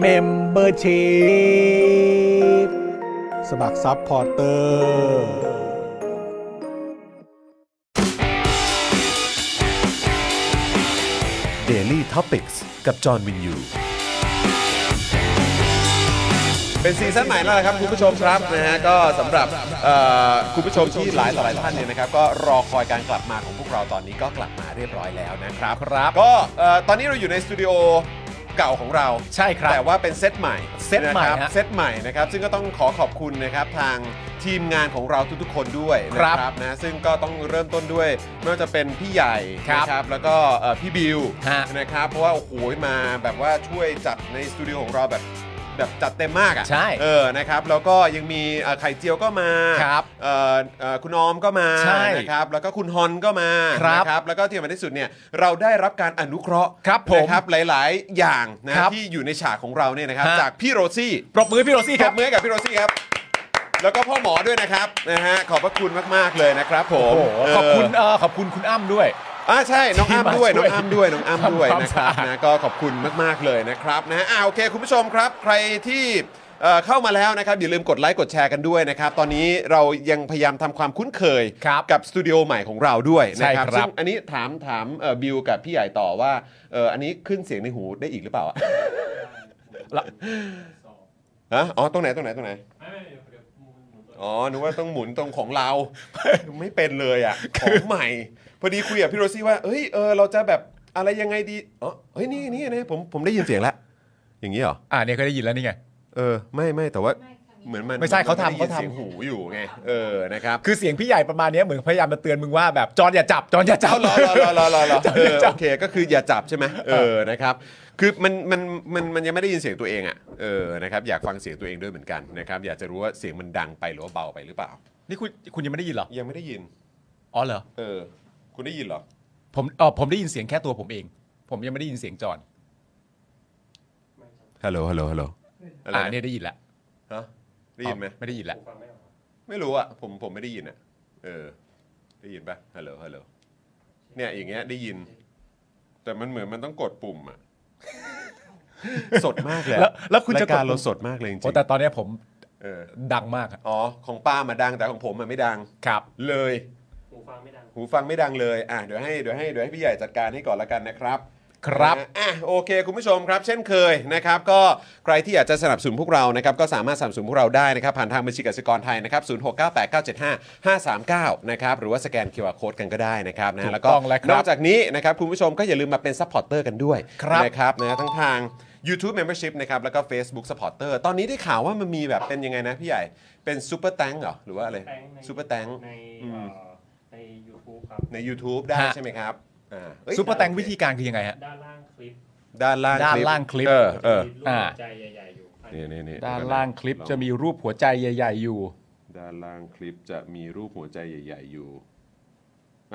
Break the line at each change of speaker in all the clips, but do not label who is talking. เมมเบอร์ชีพสมัครซัพพอร์เตอร์
Daily t o p i c กกับจอห์นวินยู
เป็นซีซั่นใหม่แล้วนะครับคุณผู้ชมครับนะฮะก็สำหรับเอ่อคุณผู้ชมที่หลายต่อหลายท่านเนี่ยนะครับก็รอคอยการกลับมาของพวกเราตอนนี้ก็กลับมาเรียบร้อยแล้วนะครับครับก็เอ่อตอนนี้เราอยู่ในสตูดิโอเก่าของเรา
ใช่ครับ
แต่ว่าเป็นเซตใหม่
เซตใหม่
นะครั
ฮะ
เซตใหม่นะครับซึ่งก็ต้องขอขอบคุณนะครับทางทีมงานของเราทุกๆคนด้วยนะ
ค
ค
รั
รับบ นะซึ่งก็ต้องเริ่มต้นด้วยไม่ว่าจะเป็นพี่ใหญ่
ครับ
นะครับแล้วก็เอ่อพี่บิว
ฮะ
นะครับเพราะว่าโอ้โหมาแบบว่าช่วยจัดในสตูดิโอของเราแบบแบบจัดเต็มมากอ่ะ
ใช่
เออ นะครับ แล้วก็ยังมีเอ่อไข่เจียวก็มา
ครับ
เอ่อเอ่อคุณออมก็มา
ใช่
นะครับ แล้วก็คุณฮอนก็มา
ครับ
นะครับ แล้วก็ที่สำคัญที่สุดเนี่ย เราได้รับการอนุเคราะห์
ครับผม
นะครับ หลาย ๆ อย่างนะครับ ที่อยู่ในฉากของเราเนี่ยนะครับ
ฮะ
จากพี่โรซี่
ปรบมือพี่โรซี่
ข
ค
อ
รั
บบ มือให้กับพี่โรซี่ครับ แล้วก็พ่อหมอด้วยนะครับ นะฮะ ขอบพระคุณมาก ๆ เลยนะครับผ
โอ้
ม
โห
เ
ขอบคุณเอ่อขอบคุณคุณอ้ำด้วย
อ่าใช่น้องอ้ำด้วย
ที่
น้อง
มาช่วย
อ้ำด้วยน้องอ้ำด้วย
ทำความสะ
นะครับ
อาด
นะก็ขอบคุณมาก ๆ เลยนะครับนะอ่าโอเค คุณผู้ชมครับ ใครที่เอ่อเข้ามาแล้วนะครับอย่าลืมกดไลค์กดแชร์กันด้วยนะครับ ตอนนี้เรายังพยายามทำความคุ้นเคย
ครับ
กับสตูดิโอใหม่ของเราด้วยนะครั
ใช่ครับ
ซึ่งอันนี้ถามถามเอ่อบิวกับพี่ใหญ่ต่อว่าเอ่ออันนี้ขึ้นเสียงในหูได้อีกหรือเปล่าอะ ฮะอ๋อตรงไหนตรงไหนตรงไหนอ๋อนึกว่าต้องหมุนตรงของเรา ไม่เป็นเลยอ่ะของใหม่ พอดีคุยกับพี่โรซี่ว่าเฮ้ยเออเราจะแบบอะไรยังไงดีอ๋อเฮ้ยนี่นี่นี่ผมผมได้ยินเสียงแล้วอย่างนี้เหรอ
อ่าเนี่ยก็ได้ยินแล้วนี่ไง
เออไม่ไม่แต่ว่าเหมือนมัน
ไม่ใช่เขาทำ
นได้ยิน
เขาทำ
สียงหูอยู่ไงเออนะครับ
คือเสียงพี่ใหญ่ประมาณเนี้ยเหมือนพยายามจะเตือนมึงว่าแบบจอนอย่าจับจอนอย่าจับ
เอารอรอรอรอรอรอ
จับ
เออ
จับ
โอเคก็คืออย่าจับใช่ไหมเออนะครับคือมันมันมันมันยังไม่ได้ยินเสียงตัวเองอ่ะเออนะครับอยากฟังเสียงตัวเองด้วยเหมือนกันนะครับอยากจะรู้ว่าเสียงมันดังไปหรือว่าเบาไปหรือเปล่า
นี่คุณคุณยังไม่ได้ยินเหรอ
ยังไม่ได้ยิน
อ๋อเหรอ
เออ คุณได้ยินเหรอ
ผมเอ๋อผมได้ยินเสียงแค่ตัวผมเอง ผมยังไม่ได้ยินเสียงจอน
ฮัลโหล ฮัลโหล ฮัลโหล อะไร
อ่า
นะ
เนี่ยได้ยินละ
ฮะได้ยินไหม
อ๋อไม่ได้ยินละ
ไม่รู้อ่ะ ผม ผมไม่ได้ยินอ่ะ เออ ได้ยินปะฮัลโหล ฮัลโหล เนี่ย อย่างเงี้ย ได้ยิน แต่มันเหมือนมันต้องกดปุ่มอ่ะ สดมากเลยอะ
แล้วแล้วคุณจะ
รายการเราสดมากเลยจริง
โอ้แต่ตอนเนี้ยผม
ๆเออ
ดังมากอะ
อ๋อ ของป้ามาดัง แต่ของผมมันไม่ดัง
ครับ
เลย หูฟังไม่ดัง หูฟังไม่ดังเลย อ่ะ เดี๋ยวให้ เดี๋ยวให้ เดี๋ยวให้พี่ใหญ่จัดการให้ก่อนละกันนะครับ
ครับ
นะอ่ะโอเค คุณผู้ชมครับ เช่นเคยนะครับก็ใครที่อยากจะสนับสนุนพวกเรานะครับก็สามารถสนับสนุนพวกเราได้นะครับผ่านทางบัญชีกสิกรไทยนะครับ0698975539นะครับหรือว่าสแกน QR Code กันก็ได้นะครับ
ถูก
นะแล้วก็
ต้องแล้วครับ
นอกจากนี้นะครับคุณผู้ชมก็อย่าลืมมาเป็นซัพพอร์ตเตอร์กันด้วย
ครับ
นะครับนะทั้งทาง YouTube Membership นะครับแล้วก็ Facebook Supporter ตอนนี้ได้ข่าวว่ามันมีแบบเป็นยังไงนะพี่ใหญ่เป็นซูเปอร์แตงเหรอหรือว่าอะไรซูเปอร์แตง
ใน
อืม
เอ่อใน YouTube ครับ
ใน YouTube ได้
ฮะ
ใช่ไหมครับอ่าเอ้ย
ซูเปอร์แตงวิธีการคือยังไงฮะ
ด้านล่างคลิป
ด้านล่าง
ด้าน
ป
ล่างคลิป
เออเออ
มีรูป
อ่า
หัวใจใหญ่ ๆ อยู่ภายใน
นี่นี่นี่
ด้านล่างคลิปจะมีรูปหัวใจใหญ่ ๆ อยู่
ด้านล่างคลิปจะมีรูปหัวใจใหญ่ ๆ อยู่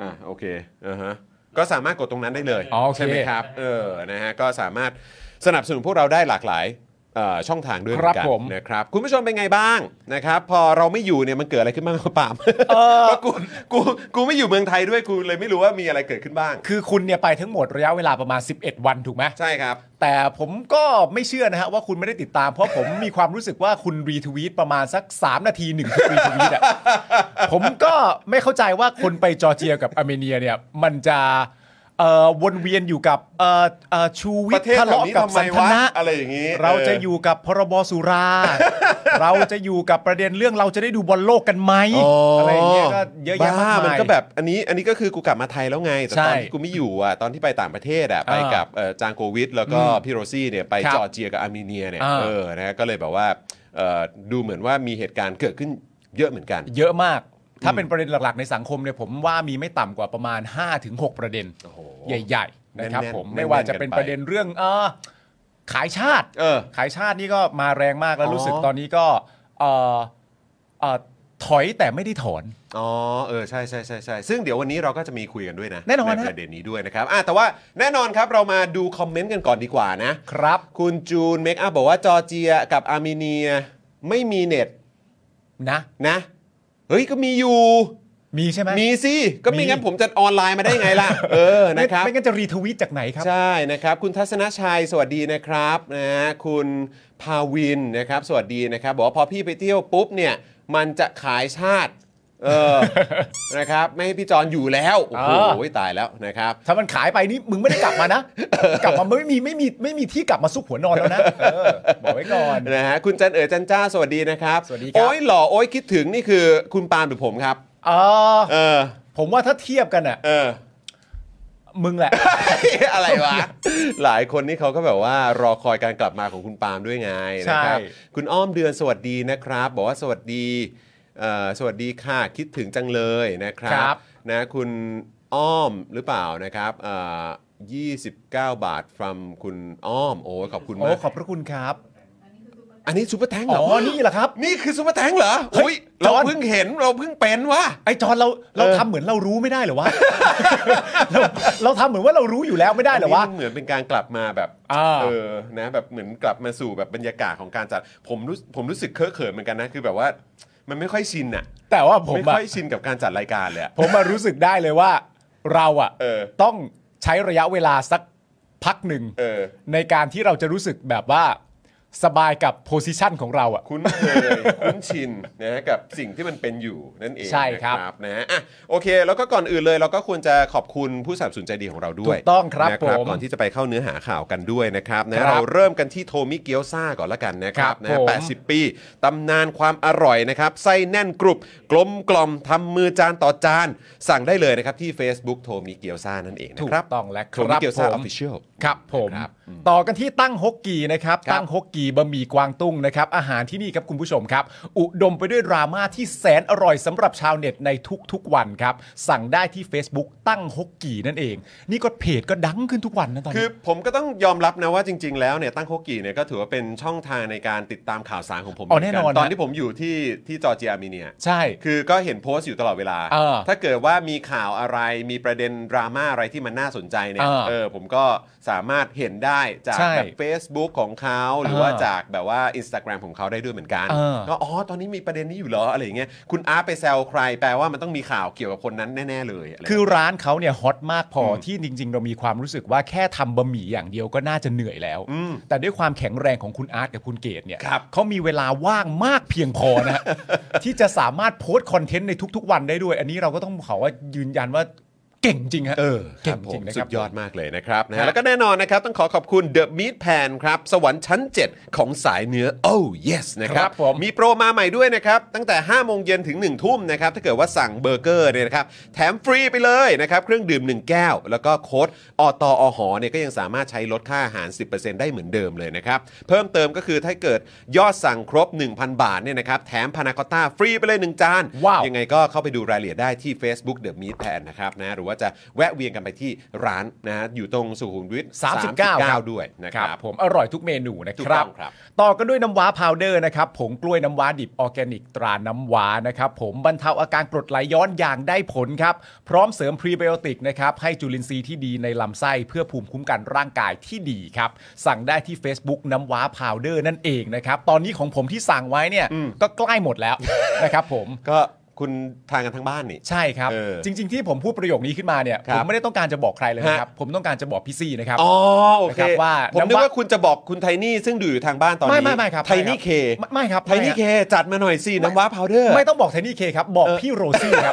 อ่ะโอเคอ่าฮะ ก็สามารถกดตรงนั้นได้เลย
อ๋อโอเค
ใช่ไหมครับ เออ นะฮะ ก็สามารถสนับสนุนพวกเราได้หลากหลายเอ่อช่องทางด้วยเหมือน
ค
กั
รั
น
บผม
นะครับ คุณผู้ชมเป็นไงบ้างนะครับ พอเราไม่อยู่เนี่ยมันเกิดอะไรขึ้นบ้างครับปาล์มเพราะกู กู กูไม่อยู่เมืองไทยด้วย กูเลยไม่รู้ว่ามีอะไรเกิดขึ้นบ้าง
คือคุณเนี่ยไปทั้งหมดระยะเวลาประมาณ 11 วันถูกไหม
ใช่ครับ
แต่ผมก็ไม่เชื่อนะฮะว่าคุณไม่ได้ติดตาม เพราะผม มีความรู้สึกว่าคุณรีทวีตประมาณสัก 3 นาทีหนึ่งรีทวีตอ่ะ ผมก็ไม่เข้าใจว่าคนไปจอร์เจียกับอาร์เมเนียเนี่ย มันจะ เอ่อวนเวียนอยู่กับเอ่อเอ่อชูวิ
ป
ท
ระ
ย์
เทศ
ทะ
แบบ
เลาะ
นี้
กับ
ทำไม
สันท
วะ
นะ
อะไรอย่างนี้
เราจะอยู่กับพรบสุรา เราจะอยู่กับประเด็นเรื่องเราจะได้ดูบอลโลกกันไหมอะไรอย่างเงี้ยก็เยอะแยะมากมาย
บ้มันก็แบบอันนี้อันนี้ก็คือกูกลับมาไทยแล้วไง แต่ตอน
ใช่
ที่กูไม่อยู่อ่ะตอนที่ไปต่างประเทศอ่ะไปกับเอ่อจางโควิด แล้วก็พี่โรซี่เนี่ยไป
ครับ
จอร์เจียกับอาร์เมเนียเนี่ย
อ่า
เออนะก็เลยแบบว่าเอ่อดูเหมือนว่ามีเหตุการณ์เกิดขึ้นเยอะเหมือนกัน
เยอะมาก ถ้าเป็นประเด็นหลัก ๆ ในสังคมเนี่ยผมว่ามีไม่ต่ำกว่าประมาณ 5-6 ประเด็น
โอ้โห
ใหญ่ ๆ นะครับ
แน่นๆ
ผม
แน่นๆ
ไม่ว่าจะเป็น
กันไป
ประเด็นเรื่องเออขายชาติ
เออ
ขายชาตินี่ก็มาแรงมากแล้ว
อ๋อ
รู้สึกตอนนี้ก็เอ่อเอ่อถอยแต่ไม่ได้ถอน
อ๋อเออใช่ใช่ใช่ใช่ซึ่งเดี๋ยววันนี้เราก็จะมีคุยกันด้วยนะ
แน่นอนฮะ
ในประเด็นนี้ด้วยนะครับอ่ะแต่ว่าแน่นอนครับเรามาดูคอมเมนต์กันก่อนดีกว่านะ
ครับ
คุณจูนเมคอัพบอกว่าจอร์เจียกับอาร์เมเนียไม่มีเน็ต
นะ
นะ เฮ้ย ก็มีอยู่
มีใช่ไหม
มีสิ ก็
มี
ไม่งั้นผมจะออนไลน์มาได้ไง ล่ะ เออ
ไม่
นะครับ
ไม่งั้นจะรีทวีตจากไหนครับ
ใช่นะครับ คุณทัศนชัยสวัสดีนะครับนะฮะคุณพาวินนะครับ สวัสดีนะครับ บอกว่าพอพี่ไปเที่ยวปุ๊บเนี่ย มันจะขายชาติเอ อ นะครับ ไม่ให้พี่จอนอยู่แล้วโอ้โห
อ๋อ
ตายแล้วนะครับ
ถ้ามันขายไปนี่มึงไม่ได้กลับมา นะ กลับมาไม่มีไม่มีไม่มีที่กลับมาซุกหัวนอนแล้วนะเออบอกไว้ก่อน
นะฮะคุณจันเอ๋อจันจ้าสวัสดีนะครับ
สวัสดีครับ
โอ้ยหล่อโอ้ยคิดถึงนี่คือคุณปาล์มหรือผมครับ
เออ
เออ
ผมว่าถ้าเทียบกันอ่ะ
เออ
มึงแหละ
อะไรวะ หลายคนนี่เขาก็แบบว่ารอคอยการกลับมาของคุณปาล์มด้วยไงนะครับ
ใช่
คุณอ้อมเดือนสวัสดีนะครับ บอกว่าสวัสดีเอ่อสวัสดีค่ะ คิดถึงจังเลยนะครั
ครับ บ
นะคุณอ้อมหรือเปล่านะครับเอ่อ29 บาท from คุณอ้อม โอ้ยขอบคุณ
โอ้
มาก
ขอบพระคุณครับ
อันนี้ซูเปอร์แทงเหร
อ๋
อ
อนี่แหละครับ
นี่คือซูเปอร์แทงเหรอ
เฮ้ย
อุ้ย
จ
เรา
อน
เพิ่งเห็นเราเพิ่งเป็นว่ะ
ไอ้จอนเราเรา
เออ
ทำเหมือนเรารู้ไม่ได้เหรอวะ เราเราทำเหมือนว่าเรารู้อยู่แล้วไม่ได้เหรอวะ
นนี้มันเหมือนเป็นการกลับมาแบบ
อ่า
เออนะแบบเหมือนกลับมาสู่แบบบรรยากาศของการจัดผมรู้ผมรู้สึกเคอะเขินเหมือนกันนะคือแบบว่า มันไม่ค่อยชินอะ
แต่ว่าผม
ไม่
อะ
ค่อยชินกับการจัดรายการเลยอะ
ผมมารู้สึกได้เลยว่า เราอะ
เออ
ต้องใช้ระยะเวลาสักพักหนึ่ง
เออ
ในการที่เราจะรู้สึกแบบว่าสบายกับโพสิชันของเราอะ
คุ้นเคย คุ้นชินนะกับสิ่งที่มันเป็นอยู่นั่นเอง
ใช่ครับ
นะนะฮะอ่ะโอเค แล้วก็ก่อนอื่นเลย เราก็ควรจะขอบคุณผู้สนับสนุนใจดีของเราด้วย
ถูกต้องครับ
นะ
ผม
ก่อนที่จะไปเข้าเนื้อหาข่าวกันด้วยนะครับ
ครั
นะ
บ
เราเริ่มกันที่โทมิเกียวซาก่อนละกันนะค
ครั
รับบนะฮะ
ผม
80 ปี ตำนานความอร่อยนะครับไส้แน่นกรุบกลมกล่อมทำมือจานต่อจาน สั่งได้เลยนะครับที่ Facebook โทมิเกียวซานั่นเองนะ
ถูก
ครับ
ต้องแล้วครับ
โทมิเกียวซาอ
ผ
อ
ม
ฟฟิเชียล
ครับผม
ครับ
ต่อกันที่ตั้งฮกกีนะครับ
ครับ
ตั้งฮกกีบะหมี่กวางตุ้งนะครับอาหารที่นี่ครับคุณผู้ชมครับ อุดมไปด้วยดราม่าที่แสนอร่อยสำหรับชาวเน็ตในทุกๆวันครับ สั่งได้ที่ Facebook ตั้งฮกกีนั่นเอง นี่ก็เพจก็ดังขึ้นทุกวันนะตอน
คือ
นี้
ผมก็ต้องยอมรับนะว่าจริง ๆ แล้วเนี่ยตั้งโคกีเนี่ยก็ถือว่าเป็นช่องทางในการติดตามข่าวสารของผม
อ๋อ
เหมืกั
แน่นอนนะ
ตอนที่ผมอยู่ที่ที่จอร์เจียอาร์เมเนีย
ใช่
คือก็เห็นโพสต์อยู่ตลอดเวลา
เออ
ถ้าเกิดว่ามีข่าวอะไรมีประเด็นดราม่าอะไรที่มันน่าสนใจเนี่ย
เออ
เออผมก็สามารถเห็นได้จาก
ใช่
แบบ Facebook ของเขาหรือ
เออ
ว่าจากแบบว่า Instagram ของเขาได้ด้วยเหมือนกัน
เออ
ก็อ๋อตอนนี้มีประเด็นนี้อยู่เหรออะไรอย่างเงี้ยคุณอาร์ตไปแซวใครแปลว่ามันต้องมีข่าวเกี่ยวกับคนนั้นแน่ๆเลยะไร
คือร้านเขาเนี่ยฮอตมากพออ
ม
ที่จริง ๆ เรามีความรู้สึกว่าแค่ทำบะหมี่อย่างเดียวก็น่าจะเหนื่อยแล้ว
อืม
แต่ด้วยความแข็งแรงของคุณอาร์ตกับคุณเกตเนี่ย
ครับ
เขามีเวลาว่างมากเพียงพอนะฮะ ที่จะสามารถโพสต์คอนเทนต์ในทุก ๆ วันได้ด้วย อันนี้เราก็ต้องขอว่ายืนยันว่าเก่งจริงฮะ
เออค
เก่
รับ
ง
ผ
จริ
ม
งนะค
สุ
รับ
ดยอดมากเลยนะครับนะ
ครั
ฮะ
บ
แล้วก็แน่นอนนะครับ ต้องขอขอบคุณ The Meat Pan ครับ สวรรค์ชั้น 7 ของสายเนื้อ oh yes นะครับ
ครับผม
มีโปรมาใหม่ด้วยนะครับ ตั้งแต่ 5 โมงเย็นถึง 1 ทุ่มนะครับ ถ้าเกิดว่าสั่งเบอร์เกอร์เนี่ยนะครับ แถมฟรีไปเลยนะครับ เครื่องดื่ม 1 แก้ว แล้วก็โค้ดอตอหอเนี่ยก็ยังสามารถใช้ลดค่าอาหาร 10%ได้เหมือนเดิมเลยนะครับ เพิ่มเติมก็คือถ้าเกิดยอดสั่งครบ 1,000 บาทเนี่ยนะครับแถมพานาคอตต้าฟรีไปเลยหนึ่งจาน
ว้าว
ยังไงก็เข้าไปดูรายละเอียดได้ที่ Facebook The Meat Pan นะครับนะหรือว่าจะแวะเวียนกันไปที่ร้านนะฮะอยู่ตรงสุขุมวิท
39ครับ
ด้วยนะ
ค
ค
รั
รั
บบ ผมอร่อยทุกเมนูนะ
ถู
ค
ก
รั
ต้
บ
องครับ
ต่อกันด้วยน้ำว้าพาวเดอร์นะครับผงกล้วยน้ำว้าดิบออร์แกนิกตราน้ำว้านะครับผมบรรเทาอาการปลดไหลย้อนอย่างได้ผลครับ พร้อมเสริมพรีไบโอติกนะครับให้จุลินทรีย์ที่ดีในลำไส้เพื่อภูมิคุ้มกันร่างกายที่ดีครับ สั่งได้ที่ Facebook น้ำว้าพาวเดอร์นั่นเองนะครับ ตอนนี้ของผมที่สั่งไว้เนี่ยก็ใกล้หมดแล้ว นะครับผม
ก็คุณทานกันทั้งบ้านนี่
ใช่ครับ
เออ
จริง ๆ ที่ผมพูดประโยคนี้ขึ้นมาเนี่ย
ครั
ผ
บ
มไม่ได้ต้องการจะบอกใครเลยนะครับ
ฮะ
ผมต้องการจะบอกพี่ซี่นะครับ
อ๋อโอเค
นะครับว่า
ผมนึก
น้ำว่า
ว่าคุณจะบอกคุณไทนี่ซึ่งดูอยู่ทางบ้านตอนนี้
ไม่ไม่ไม่ครับ
ไทนี่เค
ไม่ไม่ครับ
ไท
ม่
นี่
ฮะ
เคจัดมาหน่อยสิน้ำว้าพาวเดอร์
ไม่ต้องบอกไทนี่เคครับ บอก
เออ
พี่โรซี่ครับ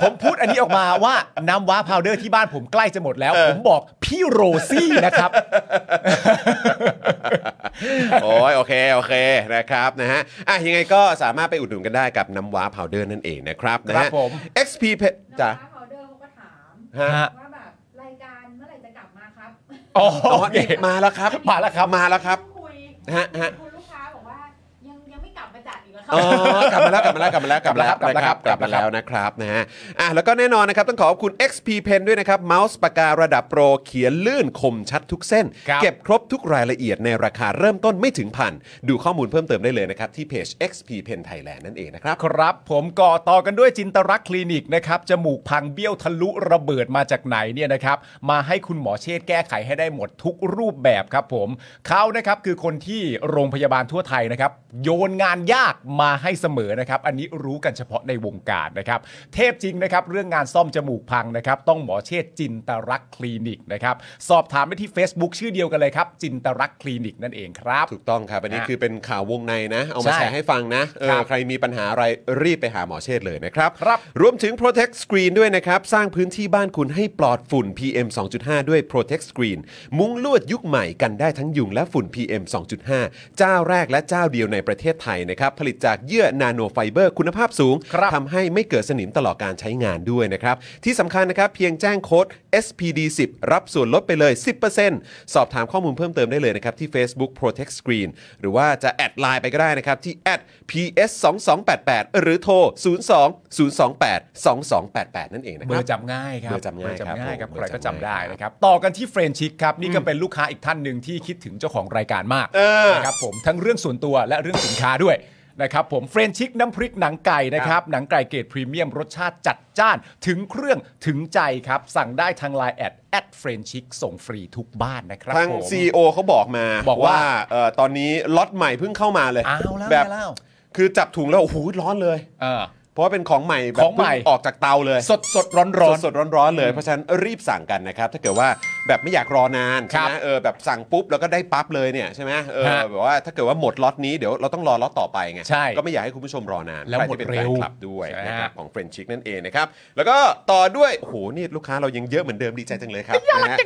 ผมพูดอันนี้ออกมาว่าน้ำว้าพาวเดอร์ที่บ้านผมใกล้จะหมดแล้ว
เออ
ผมบอกพี่โรซี่นะครับ
โอ้ยโอเคโอเคนะครับนะฮะอ่ะยังไงก็สามารถไปอุดหนุนกันได้กับน้ำว้าพาวเดอร์นั่นเองนะครับนะ
ครั
ฮะ
บผม
XP Pet จ้ะ
น้ำพาวเดอร์เขาก็ถาม
ฮะ
ว่าแบบรายการเมื่อไหร่จะกลับมาครับ
อ๋อ
อ๋อ
โอเค
นี่มาแล้วครับ
มาแล้วครับ
มาแล้วครับ
คุย
ฮะฮะ
คุณลูกค้าบอกว่ายังยังไม่กลับมาจัดอีกแล้วครั
อ๋อบ กลับมาแล้วกลับมาแล้วกลับมาแล้วกลับมาแล้ว
กลับมาแล้ว
นะครับ
ก
ก
ลั
ลับบ มา
มาแล้
แล้ว
ว
นะครับนะฮะอ่ะแล้วก็แน่นอนนะครับ ต้องขอขอบคุณ XP Pen ด้วยนะครับเมาส์ปากการะดับโปรเขียนลื่นคมชัดทุกเส้น
ครับ
เก็บครบทุกรายละเอียดในราคาเริ่มต้นไม่ถึงพัน ดูข้อมูลเพิ่มเติมได้เลยนะครับ ที่เพจ XP Pen Thailand นั่นเองนะครับ
ครับผมก่อต่อกันด้วยจินตรักษณ์คลินิกนะครับ จมูกพังเบี้ยวทะลุระเบิดมาจากไหนเนี่ยนะครับ มาให้คุณหมอเชษฐ์แก้ไขให้ได้หมดทุกรูปแบบครับผมเขานะครับคือคนที่โรงพยาบาลทั่วไทยนะครับ โยนงานยากมาให้เสมอนะครับ อันนี้รู้กันเฉพาะในวงการนะครับ เทพจริงนะครับ เรื่องงานซ่อมจมูกพังนะครับ ต้องหมอเชษฐ์จินตรักษณ์คลินิกนะครับ สอบถามได้ที่ Facebook ชื่อเดียวกันเลยครับ จินตรักษณ์คลินิกนั่นเองครับ
ถูกต้องครับ อันนี้
อ่ะ
คือเป็นข่าววงในนะ เอามา
ใช่
แชร์ให้ฟังนะเอ
ครั
อบ ใครมีปัญหาอะไรรีบไปหาหมอเชษฐ์เลยนะครับ
ครับ
รวมถึง Protect Screen ด้วยนะครับ สร้างพื้นที่บ้านคุณให้ปลอดฝุ่น PM 2.5 ด้วย Protect Screen มุ้งลวดยุคใหม่กันได้ทั้งยุงและฝุ่น PM 2.5 เจ้าแรกและเจ้าเดียวในประเทศไทยนะครับ ผลิตจากเยื่อนาโนไฟเบอร์คุณภาพสูง
ครับ
ทำ ทำให้ไม่เกิดสนิมตลอดการใช้งานด้วยนะครับ ที่สำคัญนะครับ เพียงแจ้งโค้ด SPD10 รับส่วนลดไปเลย 10%สอบถามข้อมูลเพิ่มเติมได้เลยนะครับ ที่ Facebook Protect Screen หรือว่าจะแอดไลน์ไปก็ได้นะครับ ที่ @ps2288 หรือโทร 02-028-2288 นั่นเองนะค
เบอ
รับ
ร์จำง่ายครับ
เบอร์จำง่ายครั
ค
บ
รับ
ผม
ใครก็
เบอร์จำ
จำ
ง่า
ได้
ย
นะครับ ต่อกันที่เฟรนชิกครับ นี่ก็เป็นลูกค้าอีกท่านหนึ่งที่คิดถึงเจ้าของรายการมาก
เออ
นะครับผมทั้งเรื่องส่วนตัวและเรื่องสินค้าด้วยนะครับผมเฟรนชิกน้ำพริกหนังไก่นะครับหนังไก่เกรดพรีเมียมรสชาติจัดจ้านถึงเครื่องถึงใจครับ สั่งได้ทางไลน์แอดแอดเฟรนชิกส่งฟรีทุกบ้านนะครับ
ทาง
ผม
CEO เขาบอกมา
บอกว่า
เอ่อตอนนี้ล็อตใหม่เพิ่งเข้ามาเลย
อ้าวแล้ว
แบบ
แล้ว
คือจับถุงแล้วโอ้โหร้อนเลย
เออ
เพราะว่าเป็นของใหม่แบบ
ของใหม่
เพิ่ออกจากเตาเลย
สดสดร้อนร้อน
สดๆร้อนๆเลย เพราะฉะนั้นรีบสั่งกันนะครับ ถ้าเกิดว่าแบบไม่อยากรอนาน
ค
ใช่
รั
ไห
บ
มเออแบบสั่งปุ๊บแล้วก็ได้ปั๊บเลยเนี่ยใช่ไหมเออ
ฮะ
แบบว่าถ้าเกิดว่าหมดล็อตนี้เดี๋ยวเราต้องรอล็อตต่อไปไง
ใช่
ก็ไม่อยากให้คุณผู้ชมรอนาน
แล้ว
ใค
หมด
ที่เป็น
เร็
แฟน
ว
คลับด้วย
ใช่
นะ
ฮะ
ครับของเฟรนชิกนั่นเองนะครับ แล้วก็ต่อด้วยโอ้โหนี่ลูกค้าเรายังเยอะเหมือนเดิมดีใจจังเลยครับนะฮะ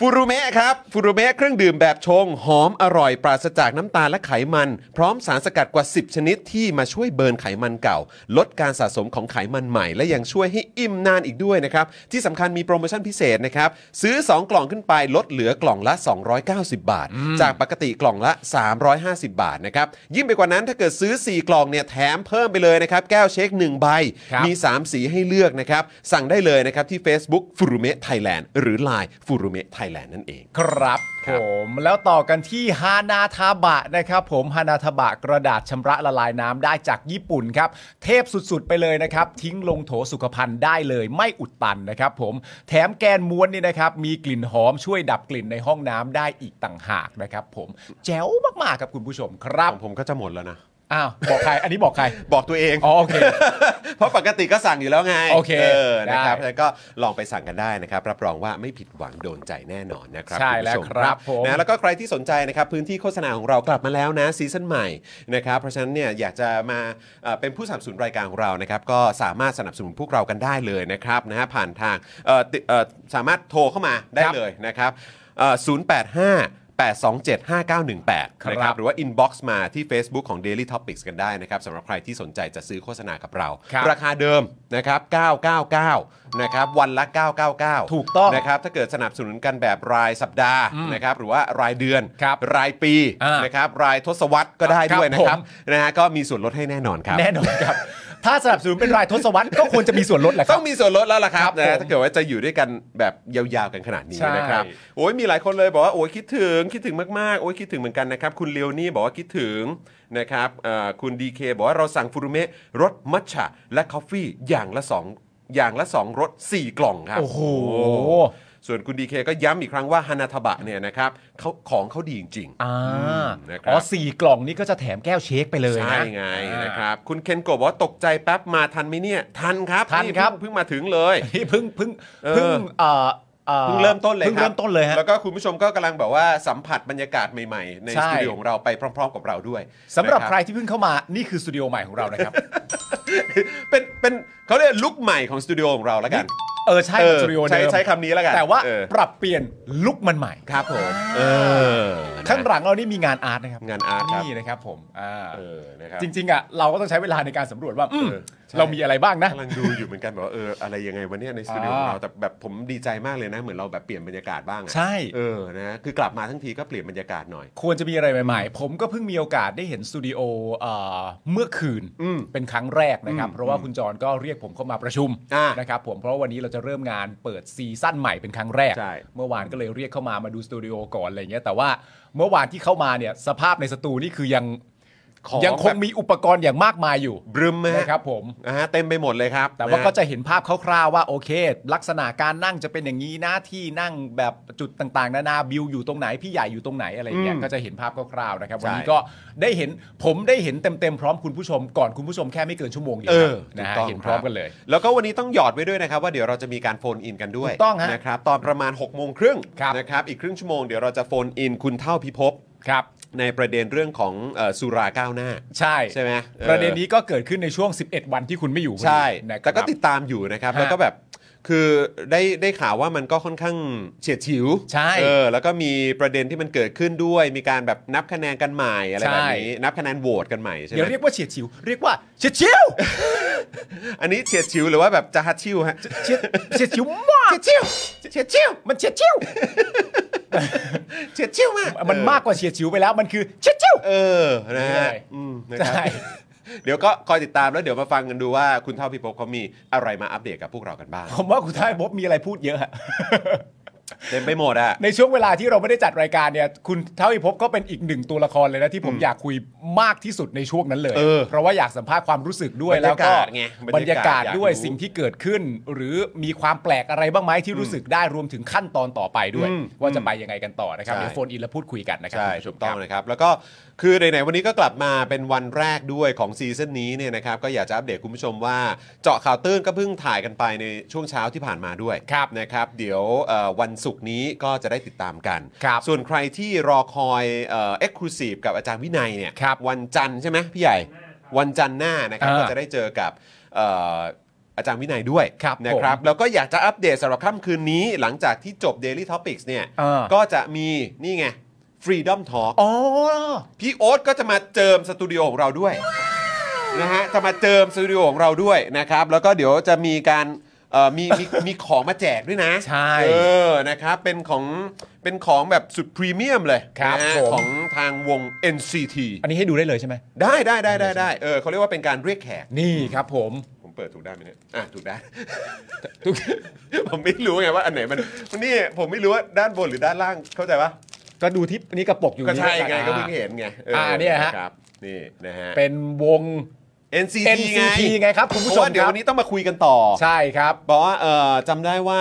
ฟูรุเมะครับฟูรุเมะเครื่องดื่มแบบชง หอมอร่อยปราศจากน้ำตาลและไขมัน พร้อมสารสกัดกว่า 10 ชนิดที่มาช่วยเบิร์นไขมันเก่า ลดการสะสมของไขมันใหม่ และยังช่วยให้อิ่มนานอีกด้วยนะครับ ที่สำคัญมีโปรโมชั่นพิเศษนะครับ ซื้อ 2 กล่องขึ้นไปลดเหลือกล่องละ 290 บาท จากปกติกล่องละ 350 บาทนะครับยิ่งไปกว่านั้นถ้าเกิดซื้อ 4 กล่องเนี่ยแถมเพิ่มไปเลยนะครับแก้วเช็คหนึ่งใบ
ครับ
มี 3 สีให้เลือกนะครับ สั่งได้เลยนะครับ ที่ Facebook ฟูรุเมะไทยแลนด์หรือ Line ฟูรุเมะไทยแลนด์นั่นเอง
ครับ
ค
ผ
รับ
มแล้วต่อกันที่ฮานาทาบะนะครับผมฮานาทาบะกระดาษชำระละลายน้ำได้จากญี่ปุ่นครับเทพสุดๆไปเลยนะครับ ทิ้งลงโถสุขภัณฑ์ได้เลยไม่อุดตันนะครับผมแถมแกนม้วนนี่นะครับ มีกลิ่นหอมช่วยดับกลิ่นในห้องน้ำได้อีกต่างหากนะครับผมแจ๋วมากๆครับคุณผู้ชมครับ
ของผมก็จะหมดแล้วนะ
อ้าวบอกใคร อันนี้บอกใคร
บอกตัวเอง
อ๋อโอเค
เพราะปกติก็สั่งอยู่แล้วไง
โอเค
อนะครับ
ได้
แล้วก็ลองไปสั่งกันได้นะครับ รับรองว่าไม่ผิดหวังโดนใจแน่นอนนะครับ
ใช่
ณผู้ชม
แล้วครับผม
นะแล้วก็ใครที่สนใจนะครับ พื้นที่โฆษณาของเรากลับมาแล้วนะซีซั่นใหม่นะครับเพราะฉะนั้นเนี่ยอยากจะมาเอ่อเป็นผู้สนับสนุนรายการของเรานะครับ ก็สามารถสนับสนุนพวกเรากันได้เลยนะครับนะฮะผ่านทางเอ่อติเอ่อสามารถโทรเข้ามาได้
ครับ
เลยนะครับเอ่อ085 827 5918นะค
ครั
รับบ หรือว่า inbox มาที่ Facebook ของ Daily Topics กันได้นะครับสำหรับใครที่สนใจจะซื้อโฆษณากับเรา
ครับ
ราคาเดิมนะครับ 999 นะครับ วันละ 999
ถูกต้อง
นะครับ ถ้าเกิดสนับสนุนกันแบบรายสัปดาห์นะครับ หรือว่ารายเดือน
ครับ
รายปี
อ่าน
นะครับ รายทศวรรษก็ได้ด้วยนะครับ
ครับผม
นะฮะ ก็มีส่วนลดให้แน่นอนครับ
แน่นอนครับ ถ้าสนับสนุนเป็นรายทศวรรษก็ควรจะมีส่วนลดแหละค
ต้
รั
อบ งมีส่วนลดแล้วล่ะครับ
ครับ
นะฮะ
ผม
ถ้าเกิดว่าจะอยู่ด้วยกันแบบยาวๆกันขนาดนี้
ใช่
นะครับโอ้ยมีหลายคนเลยบอกว่าโอ้ยคิดถึงคิดถึงมากๆโอ้ยคิดถึงเหมือนกันนะครับ คุณเลียวนี่บอกว่าคิดถึงนะครับเอ่อคุณดีเคบอกว่าเราสั่งฟูรุเมะรสมัทฉะและกาแฟอย่างละสองอย่างละสองรส4 กล่องครับ
โอ้โห
ส่วนคุณดีเคก็ย้ำอีกครั้งว่าฮานาทบะเนี่ยนะครับเขาของเขาดีจริง
อ่า
นะครับ
อ๋อสี่กล่องนี้ก็จะแถมแก้วเชคไปเลยนะ
ใช่ไงนะครับคุณเคนโกะบอกว่าตกใจแป๊บมาทันไหมเนี่ยทันครับ
ทันครับ
เพิ่งเพิ่งมาถึงเลย
นี่เพิ่งเพิ่ง
เออ
เพิ่งเอ่ออ่อ
เพิ่งเริ่มต้นเลย
เพิ่ง
ครับ
เริ่มต้นเลยฮะ
แล้วก็คุณผู้ชมก็กำลังแบบว่าสัมผัสบรรยากาศใหม่ๆ ใน
ใช่
สตูดิโอของเราไปพร้อม ๆ กับเราด้วย
สำหรับ
นะ
ใครที่เพิ่งเข้ามานี่คือสตูดิโอใหม่ของเรานะครับ
เป็นเป็นเขาเรียกลุคใหม่ของสตูดิโอของเราแล้วกัน
เออใช่
เอ
มัน
อ
สตูดิโอเดิม
ใช้ใช้คำนี้แล้วกัน
แต่ว่า
เออ
ปรับเปลี่ยนลุคมันใหม่
ครับผมเออนะ
ข้างหลังเรานี่มีงานอาร์ตนะครับ
งานอาร์ตครับ
นี่นะครับผมอ่า
เออนะครับ
จริงๆอ่ะเราก็ต้องใช้เวลาในการสำรวจว่าอืม
เออใช่
เรามีอะไรบ้างนะ
กำลังดูอยู่เหมือนกันแบบว่าเอออะไรยังไงวันนี้ในสตูดิโอของเราแต่แบบผมดีใจมากเลยนะเหมือนเราแบบเปลี่ยนบรรยากาศบ้างอะ
ใช่
เออนะคือกลับมาทั้งทีก็เปลี่ยนบรรยากาศหน่อย
ควรจะมีอะไรใหม่ๆ ผมก็เพิ่งมีโอกาสได้เห็นสตูดิโอเอ่อเมื่อคืน
อืม
เป็นครั้งแรกนะครับ
อืม
เพราะว่าคุณจรก็เรียกผมเข้ามาประชุม
อ่า
นะครับผมเพราะวันนี้เราจะเริ่มงานเปิดซีซั่นใหม่เป็นครั้งแรก
ใช่
เมื่อวานก็เลยเรียกเข้ามามาดูสตูดิโอก่อนอะไรเงี้ยแต่ว่าเมื่อวานที่เข้ามาเนี่ยสภาพในสตูนี่คือยัง
ของ
ยังคง
แบบ
มีอุปกรณ์อย่างมากมายอยู่
บรึมนะฮะ
นะครับผม
นะฮะเต็มไปหมดเลยครับ
แต่ว่า
นะฮะ
ก็จะเห็นภาพคร่าวๆว่าโอเค ลักษณะการนั่งจะเป็นอย่างนี้นะที่นั่งแบบจุดต่างๆ นานาบิวอยู่ตรงไหนพี่ใหญ่อยู่ตรงไหนอะไรอย่างเงี้ย
อืม
ก็จะเห็นภาพคร่าวๆนะครับ
ใช่
วันนี้ก็ได้เห็นผมได้เห็นเต็มๆพร้อมคุณผู้ชมก่อนคุณผู้ชมแค่ไม่เกินชั่วโมงเดียว
เออ
นะ
ถู
ฮะ
กต้อง
เห็นพร้อมกันเลย
แล้วก็วันนี้ต้องหยอดไว้ด้วยนะครับ ว่าเดี๋ยวเราจะมีการโฟนอินกันด้วย
ถูกต้องฮะ
นะครับตอนประมาณ6กโมงครึ่ง
ครับ
นะครับอีกครึ่งชั่วโมงเดี๋ยวเราจะโฟนอินคุณเท่าพิภพ
ครับ
ในประเด็นเรื่องของเอ่อสุราก้าวหน้า
ใช่
ใช่ไหมออ
ประเด็นนี้ก็เกิดขึ้นในช่วง 11 วันที่คุณไม่อยู่พอดี
ใช่
นะครับ
แต่ก็ติดตามอยู่นะครับ
ฮะ
แล้วก็แบบคือได้ได้ข่าวว่ามันก็ค่อนข้างเฉียดฉิว
ใช่
เออแล้วก็มีประเด็นที่มันเกิดขึ้นด้วย มีการแบบนับคะแนนกันใหม่อะไรแบบนี้
ใช่
นับคะแนนโหวตกันใหม่ใช่ไหม
อย่าเรียกว่าเฉียดฉิวเรียกว่าเฉียดฉิว
อันนี้เฉียดฉิวหรือว่าแบบจะฮัดชิวฮะ
เฉียดเฉียดฉิวมากเฉียดฉิวเฉียดฉิวมันเฉียดฉิว
เฉียดชิวมาก
มัน
เออ
มากกว่าเฉียดฉิวไปแล้วมันคือเฉียดฉิว
เออ นะฮะ
เลย
อืมนะครับ
ใช่
เดี๋ยวก็คอยติดตามแล้วเดี๋ยวมาฟังกันดูว่าคุณเท่าพิภพเขามีอะไรมาอัปเดตกับพวกเรากันบ้าง
ผมว่าคุณท้ายบมีอะไรพูดเยอะอะ
เต็มไปหมดอะ
ในช่วงเวลาที่เราไม่ได้จัดรายการเนี่ย คุณเท่าอิภพก็เป็นอีกหนึ่งตัวละครเลยนะที่ผมอยากคุยมากที่สุดในช่วงนั้นเลย
เออ
ราะว่าอยากสัมภาษณ์ความรู้สึกด้วย
บรร
แล้ว
ยา
ก็
กาศไง
บรรยากาศ
บรรยากาศ
ด้วย
อยากรู้
สิ่งที่เกิดขึ้น หรือมีความแปลกอะไรบ้างไหมที่รู้สึกได้รวมถึงขั้นตอนต่อไปด้วย
อืม
ว่าจะไปยังไงกันต่อนะครับ
ใช่
เดี๋ยวโฟนอินแล้วพูดคุยกันนะครั
ใช่
คุณผู้ช
ถู
ม
กต้อ
ค
ง
รับ
นะครับ แล้วก็คือไหนๆวันนี้ก็กลับมาเป็นวันแรกด้วยของซีซั่นนี้เนี่ยนะครับก็อยากจะอัปเดตคุณผู้ชมว่าเจาะข่าวตื้นก็เพิ่งถ่ายกันไปในช่วงเช้าที่ผ่านมาด้วย
ครับ
นะครับ เดี๋ยวเอ่อวันศุกร์นี้ก็จะได้ติดตามกัน
ครับ
ส่วนใครที่รอคอยเอ็กซ์คลูซีฟกับอาจารย์วินัยเนี่ย
ครับ
วันจันทร์ใช่ไหมพี่ใหญ่ วันจันทร์หน้านะครับ
อ่า
ก็จะได้เจอกับเอ่ออาจารย์วินัยด้วย
ครับผม
นะครับแล้วก็อยากจะอัปเดตสำหรับค่ำคืนนี้ หลังจากที่จบ Daily Topics เนี่ย
อ่า
ก็จะมีนี่ไง Freedom Talk
อ๋อ
พี่โอ๊ตก็จะมาเจิมสตูดิโอของเราด้วยนะฮะจะมาเจิมสตูดิโอของเราด้วยนะครับ แล้วก็เดี๋ยวจะมีการเอ่อมีมีมีของมาแจกด้วยนะ
ใช่
เออนะครับเป็นของเป็นของแบบสุดพรีเมียมเลย
ครับ
นะฮะ
ผม
ของทางวง NCT
อันนี้ให้ดูได้เลยใช่ไหม
ได้ได้ได้ได้ได้เออเขาเรียกว่าเป็นการเรียกแขก
นี่ครับผม
ผมเปิดถูกได้ไหมเนี่ย อ่ะ ถูกได้ ถูก ผมไม่รู้ไงว่าอันไหนมันมันนี่ผมไม่รู้ว่าด้านบนหรือด้านล่างเข้าใจปะ
ก็ดูที่นี่กระปกอยู่
ก็ใช่
นี่แล้ว
ไง
น
ก็เพิ่งเห็นไงเออ
อ่าเนี่ยฮะ
ครับนี่นะฮะ
เป็นวง
NCT ไง
NCT ไงครับคุณผู้ช
เพ
ม
ราะว่าเดี๋ย
ค
ว
รับ
วันนี้ต้องมาคุยกันต่อ
ใช่ครับ
บอกว่าเอ่อจำได้ว่า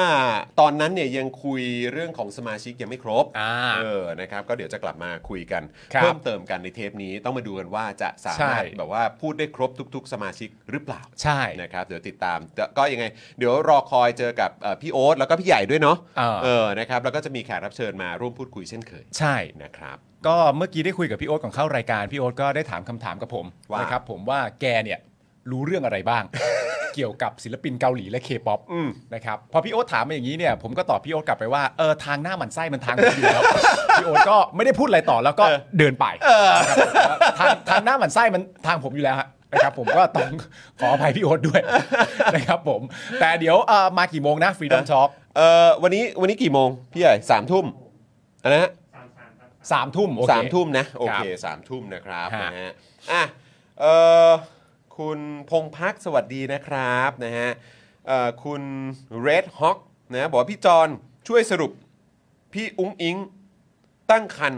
ตอนนั้นเนี่ยยังคุยเรื่องของสมาชิกยังไม่ครบ
อ่า
เออนะครับก็เดี๋ยวจะกลับมาคุยกัน
ครับ
เพิ่มเติมกันในเทปนี้ต้องมาดูกันว่าจะสามารถ
ใช่
แบบว่าพูดได้ครบทุก ๆ สมาชิกหรือเปล่า
ใช่
นะครับเดี๋ยวติดตามแต่ก็ยังไง เดี๋ยวรอคอยเจอกับเอ่อพี่โอ๊ตแล้วก็พี่ใหญ่ด้วยเนาะ
เออ
เออนะครับแล้วก็จะมีแขกรับเชิญมาร่วมพูดคุยเช่นเคย
ใช่
นะครับ
ก็เมื่อกี้ได้คุยกับพี่โอ๊ตก่อนเข้ารายการ พี่โอ๊ตก็ได้ถามคำถามกับผม
ว่า
นะครับผมว่าแกเนี่ยรู้เรื่องอะไร บ้าง เกี่ยวกับศิลปินเกาหลีและเคป๊อป
อืม
นะครับพอพี่โอ๊ตถามมาอย่างนี้เนี่ยผมก็ตอบพี่โอ๊ตกลับไปว่าเออทางหน้าหมันไส้มันทาง ผมอยู่แล้ว พี่โอ๊ตก็ไม่ได้พูดอะไรต่อแล้วก็เดินไปนะครับผมว่าทางทางหน้าหมันไส้มันทางผมอยู่แล้วฮะนะครับผมก็ต้อง ขออภัยพี่โอ๊ตด้วย นะครับผม แต่เดี๋ยวเอ่อมากี่โมงนะฟรีดอมช็อป
เอ่อวันนี้วันนี้กี่โมงพี่ใหญ่สามทุ่มอันนะฮะ
สามสามครับ
สามทุ่มโอเค
สามทุ่มนะโอเคสามทุ่มนะครับ
ฮะ
นะฮะอ่ะเอ่อคุณพงพักสวัสดีนะครับนะฮะเอ่อคุณ Red Hawk นะบอกว่าพี่จอนช่วยสรุปพี่อุ้งอิงตั้งคัน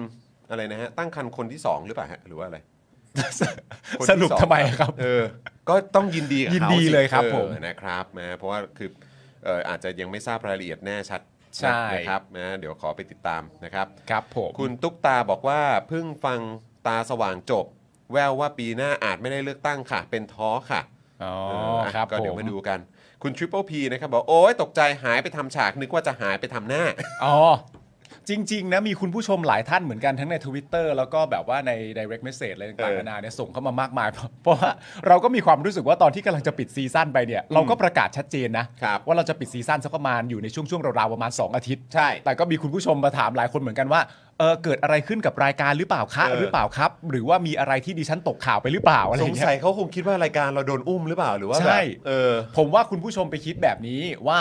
อะไรนะฮะตั้งคันคนที่สองหรือเปล่าฮะหรือว่าอะไร คน
ส
ที่
รุป
อง
ทำไมครับ
เออ ก็ต้องยินดีกับ
ยิน
ขา
ดี
สิ
เลยครับ
ออ
ผม
นะครับนะเพราะว่าคือเอออาจจะยังไม่ทราบรายละเอียดแน่ชัด
ใช่
นะครับนะเดี๋ยวขอไปติดตามนะครับ
ครับผม
คุณตุ๊กตาบอกว่าเพิ่งฟังตาสว่างจบ แววว่าปีหน้าอาจไม่ได้เลือกตั้งค่ะ เป็นท้อค่ะ
อ๋อ
เอออ่ะ
ครับ
ก็เดี๋ย
ผ
วมาดูกัน คุณทริปเปิลพีนะครับบอกโอ้ยตกใจหายไปทำฉากนึกว่าจะหายไปทำหน้า
อ๋อ จริง ๆ นะ มีคุณผู้ชมหลายท่านเหมือนกันทั้งใน Twitter แล้วก็แบบว่าใน direct message อะไร
เอ
ต่างๆ
อ
นานาเนี่ยส่งเข้ามามากมาย เพราะว่าเราก็มีความรู้สึกว่าตอนที่กำลังจะปิดซีซั่นไปเนี่ยเราก็ประกาศชัดเจนนะครับ ว่าเราจะปิดซีซั่นสักประมาณอยู่ในช่วงๆราวๆประมาณ 2 อาทิตย์
ใช่
แต่ก็มีคุณผู้ชมมาถามหลายคนเหมือนกันว่าเออเกิดอะไรขึ้นกับรายการหรือเปล่าคะ
เออ
หรือเปล่าครับ หรือว่ามีอะไรที่ดิฉันตกข่าวไปหรือเปล่าอะไรอ
สง
ย่างเงี้
สั
ย
ยเขาคงคิดว่ารายการเราโดนอุ้มหรือเปล่าหรือว่า
ใช่
แบบเออ
ผมว่าคุณผู้ชมไปคิดแบบนี้ว่า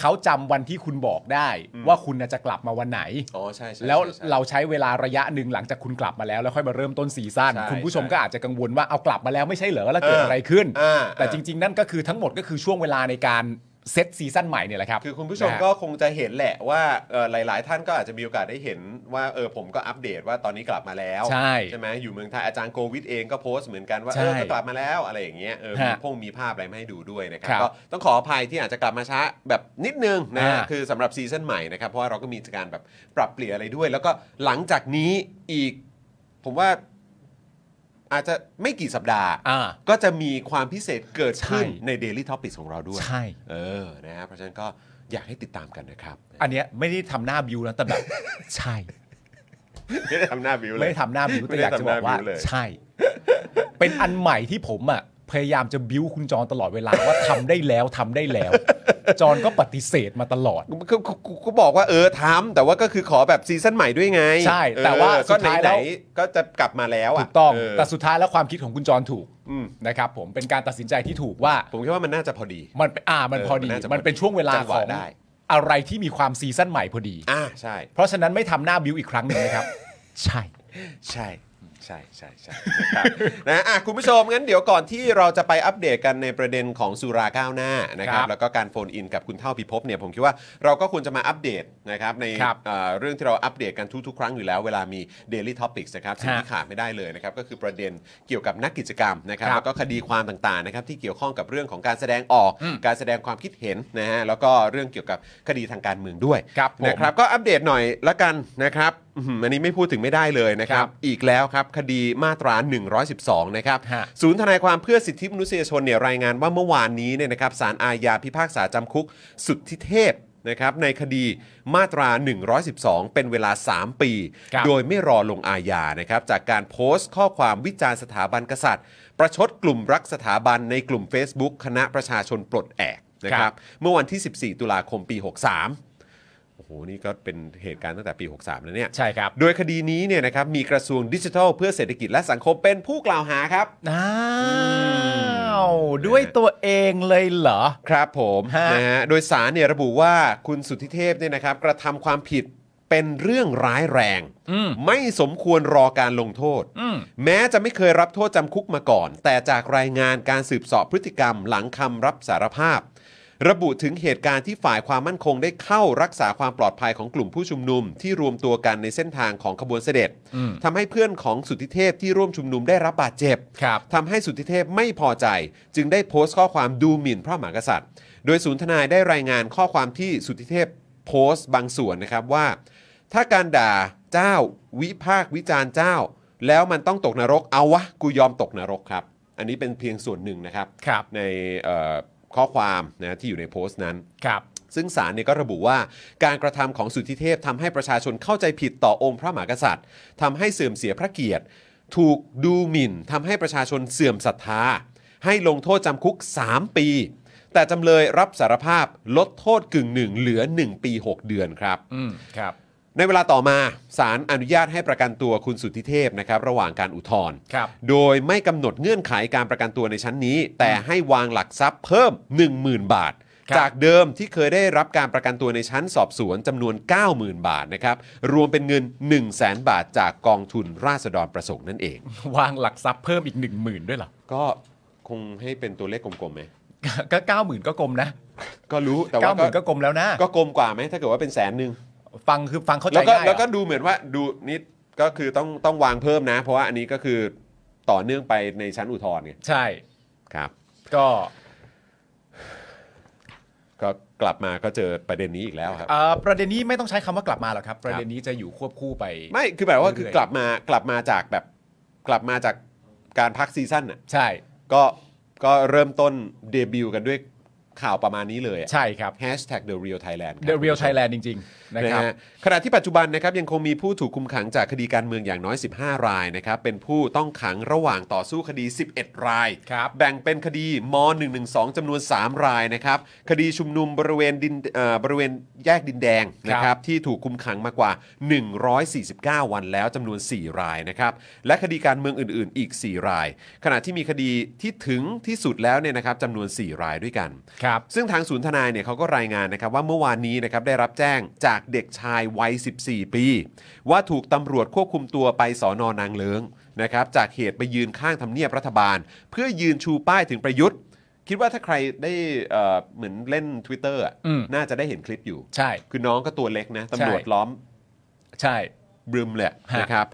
เขาจำวันที่คุณบอกได้
อืม
ว่าคุณน่ะจะกลับมาวันไหน
อ๋อใช่ใช่
แล้ว
ใช่ใช่
เราใช้เวลาระยะหนึ่งหลังจากคุณกลับมาแล้วแล้วค่อยมาเริ่มต้นซีซั่น
ใช่
คุณผู้ชม
ใช่
ก็อาจจะกังวลว่าเอากลับมาแล้วไม่ใช่เหรอแล้วเกิด
เอออ
อะไรขึ้น
อ่า
แต่จริง ๆ นั่นก็คือทั้งหมดก็คือช่วงเวลาในการเซตซีซั่นใหม่เนี่ยแหละครับ
คือคุณผู้ชม
นะฮะ
ก็คงจะเห็นแหละว่าเอ่อหลาย ๆ ท่านก็อาจจะมีโอกาสได้เห็นว่าเออผมก็อัปเดตว่าตอนนี้กลับมาแล้ว
ใช่
ไหมอยู่เมืองไทยอาจารย์โควิดเองก็โพสต์เหมือนกันว่า
ใช่
เออก็กลับมาแล้วอะไรอย่างเงี้ยเออมี
ฮะ
พงมีภาพอะไรมาให้ดูด้วยนะครั
ครับ
ก็ต้องขออภัยที่อาจจะกลับมาช้าแบบนิดนึงนะ
อ่า
คือสำหรับซีซั่นใหม่นะครับเพราะว่าเราก็มีการแบบปรับเปลี่ยนอะไรด้วย แล้วก็หลังจากนี้อีก ผมว่าอาจจะไม่กี่สัปดาห์
อ่า
ก็จะมีความพิเศษเกิดขึ้น
ใช่
ใน Daily Topics ของเราด้วย
ใช่
เออ นะฮะ เพราะฉะนั้นก็อยากให้ติดตามกันนะครับ
อันเนี้ยไม่ได้ทำหน้าบิวนะแต่แบบ ใช่
ไม่ ได้ทำหน้าบิวเล
ไม่
ย
ได้ทำหน้าบิว
ไม่
แต่
ได้
อยากจะบอกว่า
ทำหน้าบิ้วเลย
ใช่ เป็นอันใหม่ที่ผมอ่ะพยายามจะบิวคุณจรตลอดเวลาว่าทำได้แล้วทำได้แล้ว จรก็ปฏิเสธมาตลอด
ก็ก็ก็ก็บอกว่าเออทำแต่ว่าก็คือขอแบบซีซั่นใหม่ด้วยไง
ใช่แต่
เออ
ว่าสุ
ก็
ด
ไหน
ท้าย
ไห
แล้
น
ว
ก็จะกลับมาแล้วอ่ะ
ถูกต้อง
เออ
แต่สุดท้ายแล้วความคิดของคุณจรถูก
อืม
นะครับผมเป็นการตัดสินใจที่ถูกว่า
ผมคิดว่ามันน่าจะพอดี
มันเป็นอ่ามัน
เออ
พอดี
มันน่าจะ
มันเป็นช่วงเวลา
จังห
ข
วะ
อง
ได้
อะไรที่มีความซีซั่นใหม่พอดี
อ่าใช่
เพราะฉะนั้นไม่ทำหน้าบิวอีกครั้งหนึ่งนะครับ ใช่
ใช่ใช่ใช่ใช่นะครับ นะอ่ะคุณผู้ชมงั้นเดี๋ยวก่อนที่เราจะไปอัปเดตกันในประเด็นของสุราก้าวหน้านะครั
ค
บ
รับ
แล้วก็การโฟนอินกับคุณเท่าพิภพเนี่ยผมคิดว่าเราก็ควรจะมาอัปเดตนะครับใน
ครับ
เอ่อเรื่องที่เราอัปเดตกันทุกๆ ครั้งอยู่แล้วเวลามี Daily Topics นะครับสิ่งที่
ฮะ
ขาดไม่ได้เลยนะครับก็คือประเด็นเกี่ยวกับนักกิจกรรมนะครับ
ครับ
แล้วก็คดีความต่างๆนะครับที่เกี่ยวข้องกับเรื่องของการแสดงออก
อืม
การแสดงความคิดเห็นนะฮะแล้วก็เรื่องเกี่ยวกับคดีทางการเมืองด้วย
ครับผม
นะครับ ก็อัปเดตหน่อยละกันนะครับอื้อหืออันนี้ไม่พูดถึงไม่ได้เลยนะครั
ค
บ
รับ
อีกแล้วครับ คดีมาตรา 112 นะครับ
ฮะ
ศูนย์ทนายความเพื่อสิทธิมนุษยชนเนี่ยรายงานว่าเมื่อวานนี้เนี่ยนะครับสารอาญาพิพากษาจำคุกสุดทิเทพนะครับในคดีมาตรา 112 เป็นเวลา 3 ปี
ครับ
โดยไม่รอลงอาญานะครับจากการโพสต์ข้อความวิจารณ์สถาบันกษัตริย์ ประชดกลุ่มรักสถาบันในกลุ่ม Facebook คณะประชาชนปลดแอกนะครับเมื่อวันที่ 14 ตุลาคมปี 63โอ้โหนี่ก็เป็นเหตุการณ์ตั้งแต่ปี 63แล้วเนี่ย
ใช่ครับ
โดยคดีนี้เนี่ยนะครับมีกระทรวงดิจิทัลเพื่อเศรษฐกิจและสังคมเป็นผู้กล่าวหาครับ
อ้าว
ม
ด้วยตัวเองเลยเหรอ
ครับผม
ฮะ
นะฮะโดยสารเนี่ยระบุว่าคุณสุทธิเทพเนี่ยนะครับกระทำความผิดเป็นเรื่องร้ายแรง
อืม
ไม่สมควรรอการลงโทษ
อืม
แม้จะไม่เคยรับโทษจำคุกมาก่อน แต่จากรายงานการสืบสอบพฤติกรรมหลังคำรับสารภาพ ระบุถึงเหตุการณ์ที่ฝ่ายความมั่นคงได้เข้ารักษาความปลอดภัยของกลุ่มผู้ชุมนุม ที่รวมตัวกันในเส้นทางของขบวนเสด็จ
อืม
ทำให้เพื่อนของสุทธิเทพที่ร่วมชุมนุมได้รับบาดเจ็บ
ครับ
ทำให้สุทธิเทพไม่พอใจ จึงได้โพสต์ข้อความดูหมิ่นพระมหากษัตริย์ โดยศูนย์ทนายได้รายงานข้อความที่สุทธิเทพโพสต์บางส่วนนะครับว่า ถ้าการด่าเจ้าวิพากษ์วิจารณ์เจ้า แล้วมันต้องตกนรกเอาวะ กูยอมตกนรกครับ อันนี้เป็นเพียงส่วนหนึ่งนะครับ
ครับ
ในเอ่อข้อความนะที่อยู่ในโพสต์นั้น
ครับ
ซึ่งศาลเนี่ยก็ระบุว่าการกระทำของสุทธิเทพทำให้ประชาชนเข้าใจผิดต่อองค์พระมหากษัตริย์ทำให้เสื่อมเสียพระเกียรติ ถูกดูหมิ่นทำให้ประชาชนเสื่อมศรัทธา ให้ลงโทษจำคุก 3 ปี แต่จำเลยรับสารภาพลดโทษกึ่งหนึ่งเหลือ 1 ปี 6 เดือนครับ
อืมครับ
ในเวลาต่อมาศาลอนุญาตให้ประกันตัวคุณสุทธิเทพนะครับระหว่างการอุทธรณ์
ครับ
โดยไม่กำหนดเงื่อนไขการประกันตัวในชั้นนี้ แต่ให้วางหลักทรัพย์เพิ่ม 10,000 บาท
ครับ
จากเดิมที่เคยได้รับการประกันตัวในชั้นสอบสวนจำนวน 90,000 บาทนะครับรวมเป็นเงิน 1 0 0 0 0แบาทจากกองทุนราษฎรประสงค์นั่นเอง
วางหลักทรัพย์เพิ่มอีกหนึ่งหมื่นด้วยเหรอ
ก็คงให้เป็นตัวเลขกลมๆไหม
ก็เก้าหมื่นก็กลมนะ
ก็รู้แต่
เก้า
ว่า
หมื่นก็กลมแล้วนะ
ก็กลมกว่าไหมถ้าเกิดว่าเป็นแสนหนึ่ง
ฟังคือฟังเข้าใจ
แล้วก็
ง่าย
แล้วก็
เหรอ
ดูเหมือนว่าดูนี่ก็คือต้องต้องวางเพิ่มนะ เพราะว่าอันนี้ก็คือต่อเนื่องไปในชั้นอุทธรณ์ไง
ใช่
ครับ
ก็
ก็กลับมาก็เจอประเด็นนี้อีกแล้วครับ
เอ่อประเด็นนี้ไม่ต้องใช้คำว่ากลับมาหรอกครับ ประเด็นนี้จะอยู่ควบคู่ไป
ไม่คือแบบว่าคือ
เรื่อยๆ
กลับมากลับมาจากแบบกลับมาจากการพักซีซั่นน่ะ
ใช่
ก็ก็เริ่มต้นเดบิวต์กันด้วย ข่าวประมาณนี้เลยอะ
ใช่ครับ
Hashtag The Real Thailand ครับ
The Real Thailand จริง ๆ นะ
นะครับ ฮะขณะที่ปัจจุบันนะครับยังคงมีผู้ถูกคุมขังจากคดีการเมืองอย่างน้อย 15 รายนะครับเป็นผู้ต้องขังระหว่างต่อสู้คดี 11 ราย
ครับ
แบ่งเป็นคดีม .112 จำนวน 3 รายนะครับคดีชุมนุมบริเวณดินเอ่อบริเวณแยกดินแดงนะค
ครั
รับบ ที่ถูกคุมขังมากว่า 149 วันแล้วจำนวน 4 รายนะครับและคดีการเมืองอื่น ๆ อีก 4 ราย ขณะที่มีคดีที่ถึงที่สุดแล้วเนี่ยนะครับจำนวน 4 รายด้วยกัน
ครับ
ซึ่งทางศูนย์ทนายเนี่ยเขาก็รายงานนะครับว่าเมื่อวานนี้นะครับได้รับแจ้งจากเด็กชายวัย 14 ปี ว่าถูกตำรวจควบคุมตัวไปสอนอนางเลิงนะครับจากเหตุไปยืนข้างทำเนียบรัฐบาล เพื่อยืนชูป้ายถึงประยุทธ์ คิดว่าถ้าใครได้เอ่อเหมือนเล่น Twitter อะ
อืม
น่าจะได้เห็นคลิปอยู่
ใช่
คือน้องก็ตัวเล็กนะตำรวจ
ใช่
ล้อม
ใช่
บรึมเลย
ฮะ
นะครับ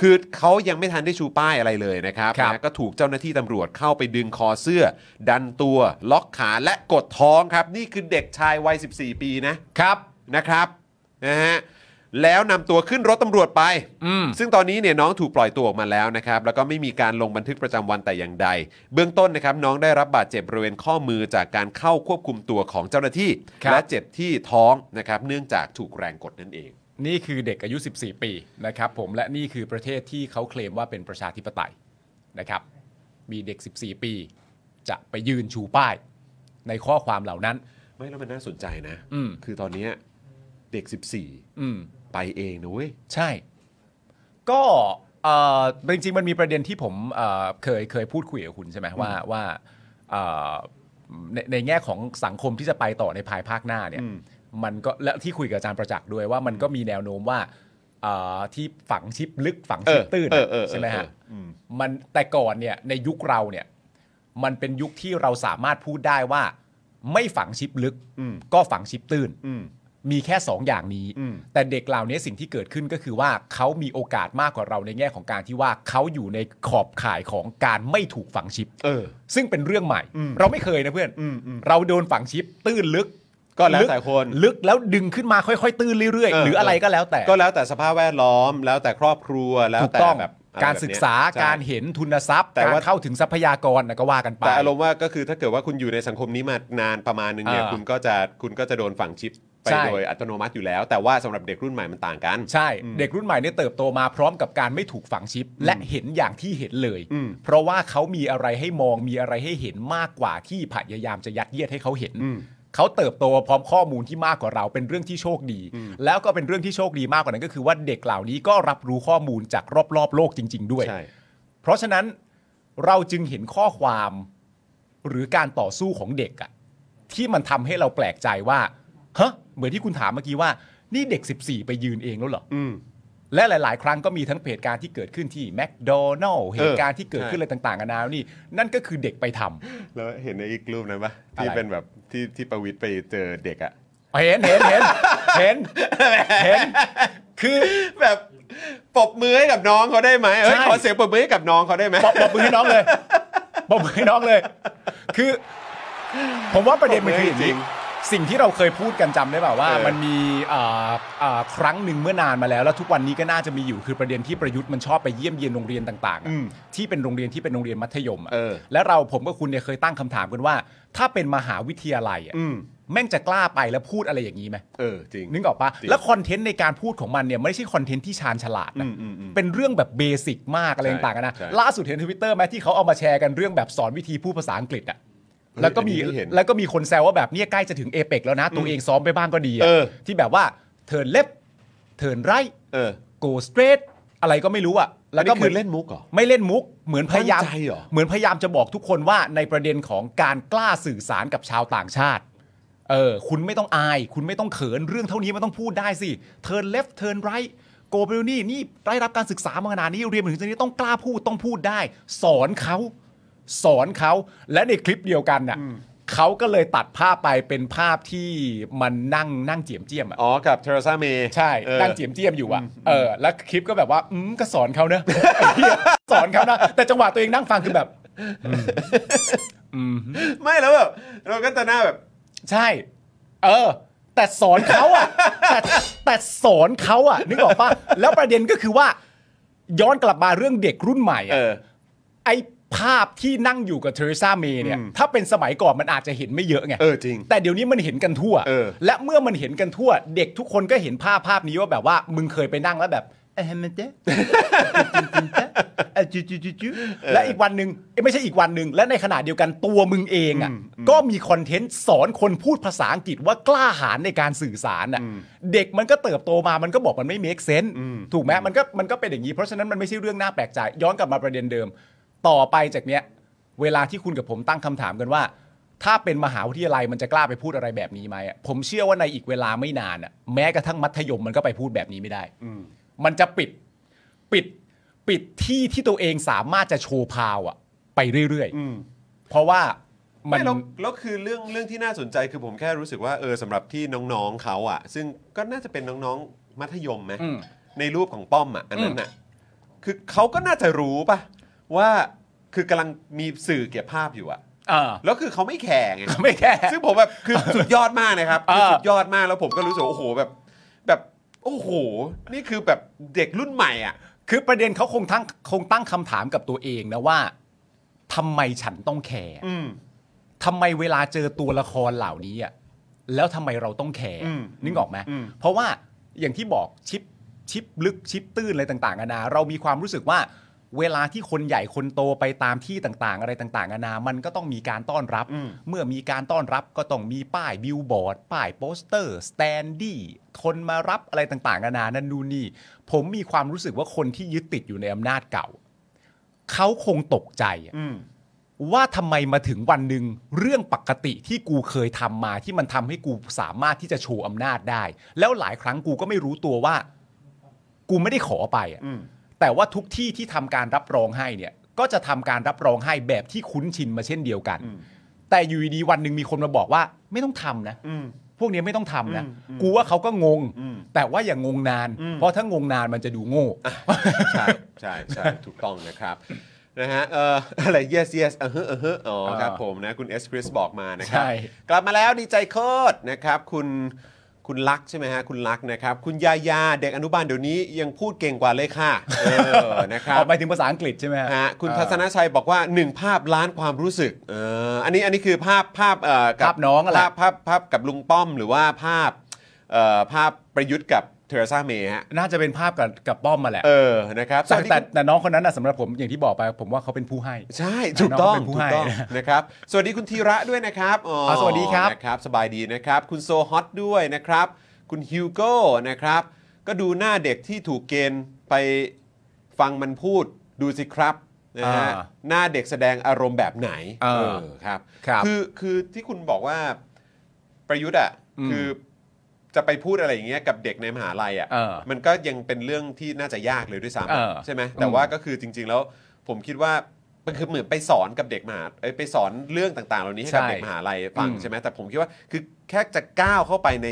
คือเขายังไม่ทันได้ชูป้ายอะไรเลยนะครับ
ครับ
นะก็ถูกเจ้าหน้าที่ตำรวจเข้าไปดึงคอเสื้อ ดันตัว ล็อกขาและกดท้องครับ นี่คือเด็กชายวัย 14 ปีนะครับ นะครับนะฮะแล้วนำตัวขึ้นรถตำรวจไป
อืม
ซึ่งตอนนี้เนี่ยน้องถูกปล่อยตัวออกมาแล้วนะครับ แล้วก็ไม่มีการลงบันทึกประจำวันแต่อย่างใด เบื้องต้นนะครับน้องได้รับบาดเจ็บบริเวณข้อมือจากการเข้าควบคุมตัวของเจ้าหน้าที่
ครับ
และเจ็บที่ท้องนะครับเนื่องจากถูกแรงกดนั่นเอง
นี่คือเด็กอายุ 14 ปีนะครับผมและนี่คือประเทศที่เขาเคลมว่าเป็นประชาธิปไตยนะครับ มีเด็ก 14 ปี จะไปยืนชูป้าย ในข้อความเหล่านั้น
ไม่แล้วมันน่าสนใจนะ
อืม
คือตอนเนี้ยเด็ก
อืม
14 ไปเองนะเว้ย
ใช่ ก็เอ่อจริงๆ มันมีประเด็นที่ผมเอ่อเคยเคยพูดคุยกับคุณใช่ไหมว่าว่าเอ่อในในแง่ของสังคมที่จะไปต่อในภายภาคหน้าเนี่ย
อืม
มันก็และที่คุยกับอาจารย์ประจักษ์ด้วยว่ามันก็มีแนวโน้มว่าเอ่อที่ฝังชิปลึกฝังชิปตื้น
เอ
อะ
อเออเออ
ใช่ไหมฮะ
เอออืม
มันแต่ก่อนเนี่ยในยุคเราเนี่ยมันเป็นยุคที่เราสามารถพูดได้ว่า ไม่ฝังชิปลึก
อืม
ก็ฝังชิปตื้น
อืม
มีแค่ 2 อย่างนี้
อืม
แต่เด็กเหล่านี้สิ่งที่เกิดขึ้นก็คือว่าเขามีโอกาสมากกว่าเราในแง่ของการที่ว่าเขาอยู่ในขอบข่ายของการไม่ถูกฝังชิป
เออ
ซึ่งเป็นเรื่องใหม่
อืม
เราไม่เคยนะเพื่อน
อืมอืม
เราโดนฝังชิป ตื้นลึก
ก็แล้วแต่คน
ลึกลึกแล้วดึงขึ้นมาค่อยๆ ตื้นเรื่อย
เอ
ๆ
อ
หรืออะไรก็แล้วแต่
ก็แล้วแต่สภาพแวดล้อม แล้วแต่ครอบครัว แล้ว
ถูก
แต่
ต้อง
แบบอะไ
การศึกษา
แบบเนี้ยใช่
การเห็นทุนทรัพย์
แต่
การ
ว่า
เข้าถึงทรัพยากรนะก็ว่ากันไป
แต่อารมณ์ว่าก็คือถ้าเกิดว่าคุณอยู่ในสังคมนี้มานานประมาณนึงเนี่ย
เออ
คุณก็จะคุณก็จะโดนฝังชิปไป
ใช่
โดยอัตโนมัติอยู่แล้ว แต่ว่าสำหรับเด็กรุ่นใหม่มันต่างกัน
ใช่ เด็กรุ่นใหม่เนี่ยเติบโตมาพร้อมกับการไม่ถูกฝังชิป และเห็นอย่างที่เห็นเลย
อืม
เพราะว่าเขามีอะไรให้มองมีอะไรให้เห็นมากกว่าที่พยายามจะยัดเยียดให้เขาเห็น
อืม
เขาเติบโตมาพร้อมข้อมูลที่มากกว่าเราเป็นเรื่องที่โชคดี แล้วก็เป็นเรื่องที่โชคดีมากกว่านั้นก็คือว่าเด็กเหล่านี้ก็รับรู้ข้อมูลจากรอบๆ โลกจริง ๆ ด้วย
ใช่
เพราะฉะนั้นเราจึงเห็นข้อความหรือการต่อสู้ของเด็กอะที่มันทำให้เราแปลกใจว่าฮะเหมือนที่คุณถามเมื่อกี้ว่า นี่เด็ก 14 ไปยืนเองแล้วเหรอ
อืม
และหลาย ๆ ครั้งก็มีทั้งเหตุการณ์ที่เกิดขึ้นที่แม d โดนัล s เหตุการณ์ที่เกิดขึ้นอะไรต่างๆกันานานี่ นั่นก็คือเด็กไปทำ
แล้วเห็นในอีกรูปนั้นปะ
อะไร
ที่เป็นแบบที่ที่ประวิทย์ไปเจอเด็กอะ
เห็นเห็นเห็นเห็นเห็น คือ
แบบปรบมือให้กับน้องเขาได้ไหมเอ้ย
ใช่
ขอเสียงปรบมือให้กับน้องเขาได้ไหม
ปอบปอบมือให้น้องเลยปอบมือให้น้องเลย คือ ผมว่าประเด็นมันคืออย่างนี้
ปรบมือให้จริง
สิ่งที่เราเคยพูดกันจำได้เปล่าว่า
เออ
มันมีเอ่อเอ่อครั้งหนึ่งเมื่อนานมาแล้ว แล้วทุกวันนี้ก็น่าจะมีอยู่คือประเด็นที่ประยุทธ์มันชอบไปเยี่ยมเยียนโรงเรียนต่างๆอะที่เป็นโรงเรียนที่เป็นโรงเรียนมัธยมอะ
เออ
และเราผมกับคุณเนี่ยเคยตั้งคำถามกันว่า ถ้าเป็นมหาวิทยาลัยอะ
อืม
แม่งจะกล้าไปแล้วพูดอะไรอย่างนี้ไหม
เออ จริง
นึกออกปะ
จริง
แล้วคอนเทนต์ในการพูดของมันเนี่ยไม่ใช่คอนเทนต์ที่ชาญฉลาดนะ
อืมอืมอืม
เป็นเรื่องแบบเบสิกมากอะไร
ใช่
ต่างกันนะ
ใช่
ล่าสุดเห็นทวิตเตอร์ไหมที่เขาเอามาแชร์กันเรื่องแบบสอนวิธีพูดภาษาอังกฤษอ่ะ
เฮ้ย
แล้วก็มี
อันนี้ไม่เห็น
แล้วก็มีคนแซวว่าแบบเนี่ยใกล้จะถึงเอเปกแล้วนะ ตัวเองซ้อมไปบ้างก็ดีอะ
เออ
ที่แบบว่าเทิร์นเล็บเทิร์นไร
เออ
โกสเตรทอะไรก็ไม่รู้อ่ะ แล้วก็
อัน
ห
นี้คื
มื
อเล่นมุกเหรอ
ไม่เล่นมุก เหมือนพยายาม
ตั้งใจเหรอ
เหมือนพยายามจะบอกทุกคนว่าในประเด็นของการกล้าสื่อสารกับชาวต่างชาติ เออ คุณไม่ต้องอาย คุณไม่ต้องเขินเรื่องเท่านี้มันต้องพูดได้สิเทิร์นเลฟเทิร์นไรโกเบลนี่นี่ได้รับการศึกษามาขนาดนี้เรียนมาถึงตรงนี้ต้องกล้าพูดต้องพูดได้ สอนเขาสอนเขาและในคลิปเดียวกันน่ะเขาก็เลยตัดภาพไปเป็นภาพที่มันนั่งนั่งเจียมเจียมอ่ะ
อ๋อ กับเทเรซาเมย์
ใช่
ออ
นั่งเจียมเจียมๆอยู่อ่ะเออแล้วคลิปก็แบบว่าอืมก็สอนเขาเนอะ ไอ้เหี้ยสอนเขานะแต่จังหวะตัวเองนั่งฟังคือแบบ
ไม่แล้วแบบเราก็จะหน้าแบบ
ใช่ เออ แต่สอนเขาอ่ะแต่แต่สอนเขาอ่ะนึกออกปะแล้วประเด็นก็คือว่า ย้อนกลับมาเรื่องเด็กรุ่นใหม่
เอ
อ่ะ
อ
ไอ ภาพที่นั่งอยู่กับเทเรซาเมย์เนี่ย
อืม
ถ้าเป็นสมัยก่อนมันอาจจะเห็นไม่เยอะไง
เออจริง
แต่เดี๋ยวนี้มันเห็นกันทั่ว
เออ
และเมื่อมันเห็นกันทั่ว เด็กทุกคนก็เห็นภาพภาพนี้ว่าแบบว่ามึงเคยไปนั่งแล้วแบบเอ้ยมันเจ๊เอ้ยจุ๊จุ๊จุ๊จุ๊และอีกวันหนึ่งเอ้ยไม่ใช่อีกวันหนึ่งและในขณะเดียวกันตัวมึงเองอ่ะก็มีคอนเทนต์สอนคนพูดภาษาอังกฤษว่ากล้าหาญในการสื่อสารอ่ะเด็กมันก็เติบโตมามันก็บอกมันไม่ make sense ถูกไหมมันก็มันก็เป็นอย่างนี้เพราะฉะนั้นมันไม่ใช่เรื่องน่าแปลกใจย้อนกลับมาประเด็นเดิม ต่อไปจากเนี้ย เวลาที่คุณกับผมตั้งคำถามกันว่า ถ้าเป็นมหาวิทยาลัยมันจะกล้าไปพูดอะไรแบบนี้ไหมอะผมเชื่อว่าในอีกเวลาไม่นานอะแม้กระทั่งมัธยมมันก็ไปพูดแบบนี้ไม่ได้ มันจะปิดปิดปิดที่ที่ตัวเองสามารถจะโชว์พาวอะไปเรื่อย
อืม
ๆ เพราะว่ามัน
ไม่แล้วแล้วคือเรื่องเรื่องที่น่าสนใจคือผมแค่รู้สึกว่าเออสำหรับที่น้องๆเขาอ่ะ ซึ่งก็น่าจะเป็นน้องๆมัธยมไหม
อืม
ในรูปของป้อมอ่ะอันนั้นอ่ะคือเขาก็น่าจะรู้ป่ะว่าคือกำลังมีสื่อเก็บภาพอยู่อ่ะ
เออ
แล้วคือเขาไม่แคร์ไง
ไม่แค่
ซึ่งผมแบบคือสุดยอดมากนะครับคือ
เออ
สุดยอดมากแล้วผมก็รู้สึกว่าโอ้โหแบบ แบบโอ้โห นี่คือแบบเด็กรุ่นใหม่อ่ะ
คือประเด็นเขาคงทั้งคงตั้งคำถามกับตัวเองนะว่าทำไมฉันต้องแคร์
อืม
ทำไมเวลาเจอตัวละครเหล่านี้อ่ะแล้วทำไมเราต้องแคร์
อืม
นึกออกไหม
อืม
เพราะว่าอย่างที่บอกชิปชิปลึกชิปตื้นอะไรต่างๆนานาเรามีความรู้สึกว่า เวลาที่คนใหญ่คนโตไปตามที่ต่างๆ อะไรต่างๆนานามันก็ต้องมีการต้อนรับ เมื่อมีการต้อนรับก็ต้องมีป้ายบิลบอร์ดป้ายโปสเตอร์สแตนดี้คนมารับอะไรต่างๆนานานั่นนู่นนี่ ผมมีความรู้สึกว่าคนที่ยึดติดอยู่ในอำนาจเก่าเขาคงตกใจอะ
อืม
ว่าทำไมมาถึงวันหนึ่งเรื่องปกติที่กูเคยทำมาที่มันทำให้กูสามารถที่จะโชว์อำนาจได้ แล้วหลายครั้งกูก็ไม่รู้ตัวว่า กูไม่ได้ขอไปอะ
อืม
แต่ว่าทุกที่ที่ทำการรับรองให้เนี่ย ก็จะทำการรับรองให้แบบที่คุ้นชินมาเช่นเดียวกัน
อืม
แต่อยู่ดีๆวันหนึ่งมีคนมาบอกว่าไม่ต้องทำนะ
อืม
พวกเนี้ยไม่ต้องทำนะ
อืมอืม
กูว่าเขาก็งง
อืม
แต่ว่าอย่างงงนาน
อืม
เพราะถ้างงนานมันจะดูโง่
ใช่ใช่ใช่ ถูกต้องนะครับนะฮะเอ่ออะไร yes yes เออเฮ้อเออเฮ้ออ๋อครับผมนะ คุณเอสคริสบอกมานะครั
ใช่
กลับมาแล้วดีใจโคตรนะครับ คุณคุณลักษณ์ใช่ไหมฮะ คุณลักษณ์นะครับ คุณยายาเด็กอนุบาลเดี๋ยวนี้ยังพูดเก่งกว่าเลยค่ะเออนะครั
ออบ กไปถึงภาษาอังกฤษใช่ไหมฮะ
ฮะคุณทัศนชัยบอกว่า 1 ภาพล้านความรู้สึกเอออันนี้อันนี้คือภาพภาพเอ่อกับ
ภาพน้องอะแหละ
ภาพภาพภาพกับลุงป้อม หรือว่าภาพเอ่อภาพประยุทธ์กับเทเรซาเมย์ฮะ
น่าจะเป็นภาพกับกับป้อมมาแหละ
เออนะครับส
แต่
วัสดี
แต่
คุณ
แต่น้องคนนั้นนะสำหรับผมอย่างที่บอกไปผมว่าเขาเป็นผู้ให้
ใช่ ถูกต้อง
น้องเป็นผู้
ถูกต้อง
ให้นะ
นะครับสวัสดีคุณธีระด้วยนะครับอ๋อ
เอาสวัสดีครับ
นะครับ สบายดีนะครับ คุณโซฮอตด้วยนะครับ คุณฮิวโก้นะครับ ก็ดูหน้าเด็กที่ถูกเกณฑ์ไปฟังมันพูดดูสิครับนะฮะ
อ่า
หน้าเด็กแสดงอารมณ์แบบไหน
เออ
ครับ
ครับ
คือคือที่คุณบอกว่าประยุทธ์อ่ะ
อืม
คือจะไปพูดอะไรอย่างเงี้ยกับเด็กในมหาลัยอ่ะ
เออ
มันก็ยังเป็นเรื่องที่น่าจะยากเลยด้วยซ้
เออ
ำใช่ไหมแต่ว่า ก็คือจริง ๆ แล้วผมคิดว่ามันคือเหมือนไปสอนกับเด็กมหาเอ้ยไปสอนเรื่องต่างๆ เหล่านี้ให้กับ
ใช่
เด็กมหาลัยฟัง
อืม
ใช่ไหมแต่ผมคิดว่าคือแค่จะก้าวเข้าไปใน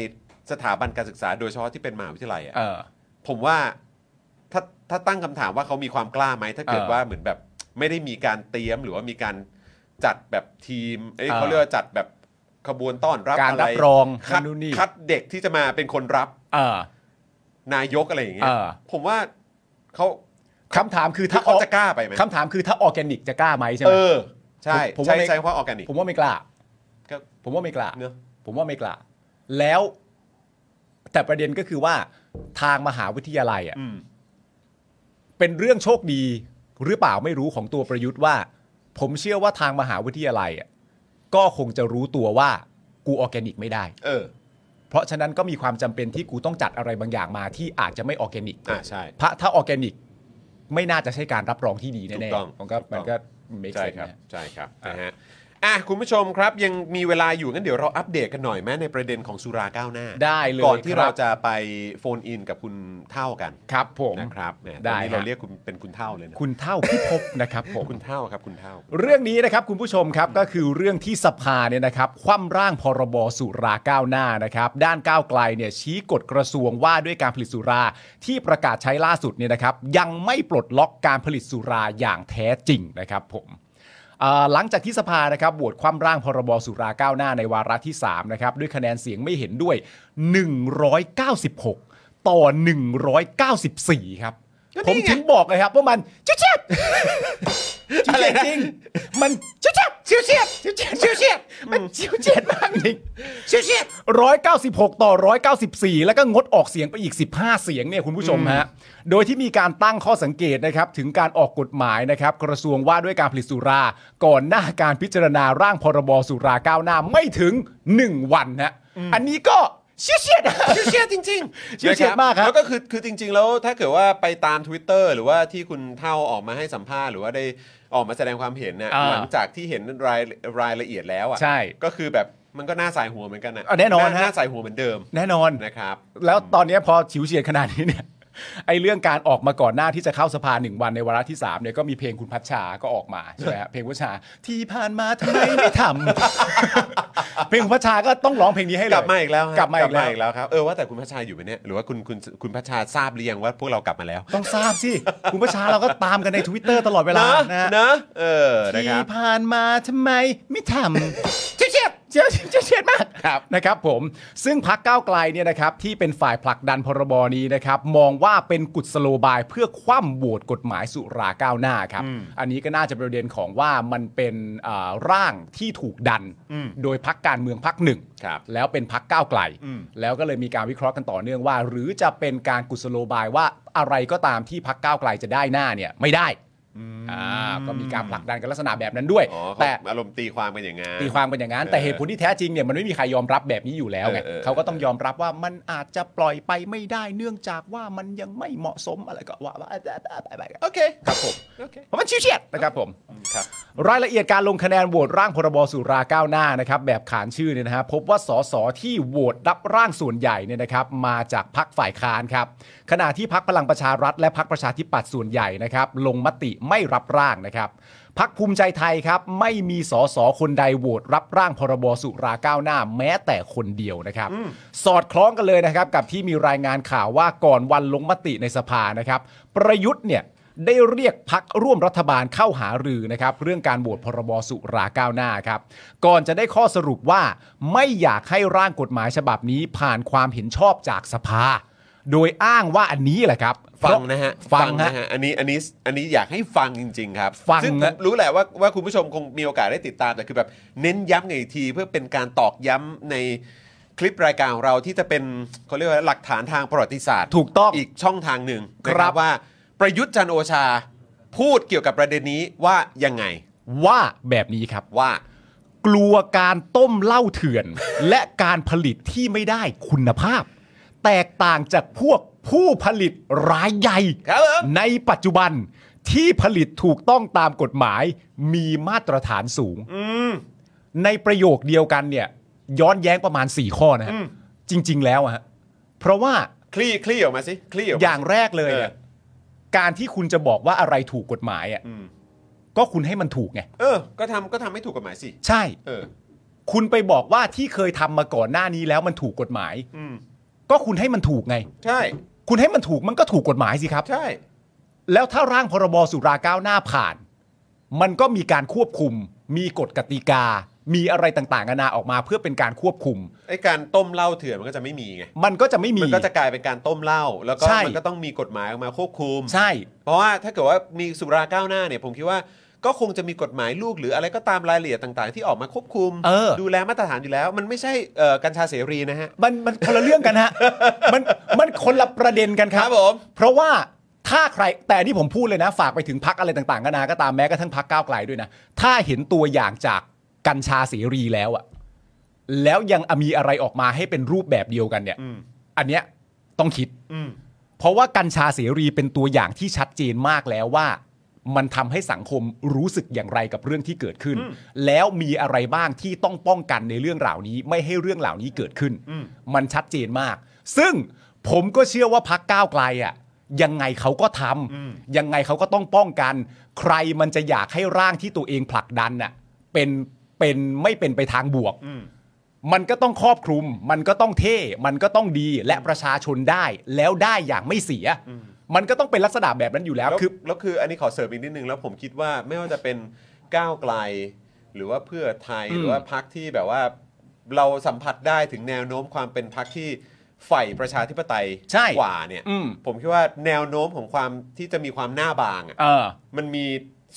สถาบันการศึกษาโดยเฉพาะที่เป็นมหาวิทยาลัยอะ
เออ
ผมว่าถ้าถ้าตั้งคำถามว่าเขามีความกล้าไหมถ้าเกิด
เออ
ว่าเหมือนแบบไม่ได้มีการเตรียมหรือว่ามีการจัดแบบทีมเอ้ย
เออ
เขาเรียกว่าจัดแบบขบวนต้อนรับ
การ
อะไร
รับรอง
คัด
นู่นนี่
คัดเด็กที่จะมาเป็นคนรับ
เออ
นายกอะไรอย่างเงี้ย
เออ
ผมว่าเขา
คำถามคือถ้า
เขาจะกล้าไปไหม
คำถามคือถ้าออร์แกนิกจะกล้าไหมใช่ไหม
เออ ใช่
ผมผม
ใช่
ว่าไม่
ใช้คำว่าออร์แกนิก
ผมว่าไม่กล้า
ก็
ผมว่าไม่กล้า
เนอะ
ผมว่าไม่กล้า แล้วแต่ประเด็นก็คือว่าทางมหาวิทยาลัยอ่ะ
อืม
เป็นเรื่องโชคดีหรือเปล่าไม่รู้ของตัวประยุทธ์ว่า ผมเชื่อว่าทางมหาวิทยาลัยอ่ะก็คงจะรู้ตัวว่ากูออร์แกนิกไม่ได้
เออ
เพราะฉะนั้นก็มีความจำเป็นที่กูต้องจัดอะไรบางอย่างมาที่อาจจะไม่ออร์แกนิก
อ่าใช่
พระถ้าออร์แกนิก ไม่น่าจะใช่การรับรองที่ดี
ถู
แน่
กต้อง
ๆมันก็
ถูกต้อง
มันก็เมค
ใช่
เซน
ครับ
นะ
ใช่ครับ
อ่ะ
นะฮะอ่ะคุณผู้ชมครับยังมีเวลาอยู่งั้นเดี๋ยวเราอัปเดตกันหน่อยไหมในประเด็นของสุราก้าวหน้า
ได้เลย
ก่อนที่
ค
เรา
บ
จะไปโฟนอินกับคุณเท่ากัน
ครับผม
นะครับแหม
ได้
ตอนนี้
ฮะ
เราเรียกคุณเป็นคุณเท่าเลยนะ
คุณเท่าพิภพนะครับผม
คุณเท่าครับคุณเท่า
เรื่องนี้นะครับคุณผู้ชมครับก็คือเรื่องที่สภาเนี่ยนะครับคว่ำร่างพรบสุราก้าวหน้านะครับด้านก้าวไกลเนี่ยชี้กฎกระทรวงว่าด้วยการผลิตสุราที่ประกาศใช้ล่าสุดเนี่ยนะครับยังไม่ปลดล็อกการผลิตสุราอย่างแท้จริงนะครับผมเอ่อหลังจากที่สภานะครับโหวตคว่ำร่างพรบสุราก้าวหน้าในวาระที่3นะครับด้วยคะแนนเสียงไม่เห็นด้วย 196 ต่อ 194 ครับ
ก็
ผม
นี่ไง
ถึงบอกเลยครับว่ามันเชี่ยวเชี่ยวจ
อะไร
ริง
นะ
จริงๆมันเชี่ยวเชี่ยวเชี่ยวเชี่ยวเชี่ยวเชี่ยวเชี่ยวมันเชี่ยวเชี่ยวมากจริงเชี่ยวเชี่ยวร้อยเก้าสิบหกต่อร้อยเก้าสิบสี่แล้วก็งดออกเสียงไปอีกสิบห้าเสียงเนี่ยคุณผู้ชมฮะโดยที่มีการตั้งข้อสังเกตนะครับถึงการออกกฎหมายนะครับกระทรวงว่าด้วยการผลิตสุรา ก่อนหน้าการพิจารณาร่างพรบสุราก้าวหน้าไม่ถึงหนึ่งวันฮะอันนี้ก็เชี่ยวเชี่ยวนะ
เชี่ยวเชี่ยจริงๆ
เชี่ยวเชี่ยมากครับ
แล้วก็คือคือจริง ๆ แล้วถ้าเกิดว่าไปตาม Twitter หรือว่าที่คุณเท่าออกมาให้สัมภาษณ์หรือว่าได้ออกมาแสดงความเห็นเนี่ย
อ่า
หลังจากที่เห็นรายรายละเอียดแล้วอ่ะ
ใช่
ก็คือแบบมันก็น่าสายหัวเหมือนกันนะ
อ่ะแน่นอนา ฮะ
น่าสายหัวเหมือนเดิม
แน่นอน
นะครับ
แล้วตอนเนี้ยพอฉิวเฉียดขนาดนี้เนี่ย ไอ้เรื่องการออกมาก่อนหน้าที่จะเข้าสภาหนึ่งวันในวาระที่3เนี่ยก็มีเพลงคุณพัชชาก็ออกมาใช่ไหมฮะเพ ลงพัชชาที่ผ่านมาทำไมไม่ทำ เพลงคุณพัชชาก็ต้องร้องเพลงนี้ให้เลย
กลับมาอีกแล้วฮะ
กลับมาอีกแล้ว
ครับเออว่าแต่คุณพัชชาอยู่ไหมเนี่ยหรือว่าคุณคุณคุณพัชชาทราบหรือยังว่าพวกเรากลับมาแล้ว
ต้องทราบสิ คุณพัชชาเราก็ตามกันใน Twitter ตลอดเวลานะฮะ
เนอะเออนะค
ที่
รับ
ผ่านมาทำไมไม่ทำ เฉียดเฉียดเฉียดเฉียดเฉียดมาก
ครับ
นะครับผมซึ่งพักก้าวไกลเนี่ยนะครับที่เป็นฝ่ายผลักดันพรบนี้นะครับมองว่าเป็นกุศโลบายเพื่อคว่ำโหวตกฎหมายสุราก้าวหน้าครับ อันนี้ก็น่าจะเป็นประเด็นของว่ามันเป็นอ่าร่างที่ถูกดัน โดยพักการเมืองพักหนึ่ง
ครับ
แล้วเป็นพักก้าวไกล แล้วก็เลยมีการวิเคราะห์กันต่อเนื่องว่า หรือจะเป็นการกุศโลบายว่าอะไรก็ตามที่พักก้าวไกลจะได้หน้าเนี่ยไม่ได้อ่าก็มีการผลักดันกันลักษณะแบบนั้นด้วย
อ๋อ
แต่
แต่อารมณ์ตีความกันอย่างงั้น
ตีความเป็นอย่างนั้น
เออ
แต่เหตุผลที่แท้จริงเนี่ยมันไม่มีใครยอมรับแบบนี้อยู่แล้วไง
เออเออ
เขาก็ต้องยอมรับว่ามันอาจจะปล่อยไปไม่ได้เนื่องจากว่ามันยังไม่เหมาะสมอะไรก็ว่าว่าไปๆๆๆๆ
โอเค
ครับผม
โอเค
เพราะมันชิวเฉียดนะครับผม
ครับ
รายละเอียดการลงคะแนนโหวตร่างพรบสุราก้าวหน้านะครับแบบขานชื่อเนี่ยนะฮะพบว่าสสที่โหวตรับร่างส่วนใหญ่เนี่ยนะครับมาจากพักฝ่ายค้านครับขณะที่พักพลังประชารัฐและพักประชาธิปัตย์ส่วนใหญ่นะครับลงมติไม่รับร่างนะครับพักภูมิใจไทยครับไม่มีสสคนใดโหวตรับร่างพรบสุราก้าวหน้าแม้แต่คนเดียวนะครับ สอดคล้องกันเลยนะครับกับที่มีรายงานข่าวว่าก่อนวันลงมติในสภานะครับประยุทธ์เนี่ย ได้เรียกพักร่วมรัฐบาลเข้าหารือนะครับ เรื่องการโหวตพรบสุราก้าวหน้าครับ ก่อนจะได้ข้อสรุปว่าไม่อยากให้ร่างกฎหมายฉบับนี้ผ่านความเห็นชอบจากสภา โดยอ้างว่าอันนี้แหละครับ
ฟังนะฮะ
ฟัง
นะ
ฮะ
ฮะอันนี้อันนี้อันนี้อยากให้ฟังจริง ๆ ครับ
ฟัง
ซึ่งผ
นะ
มรู้แหละว่าว่าคุณผู้ชมคงมีโอกาสได้ติดตามแต่คือแบบเน้นย้ำกันอีกที เพื่อเป็นการตอกย้ำในคลิปรายการของเราที่จะเป็นเขาเรียกว่าหลักฐานทางประวัติศาสตร์
ถูกต้อง
อีกช่องทางหนึ่ง
ครับ
นะว่าประยุทธ์จันทร์โอชา พูดเกี่ยวกับประเด็นนี้ว่ายังไง
ว่าแบบนี้ครับ
ว่า
กลัวการต้มเหล้าเถื่อน และการผลิตที่ไม่ได้คุณภาพ แตกต่างจากพวกผู้ผลิตรายใหญ่
ครับผม
ในปัจจุบันที่ผลิตถูกต้องตามกฎหมาย มีมาตรฐานสูง
อืม
ในประโยคเดียวกันเนี่ย ย้อนแย้งประมาณ 4 ข้อนะฮะ
อืม
จริง ๆ แล้วอะฮะเพราะว่า
คลี่คลี่ออกมาสิคลี่ออกม
อย่างแรกเลยเนี่ย
เออ
การที่คุณจะบอกว่าอะไรถูกกฎหมายอ่ะ
อืม
ก็คุณให้มันถูกไง
เออ ก็ทำก็ทำให้ถูกกฎหมายสิ
ใช่
เออ
คุณไปบอกว่าที่เคยทำมาก่อนหน้านี้แล้วมันถูกกฎหมาย
อืม
ก็คุณให้มันถูกไง
ใช่
คุณให้มันถูกมันก็ถูกกฎหมายสิครับ
ใช่
แล้วถ้าร่างพรบสุราก้าวหน้าผ่าน มันก็มีการควบคุม มีกฎกติกา มีอะไรต่างๆนานาออกมาเพื่อเป็นการควบคุม
ไอ้การต้มเหล้าเถื่อนมันก็จะไม่มีไง
มันก็จะไม่มี
มันก็จะกลายเป็นการต้มเหล้าแล้วก็
ใช่
มันก็ต้องมีกฎหมายออกมาควบคุม
ใช่
เพราะว่าถ้าเกิดว่ามีสุราก้าวหน้าเนี่ยผมคิดว่าก็คงจะมีกฎหมายลูกหรืออะไรก็ตามรายละเอียดต่าง ๆ ที่ออกมาควบคุม
เออ
ดูแลมาตรฐานอยู่แล้ว มันไม่ใช่เอ่อกัญชาเสรีนะฮะ
มันมันคนละเรื่องกันฮะ มันมันคนละประเด็นกันครับ
ครับผม
เพราะว่าถ้าใครแต่นี่ผมพูดเลยนะ ฝากไปถึงพักอะไรต่างๆกันานาก็ตามแม้กระทั่งพักก้าวไกลด้วยนะ ถ้าเห็นตัวอย่างจากกัญชาเสรีแล้วอะแล้วยังมีอะไรออกมาให้เป็นรูปแบบเดียวกันเนี่ย อันเนี้ยต้องคิด
อืม
เพราะว่ากัญชาเสรีเป็นตัวอย่างที่ชัดเจนมากแล้วว่า มันทำให้สังคมรู้สึกอย่างไรกับเรื่องที่เกิดขึ้น แล้วมีอะไรบ้างที่ต้องป้องกันในเรื่องเหล่านี้ ไม่ให้เรื่องเหล่านี้เกิดขึ้น
อืม
มันชัดเจนมาก ซึ่งผมก็เชื่อว่าพักก้าวไกลอ่ะยังไงเขาก็ทำยังไงเขาก็ต้องป้องกัน ใครมันจะอยากให้ร่างที่ตัวเองผลักดันน่ะเป็นเป็นไม่เป็นไปทางบวก มันก็ต้องครอบคลุม มันก็ต้องเท่ มันก็ต้องดี และประชาชนได้ แล้วได้อย่างไม่เสีย มันก็ต้องเป็นลักษณะแบบนั้นอยู่แล้ว
แล้ว
คื
คือ อแล้วคืออันนี้ขอเสริมอีกนิดนึงแล้วผมคิดว่าไม่ว่าจะเป็นก้าวไกล หรือว่าเพื่อไทย
อืม
หรือว่าพักที่แบบว่า เราสัมผัสได้ถึงแนวโน้มความเป็นพักที่ ฝ่ายประชาธิปไตย
ใช่
กว่าเนี่ย
อืม
ผมคิดว่าแนวโน้มของความที่จะมีความหน้าบางอ่ะ
เออ
มันมี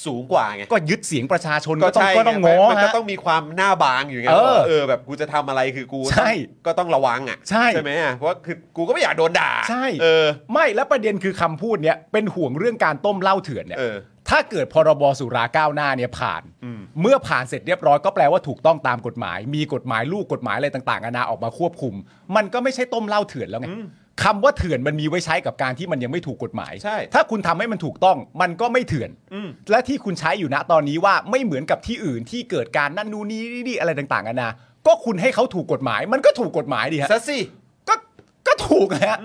สูงกว่าไง
ก็ยึดเสียงประชาชนก็ต้อง
ใช่
ก็ต้อง
ไ
ง้อ
มันก็
ฮะ
ต้องมีความหน้าบางอยู่ไง
เออ
ว่าเออแบบกูจะทำอะไรคือกู
ใช่
ก็ต้องระวังอ่ะ
ใช่
ไหมอ่ะเพราะว่าคือกูก็ไม่อยากโดนด่า
ใช่
เออ
ไม่แล้วประเด็นคือคำพูดเนี้ยเป็นห่วงเรื่องการต้มเหล้าเถื่อนเนี่ย
เออ
ถ้าเกิดพรบสุราก้าวหน้าเนี่ยผ่าน
อืม
เมื่อผ่านเสร็จเรียบร้อยก็แปลว่าถูกต้องตามกฎหมาย มีกฎหมายลูกกฎหมายอะไรต่างๆนานาออกมาควบคุม มันก็ไม่ใช่ต้มเหล้าเถื่อนแล้วไงคำว่าเถื่อนมันมีไว้ใช้กับการที่มันยังไม่ถูกกฎหมาย
ใช่
ถ้าคุณทำให้มันถูกต้องมันก็ไม่เถื่อน
อืม
และที่คุณใช้อยู่ณตอนนี้ว่าไม่เหมือนกับที่อื่นที่เกิดการนั่นนู่นนี่นี่นี่อะไรต่างๆนานาก็คุณให้เขาถูกกฎหมาย มันก็ถูกกฎหมายดีฮะ
ซะสิ
ก็ก็ถูกนะฮะ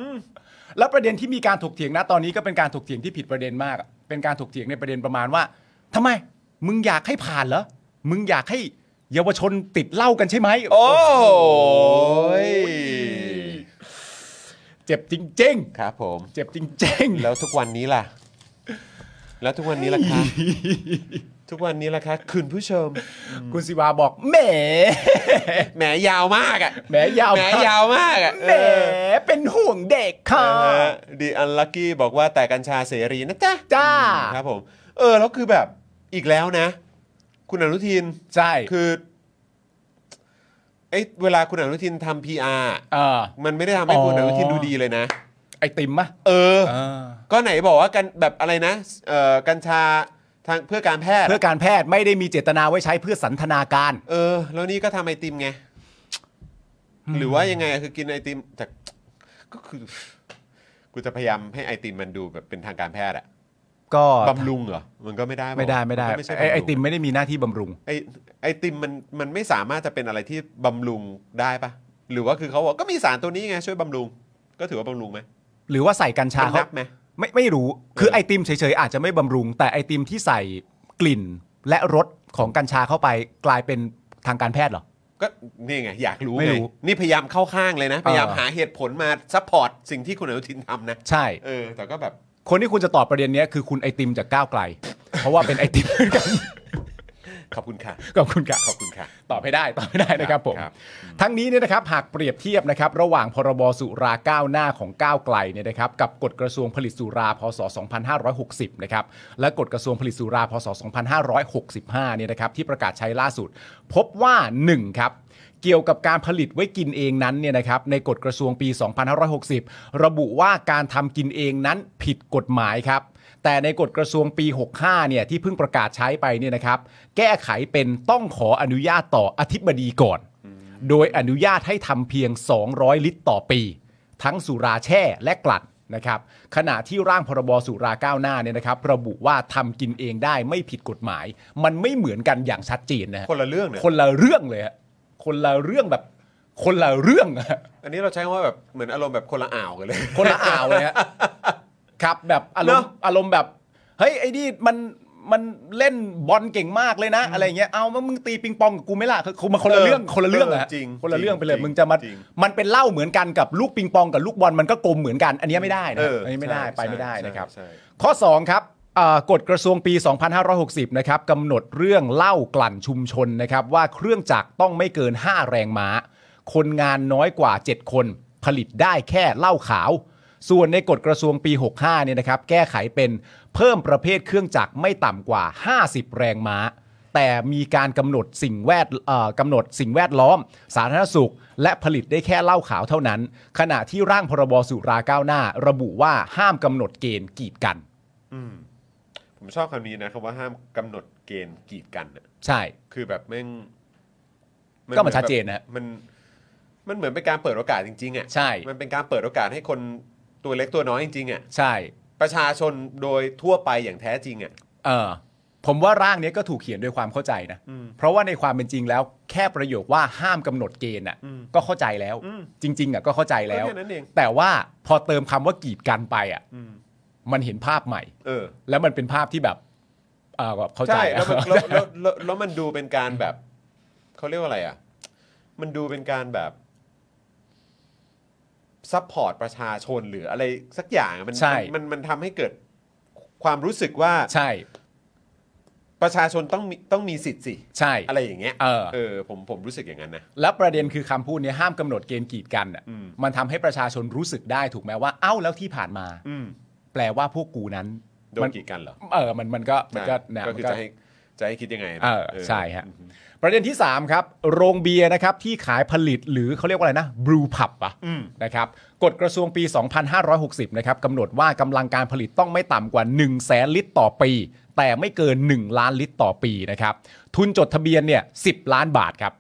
แล้วประเด็นที่มีการถกเถียงนะตอนนี้ก็เป็นการถกเถียงที่ผิดประเด็นมากอะเป็นการถกเถียงในประเด็นประมาณว่าทำไม มึงอยากให้ผ่านเหรอมึงอยากให้เยาวชนติดเหล้ากันใช่ไหม
โอ้ย
เจ็บจริง
ครับผม
ๆ เจ็บจริง
แล้วทุกวันนี้ล่ะ แล้วทุกวันนี้ล่ะคะ ทุกวันนี้ล่ะคะคุณผู้ชม
ๆ คุณสิวาบอกแหม
แหมยาวมากอ่ะ
แหมยาว
แหมยาวมากอ่ะ
แหมเป็นห่วงเด็กค่ะ
ดีอันลักกี้บอกว่าแต่กัญชาเสรีนะจ๊ะ
จ้า
อืมครับผม เออ แล้วคือแบบอีกแล้วนะ คุณอนุทิน
ใช่
คือไอ้เวลาคุณอนุทินทำ PR
เออ
มันไม่ได้ทำให้คุณ
อ๋
อ
ออ
นุทินดูดีเลยนะ
ไอติมมะ
เออ
เออ
ก็ไหนบอกว่ากันแบบอะไรนะเอ่อกัญชาทางเพื่อการแพทย์
เพื่อการแพทย์ไม่ได้มีเจตนาไว้ใช้เพื่อสันทนาการ
เออ แล้วนี่ก็ทำไอติมไง หรือว่ายังไงอะคือกินไอติมจากก็คือ กูจะพยายามให้ไอติมมันดูแบบเป็นทางการแพทย์อะ
ก็
บำรุงเหรอ มันก็ไม่ได้ปะ
ไม่ได้ไม่ได้
นก็ใช่
ไอ้ไอบ
ำรุง
ติมไม่ได้มีหน้าที่บำรุง
ไอไอติมมันมันไม่สามารถจะเป็นอะไรที่บำรุงได้ปะหรือว่าคือเขาบอกก็มีสารตัวนี้ไงช่วยบำรุง ก็ถือว่าบำรุงไหม
หรือว่าใส่กัญชา
มัน
เขา
นับไหม
ไม่ไม่รู้ คือ
เออ
ไอติมเฉยๆอาจจะไม่บำรุง แต่ไอติมที่ใส่กลิ่นและรสของกัญชาเข้าไปกลายเป็นทางการแพทย์เหรอ
ก็นี่ไงอยากรู้
ไม่
ไง
รู้
นี่พยายามเข้าข้างเลยนะ
เออ
พยายามหาเหตุผลมาซัพพอร์ตสิ่งที่คุณอนุทินทำนะ
ใช่
เออ แต่ก็แบบ
คนที่คุณจะตอบประเด็นเนี้ยคือคุณไอติมจากก้าวไกล เพราะว่าเป็นไอติมเห มือนกัน
ขอบคุณค่ะ
ขอบคุณครับ
ขอบคุณค่ะ
ตอบให้ได้ตอบให้ได้นะครับผม
ครับ
ทั้งนี้เนี่ยนะครับหากเปรียบเทียบนะครับระหว่างพรบสุราก้าวหน้าของก้าวไกลเนี่ยนะครับกับกฎกระทรวงผลิตสุราพศ 2560 นะครับและกฎกระทรวงผลิตสุราพศ 2565 เนี่ยนะครับที่ประกาศใช้ล่าสุด พบว่า 1 ครับ เกี่ยวกับการผลิตไว้กินเองนั้นเนี่ยนะครับในกฎกระทรวงปี 2560 ระบุว่าการทำกินเองนั้นผิดกฎหมายครับ แต่ในกฎกระทรวงปี 65 เนี่ยที่เพิ่งประกาศใช้ไปเนี่ยนะครับ แก้ไขเป็นต้องขออนุญาตต่ออธิบดีก่อน โดยอนุญาตให้ทำเพียง 200 ลิตรต่อปี ทั้งสุราแช่และกลั่นนะครับ ขณะที่ร่างพรบสุราก้าวหน้าเนี่ยนะครับ ระบุว่าทำกินเองได้ไม่ผิดกฎหมาย มันไม่เหมือนกันอย่างชัดเจนนะฮะ
คนละเรื่องเนี่ย
คนละเรื่องเลยฮะคนละเรื่องแบบ คนละเรื่องอะ
อันนี้เราใช้คำว่าแบบเหมือนอารมณ์แบบคนละอ่าวกันเลย
คนละอ่าวเลยฮะ ครับแบบอารม
เนอะ
ณ์อารมณ์แบบ เฮ้ยไอ้นี่มันมันเล่นบอลเก่งมากเลยนะ อะไรเงี้ยเอามามึงตีปิงปองกับกูไหม่ล่ะคือคือมันคนละ
เออ
เรื่องคนละเรื่องอะฮะ
เออจริง
คนละเรื่องไปเลย
จริง
มึงจะมา
จริง
มันเป็นเหล้าเหมือนกันกับลูกปิงปองกับลูกบอลมันก็กลมเหมือนกัน อันเนี้ยไม่ได้นะ
เอออั
อันนี้ไม่ได้
ใช่
ไปไม่ได้
ใช่
นะครับ
ใช่
ข้อ 2 ครับเอ่อกฎกระทรวงปี 2560 นะครับกำหนดเรื่องเหล้ากลั่นชุมชนนะครับ ว่าเครื่องจักรต้องไม่เกิน 5 แรงม้า คนงานน้อยกว่า 7 คนผลิตได้แค่เหล้าขาว ส่วนในกฎกระทรวงปี 65 เนี่ยนะครับ แก้ไขเป็นเพิ่มประเภทเครื่องจักรไม่ต่ำกว่า 50 แรงม้า แต่มีการกำหนดสิ่งแวดเอ่อกำหนดสิ่งแวดล้อม สาธารณสุข และผลิตได้แค่เหล้าขาวเท่านั้น ขณะที่ร่างพรบสุราก้าวหน้า ระบุว่าห้ามกำหนดเกณฑ์กีดกัน
ผมชอบคำนี้นะคำว่าห้ามกำหนดเกณฑ์กีดกันน่ะ
ใช่
คือแบบแม่ง
ก็มันชัดเจนนะ
มันมันเหมือนเป็นการเปิดโอกาสจริงๆอ่ะ
ใช่
มันเป็นการเปิดโอกาสให้คนตัวเล็กตัวน้อยจริงๆอ่ะ
ใช่
ประชาชนโดยทั่วไปอย่างแท้จริงอ่ะ
เออผมว่าร่างเนี้ยก็ถูกเขียนด้วยความเข้าใจนะ
อืม
เพราะว่าในความเป็นจริงแล้ว แค่ประโยคว่าห้ามกำหนดเกณฑ์อ่ะ
อืม
ก็เข้าใจแล้ว
อืม
จริง ๆอ่ะก็เข้าใจแล้ว
ก็แค่นั้นเอง
แต่ว่าพอเติมคำว่ากีดกันไปอ่ะ
อืม
มันเห็นภาพใหม่
เออ
แล้วมันเป็นภาพที่แบบเออแบบเข้าใจ
ใช่แล้วมันแล้วแล้วแล้วแล้วมันดูเป็นการแบบเขาเรียกว่าอะไรอ่ะ มันดูเป็นการแบบซัพพอร์ตประชาชนหรืออะไรสักอย่างอะมัน
ใช่
มันมันมันทำให้เกิดความรู้สึกว่า
ใช่
ประชาชนต้องมีต้องมีสิทธิ์สิ
ใช่
อะไรอย่างเงี้ย
เออ
เออผมผมรู้สึกอย่างนั้นนะ
แล้วประเด็นคือคำพูดเนี้ยห้ามกำหนดเกณฑ์กีดกันอ่ะ
อืม
มันทำให้ประชาชนรู้สึกได้ถูกไหมว่าเอ้าแล้วที่ผ่านมา
อืม
แปลว่าพวกกูนั้น
โด
มัน
นกีดกันเหรอ
เออมันมันก็มันก็
นะ
นะ
ก็
มัน
คือ
ก็
จะให้จะให้คิดยังไงนะ
เออใช่ฮะ
อืม
ประเด็นที่ 3 ครับ โรงเบียร์นะครับ ที่ขายผลิตหรือเขาเรียกว่าอะไรนะบรูพับอะ
อืม
นะครับกฎกระทรวงปี 2560 นะครับกำหนดว่ากำลังการผลิตต้องไม่ต่ำกว่า 1 0 0 0 0แสนลิตรต่อปี แต่ไม่เกิน 1 ล้านลิตรต่อปีนะครับทุนจดทะเบียนเนี่ย10 ล้านบาทครับ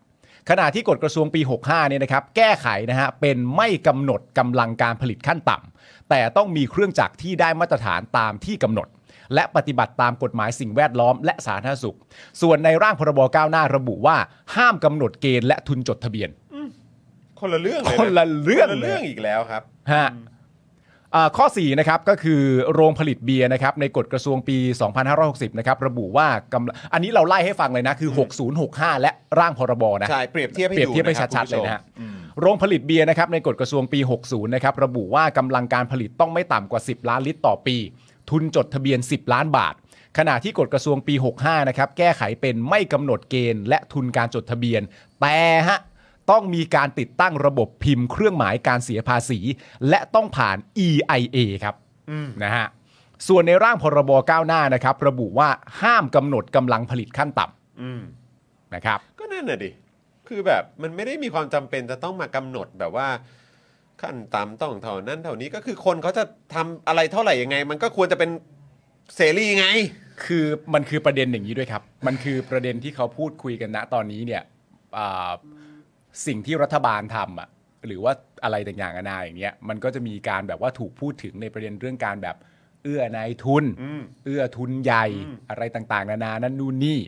ขณะที่กฎกระทรวงปี 65 เนี่ยนะครับ แก้ไขนะฮะ เป็นไม่กำหนดกำลังการผลิตขั้นต่ำ แต่ต้องมีเครื่องจักรที่ได้มาตรฐานตามที่กำหนด และปฏิบัติตามกฎหมายสิ่งแวดล้อมและสาธารณสุข ส่วนในร่างพรบก้าวหน้าระบุว่าห้ามกำหนดเกณฑ์และทุนจดทะเบียน
คนละเรื่องเลย
คนละเรื่อง
คนละเรื่อง
เลย
อีกแล้วครับ
ฮะอ่าข้อ 4 นะครับ ก็คือโรงผลิตเบียร์นะครับ ในกฎกระทรวงปี 2560 นะครับ ระบุว่ากำลังอันนี้เราไล่ให้ฟังเลยนะ คือ 6065 และร่างพรบนะ
ใช่เปรียบเทียบให้
เปรียบ
ดู
เทียบให้
นะครับ
ชัดๆเล
คุณผู้
ยนะฮะ
ชมอืม
โรงผลิตเบียร์นะครับในกฎกระทรวงปี 60 นะครับระบุว่ากำลังการผลิตต้องไม่ต่ำกว่า 10 ล้านลิตรต่อปี ทุนจดทะเบียน 10 ล้านบาท ขณะที่กฎกระทรวงปี 65 นะครับแก้ไขเป็นไม่กำหนดเกณฑ์และทุนการจดทะเบียน แต่ฮะต้องมีการติดตั้งระบบพิมพ์เครื่องหมายการเสียภาษี และต้องผ่าน EIA ครับนะฮะส่วนในร่างพรบก้าวหน้านะครับระบุว่าห้ามกำหนดกำลังผลิตขั้นต่
อืม
ำนะครับ
ก็นั่นน่ะดิ คือแบบมันไม่ได้มีความจำเป็นจะต้องมากำหนดแบบว่า ขั้นต่ำต้องเท่านั้นเท่านี้ก็คือคนเขาจะทำอะไรเท่าไหร่ยังไง มันก็ควรจะเป็นเสรีไง
คือมันคือประเด็นอย่างนี้ด้วยครับ มันคือประเด็นที่เขาพูดคุยกันนะตอนนี้เนี่ยอ่าสิ่งที่รัฐบาลทำอะหรือว่าอะไรต่างๆนานาอย่างเงี้ยมันก็จะมีการแบบว่าถูกพูดถึงในประเด็นเรื่องการแบบ เอื้อนายทุน
อืม
เอื้อทุนใหญ่
อืม
อะไรต่างๆ นานานั่นนู่นนี่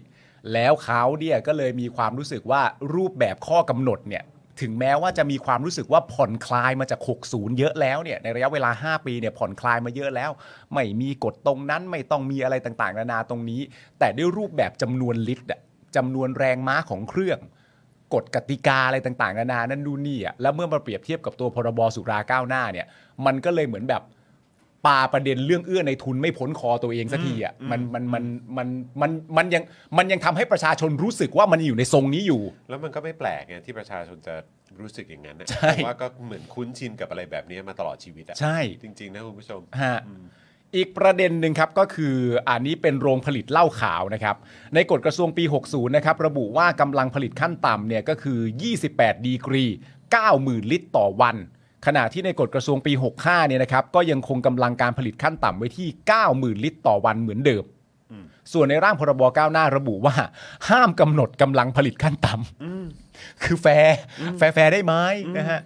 แล้วเขาเนี่ยก็เลยมีความรู้สึกว่ารูปแบบข้อกำหนดเนี่ยถึงแม้ว่าจะมีความรู้สึกว่าผ่อนคลายมาจาก 60 เยอะแล้วเนี่ยในระยะเวลา 5 ปีเนี่ยผ่อนคลายมาเยอะแล้ว ไม่มีกฎตรงนั้นไม่ต้องมีอะไรต่างๆ นานาตรงนี้ แต่ด้วยรูปแบบจำนวนลิตรอะจำนวนแรงม้าของเครื่อง กฎกติกาอะไรต่างๆนานานั่นนู่นนี่อ่ะแล้วเมื่อมาเปรียบเทียบกับตัวพรบสุราก้าวหน้าเนี่ย มันก็เลยเหมือนแบบปาประเด็นเรื่องเอื้อในทุนไม่พ้นคอตัวเองสักทีอ่ะมันมันมันมันมันมันยังมันยังทำให้ประชาชนรู้สึกว่ามันอยู่ในทรงนี้อยู่
แล้วมันก็ไม่แปลกไงที่ประชาชนจะรู้สึกอย่างนั้นนะ
ใช่
เพราะว่าก็เหมือนคุ้นชินกับอะไรแบบนี้มาตลอดชีวิตอะ
ใช่
จริง ๆ นะคุณผู้ชม
ฮะอีกประเด็นหนึ่งครับก็คืออันนี้เป็นโรงผลิตเหล้าขาวนะครับ ในกฎกระทรวงปี 60 นะครับ ระบุว่ากำลังผลิตขั้นต่ำเนี่ยก็คือ 28 ดีกรี 90,000 ลิตรต่อวัน ขณะที่ในกฎกระทรวงปี 65 เนี่ยนะครับก็ยังคงกำลังการผลิตขั้นต่ำไว้ที่ 90,000 ลิตรต่อวันเหมือนเดิม ส่วนในร่างพรบก้าวหน้าระบุว่า ห้ามกำหนดกำลังผลิตขั้นต่ำคือแฟร์แฟร์แฟร์ได้ไหมนะฮะ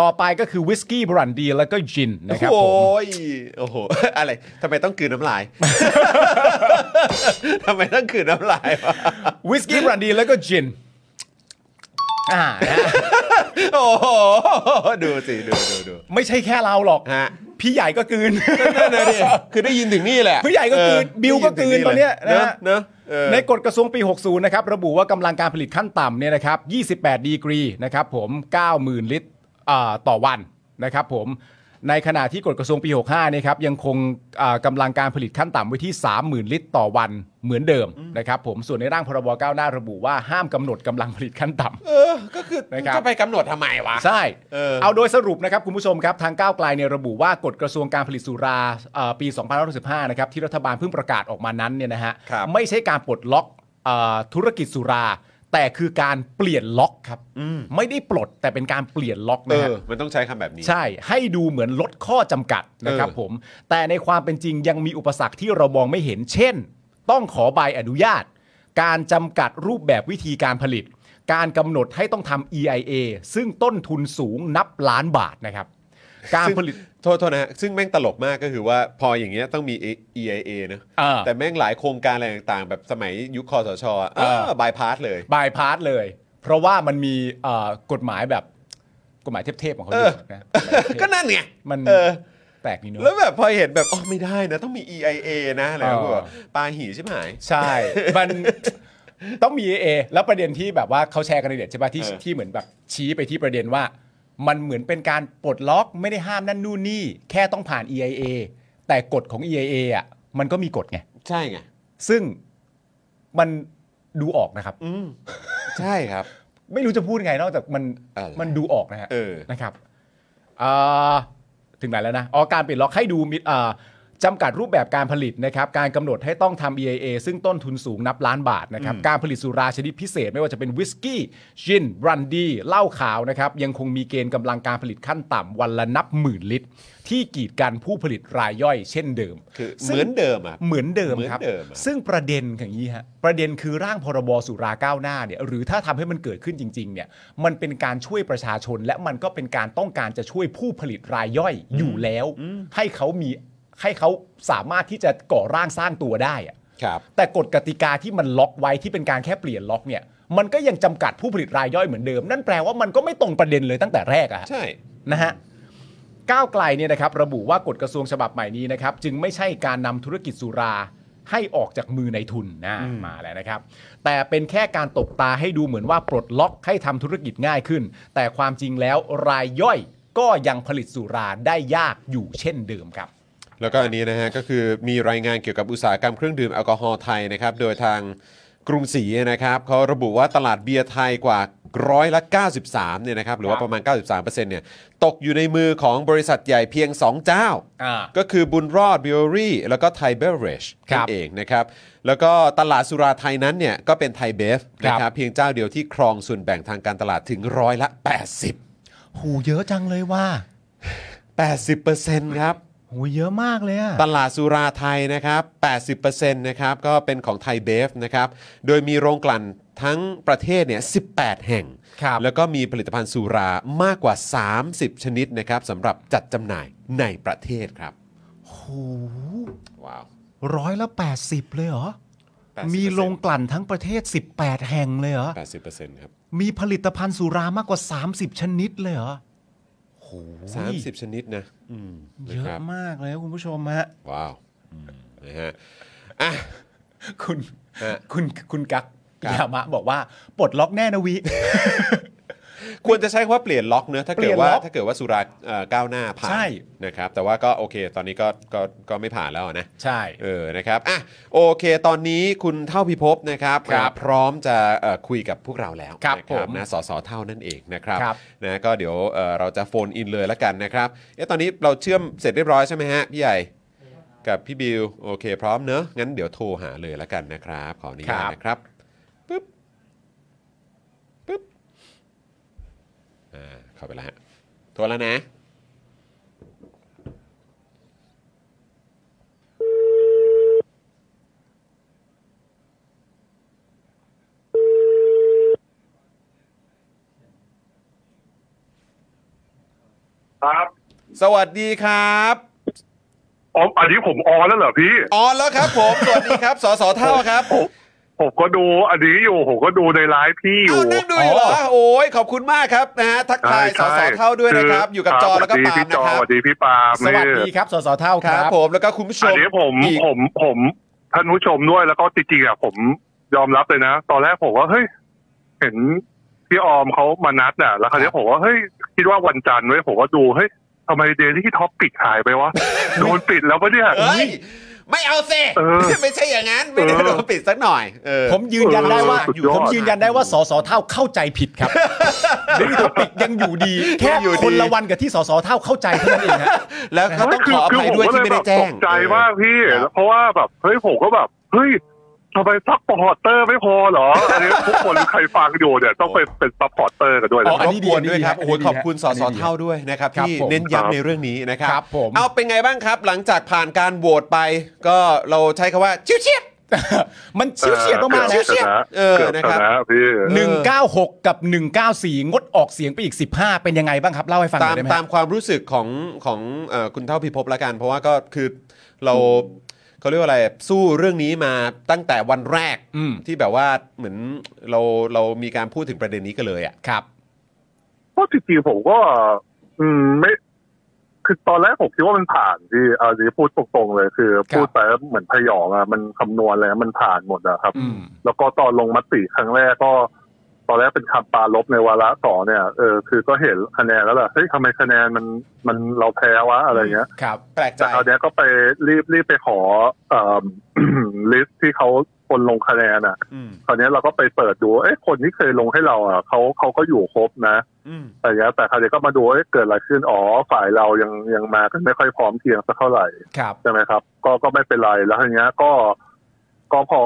ต่อไปก็คือวิสกี้บรันดีแล้วก็จินนะครับ
โอ้
ผม
ยโอ้โห อะไรทำไมต้องกลืนน้ำลาย ทำไมต้องกลืนน้ำลายวะ
วิสกี้บรันดีแล้วก็จินอ่านะฮะ
โอ้โหดูสิดูดูดู
ไม่ใช่แค่เราหรอก
ฮะ
พี่ใหญ่ก็กลืน
นั่นน่ะดิคือได้ยินถึงนี่แหละ
ผู้ใหญ่ก็กลืน
เออ
บิวก็กลืนตอนเนี้ยนะ
เนอะเนอะเออ
ในกฎกระทรวงปี 60 นะครับ ระบุว่ากำลังการผลิตขั้นต่ำเนี่ยนะครับ 28 ดีกรีนะครับผม 90,000 ลิตรอ่าต่อวันนะครับผม ในขณะที่กฎกระทรวงปี 65เนี่ยครับยังคงอ่ากำลังการผลิตขั้นต่ำไว้ที่ 30,000 ลิตรต่อวันเหมือนเดิมนะครับผม ส่วนในร่างพรบก้าวหน้าระบุว่าห้ามกำหนดกำลังผลิตขั้นต่ำ
เออ ก็คือ
นะครับ
จะไปกำหนดทำไมวะ
ใช่
เออ
เอาโดยสรุปนะครับคุณผู้ชมครับ ทางก้าวไกลเนี่ยระบุว่ากฎกระทรวงการผลิตสุราเอ่อปี 2565นะครับที่รัฐบาลเพิ่งประกาศออกมานั้นเนี่ยนะฮะ
ครับ
ไม่ใช่การปลดล็อกเออธุรกิจสุรา แต่คือการเปลี่ยนล็อกครับ ไม่ได้ปลดแต่เป็นการเปลี่ยนล็อก
เอ
นะฮะ
อ มันต้องใช้คำแบบนี้
ใช่ ให้ดูเหมือนลดข้อจำกัดนะครับ
เออ
ผม แต่ในความเป็นจริงยังมีอุปสรรคที่เรามองไม่เห็น เช่น ต้องขอใบอนุญาต การจำกัดรูปแบบวิธีการผลิต การกำหนดให้ต้องทำ EIA ซึ่งต้นทุนสูงนับล้านบาทนะครับ การ
ซึ่ง
ผลิต
โทษโทษนะฮะซึ่งแม่งตลกมากก็คือว่าพออย่างเงี้ยต้องมี EIA นะ
อ่า
แต่แม่งหลายโครงการอะไรต่างๆ แบบสมัยยุคคอสชอะ
อ่า
เออบายพาสเลย
บายพาสเลย เพราะว่ามันมีเอ่อกฎหมายแบบกฎหมายเทพๆของเขา
เอ
ด้ว
อ
ยนะ
ก็นั่นไง
มัน
เออ
แปลกนี่เนอะ
แล้วแบบพอเห็นแบบ อ๋อ ไม่ได้นะ ต้องมี EIA นะอะไร
เออ
ก็แบบปาหีใช่ไหม
ใช่ มันต้องมีเอ แล้วประเด็นที่แบบว่าเขาแชร์กันในเด็ดใช่ปะที่
เออ
ที่เหมือนแบบชี้ไปที่ประเด็นว่า มันเหมือนเป็นการปลดล็อกไม่ได้ห้ามนั่นนู่นนี่ แค่ต้องผ่าน EIA แต่กฎของ EIA อ่ะมันก็มีกฎไง
ใช่ไง
ซึ่ง มันดูออกนะครับ
อืมใช่ครับ
ไม่รู้จะพูดไงนอกจากมัน
อะไร
มันดูออกนะฮะ
เออ
นะครับเอ่อถึงไหนแล้วนะ อ๋อ การปิดล็อกให้ดูมิดเอ่อจำกัดรูปแบบการผลิตนะครับ การกำหนดให้ต้องทำ EIA ซึ่งต้นทุนสูงนับล้านบาทนะครับ
อืม
การผลิตสุราชนิดพิเศษ ไม่ว่าจะเป็นวิสกี้จินบรันดีเหล้าขาวนะครับ ยังคงมีเกณฑ์กำลังการผลิตขั้นต่ำวันละนับหมื่นลิตร ที่กีดกันผู้ผลิตรายย่อยเช่นเดิม
คือเห
ซึ่ง
มือนเดิมอ่ะ
เหมือนเดิมครับ
เหมือนเดิมอะ
ซึ่งประเด็นอย่างนี้ฮะ ประเด็นคือร่างพรบสุราก้าวหน้าเนี่ยหรือถ้าทำให้มันเกิดขึ้นจริงๆเนี่ยมันเป็นการช่วยประชาชน และมันก็เป็นการต้องการจะช่วยผู้ผลิตรายย่อยอยู่แล้ว ให้เขามีให้เขาสามารถที่จะก่อร่างสร้างตัวได้อะ
ครับ
แต่กฎกติกาที่มันล็อกไว้ที่เป็นการแค่เปลี่ยนล็อกเนี่ยมันก็ยังจำกัดผู้ผลิตรายย่อยเหมือนเดิม นั่นแปลว่ามันก็ไม่ตรงประเด็นเลยตั้งแต่แรกอะฮะ
ใช่
นะฮะก้าวไกลเนี่ยนะครับระบุว่ากฎกระทรวงฉบับใหม่นี้นะครับ จึงไม่ใช่การนำธุรกิจสุราให้ออกจากมือในทุนนะมาแล้วนะครับ แต่เป็นแค่การตบตาให้ดูเหมือนว่าปลดล็อกให้ทำธุรกิจง่ายขึ้น แต่ความจริงแล้วรายย่อยก็ยังผลิตสุราได้ยากอยู่เช่นเดิมครับ
แล้วก็อันนี้นะฮะก็คือมีรายงานเกี่ยวกับอุตสาหกรรมเครื่องดื่มแอลกอฮอล์ไทยนะครับโดยทางกรุงศรีนะครับเขาระบุว่าตลาดเบียร์ไทยกว่าร้อยละ93เนี่ยนะครับหรือว่า
ครับ
ประมาณ 93%เนี่ยตกอยู่ในมือของบริษัทใหญ่เพียง 2 เจ้า
อ่า
ก็คือบุญรอดบิวรี่แล้วก็ไทยเบเรช
ครั
นั่
บ
นเองนะครับ แล้วก็ตลาดสุราไทยนั้นเนี่ยก็เป็นไทยเบฟนะค
ครั
รับบ เพียงเจ้าเดียวที่ครองส่วนแบ่งทางการตลาดถึงร้อยละ 80
หูเยอะจังเลยว่า
80%ครับ
หูเยอะมากเลยอะ
ตลาดสุราไทยนะครับ 80%นะครับ ก็เป็นของไทยเบฟนะครับ โดยมีโรงกลั่นทั้งประเทศเนี่ย 18 แห่ง
ครับ
แล้วก็มีผลิตภัณฑ์สุรามากกว่า 30 ชนิดนะครับสำหรับจัดจำหน่ายในประเทศครับ
หู
ว้าว
ร้อยละ80 เลยเหรอ
80%
มีโรงกลั่นทั้งประเทศ 18 แห่งเลยเหรอ
80%ครับ
มีผลิตภัณฑ์สุรามากกว่า 30 ชนิดเลยเหรอโห
30 ชนิดนะอืมนะ
เย
ค
อะ
รับ
มากเลยครับคุณผู้ชมฮะ
ว้าวนะฮะอ่ะ
คุณ
ฮะ
คุณคุณกัก
ครับ
ยามะบอกว่า ปลดล็อกแน่นะวิ
ควรจะใช้คำว่าเปลี่ยนล็อกเนอะถ้า
เปลี่
เกิด
ยน
ว่า
ล็อก
ถ้าเกิดว่าสุราเอ่อก้าวหน้าผ่าน
ใช่
นะครับ แต่ว่าก็โอเค ตอนนี้ก็ก็ก็ไม่ผ่านแล้วอะนะ
ใช่
เออ นะครับ อ่ะ โอเค ตอนนี้คุณเท่าพิภพนะครับ
ครับ
อ่าพร้อมจะเอ่อคุยกับพวกเราแล้ว
ครับ
นะ
ผม
นะสสเท่านั่นเองนะครับ
ครับ
นะ ก็เดี๋ยวเอ่อเราจะโฟนอินเลยละกันนะครับ เอ๊ะ ตอนนี้เราเชื่อมเสร็จเรียบร้อยใช่ไหมฮะ พี่ใหญ่ กับพี่บิว โอเค พร้อมเนอะงั้นเดี๋ยวโทรหาเลยละกันนะครับ ขออนุญา
ครั
ต
บ
นะครับ ปึ๊บ ปึ๊บ อ่า เข้าไปแล้วฮะ โทรแล้วนะ
ครับ
สวัสดีครับ
อ๋ออันนี้ผมออนแล้วเหรอพี่
อ๋อแล้วครับผม สวัสดีครับ สสเท่าครับ
ผมก็ดูอันนี้อยู่ ผมก็ดูในไลฟ์พี่อยู่
เอานั่งดูอยู่เหรอ โอ้ยขอบคุณมากครับนะฮะทักทายส
ใช่
อ
ใช่
สอเท่าด้วยนะครับ อยู่กับจอแล้วก็
ครั
ปาล์ม
ส
นะครั
วั
บ
ส
ส
ดีพี่จอสวัสดีพี่ปาล์ม
วัส
นี่
ดีครับสสเท่า
ค
ค
รั
รั
บบ ผมแล้วก็คุณผู้ช
อั
ม
นนี้ผม
อีก
ผมผมท่านผู้ชมด้วยแล้วก็จริงๆอ่ะผมยอมรับเลยนะ ตอนแรกผมว่าเฮ้ยเห็นพี่ออมเขามานัดน่ะ แล้วคราวนี้ผมว่าเฮ้ยคิดว่าวันจันทร์ไว้ยผมก็ดูเฮ้ยทำไมเดลี่ท็อปปิดหายไปวะ โดนปิดแล้วปะเนี่ย
เอ้ยไม่เอาเซ
เออ
ไม่ใช่อย่างนั้น ไม่ได้
เออ
โดนปิดสักหน่อยเออ
ผมยืนยันได้ว่า
สุดยอด
ผมยืนยันได้ว่าสสเท่าเข้าใจผิดครับดิจิทัลปิกยังอยู่ดี แค่คนละวันกับที่สสเท่าเข้าใจเท่านั้นเองฮะ
แล้วก็ต้องขออภัยด้วยที่ไม่ได้แจ้
ต
ง
กใจมากพี่
เออ
เพราะว่าแบบเฮ้ยผมก็แบบเฮ้ยทำไมซัพพอร์ตเตอร์ไม่พอเหรออันนี้ทุกคนใครฟังอยู่เนี่ยต้องไปเป็นซัพพอร์ตเตอร์กันด้วย
ขอ
นะค
ร
รับ
บกวนด้วยครับ
อันนี้ดีอัน
โอ้ย
นี้ดี
ขอบคุณส
อันนี้
ส
ดี
เท่าด้วยนะครับ
ครับ
ที่
ผม
เน้นย้ำใน
ครับ
เรื่องนี้นะครับ
ครับผม
เอาเป็นไงบ้างครับ หลังจากผ่านการโหวตไป ก็เราใช้คำว่าชิวเชียด
มันเฉียดเฉียดมากๆ
เกื
นะ
อบชนะ
เออ
เกือบ
นะ
ช
ครับ
นะพี่
หนึ่งเก้าหกกับหนึ่งเก้าสี่งดออกเสียงไปอีกสิบห้าเป็นยังไงบ้างครับเล่าให้ฟังหน่
ตา
อย
ม
ได้ไหม
ตา
ฮะ
มความรู้สึกของของเอ่อคุณเท่าพิภพละกัน เพราะว่าก็คือเราเขาเรียกว่าอะไรสู้เรื่องนี้มาตั้งแต่วันแรก
อืม
ที่แบบว่าเหมือนเราเรามีการพูดถึงประเด็นนี้กันเลยอ่ะ
ครับ
เพราะจริงๆผมก็ อืมไม่ คือตอนแรกผมคิดว่ามันผ่านที่เอาจริงพูดตรงๆเลยคือ พูดไปแล้วเหมือนพยองอ่ะมันคำนวณแล้วมันผ่านหมดอะครับ
อืม
แล้วก็ตอนลงมติครั้งแรกก็ ตอนแรกเป็นคำปราลบในวาระสองเนี่ยเออคือก็เห็นคะแนนแล้วแหละเฮ้ยทำไมคะแนนมันมันเราแพ้วะอะไรเงี้ย
ครับ
แปลกใจ
แต่คราวเนี้ยก็ไปรีบรีบไปขอเอ่อ ลิสต์ที่เขา คนลงคะแนนอ่ะ
อืม
คราวเนี้ยเราก็ไปเปิดดูเอ๊ะคนที่เคยลงให้เราอ่ะเขาเขาก็อยู่ครบนะ
อืม
แต่เนี้ยแต่คราวเนี้ยก็มาดูเอ๊ะเกิดอะไรขึ้น อ๋อ ฝ่ายเรายังยังมากันไม่ค่อยพร้อมเพรียงสักเท่าไหร่
ครับ
ใช่ไหมครับ ก็ก็ไม่เป็นไรแล้วทีเนี้ยก็ก็พอ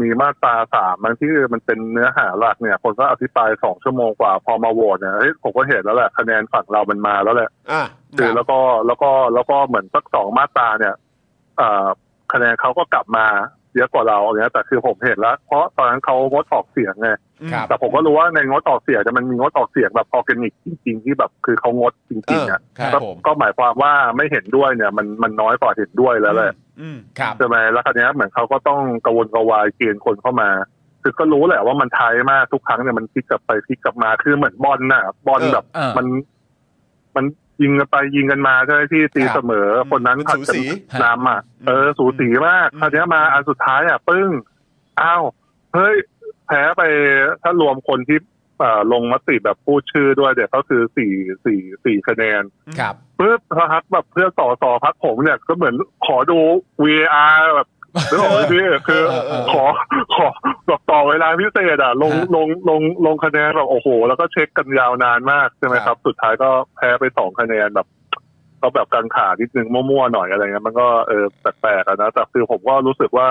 มีมาตราสามบางที่มันเป็นเนื้อหาหลักเนี่ย คนก็อธิบายสองชั่วโมงกว่า พอมาโหวตเนี่ยเฮ้ยผมก็เห็นแล้วแหละคะแนนฝั่งเรามันมาแล้วแหละ
อ่ะ
คือแล้วก็แล้วก็แล้วก็เหมือนสักสองมาตราเนี่ยเอ่อคะแนนเขาก็กลับมาเยอะกว่าเราอย่างเงี้ยแต่คือผมเห็นแล้ว เพราะตอนนั้นเขางดออกเสียงไง
ครับ
แต่ผมก็รู้ว่าในงดออกเสียงเนี่ยมันมีงดออกเสียงแบบออร์แกนิกจริง ๆ ที่แบบคือเขางดจ
เอ
ริง
อ
ๆอ่ะ
ครับ
ก็
ผม
ก็หมายความว่าไม่เห็นด้วยเนี่ย มันมันน้อยกว่าเห็นด้วยแล้วแหละ
อืม
ครับ
ใช่ไหมแล้วคราวเนี้ยเหมือนเขาก็ต้องกระวนกระวายเกณฑ์คนเข้ามา คือก็รู้แหละว่ามันไทยมากทุกครั้งเนี่ยมันพลิกกลับไปพลิกกลับมา คือเหมือนบอลน่ะ บอลแบบ
เออเออ
มัน มันยิงกันไปยิงกันมาใช่ไหมที่ตี
ครับ
เสมอ คนนั้น
มั
ผัด
สู
กัน
สี
นำอ่ะ
อืม
เออ สูสีมาก
อืม
คราวเนี้ยมาอันสุดท้ายอ่ะปึ้ง อ้าว เฮ้ย แพ้ไปถ้ารวมคนที่เอ่อลงมติแบบพูดชื่อด้วยเดี๋ยวก็คือสี่สี่สี่คะแนน
ครับ
ปึ๊บพักแบบเพื่อนต่อต่อพักผมเนี่ยก็เหมือนขอดู VR แบบหรือบอกพี่คือ
เออเออ
ขอ ขอแบบต่อเวลาพิเศษอ่ะ ลง
ฮะ
ลงลงลงคะแนนแบบโอ้โห แล้วก็เช็คกันยาวนานมากใช่ไหมครับ สุดท้ายก็แพ้ไปสองคะแนนแบบ ก็แบบกังขานิดนึงมั่วๆหน่อยอะไรเงี้ยมันก็เออแปลกๆอะนะแต่คือผมก็รู้สึกว่า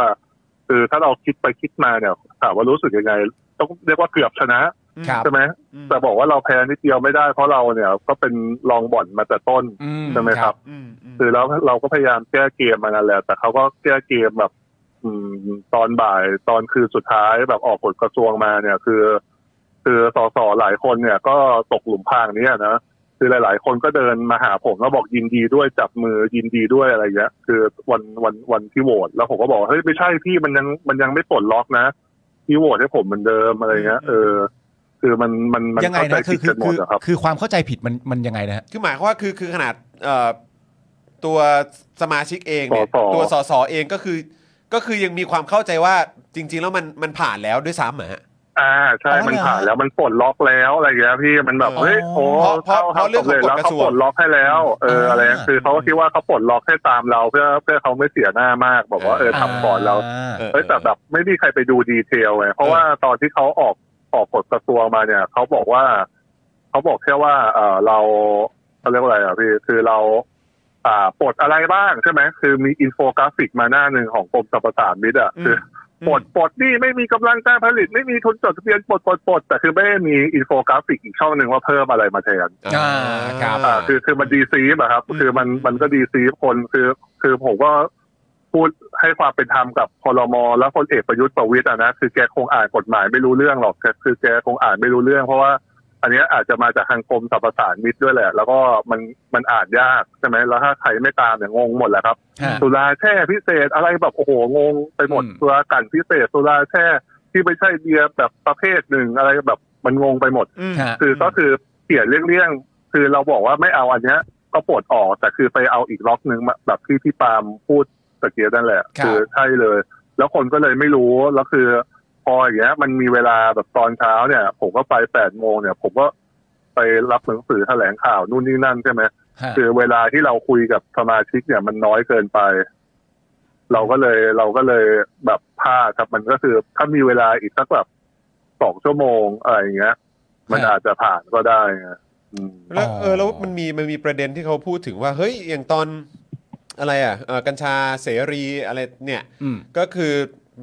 คือถ้าเราคิดไปคิดมาเนี่ยถามว่ารู้สึกยังไง ต้องเรียกว่าเกือบชนะครับ ใช่ไหม
อืม
แต่บอกว่าเราแพ้นิดเดียวไม่ได้เพราะเราเนี่ย ก็เป็นรองบ่อนมาแต่ต้น
อื
ใช่ไหมครับ
อืมอืม
คือแล้วเราก็พยายามแก้เกมมานั่นแหละ แต่เขาก็แก้เกมแบบ อืม ตอนบ่ายตอนคืนสุดท้ายแบบออกกฎกระทรวงมาเนี่ย คือ คือสสหลายคนเนี่ย ก็ตกหลุมพรางเนี้นะคือหลาย ๆ คนก็เดินมาหาผมแล้วบอกยินดีด้วยจับมือยินดีด้วยอะไรเงี้ยคือวันวันวันที่โหวตแล้วผมก็บอกว่าเฮ้ยไม่ใช่พี่มันยังมันยังไม่ปลดล็อกนะพี่โหวตให้ผมเหมือนเดิมอะไรเงี้ยเออ คือมันมันมัน
ยังไง
เข้าใจ
นะคื
ผิ
อ
ด
คื
กั
อนคื
หมด
อ
อะครับ
คือความเข้าใจผิดมันมันยังไงนะฮะ
คือหมายความว่าคือคือขนาดเอ่อตัวสมาชิกเองเนี่ย
สส
ตัวสสเองก็คือ ก็คือยังมีความเข้าใจว่าจริง ๆ แล้วมันมันผ่านแล้วด้วยซ้ำเหรอฮะ
อ่าใช่
อ๋อเหรอ
มันผ่านแล้วมันปลดล็อกแล้วอะไรอย่างเงี้ยพี่มันแบบ
เออ
เฮ้ยโอ้
เพราะเพราะเพราะเรื่องของ
สำจแล้ว
กฎกระ
เขา
ทรวง
ปลดล็อกให้แล้วเอออะไร
อ่า
คือเขาก็คิดว่าเขาปลดล็อกให้ตามเราเพื่อเพื่อเขาไม่เสียหน้ามากบอกว่าเออทำก่อนเรา
า
เออ
เอ้ยแต่แบบไม่มีใครไปดูดีเทลไงเพราะ
เออ
ว่าตอนที่เขาออกออกกฎกระทรวงมาเนี่ยเขาบอกว่าเขาบอกแค่ว่า เออเราเขาเรียกว่าอะไรอ่ะพี่คือเรา อ่าปลดอะไรบ้างใช่ไหมคือมีอินโฟกราฟิกมาหน้าหนึ่งของกรมสรรพสามิตอ่ะคือ ปลดปลดหนี่ไม่มีกำลังการผลิตไม่มีทุนจดทะเบียนปลดปลดปลดแต่คือไม่ได้มีอินโฟกราฟิกอีกช่องหนึ่งว่าเพิ่มอะไรมาแทน
อ่าครับ
อ่าคือคือมันดีซีฟอะครับ
อืม
คือมันมันก็ดีซีฟคนคือคือผมก็พูดให้ความเป็นธรรมกับพลมและพลเอกประยุทธ์ประวิตยอะนะคือแกคงอ่านกฎหมายไม่รู้เรื่องหรอกแกคือแกคงอ่านไม่รู้เรื่อง เพราะว่า อันเนี้ยอาจจะมาจากทางกรมสรรพสามิตด้วยแหละ แล้วก็มันมันอ่านยากใช่ไหมแล้วถ้าใครไม่ตามเนี่ยงงหมดแหละครับ
ฮะ
สุราแช่พิเศษอะไรแบบโอ้โหงงไปหมด
อืม
สุรากลันพิเศษสุราแช่ที่ไม่ใช่เบียร์แบบประเภทหนึ่งอะไรแบบมันงงไปหมด
ฮะ
คือ
อืม
ก็คือเปลี่ยนเรื่องๆคือเราบอกว่าไม่เอาอันเนี้ย ก็ปลดออกแต่คือไปเอาอีกล็อกหนึ่งมาแบบที่พี่ปาล์มพูดตะเกียบนั่นแหละ
ครับ
อใช่เลย แล้วคนก็เลยไม่รู้แล้วคือ พออย่างเงี้ย มันมีเวลาแบบตอนเช้าเนี่ย ผมก็ไปแปดโมงเนี่ย ผมก็ไปรับหนังสือแถลงข่าวนู่นนี่นั่นใช่ไหม
ฮะ
คือเวลาที่เราคุยกับสมาชิกเนี่ยมันน้อยเกินไป เราก็เลยเราก็เลยแบบพลาดครับมันก็คือถ้ามีเวลาอีกสักแบบสองชั่วโมงอะไรอย่างเงี้ย มัน
ครับ
อาจจะผ่านก็ได้ไงอืม
แล้วเอ
อ๋
อ
อ
แล้วมันมีมันมีประเด็นที่เขาพูดถึงว่า เฮ้ย อย่างตอนอะไรอ่ะเอ่อกัญชาเสรีอะไรเนี่ย
อืม
ก็คือ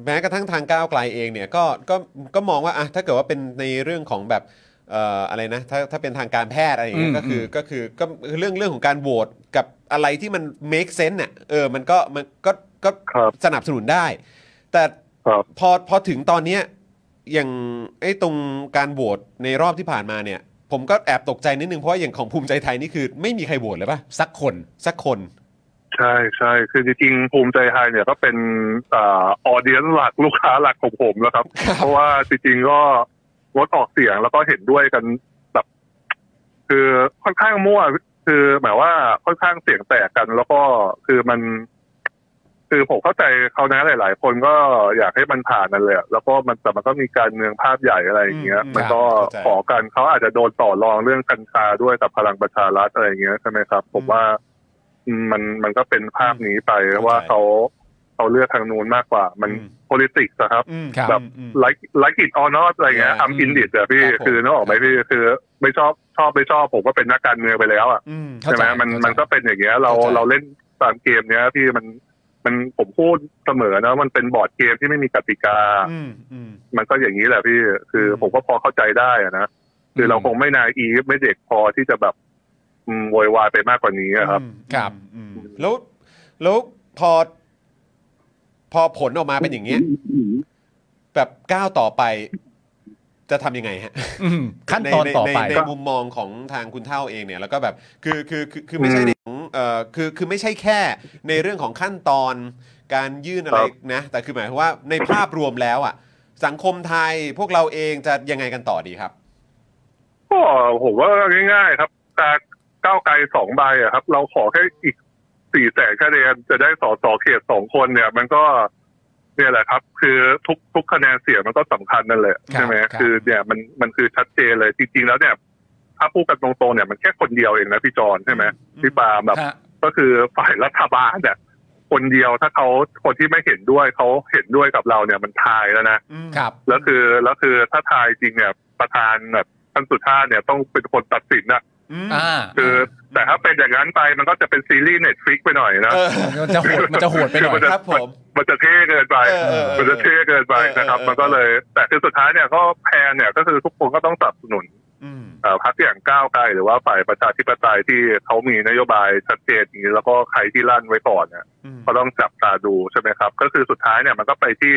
แม้กระทั่งทางก้าวไกลเองเนี่ยก็ก็ก็มองว่าอ่ะถ้าเกิดว่าเป็นในเรื่องของแบบเอ่ออะไรนะถ้าถ้าเป็นทางการแพทย์อะไรอย่างเงี้
อื
ย
ม
ก็คือ
อืม
ก็คือก็คือเรื่องเรื่องของการโหวตกับอะไรที่มัน make sense เนี่ยเออมันก็มันก็ก็
ครับ
สนับสนุนได้ แต่
ครับ
พอพอถึงตอนเนี้ยอย่างไอ้ตรงการโหวตในรอบที่ผ่านมาเนี่ย ผมก็แอบตกใจนิดนึงเพราะว่าอย่างของภูมิใจไทยนี่คือ ไม่มีใครโหวตเลยป่ะ
สักคน
สักคน
ใช่ใช่คือจริงๆภูมิใจไทยเนี่ยก็เป็นอ่าออเดียนหลักลูกค้าหลักของผมแล้วครับ เพราะว่าจริงๆก็งดออกเสียงแล้วก็เห็นด้วยกันแบบ คือค่อนข้างมั่วคือหมายว่าค่อนข้างเสียงแตกกัน แล้วก็คือมัน คือผมเข้าใจเขานะหลาย ๆ คนก็อยากให้มันผ่านนั่นแหละแล้วก็มันแต่มันก็มีการเมืองภาพใหญ่อะไรอย่างเงี้ย
อืม
มันก็
ครับเข้าใจ
ขอกันเขาอาจจะโดนต่อรองเรื่องกัญชาด้วยกับพลังประชารัฐอะไรอย่างเงี้ยใช่ไหมครับ ผมว่า อืมมันมันก็เป็นภาพนี้ไปว่าเขา เขาเลือกทางนู้นมากกว่า มัน
อืม
politics นะครับ
อืม
ครับ
แบบ
อืม
like like it or not อะไรเงี้ย
Yeah.
I'm in it อะพี่
ครับผม
คือนึกออกไหมพี่คือไม่ชอบชอบไม่ชอบผมก็เป็นนักการเมืองไปแล้วอะ
อืม
เข้า
ใช่
ใจ
ไหมมัน
เข้าใจ
มันก็เป็นอย่างเงี้ยเรา
เข้าใจ
เราเล่นตามเกมเนี้ยพี่มันมันผมพูดเสมอนะมันเป็นบอร์ดเกมที่ไม่มีกติกา
อืมอืม
มันก็อย่างนี้แหละพี่คืออ
ม
ผมก็พอเข้าใจได้อะนะคือเราคงไม่นายอีฟไม่เด็กพอที่จะแบบอืมโวยวายไปมากกว่านี้อะครับ
อืม
ครับ
อืมแล้วแล้วพอ พอผลออกมาเป็นอย่างเงี้ยแบบก้าวต่อไป จะทำยังไงฮะ
อืมขั้นตอน
ใ
ต่อไป
ในในมุมมองของทางคุณเท่าเองเนี่ย แล้วก็แบบคือคือคือคือไม่ใช่ในของเอ่อคือคือไม่ใช่แค่ในเรื่องของขั้นตอน การยื่นอะไร
ครับ
นะ แต่คือหมายความว่าในภาพรวมแล้วอ่ะ สังคมไทยพวกเราเองจะยังไงกันต่อดีครับ
ก็ผมว่าง่าย ๆ ครับตาก้าวไกลสองใบอะครับ เราขอแค่อีกสี่แสนคะแนนจะได้สอสอเขตสองคนเนี่ย มันก็ เนี่ยแหละครับ คือทุกทุกคะแนนเสียงมันก็สำคัญนั่นแหละ
ครับ
ใช่ไหม
ครับ
คือเนี่ยมันมันคือชัดเจนเลยจริงๆแล้วเนี่ยถ้าพูดกันตรงๆเนี่ยมันแค่คนเดียวเองนะพี่จอนใช่ไหมพี่ปาล์มแบบ
ฮะ
ก็คือฝ่ายรัฐบาลเนี่ยคนเดียวถ้าเขาคนที่ไม่เห็นด้วยเขาเห็นด้วยกับเราเนี่ยมันทายแล้วนะ
อืม
ครับ
แล้วคือแล้วคือถ้าทายจริงเนี่ยประธานแบบท่านสุชาติเนี่ยต้องเป็นคนตัดสินนะ
อืม
อ่า
คือแต่ถ้าเป็นอย่างนั้นไปมันก็จะเป็นซีรีส์เน็ตฟิกไปหน่อยนะ
เออ
มันจะโหดมันจะโหดไปหน่อย
ครับผม
มันจะเท่เกินไป
เออเออเออ
มันจะเท่เกินไปนะครับ
เออเออ
มันก็เลย แต่คือสุดท้ายเนี่ยก็แพนเนี่ยก็คือทุกคนก็ต้องสนับสนุน
อืม
เอ่อพรรคอย่างก้าวไกลหรือว่าฝ่ายประชาธิปไตยที่เขามีนโยบายชัดเจนอย่างนี้แล้วก็ใครที่ลั่นไว้ก่อนเนี่ย ก็ต้องจับตาดูใช่ไหมครับ ก็คือสุดท้ายเนี่ยมันก็ไปที่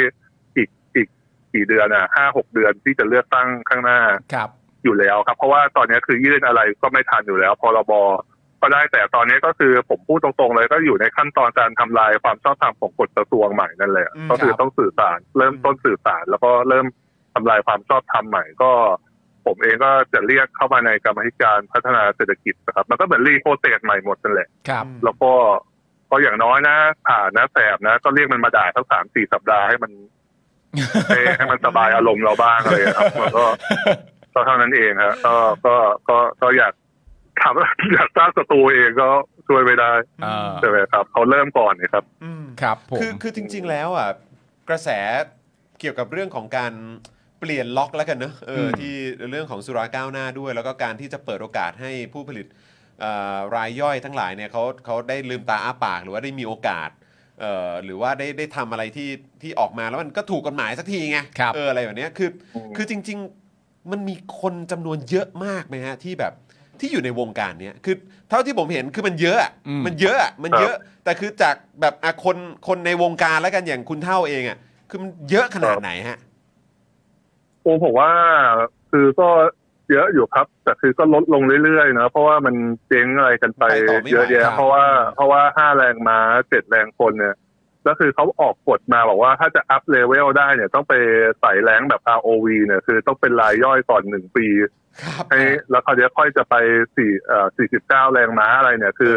อีกอีกกี่เดือนอ่ะห้าหกเดือนที่จะเลือกตั้งข้างหน้า
ครับ
อยู่แล้วครับ เพราะว่าตอนนี้คือยื่นอะไรก็ไม่ทันอยู่แล้วพรบก็ได้แต่ตอนนี้ก็คือผมพูดตรงๆเลยก็อยู่ในขั้นตอนการทำลายความชอบธรรมของกฎกระทรวงใหม่นั่นแหละ
อืม
ก็คือต้องสื่อสาร เริ่มต้นสื่อสาร แล้วก็เริ่มทำลายความชอบธรรมใหม่ก็ ผมเองก็จะเรียกเข้ามาในกรรมาธิการพัฒนาเศรษฐกิจนะครับมันก็เหมือนรีโพเซสใหม่หมดนั่นแหละ
ครับ
แล้วก็ก็อย่างน้อยนะผ่านนะแสบนะ ก็เรียกมันมาด่าทั้งสามสี่สัปดาห์ให้มัน เอ้ยให้มันสบายอารมณ์เราบ้างอะไรอย่างเงี้ยครับมันก็ก็เท่านั้นเองฮะก็ก็ก็ก็อยาก ถามว่าอยากสร้างศัตรูเองก็ช่วยไม่ได้
อ่า
ใช่ไหมครับเขาเริ่มก่อนนี่ครับ
อืม
ครับผม
คือคือจริงๆแล้วอ่ะกระแสเกี่ยวกับเรื่องของการเปลี่ยนล็อกแล้วกันเนอะเออ
ม
ที่เรื่องของสุราก้าวหน้าด้วย แล้วก็การที่จะเปิดโอกาสให้ผู้ผลิตเอ่อรายย่อยทั้งหลายเนี่ยเขาเขาได้ลืมตาอ้าปาก หรือว่าได้มีโอกาสเอ่อหรือว่าได้ได้ทำอะไรที่ที่ออกมาแล้วมันก็ถูกกฎหมายสักทีไง
ครับ
เอออะไรแบบเนี้ยคือ
อืม
คือจริง ๆมันมีคนจำนวนเยอะมากไหมฮะที่แบบที่อยู่ในวงการเนี้ยคือเท่าที่ผมเห็นคือมันเยอะอะ
อืม
มัน เยอะอะมันเยอะแต่คือจากแบบอ่ะคนคนในวงการแล้วกันอย่างคุณเท่าเองอ่ะคือมันเยอะขนาดไหนฮะ
โอ้ผมว่าคือก็เยอะอยู่ครับ แต่คือก็ลดลงเรื่อยๆนะเพราะว่ามันเจ๊งอะไรกันไป
ไปต่อไม่ไหว
เยอะ
ครั
แยะ
บ
เพราะว่าเพราะว่าห้าแรงม้าเจ็ดแรงคนเนี่ยแล้วคือเขาออกกฎมาบอกว่าถ้าจะอัพเลเวลได้เนี่ยต้องไปใส่แรงแบบ ROV เนี่ยคือต้องเป็นรายย่อยก่อนหนึ่งปี
ครับ
ให้แล้วเขาจะค่อยจะไปสี่เอ่อสี่สิบเก้าแรงม้าอะไรเนี่ยคือ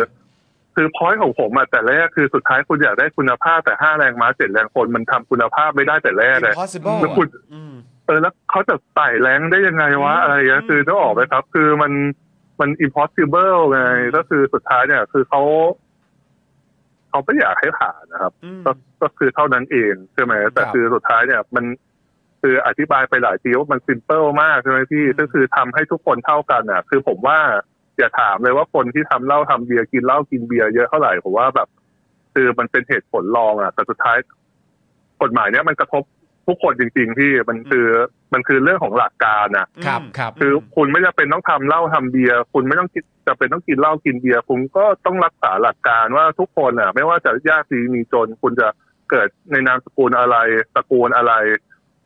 คือพอยของผมอะแต่แรกคือสุดท้ายคุณอยากได้คุณภาพแต่ห้าแรงม้าเจ็ดแรงคนมันทำคุณภาพไม่ได้แต่แรกเลย
impossible
แล้วคุณ
อืม
เออแล้วเขาจะไต่แรงได้ยังไงวะ
อืม
อะไรอย่างเงี้ย
อืม
คือต้องออกไปครับ คือมันมัน impossible ไง
อืม
ก็คือสุดท้ายเนี่ย คือเขาเขาไม่อยากให้ผ่านนะครับ
อืม
ก็ก็คือเท่านั้นเองใช่ไหมแต่
ครับ
คือสุดท้ายเนี่ย มันคืออธิบายไปหลายทีว่ามัน simple มากใช่ไหมพี่ก็คือทำให้ทุกคนเท่ากันอ่ะ คือผมว่าอย่าถามเลยว่าคนที่ทำเหล้าทำเบียร์กินเหล้ากินเบียร์เยอะเท่าไหร่ผมว่าแบบ คือมันเป็นเหตุผลรองอ่ะแต่สุดท้าย กฎหมายเนี้ยมันกระทบทุกคนจริง ๆ พี่มันคือมันคือเรื่องของหลักการอ่ะ
ครับครับ
คือคุณไม่จำเป็นต้องทำเหล้าทำเบียร์คุณไม่ต้องคิดจำเป็นต้องกินเหล้ากินเบียร์คุณก็ต้องรักษาหลักการว่าทุกคนอ่ะ ไม่ว่าจะยากดีมีจน คุณจะเกิดในนามสกุลอะไรตระกูลอะไร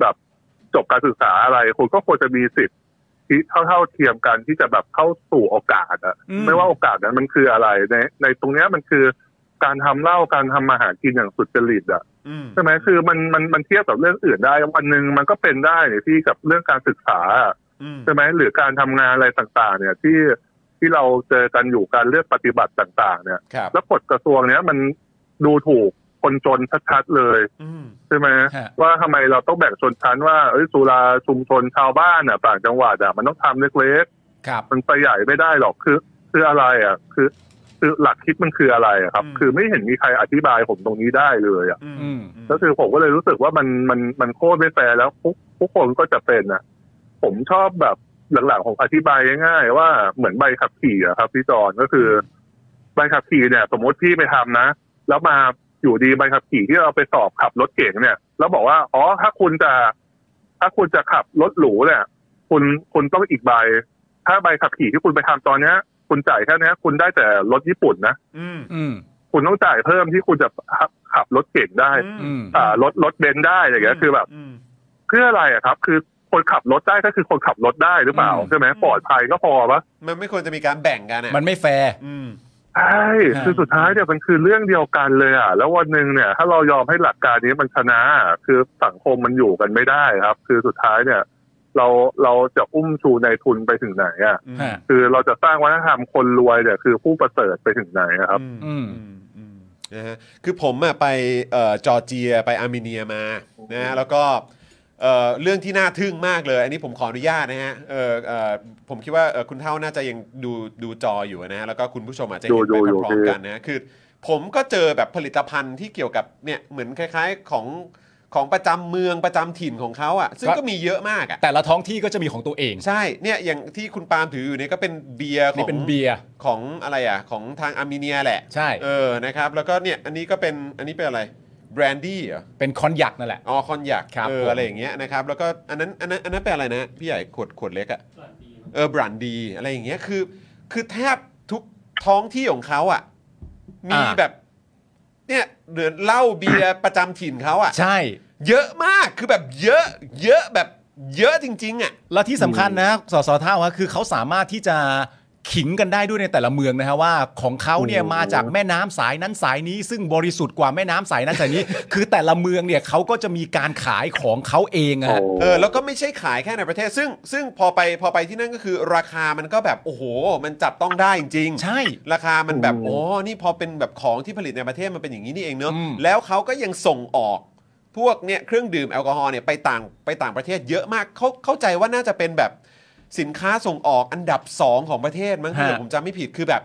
แบบจบการศึกษาอะไร คุณก็ควรจะมีสิทธิ์ที่เท่าๆเทียมกันที่จะแบบเข้าสู่โอกาสอ่ะ
อืม
ไม่ว่าโอกาสนั้นมันคืออะไรในในตรงเนี้ยมันคือการทำเหล้าการทำมาหากินอย่างสุดจริตอ่ะ
อืม
ใช่ไหมคือมันมันมันเทียบกับเรื่องอื่นได้วันหนึ่งมันก็เป็นได้เนี่ยที่กับเรื่องการศึกษาอะ
อืม
ใช่ไหมหรือการทำงานอะไรต่างๆ เนี่ยที่ที่เราเจอกันอยู่การเลือกปฏิบัติต่าง ๆ เนี่ย
ครับ
แล้วกฎกระทรวงเนี้ยมันดูถูกคนจนชัดๆเลย
อืม
ใช่ไหม
ฮะ
ว่าทำไมเราต้องแบ่งชนชั้นว่าเอ้ยสุราชุมชนชาวบ้านอ่ะต่างจังหวัดอ่ะมันต้องทำเล็ก
ครับ
ๆ มันไปใหญ่ไม่ได้หรอกคือ คืออะไรอ่ะ คือ คือหลักคิดมันคืออะไรอะครับ
อืม
คือไม่เห็นมีใครอธิบายผมตรงนี้ได้เลยอะ
อืม
ก็คือผมก็เลยรู้สึกว่ามันมันมันโคตรไม่แฟร์แล้วทุกทุกคนก็จะเป็นนะผมชอบแบบหลังๆผมอธิบายง่ายๆว่าเหมือนใบขับขี่อะครับพี่จอนก็คือ ใบขับขี่เนี่ย สมมติพี่ไปทำนะ แล้วมาอยู่ดีใบขับขี่ที่เราไปสอบขับรถเก๋งเนี่ย แล้วบอกว่าอ๋อถ้าคุณจะ ถ้าคุณจะขับรถหรูเนี่ย คุณคุณต้องอีกใบ ถ้าใบขับขี่ที่คุณไปทำตอนเนี้ย คุณจ่ายแค่เนี้ย คุณได้แต่รถญี่ปุ่นนะ
อืม
อืม
คุณต้องจ่ายเพิ่มที่คุณจะขับขับรถเก๋งได้
อื
อื
ม
ม
อ่ารถรถเบนซ์ได้อะไรอย่างเงี้ยคือแบบ
ม
เพื่ออะไรอะครับ คือคนขับรถได้ก็คือคนขับรถได้หรือเปล่า
อืม
ใช่ไหม
อืม
ปลอดภัยก็พอปะ
มันไม่ควรจะมีการแบ่งกันอ่ะ
มันไม่แฟร์
อืม
ใช่
อ่า
คือสุดท้ายเนี่ยมันคือเรื่องเดียวกันเลยอ่ะ แล้ววันหนึ่งเนี่ย ถ้าเรายอมให้หลักการนี้มันชนะอะคือสังคมมันอยู่กันไม่ได้ครับ คือสุดท้ายเนี่ย เราเราจะอุ้มชูในายทุนไปถึงไหนอ่ะ
อืม
ฮะ
คือเราจะสร้างวัฒนธรรมคนรวยเนี่ยคือผู้ประเสริฐไปถึงไหนอะครับ
อืม
อืมนะฮะคือผมอะไปเอ่อจอร์เจียไปอาร์เมเนียมานะฮะแล้วก็เอ่อเรื่องที่น่าทึ่งมากเลย อันนี้ผมขออนุญาตนะฮะเอ่อเอ่อผมคิดว่าเอ่อคุณเท่าน่าจะยังดูดูจออยู่นะฮะแล้วก็คุณผู้ชมอาจจะเห็นไป
ดูอยู่
พร้อม
ดู
ๆกันนะคือ ผมก็เจอแบบผลิตภัณฑ์ที่เกี่ยวกับเนี่ยเหมือนคล้ายๆของของประจำเมืองประจำถิ่นของเขาอ่ะซึ่ง
ก็
ก็มีเยอะมากอ่ะ
แต่ละท้องที่ก็จะมีของตัวเอง
ใช่เนี่ยอย่างที่คุณปาล์มถืออยู่เนี่ยก็เป็นเบียร์ขอ
นี่
ง
เป็นเบียร์
ของอะไรอ่ะของทางอาร์เมเนียแหละ
ใช่
เออ นะครับ แล้วก็เนี่ย อันนี้ก็เป็น อันนี้เป็นอะไร แบรนดี้เหรอ
เป็นคอนยักนั่นแหละ
อ๋อ คอนยัก
ครับผ
เออ
ม
อะไรอย่างเงี้ยนะครับ แล้วก็ อันนั้น อันนั้น อันนั้นเป็นอะไรนะ พี่ใหญ่ ขวด ขวดเล็กอะ
สวัสดีครับ
เออ บรันดี อะไรอย่างเงี้ย คือ คือแทบทุกท้องที่ของเขาอะมี
อ่า
แบบ เนี่ยเหมือนเหล้าเบียร์ประจำถิ่นเขาอะ
ใช่
เยอะมาก คือแบบเยอะ เยอะแบบ เยอะจริง ๆอะ
และที่สำคัญนะสสเท่าฮะคือเขาสามารถที่จะขิงกันได้ด้วยในแต่ละเมืองนะฮะว่าของเขาเนี่ยมาจากแม่น้ำสายนั้นสายนี้ ซึ่งบริสุทธิ์กว่าแม่น้ำสายนั้นสายนี้ คือแต่ละเมืองเนี่ยเขาก็จะมีการขายของเขาเองอะ
โอ้
ฮะ
เออแล้วก็ไม่ใช่ขายแค่ในประเทศ ซึ่งซึ่งพอไปพอไปที่นั่นก็คือราคามันก็แบบโอ้โห มันจับต้องได้จริงๆ
ใช่
ราคามันแบบอ๋อนี่พอเป็นแบบของที่ผลิตในประเทศมันเป็นอย่างนี้นี่เองเนอะ
อืม
แล้วเขาก็ยังส่งออกพวกเนี่ยเครื่องดื่มแอลกอฮอล์เนี่ยไปต่างไปต่างประเทศเยอะมากเขาเข้าใจว่าน่าจะเป็นแบบสินค้าส่งออกอันดับสองของประเทศมั้งถ้าเกิดผมจำไม่ผิดคือแบบ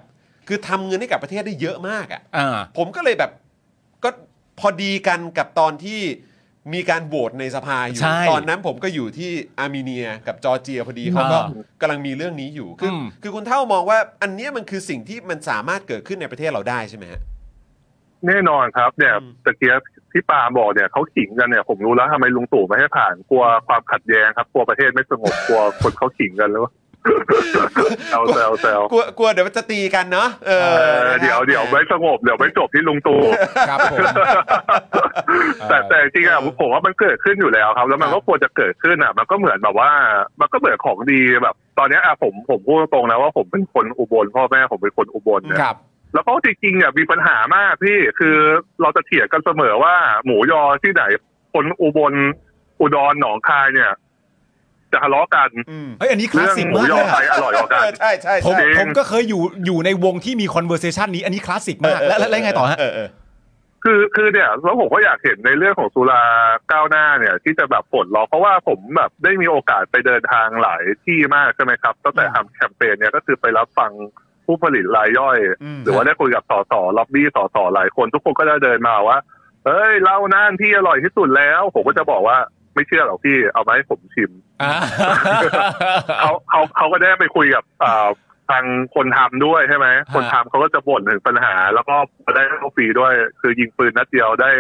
คือทำเงินให้กับประเทศได้เยอะมากอ่ะ
อ่า
ผมก็เลยแบบก็พอดีกันกับตอนที่มีการโหวตในสภาอยู่
ใช่
ตอนนั้นผมก็อยู่ที่อาร์เมเนียกับจอร์เจียพอดีเขาก็
อ่
กำลังมีเรื่องนี้อยู่คืออ
ม
คือคุณเท่ามองว่าอันเนี้ยมันคือสิ่งที่มันสามารถเกิดขึ้นในประเทศเราได้ใช่ไหมฮะ
แน่นอนครับ เนี่ย
อืม
ตะเกียบที่ปาบอกเนี่ยเขาขิงกันเนี่ย ผมรู้แล้วทำไมลุงตู่ไม่ให้ผ่านกลัวความขัดแย้งครับกลัวประเทศไม่สงบกลัวคนเขาขิงกันแล้ว แซวแซวแซว
กลัวกลัวเดี๋ยวมันจะตีกันเนาะเอ
เอ
อ
อ
นะครับ
เดี๋ยวเดี๋ยวไม่สงบเดี๋ยวไม่จบที่ลุงตู่
ครับผม
แต่
เออ
แต่จริงๆอ่ะผมผมว่ามันเกิดขึ้นอยู่แล้วครับ แล้วมันก็ควรจะเกิดขึ้นอ่ะ มันก็เหมือนแบบว่า มันก็เหมือนของดีแบบ ตอนเนี้ยอ่ะผมผมพูดตรงๆนะว่าผมเป็นคนอุบลพ่อแม่ผมเป็นคนอุบลเนี่ย
ครับ
แล้วก็จริงๆเนี่ยมีปัญหามากพี่คือเราจะเถียงกันเสมอว่า หมูยอที่ไหน คนอุบลอุดรหนองคายเนี่ย จะทะเลาะกัน
อืม
เฮ้ยอันนี้คลา
เรื่
ส
อง
สิก
หมู
มากเล
ยอ
ย
ใคร
อะ
อร่อยกว่า
เอ
กัน
อใช่ใช่
ผม
ใช่
จริง
ผมก็เคยอยู่อยู่ในวงที่มีคอนเวอร์เซชันนี้อันนี้คลาสสิกมากแล้วแล้วแล้วไงต่อฮะ
เเออ
คือคือเนี่ยแล้วผมก็อยากเห็นในเรื่องของสุราก้าวหน้าเนี่ย ที่จะแบบปลดล็อกเพราะว่าผมแบบได้มีโอกาสไปเดินทางหลายที่มากใช่ไหมครับตั้งแต่ทำแคมเปญเนี่ยก็คือไปรับฟังผู้ผลิตรายย่อย
อืม
หรือว่าได้คุยกับสสล็อบบี้สสหลายคนทุกคนก็จะเดินมาว่าเอ้ยเหล้าน่านที่อร่อยที่สุดแล้ว ผมก็จะบอกว่าไม่เชื่อหรอกพี่เอามาให้ผมชิม
อ่า
เขาเขาเขาก็ได้ไปคุยกับเอ่อทางคนทำด้วยใช่ไหม
ฮะ
คนทำเขาก็จะบ่นถึงปัญหา แล้วก็ได้เหล้าฟรีด้วย คือยิงปืนนัดเดียวได้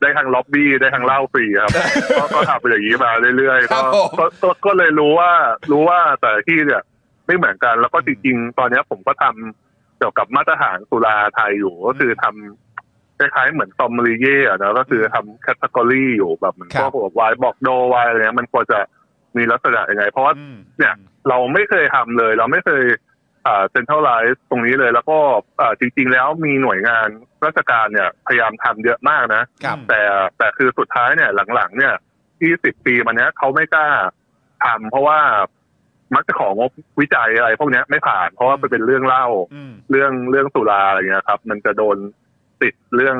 ได้ทางล็อบบี้ได้ทางเหล้าฟรีครับ ก็ก็ทำไปอย่างนี้มาเรื่อยๆ
ครั
ก็
บผม
ก็ก็ก็เลยรู้ว่ารู้ว่าแต่ละที่เนี่ยไม่เหมือนกันแล้วก็จริงๆตอนเนี้ยผมก็ทำเกี่ยวกับมาตรฐานสุราไทยอยู่ก็คือทำคล้ายๆเหมือนซอมรีเย่อะนะก็คือทำแคตตาล็ออยู่แบบเหมือน
ครั
พว
บ
กแบบวายบอกโดวายอะไรเนี้ยมันควรจะมีลักษณะยังไงเพราะว่า
อืม
เนี่ยเราไม่เคยทำเลย เราไม่เคยเซ็นทรัลไลซ์ตรงนี้เลย แล้วก็อ่าจริง ๆ แล้วมีหน่วยงานราชการเนี่ย พยายามทำเยอะมากนะ
ครับ
แต่แต่คือสุดท้ายเนี่ยหลังๆ เนี่ยที่สิบปีมาเนี้ยเขาไม่กล้าทำเพราะว่ามักจะของงบวิจัยอะไร พวกเนี้ยไม่ผ่าน เพราะว่ามันเป็นเรื่องเล่า
อืม
เรื่องเรื่องสุราอะไรเงี้ยครับ มันจะโดนติดเรื่อง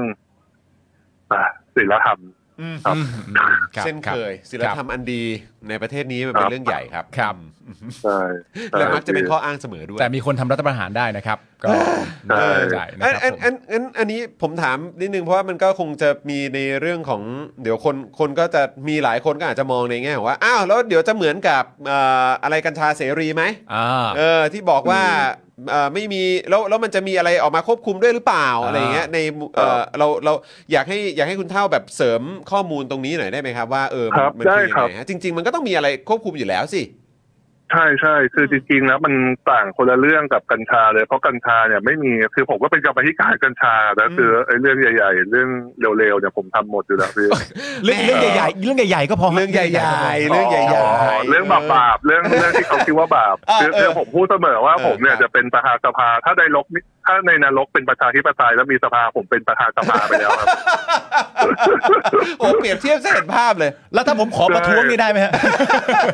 อ่าศีลธรรม
อืม
ครับ
อืมอืมรับ
เช่นเคยศิลธรรมอันดีในประเทศนี้มันเป็นเรื่องใหญ่ครับ
ครับ
ใช่ใช่
และมักจะเป็นข้ออ้างเสมอด้วย
แต่มีคนทำรัฐประหารได้นะครับ ก็น่าสนใจนะ
อัน
ครับ
อัน
ผม
อันอันอันนี้ผมถามนิดนึงเพราะว่ามันก็คงจะมีในเรื่องของเดี๋ยวคนคนก็จะมีหลายคนก็อาจจะมองในแง่ของว่าอ้าวแล้วเดี๋ยวจะเหมือนกับเอ่ออะไรกัญชาเสรีไหม
อ่า
เออที่บอกว่าเอ่อไม่มีแล้วแล้วมันจะมีอะไรออกมาควบคุมด้วยหรือเปล่า
อ่า
อะไรอย่างเงี้ยในเอ่อเราเราอยากให้อยากให้คุณเท่าแบบเสริมข้อมูลตรงนี้หน่อยได้ไหมครับว่าเออ
ครับ
มัมั
ได้
คือยั
ครั
ง
บ
ไงฮะจริง ๆ มันก็ต้องมีอะไรควบคุมอยู่แล้วสิ
ใช่ใช่คือจริงๆแล้วมันต่างคนละเรื่องกับกัญชาเลยเพราะกัญชาเนี่ยไม่มีคือผมก็เป็นกรรมาธิการกัญชาแล้วคือไอ้เรื่องใหญ่ ๆ เรื่องเร็วๆเนี่ยผมทำหมดอยู่แล้วพี่
เรื่อง
แม่
เรื่องใหญ่ๆเรื่องใหญ่ๆก็พอฮะ
เรื่องใหญ่ๆ
รื่อง
เรื่องใหญ่ๆ
เรื่องบาปบาปๆเรื่องเรื่องที่เขาคิดว่าบาป
เออ
คือ
เออ
คือผมพูดเสมอว่า
เออ
ผมเนี่
ค
ย
รับ
จะเป็นประธานสภา ถ้าในรกนี่ถ้าในนรกเป็นประชาธิปไตยแล้วมีสภาผมเป็นประธานสภาไปแล้วครับ
โอ้เปรียบเทียบจะเห็นภาพเลย
แล้วถ้าผมขอประท้วงนี่ได้ไหมฮะ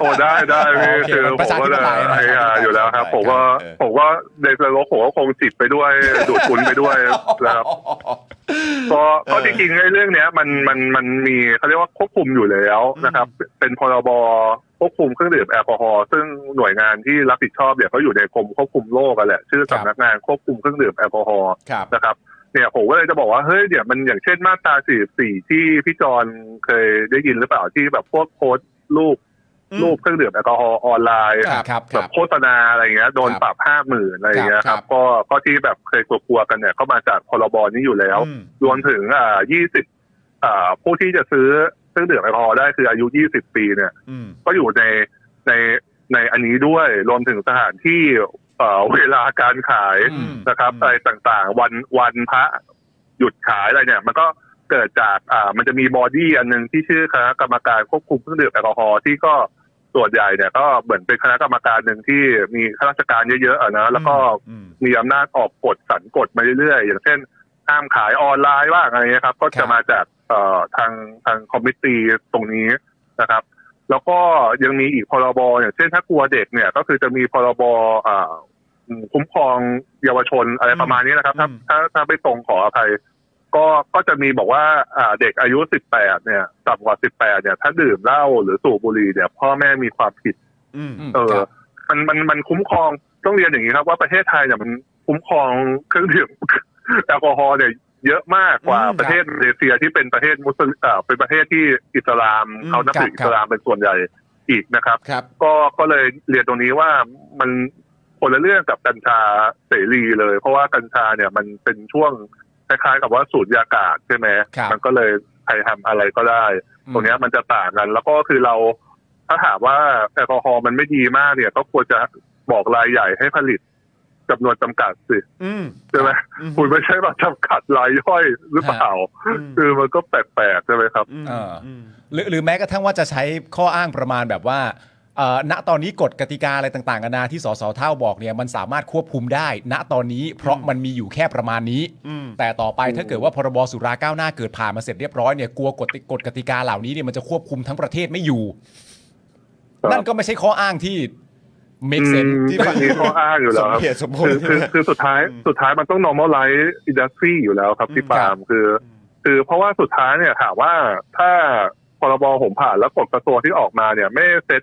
โอ้ได้ได้พี่
โอเค
คือ
มันประ
ผ
ชาม
ก็
ธิป
จะ
ไตยนะ
ไอ้อ่ะอยู่แล้วครับ
ใช่
ผมว่า
เออ
ผมว่าในนรกผมก็คงจิตไปด้วยดูดฝุ่นไปด้วยนะครับ ก็ก็จริงๆไอ้เรื่องเนี้ยมันมันมันมีเขาเรียกว่าควบคุมอยู่แล้วนะครับ เป็นพรบควบคุมเครื่องดื่มแอลกอฮอล์ซึ่งหน่วยงานที่รับผิดชอบเนี่ยเขาอยู่ในกรมควบคุมโรคกันแหละชื่อ
ครับ
สำนักงานควบคุมเครื่องดื่มแอลกอฮอล์
ครับ
นะครับเนี่ยผมก็เลยจะบอกว่าเฮ้ยเนี่ยมันอย่างเช่นมาตรา 44 ที่พี่จอนเคยได้ยินหรือเปล่าที่แบบพวกโพสต์รูป
อืม
รูปเครื่องดื่มแอลกอฮอล์ออนไลน์
ครับครับค
ครั
รับ
บ
แบบโฆษณาอะไรอย่างเงี้ยโดน
ครับ
ปรับห้าหมื่นอะไรอย่างเงี้ย
ค
ค
รั
รั
บบ
ก็ก็ที่แบบเคยกลัวๆกันเนี่ยก็มาจากพรบนี้อยู่แล้ว
อืม
รวมถึงอ่ายี่สิบอ่าผู้ที่จะซื้อเครื่องดื่มแอลกอฮอล์ได้คืออายุยี่สิบปีเนี่ย
อืม
ก็อยู่ในในในอันนี้ด้วยรวมถึงสถานที่เอ่อเวลาการขาย
อืม
นะครับ
อืม
อะไรต่างๆ วันวันพระหยุดขายอะไรเนี่ย มันก็เกิดจากอ่ามันจะมีบอดี้อันหนึ่งที่ชื่อคณะกรรมการควบคุมเครื่องดื่มแอลกอฮอล์ที่ก็ส่วนใหญ่เนี่ยก็เหมือนเป็นคณะกรรมการหนึ่งที่มีข้าราชการเยอะๆอะนะแล้วก็
อืม
มีอำนาจออกกฎสรรกฎมาเรื่อยๆ อย่างเช่น ห้ามขายออนไลน์บ้างอะไรเงี้ยครับ ก็
ครั
จะ
บ
มาจากเอ่อทางทางคอมมิตี้ตรงนี้นะครับ แล้วก็ยังมีอีกพรบอย่างเช่นถ้ากลัวเด็กเนี่ย ก็คือจะมีพรบเอ่อคุ้มครองเยาวชนอะไรประมาณนี้นะครับ ถ้า
อืม
ถ้าถ้าไปตรงขออภัย ก็ก็จะมีบอกว่าอ่าเด็กอายุ 18 เนี่ยต่ำกว่า 18 เนี่ย ถ้าดื่มเหล้าหรือสูบบุหรี่เนี่ย พ่อแม่มีความผิด
อืม
เอ
ค
อ
รับ
มัน มัน มันคุ้มครอง ต้องเรียนอย่างนี้ครับว่าประเทศไทยเนี่ยมันคุ้มครองเครื่องดื่ม แอลกอฮอล์เนี่ยเยอะมากกว่า
อืม
ประเทศมาเลเซียที่เป็นประเทศมุสลิมเอ่อเป็นประเทศที่อิสลาม
อืม
เขานับถือ
ครับ
อิสลามเป็นส่วนใหญ่อีกนะครับ
ครับ
ก็ก็เลยเรียนตรงนี้ว่ามันคนละเรื่องกับกัญชาเสรีเลย เพราะว่ากัญชาเนี่ยมันเป็นช่วงคล้ายๆกับว่าสูญญากาศใช่ไหม
ครับ
มันก็เลยใครทำอะไรก็ได้ ตรงเนี้ยมันจะต่างกัน แล้วก็คือเราถ้าถามว่าแอลกอฮอล์มันไม่ดีมากเนี่ย ก็ควรจะบอกรายใหญ่ให้ผลิตจำนวนจำกัดสิ
อืม
ใช่ไหม
อืม
คุณไม่ใช่มาจำกัดรายย่อยหรือเปล่า คือมันก็แปลกๆใช่ไหมครับ
อืม
เอออื
ม
หรือหรือแม้กระทั่งว่าจะใช้ข้ออ้างประมาณแบบว่าเอ่อณตอนนี้กฎกติกาอะไรต่างๆนานาที่สสเท่าบอกเนี่ยมันสามารถควบคุมได้ ณตอนนี้เพราะมันมีอยู่แค่ประมาณนี้
อืม
แต่ต่อไปถ้าเกิดว่าพรบสุราก้าวหน้าเกิดผ่านมาเสร็จเรียบร้อยเนี่ยกลัวกฎกฎกติกาเหล่านี้เนี่ยมันจะควบคุมทั้งประเทศไม่อยู่
ครับ
นั่นก็ไม่ใช่ข้ออ้างที่ make
อื
sense
ม
ที่ฟัง
มีข้ออ้างอยู่
ส
แล้ว
ม
ครับ
เหตุสมผล
คือ
ใช่ไหม
คือคือสุดท้าย
อืม
สุดท้ายมันต้อง normalize industry อยู่แล้วครับพี่
อืม
ปาล์มคือ คือเพราะว่าสุดท้ายเนี่ยถามว่าถ้าพรบผมผ่านแล้วกฎกระทรวงที่ออกมาเนี่ย ไม่เซ็ต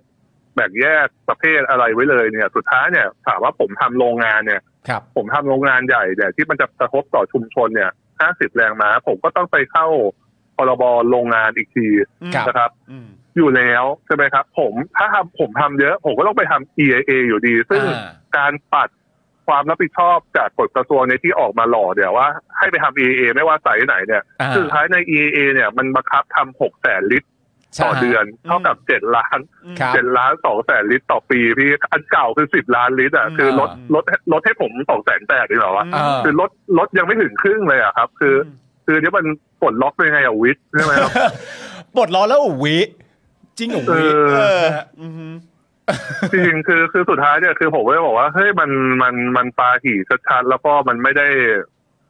แบ่งแยกประเภทอะไรไว้เลยเนี่ย สุดท้ายเนี่ยถามว่าผมทำโรงงานเนี่ย
ครับ
ผมทำโรงงานใหญ่เนี่ยที่มันจะกระทบต่อชุมชนเนี่ย 50 แรงม้าผมก็ต้องไปเข้าพรบโรงงานอีกที
ครับ
นะครับ
อืม
อยู่แล้วใช่ไหมครับ ผมถ้าทำผมทำเยอะ ผมก็ต้องไปทำ EIA อยู่ดี ซึ่ง
อ่า
การปัดความรับผิดชอบจากกฎกระทรวงในที่ออกมาหล่อเนี่ยว่าให้ไปทำ EIA ไม่ว่าสายไหนเนี่ย
อ่า
สุดท้ายใน EIA เนี่ยมันบังคับทำหกแสนลิตรต่อเดือน เท่ากับเจ็ดล้าน
ครับ
เจ็ดล้านสองแสนลิตรต่อปีพี่อันเก่าคือสิบล้านลิตรอ่ะ
อืม
คือลดลดลดให้ผมสองแสนแปดดีกว่าวะ
เออ
คือลดลดยังไม่ถึงครึ่งเลยอ่ะครับ คือ คือเดี๋ยวมันปลดล็อกยังไงอะวิทย์ใช่ไหมครับ
ปลดล้อแล้วเหรอวิจริงเหรอวิ
เออ
จริงๆคือคือสุดท้ายเนี่ยคือผมก็เลยบอกว่าเฮ้ยมันมันมันปาหี่ชัดๆแล้วก็มันไม่ได้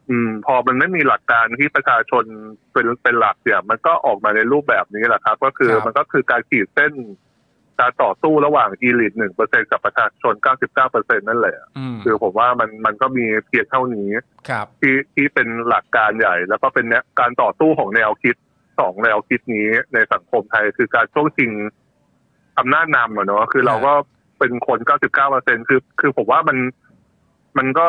อืม พอมันไม่มีหลักการที่ประชาชนเป็นเป็นหลักเนี่ยมันก็ออกมาในรูปแบบนี้แหละครับ ก็คือ
ครับ
มันก็คือการขีดเส้น การต่อสู้ระหว่างอีลิทหนึ่งเปอร์เซ็นกับประชาชนเก้าสิบเก้าเปอร์เซ็นนั่นแหละ
ม
คือผมว่ามันมันก็มีเพียงเท่านี้
ครับ
ที่ที่เป็นหลักการใหญ่ แล้วก็เป็นแนวการต่อสู้ของแนวคิด สองแนวคิดนี้ในสังคมไทยคือการช่วงชิงอำนาจนำอะเนาะคือเราก็เป็นคนเก้าสิบเก้าเปอร์เซ็นคือ คือผมว่ามันมันก็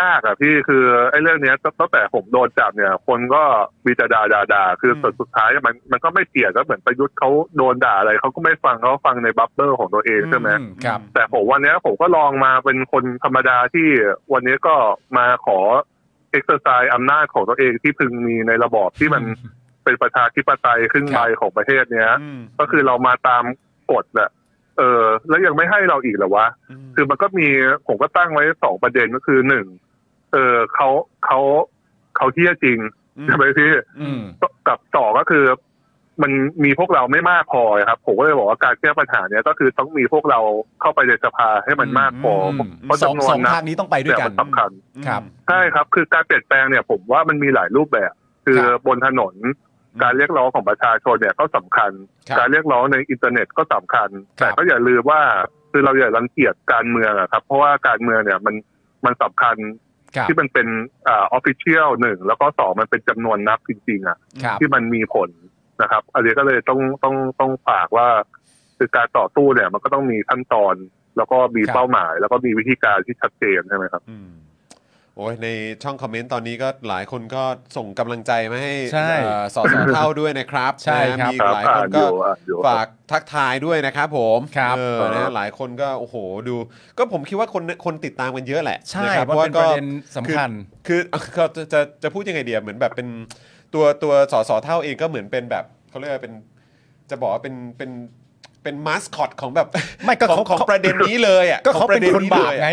ยากอะพี่คือไอ้เรื่องเนี้ยตั้งแต่ผมโดนจับเนี่ย คนก็มีแต่ด่าด่าด่าคือ
อืม
สุดสุดท้ายมันมันก็ไม่เปลี่ยนก็เหมือนประยุทธ์เขาโดนด่าอะไรเขาก็ไม่ฟังเขาฟังในบับเบอร์ของตัวเองใช่ไหม
อืครับ
แต่ผมวันเนี้ยผมก็ลองมาเป็นคนธรรมดาที่วันนี้ก็มาขอเอ็กซ์ไซส์อำนาจของตัวเองที่พึงมีในระบอบที่มันเป็นประชาธิปไตยครึ่งใบของประเทศเนี้ย
อืม
ก็คือเรามาตามกฎแหละเออ แล้วยังไม่ให้เราอีกเหรอวะ
ม
คือมันก็มีผมก็ตั้งไว้สองประเด็นก็คือหนึ่งเออเขาเขาเขาเที่ยจริงใช่ไหมพี่
อืม
กับต่อก็คือมันมีพวกเราไม่มากพอครับ ผมก็เลยบอกว่าการแก้ปัญหาเนี้ยก็คือต้องมีพวกเราเข้าไปในสภาให้มันมากพอ
อืม
เพราะ
สอง
จำนว
ส
น
อง
นะ
ทางนี้ต้องไปด้วยกั
เนี่ยมัน นสำคัญ
ครับ
ใช่ครับ คือการเปลี่ยนแปลงเนี่ย ผมว่ามันมีหลายรูปแบบ คือบนถนน การเรียกร้องของประชาชนเนี่ยก็สำคัญ
ครับ
การเรียกร้องในอินเทอร์เน็ตก็สำคัญ
ครับ
แต่ก็อย่าลืมว่าคือเราอย่ารังเกียจการเมืองอะครับ เพราะว่าการเมืองเนี่ยมันมันสำคัญ
ครับ
ที่มันเป็นอ่าออฟฟิเชียลหนึ่งแล้วก็สองมันเป็นจำนวนนับจริงๆอะ
ครับ
ที่มันมีผลนะครับ อันนี้ก็เลยต้องต้องต้องฝากว่า คือการต่อสู้เนี่ย มันก็ต้องมีขั้นตอน แล้วก็มีเป้าหมาย แล้วก็มีวิธีการที่ชัดเจนใช่ไหมครับ
อืมโอ้ยในช่องคอมเมนต์ตอนนี้ก็หลายคนก็ส่งกำลังใจมาให้
ใช่
เอ่อสอสอเท่าด้วยนะครับ
ใช่
นะครับ มี
ครับ
หลายค
อ่าน อ
ก็
ยู่อ่านอยู่
ฝากทักทายด้วยนะครับผม
ครับ
เออนะหลายคนก็โอ้โหดู ก็ผมคิดว่าคนคนติดตามกันเยอะแหละ
ใช่
นะครับ
เพราะเป็นประเด็นสำคัญ
คือคือ จะจะจะพูดยังไงเดียเหมือนแบบเป็นตัวตัวสอสอเท่าเองก็เหมือนเป็นแบบเขาเรียกว่าเป็นจะบอกว่าเป็นเป็นเป็นมาสคอตของแบบ
ไม่ก็
ของ
เขา
ของ
เขา
ประเด็นนี้เลยอ่ะ
ก็เขา
ของ
เป็นคนบาป
เลยอะ
ไง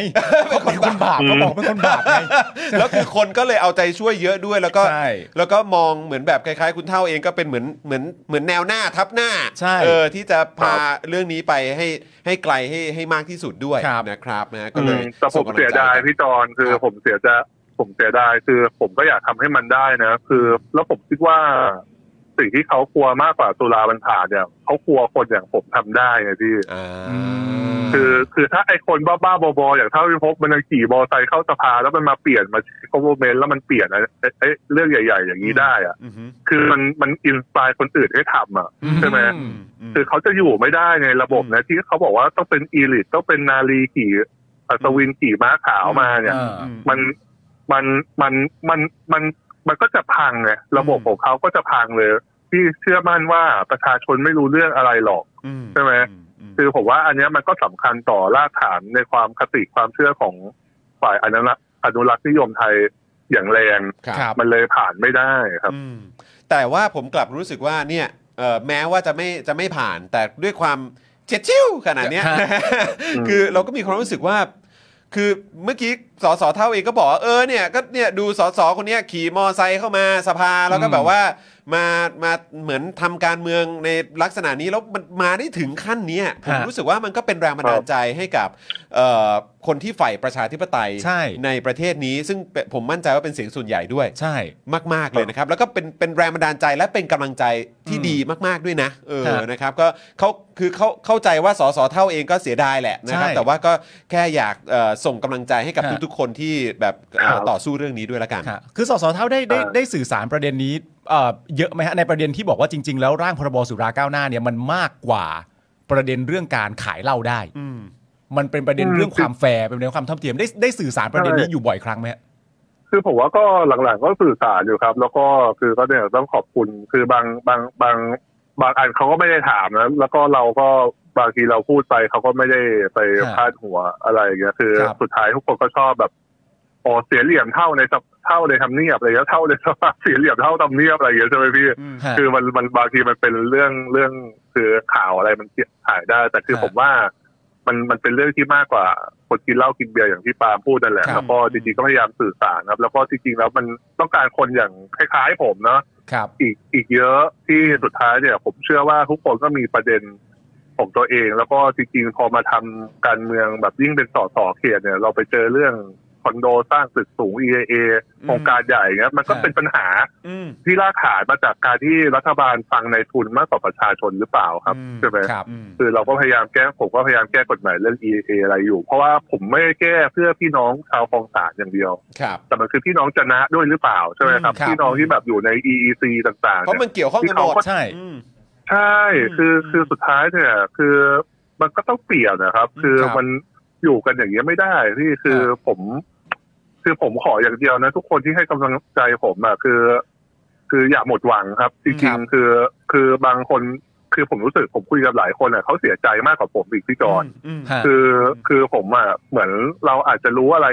เขาเป็นคนบาปเขาบอกเป็นคนบาปไง
แล้วคือคนก็เลยเอาใจช่วยเยอะด้วยแล้วก็
ใช่
แล้วก็มองเหมือนแบบคล้ายๆ คุณเท่าเองก็เป็นเหมือนเหมือนเหมือนแนวหน้าทับหน้า
ใช่
เออที่จะพาเรื่องนี้ไปให้ให้ไกลให้ให้มากที่สุดด้วย
ครับ
นะครับนะก็
อื
เล
ม
ย
แต่ผม
งกำลังใจ
เสียดายพี่จอนคือ
ครับ
ผมเสียใจะผมเสียดายคือผมก็อยากทำให้มันได้นะ คือแล้วผมคิดว่า สิ่งที่เขากลัวมากกว่าตุลาบันผานเนี่ยเขากลัวคนอย่างผมทำได้ไงพี่
อ่า
ม
คือคือถ้าไอ้คนบ้าๆบอๆอย่างเท่าพิภพมันยังขี่บอไซค์เข้าสภาแล้วมันมาเปลี่ยนมาโกเวอร์เมนแล้วมันเปลี่ยนไอ้ไอ้เรื่องใหญ่ ๆ อย่างนี้ได้อะ
อืมอืม
คือมันมันอินสปายคนอื่นให้ทำอ่ะ ใช่ไหม
อื
อืม
คือเขาจะอยู่ไม่ได้ในระบบนะที่เขาบอกว่าต้องเป็นอีลิตต้องเป็นนาลีขี่อัศวินขี่ม้าขาวมาเนี่ย
เออ
มันมันมันมันมันมันก็จะพังไงระบบ
อืม
ของเขาก็จะพังเลย ที่เชื่อมั่นว่าประชาชนไม่รู้เรื่องอะไรหรอก
อื
ใช่ไหม
อืม
คือผมว่าอันเนี้ยมันก็สำคัญต่อรากฐานในความคติความเชื่อของฝ่ายอนุรักษ์อนุรักษ์นิยมไทยอย่างแรง
ครับ
ครับ
มันเลยผ่านไม่ได้ครับ
อืมแต่ว่าผมกลับรู้สึกว่าเนี่ยเอ่อแม้ว่าจะไม่จะไม่ผ่านแต่ด้วยความเจ็ดชิ้วขนาดเนี้ย
อืม
คือเราก็มีความรู้สึกว่า คือเมื่อกี้สสเท่าเองก็บอกว่าเออเนี่ยก็เนี่ยดูสสคนเนี้ยขี่มอไซค์เข้ามาสภาแล้วก็
อืม
แบบว่ามามาเหมือนทำการเมืองในลักษณะนี้แล้วมันมาได้ถึงขั้นเนี้ยผมรู้สึกว่ามันก็เป็นแรงบันดาลใจให้กับเอ่อคนที่ใฝ่ประชาธิปไตย
ใช่
ประเทศนี้ ซึ่งเป็นผมมั่นใจว่าเป็นเสียงส่วนใหญ่ด้วย
ใช่
มาก ๆ เลยนะครับ แล้วก็เป็นเป็นแรงบันดาลใจและเป็นกำลังใจที่
อืม
ดีมาก ๆ ด้วยนะเออ
ฮะ
นะครับก็เขาคือเขาเข้าใจว่าสสเท่าเองก็เสียดายแหละนะครับ
ใช่
แต่ว่าก็แค่อยากเอ่อส่งกำลังใจให้กับ
ฮะ
ทุก ๆ คนที่แบบเอ่อ
ครับ
ต่อสู้เรื่องนี้ด้วยละกัน
ค่ะคือสสเท่าได้ได้
เอ่อ
ได้สื่อสารประเด็นนี้เอ่อเยอะไหมฮะในประเด็นที่บอกว่าจริง ๆ แล้วร่างพรบสุราก้าวหน้าเนี่ยมันมากกว่าประเด็นเรื่องการขายเหล้าได้ มันเป็นประเด็นเรื่องความแฟร์เป็นเรื่องความเท่าเทียมได้ได้สื่อสารประเด็นนี้อยู่บ่อยครั้งไหมฮะ
คือผมว่าก็หลังๆก็สื่อสารอยู่ครับ แล้วก็คือก็เนี่ยต้องขอบคุณคือบางบางบางบางอันเขาก็ไม่ได้ถามนะแล้วก็เราก็บางทีเราพูดไปเขาก็ไม่ได้ไป
ครับ
พาดหัวอะไรอย่างเงี้ยคือ
ครับ
สุดท้ายทุกคนก็ชอบแบบอ๋อเสียเหลี่ยมเท่าในสภเท่าในทำเนียบอะไรเงี้ยเท่าในสภาเสียเหลี่ยมเท่าทำเนียบอะไรอย่างเงี้ยใช่ไหมพี่
ฮะ
คือมันมันบางทีมันเป็นเรื่องเรื่องคือข่าวอะไรมันถ่ายได้ แต่คือ
ฮะ
ผมว่ามันมันเป็นเรื่องที่มากกว่าคนกินเหล้ากินเบียร์อย่างที่ปาล์มพูดนั่นแหละ
ครับ
แล้วก็จริงๆก็พยายามสื่อสารครับ แล้วก็จริงๆแล้วมันต้องการคนอย่างคล้ายๆผมเนาะ
ครับ
อีกอีกเยอะที่สุดท้ายเนี่ย ผมเชื่อว่าทุกคนก็มีประเด็นของตัวเอง แล้วก็จริงๆพอมาทำการเมืองแบบยิ่งเป็นสอสอเขตเนี่ย เราไปเจอเรื่อง คอนโดสร้างตึกสูง EIA โครงการใหญ่เงี้ยมันก็
ใช่
เป็นปัญหา
อืม
ที่รากฐานมาจากการที่รัฐบาลฟังในทุนมากกว่าประชาชนหรือเปล่าครับ
อืม
ใช่ไหม
ครับ
อืม
คือเราก็พยายามแก้ผมก็พยายามแก้กฎหมายเรื่อง EA อะไรอยู่ เพราะว่าผมไม่ได้แก้เพื่อพี่น้องชาวคลองสานอย่างเดียว
ครับ
แต่มันคือพี่น้องจะนะด้วยหรือเปล่าใช่ไหมครับ
ครับ
พี่น้องที่แบบอยู่ใน EEC ต่างๆ
เพราะมั
เนี่ย
นเกี่ยวข้องกันหม
ที่
ด
เขาก็
ใช่
อืม
ใช่คือ
อืม
คือสุดท้ายเนี่ยคือมันก็ต้องเปลี่ยนนะครับ คือ
ครับ
มันอยู่กันอย่างนี้ยไม่ได้ที่คือ
ครับ
ผม คือผมขออย่างเดียวนะ ทุกคนที่ให้กำลังใจผมอะคือ คืออย่าหมดหวังครับ จ
ครั
ริง
บ
ๆคือ คือบางคน คือผมรู้สึกผมคุยกับหลายคนอะเขาเสียใจมากกว่าผมอีกพี่จอน
อืม
ฮะ
คือคือผมอ่ะเหมือนเราอาจจะรู้อะไร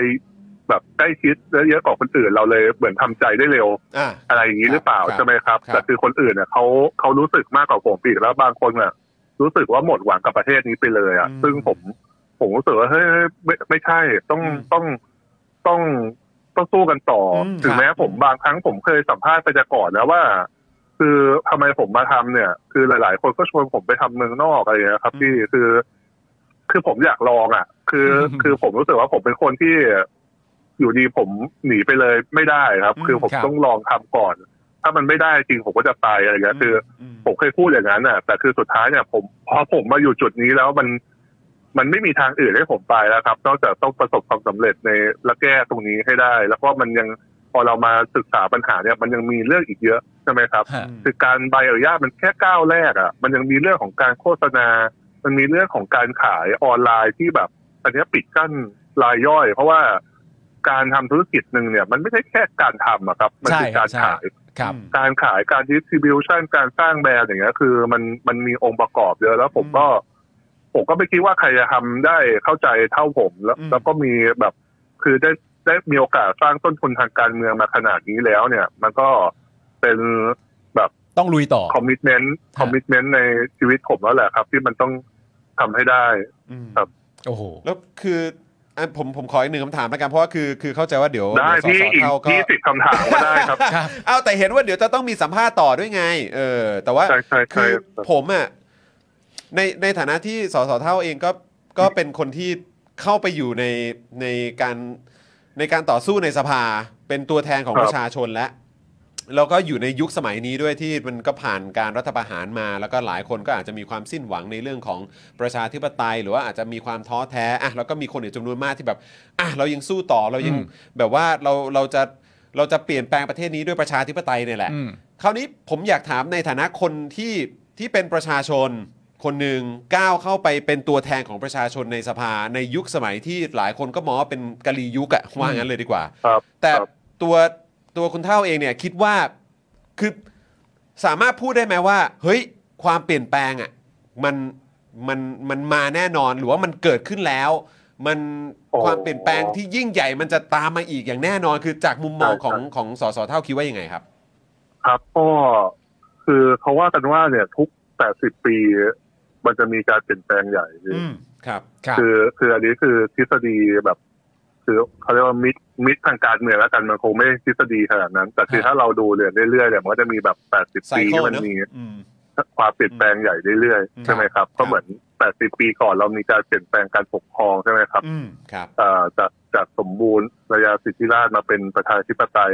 แบบใกล้ชิดและเยอะกว่าคนอื่นเราเลยเหมือนทำใจได้เร็ว
อ่า
อะไรอย่างนี้หรือเปล่า
ครับ
ใช่ไหมครับ
ครับ
แต่คือคนอื่นเนี่ยเขาเขารู้สึกมากกว่าผมอีกแล้วบางคนอ่ะรู้สึกว่าหมดหวังกับประเทศนี้ไปเลยอ่ะ ซึ่งผมผมรู้สึกว่าเฮ้ยเฮ้ยไม่ไม่ใช่ต้องต้องต้องต้องสู้กันต่ออ
ม
ถึง
ครับ
แม้ผมบางครั้งผมเคยสัมภาษณ์ไปจะก่อนนะว่า คือทำไมผมมาทำเนี่ย คือหลาย ๆ คนก็ชวนผมไปทำเมืองนอกอะไรอย่างเงี้ยครับพี่คือ คือผมอยากลองอ่ะ คือ
อืม
คือผมรู้สึกว่าผมเป็นคนที่อยู่ดีผมหนีไปเลยไม่ได้ครับ
อืม
คือผม
ครับ
ต้องลองทำก่อน ถ้ามันไม่ได้จริงผมก็จะไปอะไรอย่างเงี้ยคือ ผมเคยพูดอย่างนั้นน่ะ แต่คือสุดท้ายเนี่ย ผมพอผมมาอยู่จุดนี้แล้วมันมันไม่มีทางอื่นให้ผมไปแล้วครับ นอกจากต้องประสบความสำเร็จในและแก้ตรงนี้ให้ได้ แล้วก็มันยังพอเรามาศึกษาปัญหาเนี่ย มันยังมีเรื่องอีกเยอะใช่ไหมครับ
ฮะ
คือการใบอนุญาตมันแค่ก้าวแรกอะ่ะ มันยังมีเรื่องของการโฆษณา มันมีเรื่องของการขายออนไลน์ที่แบบ อันเนี้ยปิดกั้นรายย่อย เพราะว่าการทำธุรกิจหนึ่งเนี่ย มันไม่ใช่แค่การทำอะครับ มัคือ
ใช่ครับ
การ
ใช่
ขาย
ครับ
การขายการดิส r ิบิวชันการสร้างแบรนด์อย่างเงี้ยคือมันมันมีองค์ประกอบเยอะแล้วผมก็ ผมก็ไม่คิดว่าใครจะทำได้เข้าใจเท่าผมแล้ว
อืม
แล้วก็มีแบบ คือได้ได้มีโอกาสสร้างต้นทุนทางการเมืองมาขนาดนี้แล้วเนี่ย มันก็เป็นแบบ
ต้องลุยต่อ
คอมมิชเมนต์
ฮะ
คอมมิชเมนต์ในชีวิตผมแล้วแหละครับ ที่มันต้องทำให้ได้
อืม
ครับ
โอ้โห
แล้วคืออ่ะผมผมขออีกหนึ่งคำถามแล้วกันเพราะว่าคือคือเข้าใจว่าเดี๋ยว
ได้
เยวสส
พี่อีก
เข้าก็
ยี่สิบคำถามก็ได้ ครับ
เอาแต่เห็นว่าเดี๋ยวจะต้องมีสัมภาษณ์ต่อด้วยไง เออ แต่ว่า
ใช่ใช่ใช่
คือ
ครับ
ผมอ่ะในในฐานะที่สสเท่าเองก็ก็เป็นคนที่เข้าไปอยู่ในในการในการต่อสู้ในสภา เป็นตัวแทนของ
ครับ
ประชาชนและแล้วก็อยู่ในยุคสมัยนี้ด้วยที่มันก็ผ่านการรัฐประหารมา แล้วก็หลายคนก็อาจจะมีความสิ้นหวังในเรื่องของประชาธิปไตย หรือว่าอาจจะมีความท้อแท้อ่ะแล้วก็มีคนอีกจำนวนมากที่แบบอ่ะเรายังสู้ต่อเรายัง
อืม
แบบว่าเราเราจะเราจะเปลี่ยนแปลงประเทศนี้ด้วยประชาธิปไตยเนี่ยแหละ
อืม
คราวนี้ผมอยากถามในฐานะคนที่ที่เป็นประชาชน คนหนึ่งก้าวเข้าไปเป็นตัวแทนของประชาชนในสภา ในยุคสมัยที่หลายคนก็มองว่าเป็นกะลียุคอะว่างั้นเลยดีกว่า
ครับ
แต่
ครับ
ตัวตัวคุณเท่าเองเนี่ยคิดว่าคือสามารถพูดได้ไหมว่า เฮ้ยความเปลี่ยนแปลงอะมันมันมันมาแน่นอนหรือว่ามันเกิดขึ้นแล้ว มัน
โอ้
ความเปลี่ยนแปลงที่ยิ่งใหญ่มันจะตามมาอีกอย่างแน่นอน คือจากมุมมองของของสสเท่าคิดว่ายังไงครับ
ครับก็คือเขาว่ากันว่าเนี่ย ทุกแปดสิบปี มันจะมีการเปลี่ยนแปลงใหญ่
อืมครับ
ครับ
คือคืออันนี้คือทฤษฎีแบบ คือเขาเรียกว่ามิดมิดทางการเมืองแล้วกันมันคงไม่ทฤษฎีขนาดนั้น แต่คือ
ฮะ
ถ้าเราดูเรียนเรื่อยๆเนี่ยมันก็จะมีแบบแปดสิบ80 ปีที่มันมี
อืม
ความเปลี่ยนแปลงใหญ่เรื่อย
อืม
ๆใช่ไหมครับ
ครั
ก็
บ
เหมือน 80 ปีก่อนเรามีการเปลี่ยนแปลงการปกครองใช่ไหมครับ
อืมครับ
เอ่อจากจากสมบูรณ์ระยาสิทธิราชย์มาเป็นประชาธิปไตย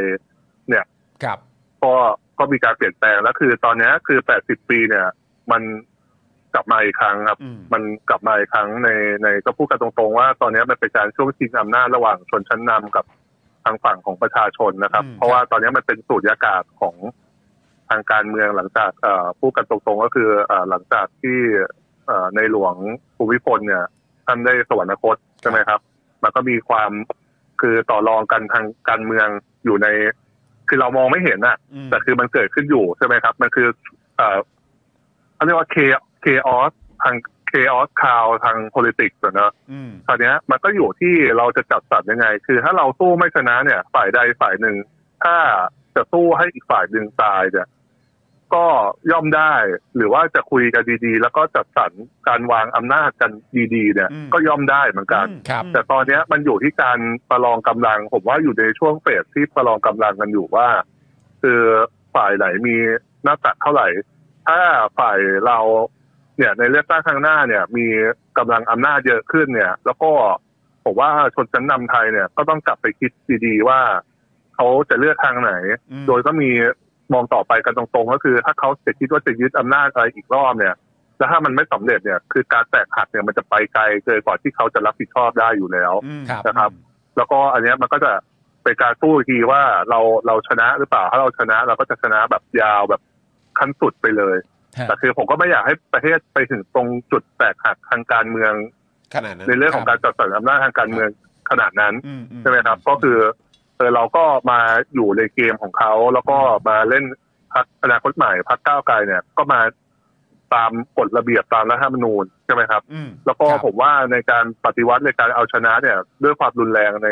ครับ
ก็ก็มีการเปลี่ยนแปลงแล้วคือตอนเนี้ยคือ 80 ปีเนี่ย มันกลับมาอีกครั้งครับ
อืม
มันกลับมาอีกครั้งในในก็พูดกันตรงๆว่าตอนเนี้ยมันเป็นการช่วงชิงอำนาจระหว่างชนชั้นนำกับทางฝั่งของประชาชนนะครับ
อืม
เพราะว่าตอนเนี้ยมันเป็นสูตรยากาศของทางการเมืองหลังจากเอ่อพูดกันตรงๆก็คือเอ่อหลังจากที่เอ่อในหลวงภูมิพลเนี่ยท่านได้สวรรคตใช่ไหมครับ มันก็มีความคือต่อรองกันทางการเมืองอยู่ใน คือเรามองไม่เห็นอะ
อืม
แต่คือมันเกิดขึ้นอยู่ใช่ไหมครับ มันคือเอ่อเขาเรียกว่าเคเคออสทางเคออสคาวทาง politics อะเนอะ
อืม
ตอนเนี้ยมันก็อยู่ที่เราจะจัดสรรยังไง คือถ้าเราสู้ไม่ชนะเนี่ย ฝ่ายใดฝ่ายหนึ่ง ถ้าจะสู้ให้อีกฝ่ายหนึ่งตายเนี่ย ก็ย่อมได้ หรือว่าจะคุยกันดีๆ แล้วก็จัดสรรการวางอำนาจกันดีๆ เนี่ย ก็ย่อมได้เหมือนกัน
ครับ
แต่ตอนเนี้ยมันอยู่ที่การประลองกำลัง ผมว่าอยู่ในช่วงเฟสที่ประลองกำลังกันอยู่ว่า คือฝ่ายไหนมีหน้าตักเท่าไหร่ ถ้าฝ่ายเราเนี่ยในเลือกตั้งข้างหน้าเนี่ย มีกำลังอำนาจเยอะขึ้นเนี่ย แล้วก็ ผมว่าชนชั้นนำไทยเนี่ยก็ต้องกลับไปคิดดีๆว่าเขาจะเลือกทางไหน
อืม
โดยก็มีมองต่อไปกันตรงๆ ก็คือ ถ้าเขาจะคิดว่าจะยึดอำนาจอะไรอีกรอบเนี่ย แล้วถ้ามันไม่สำเร็จเนี่ยคือการแตกหักเนี่ยมันจะไปไกลเกินกว่าที่เขาจะรับผิดชอบได้อยู่แล้ว
อืม
ครับ
นะครับ แล้วก็อันเนี้ยมันก็จะเป็นการสู้อีกทีว่าเราเราชนะหรือเปล่า ถ้าเราชนะเราก็จะชนะแบบยาวแบบขั้นสุดไปเลย
ฮะ
แต่คือผมก็ไม่อยากให้ประเทศไปถึงตรงจุดแตกหักทางการเมือง
ขนาดนั้น
ในเรื่องของการจัดสรรอำนาจทางการเมืองขนาดนั้น
อือื
ใช่ไหมครับ ก็คือเออเราก็มาอยู่ในเกมของเขา แล้วก็มาเล่นพักอนาคตใหม่พักก้าวไกลเนี่ย ก็มาตามกฎระเบียบตามรัฐธรรมนูญใช่ไหมครับ
อืม
แล้วก็
ครับ
ผมว่าในการปฏิวัติในการเอาชนะเนี่ย ด้วยความรุนแรงใน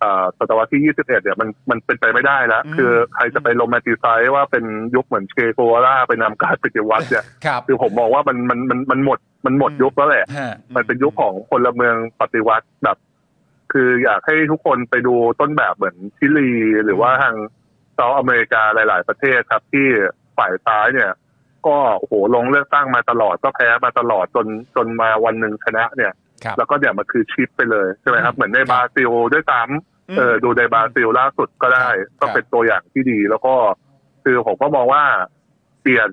เอ่อศตวรรษที่ 21 เนี่ยมันมันเป็นไปไม่ได้แล้ว
อืม
คือใครจะไปโรแมนติไซส์ว่าเป็นยุคเหมือนเชโกวาร่าไปนำการปฏิวัติเนี่ย
ครับ
คือผมมองว่ามันมันมันมันหมดมันหมดยุคแล้วแหละ
ฮะ
มันเป็นยุคของพลเมืองปฏิวัติแบบ คืออยากให้ทุกคนไปดูต้นแบบเหมือนชิลี หรือว่าทางเซาท์อเมริกาหลาย ๆ ประเทศครับ ที่ฝ่ายซ้ายเนี่ย ก็โอ้โหลงเลือกตั้งมาตลอดก็แพ้มาตลอดจนจนมาวันหนึ่งชนะเนี่ย
ครับ
แล้วก็เนี่ยมันคือชิปไปเลยใช่ไหมครับ เหมือนในบราซิลด้วยซ้ำ เออดูในบราซิลล่าสุดก็ได้
ครับ
ก็เป็นตัวอย่างที่ดี แล้วก็คือผมก็มองว่าเปลี่ยน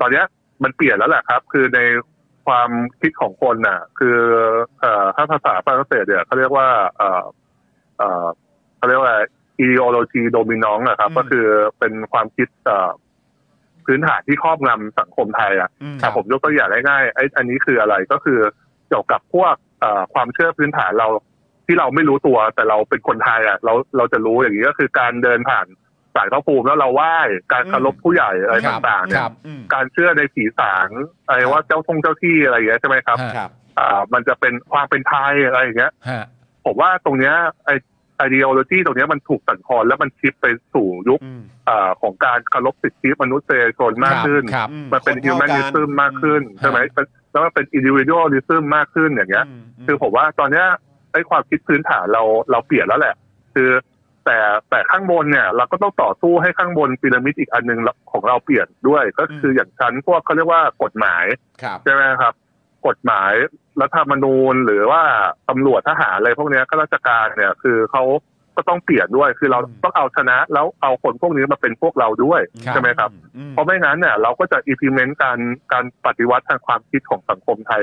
ตอนเนี้ยมันเปลี่ยนแล้วแหละครับ คือในความคิดของคนน่ะ คือเอ่อถ้าภาษาฝรั่งเศสเนี่ยเขาเรียกว่าเอ่อเอ่อเขาเรียกว่า ideology dominant นะครับ
อืม
ก็คือเป็นความคิดเอ่อพื้นฐานที่ครอบงำสังคมไทยอ่ะ
อื
ค
ม
รั
แต่
บ
ผมยกตัวอย่างง่ายๆไอ้อันนี้คืออะไรก็คือเกี่ยวกับพวกเอ่อความเชื่อพื้นฐานเราที่เราไม่รู้ตัวแต่เราเป็นคนไทยอ่ะเราเราจะรู้อย่างนี้ก็คือการเดินผ่านสายพระภูมิแล้วเราไหว้การ
อืม
เคารพผู้ใหญ่อะไร
ครับ
ต่างๆ
ค
เนี่ย
รับ
อืม
การเชื่อในผีสางอะไรว่าเจ้าทงเจ้าที่อะไรอย่างเงี้ยใช่ไหมครับ
ฮะ
ครับ
อ่ามันจะเป็นความเป็นไทยอะไรอย่างเงี้ย
ฮะ
ผมว่าตรงเนี้ยไอไอเดียโลจีตรงเนี้ยมันถูกสั่นคลอนแล้วมันชิปไปสู่ยุค
อืม
เอ่อของการเคารพสิทธิมนุษยชนมากขึ้น
ครับ
อื
มันเป็น
ค
h u
ท่า
m a
กั
n i s m มากขึ้นใช่ไหม
ฮะ
เป็นแล้วมันเป็น individualism มากขึ้นอย่างเงี้ย
ม
คือผมว่าตอนเนี้ยไอ้ความคิดพื้นฐานเราเราเปลี่ยนแล้วแหละ คือแต่แต่ข้างบนเนี่ยเราก็ต้องต่อสู้ให้ข้างบนพีระมิดอีกอันหนึงของเราเปลี่ยนด้วย ก็คืออย่างชั้นพวกเขาเรียกว่ากฎหมาย
ครับ
ใช่ไหมครับ กฎหมายรัฐธรรมนูญหรือว่าตำรวจทหารอะไรพวกเนี้ยข้าราชการเนี่ย คือเขาก็ต้องเปลี่ยนด้วย คือเรา
อืม
ต้องเอาชนะแล้วเอาคนพวกนี้มาเป็นพวกเราด้วย
ครับ
ใช่ไหมครับ
อืม
เพราะไม่งั้นเนี่ยเราก็จะ implement การการปฏิวัติทางความคิดของสังคมไทย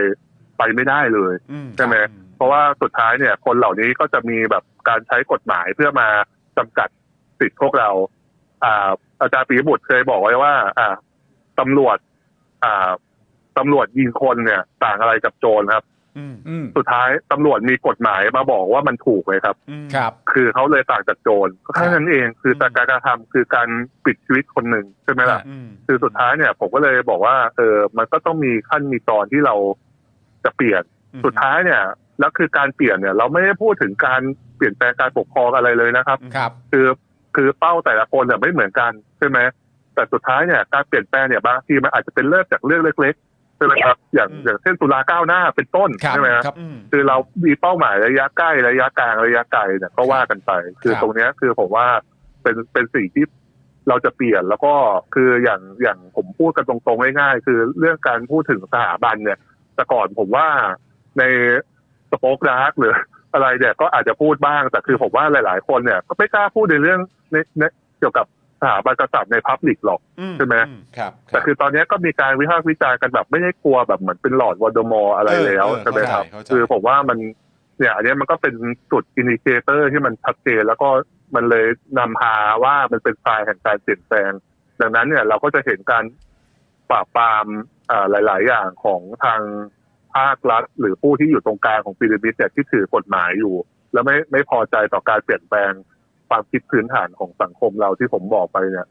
ไปไม่ได้เลย
อื
ใช่ไหม เพราะว่าสุดท้ายเนี่ย คนเหล่านี้ก็จะมีแบบการใช้กฎหมายเพื่อมาจำกัดสิทธิพวกเรา อ่า อาจารย์ปียบุตรเคยบอกไว้ว่า อ่าตำรวจ อ่าตำรวจยิงคนเนี่ย ต่างอะไรกับโจรครับ
อืม
อืม
สุดท้ายตำรวจมีกฎหมายมาบอกว่ามันถูกไหมครับ
อืม
ครับ
คือเขาเลยต่างจากโจรก็แค่นั้นเองคือแต่การกระทำคือการปิดชีวิตคนหนึ่งใช่ไหมล่ะ
อืม
คือสุดท้ายเนี่ยผมก็เลยบอกว่าเออมันก็ต้องมีขั้นมีตอนที่เราจะเปลี่ยน
อืม
สุดท้ายเนี่ยแล้วคือการเปลี่ยนเนี่ย เราไม่ได้พูดถึงการเปลี่ยนแปลงการปกครองอะไรเลยนะครับ
ครับ
คือคือเป้าแต่ละคนเนี่ยไม่เหมือนกันใช่ไหมแต่สุดท้ายเนี่ยการเปลี่ยนแปลงเนี่ยบางทีมันอาจจะเป็นเริ่มจากเรื่องเล็กๆใช่ไหมครับอย่างอย่างเช่นสุราก้าวหน้าเป็นต้น
ครับ
ใช่ไหมฮะ
ครับ
อืม
คือเรามีเป้าหมายระยะใกล้ระยะกลางระยะไกลเนี่ยก็ว่ากันไป คือ
ครับ
ตรงเนี้ยคือผมว่าเป็นเป็นสิ่งที่เราจะเปลี่ยนแล้วก็คืออย่างอย่างผมพูดกันตรงๆง่ายๆคือเรื่องการพูดถึงสถาบันเนี่ย แต่ก่อนผมว่าในสปอคดาร์กหรือ อะไรเนี่ยก็อาจจะพูดบ้างแต่คือผมว่าหลาย ๆ คนเนี่ยก็ไม่กล้าพูดในเรื่องในในเกี่ยวกับสถาบันกษัตริย์ในพับลิกหรอก ใช่ไหม
อืครับ
แต่คือตอนเนี้ยก็มีการวิพากษ์วิจารณ์กันแบบไม่ได้กลัวแบบเหมือนเป็นหลอดวอลเดอมอร์อะไรแล้ว
เออ
ใช่ไหมครับ
เข้าใจ
คือผมว่ามันเนี่ยอันเนี้ยมันก็เป็นจุดอินดิเคเตอร์ที่มันชัดเจนแล้วก็มันเลยนำพาว่ามันเป็นทรายแห่งการเปลี่ยนแปลง ดังนั้นเนี่ยเราก็จะเห็นการปราบปรามอ่าหลาย ๆ อย่างของทางภาครัฐ หรือผู้ที่อยู่ตรงกลางของพีระมิดเนี่ยที่ถือกฎหมายอยู่ แล้วไม่ไม่พอใจต่อการเปลี่ยนแปลงความคิดพื้นฐานของสังคมเราที่ผมบอกไปเนี่ย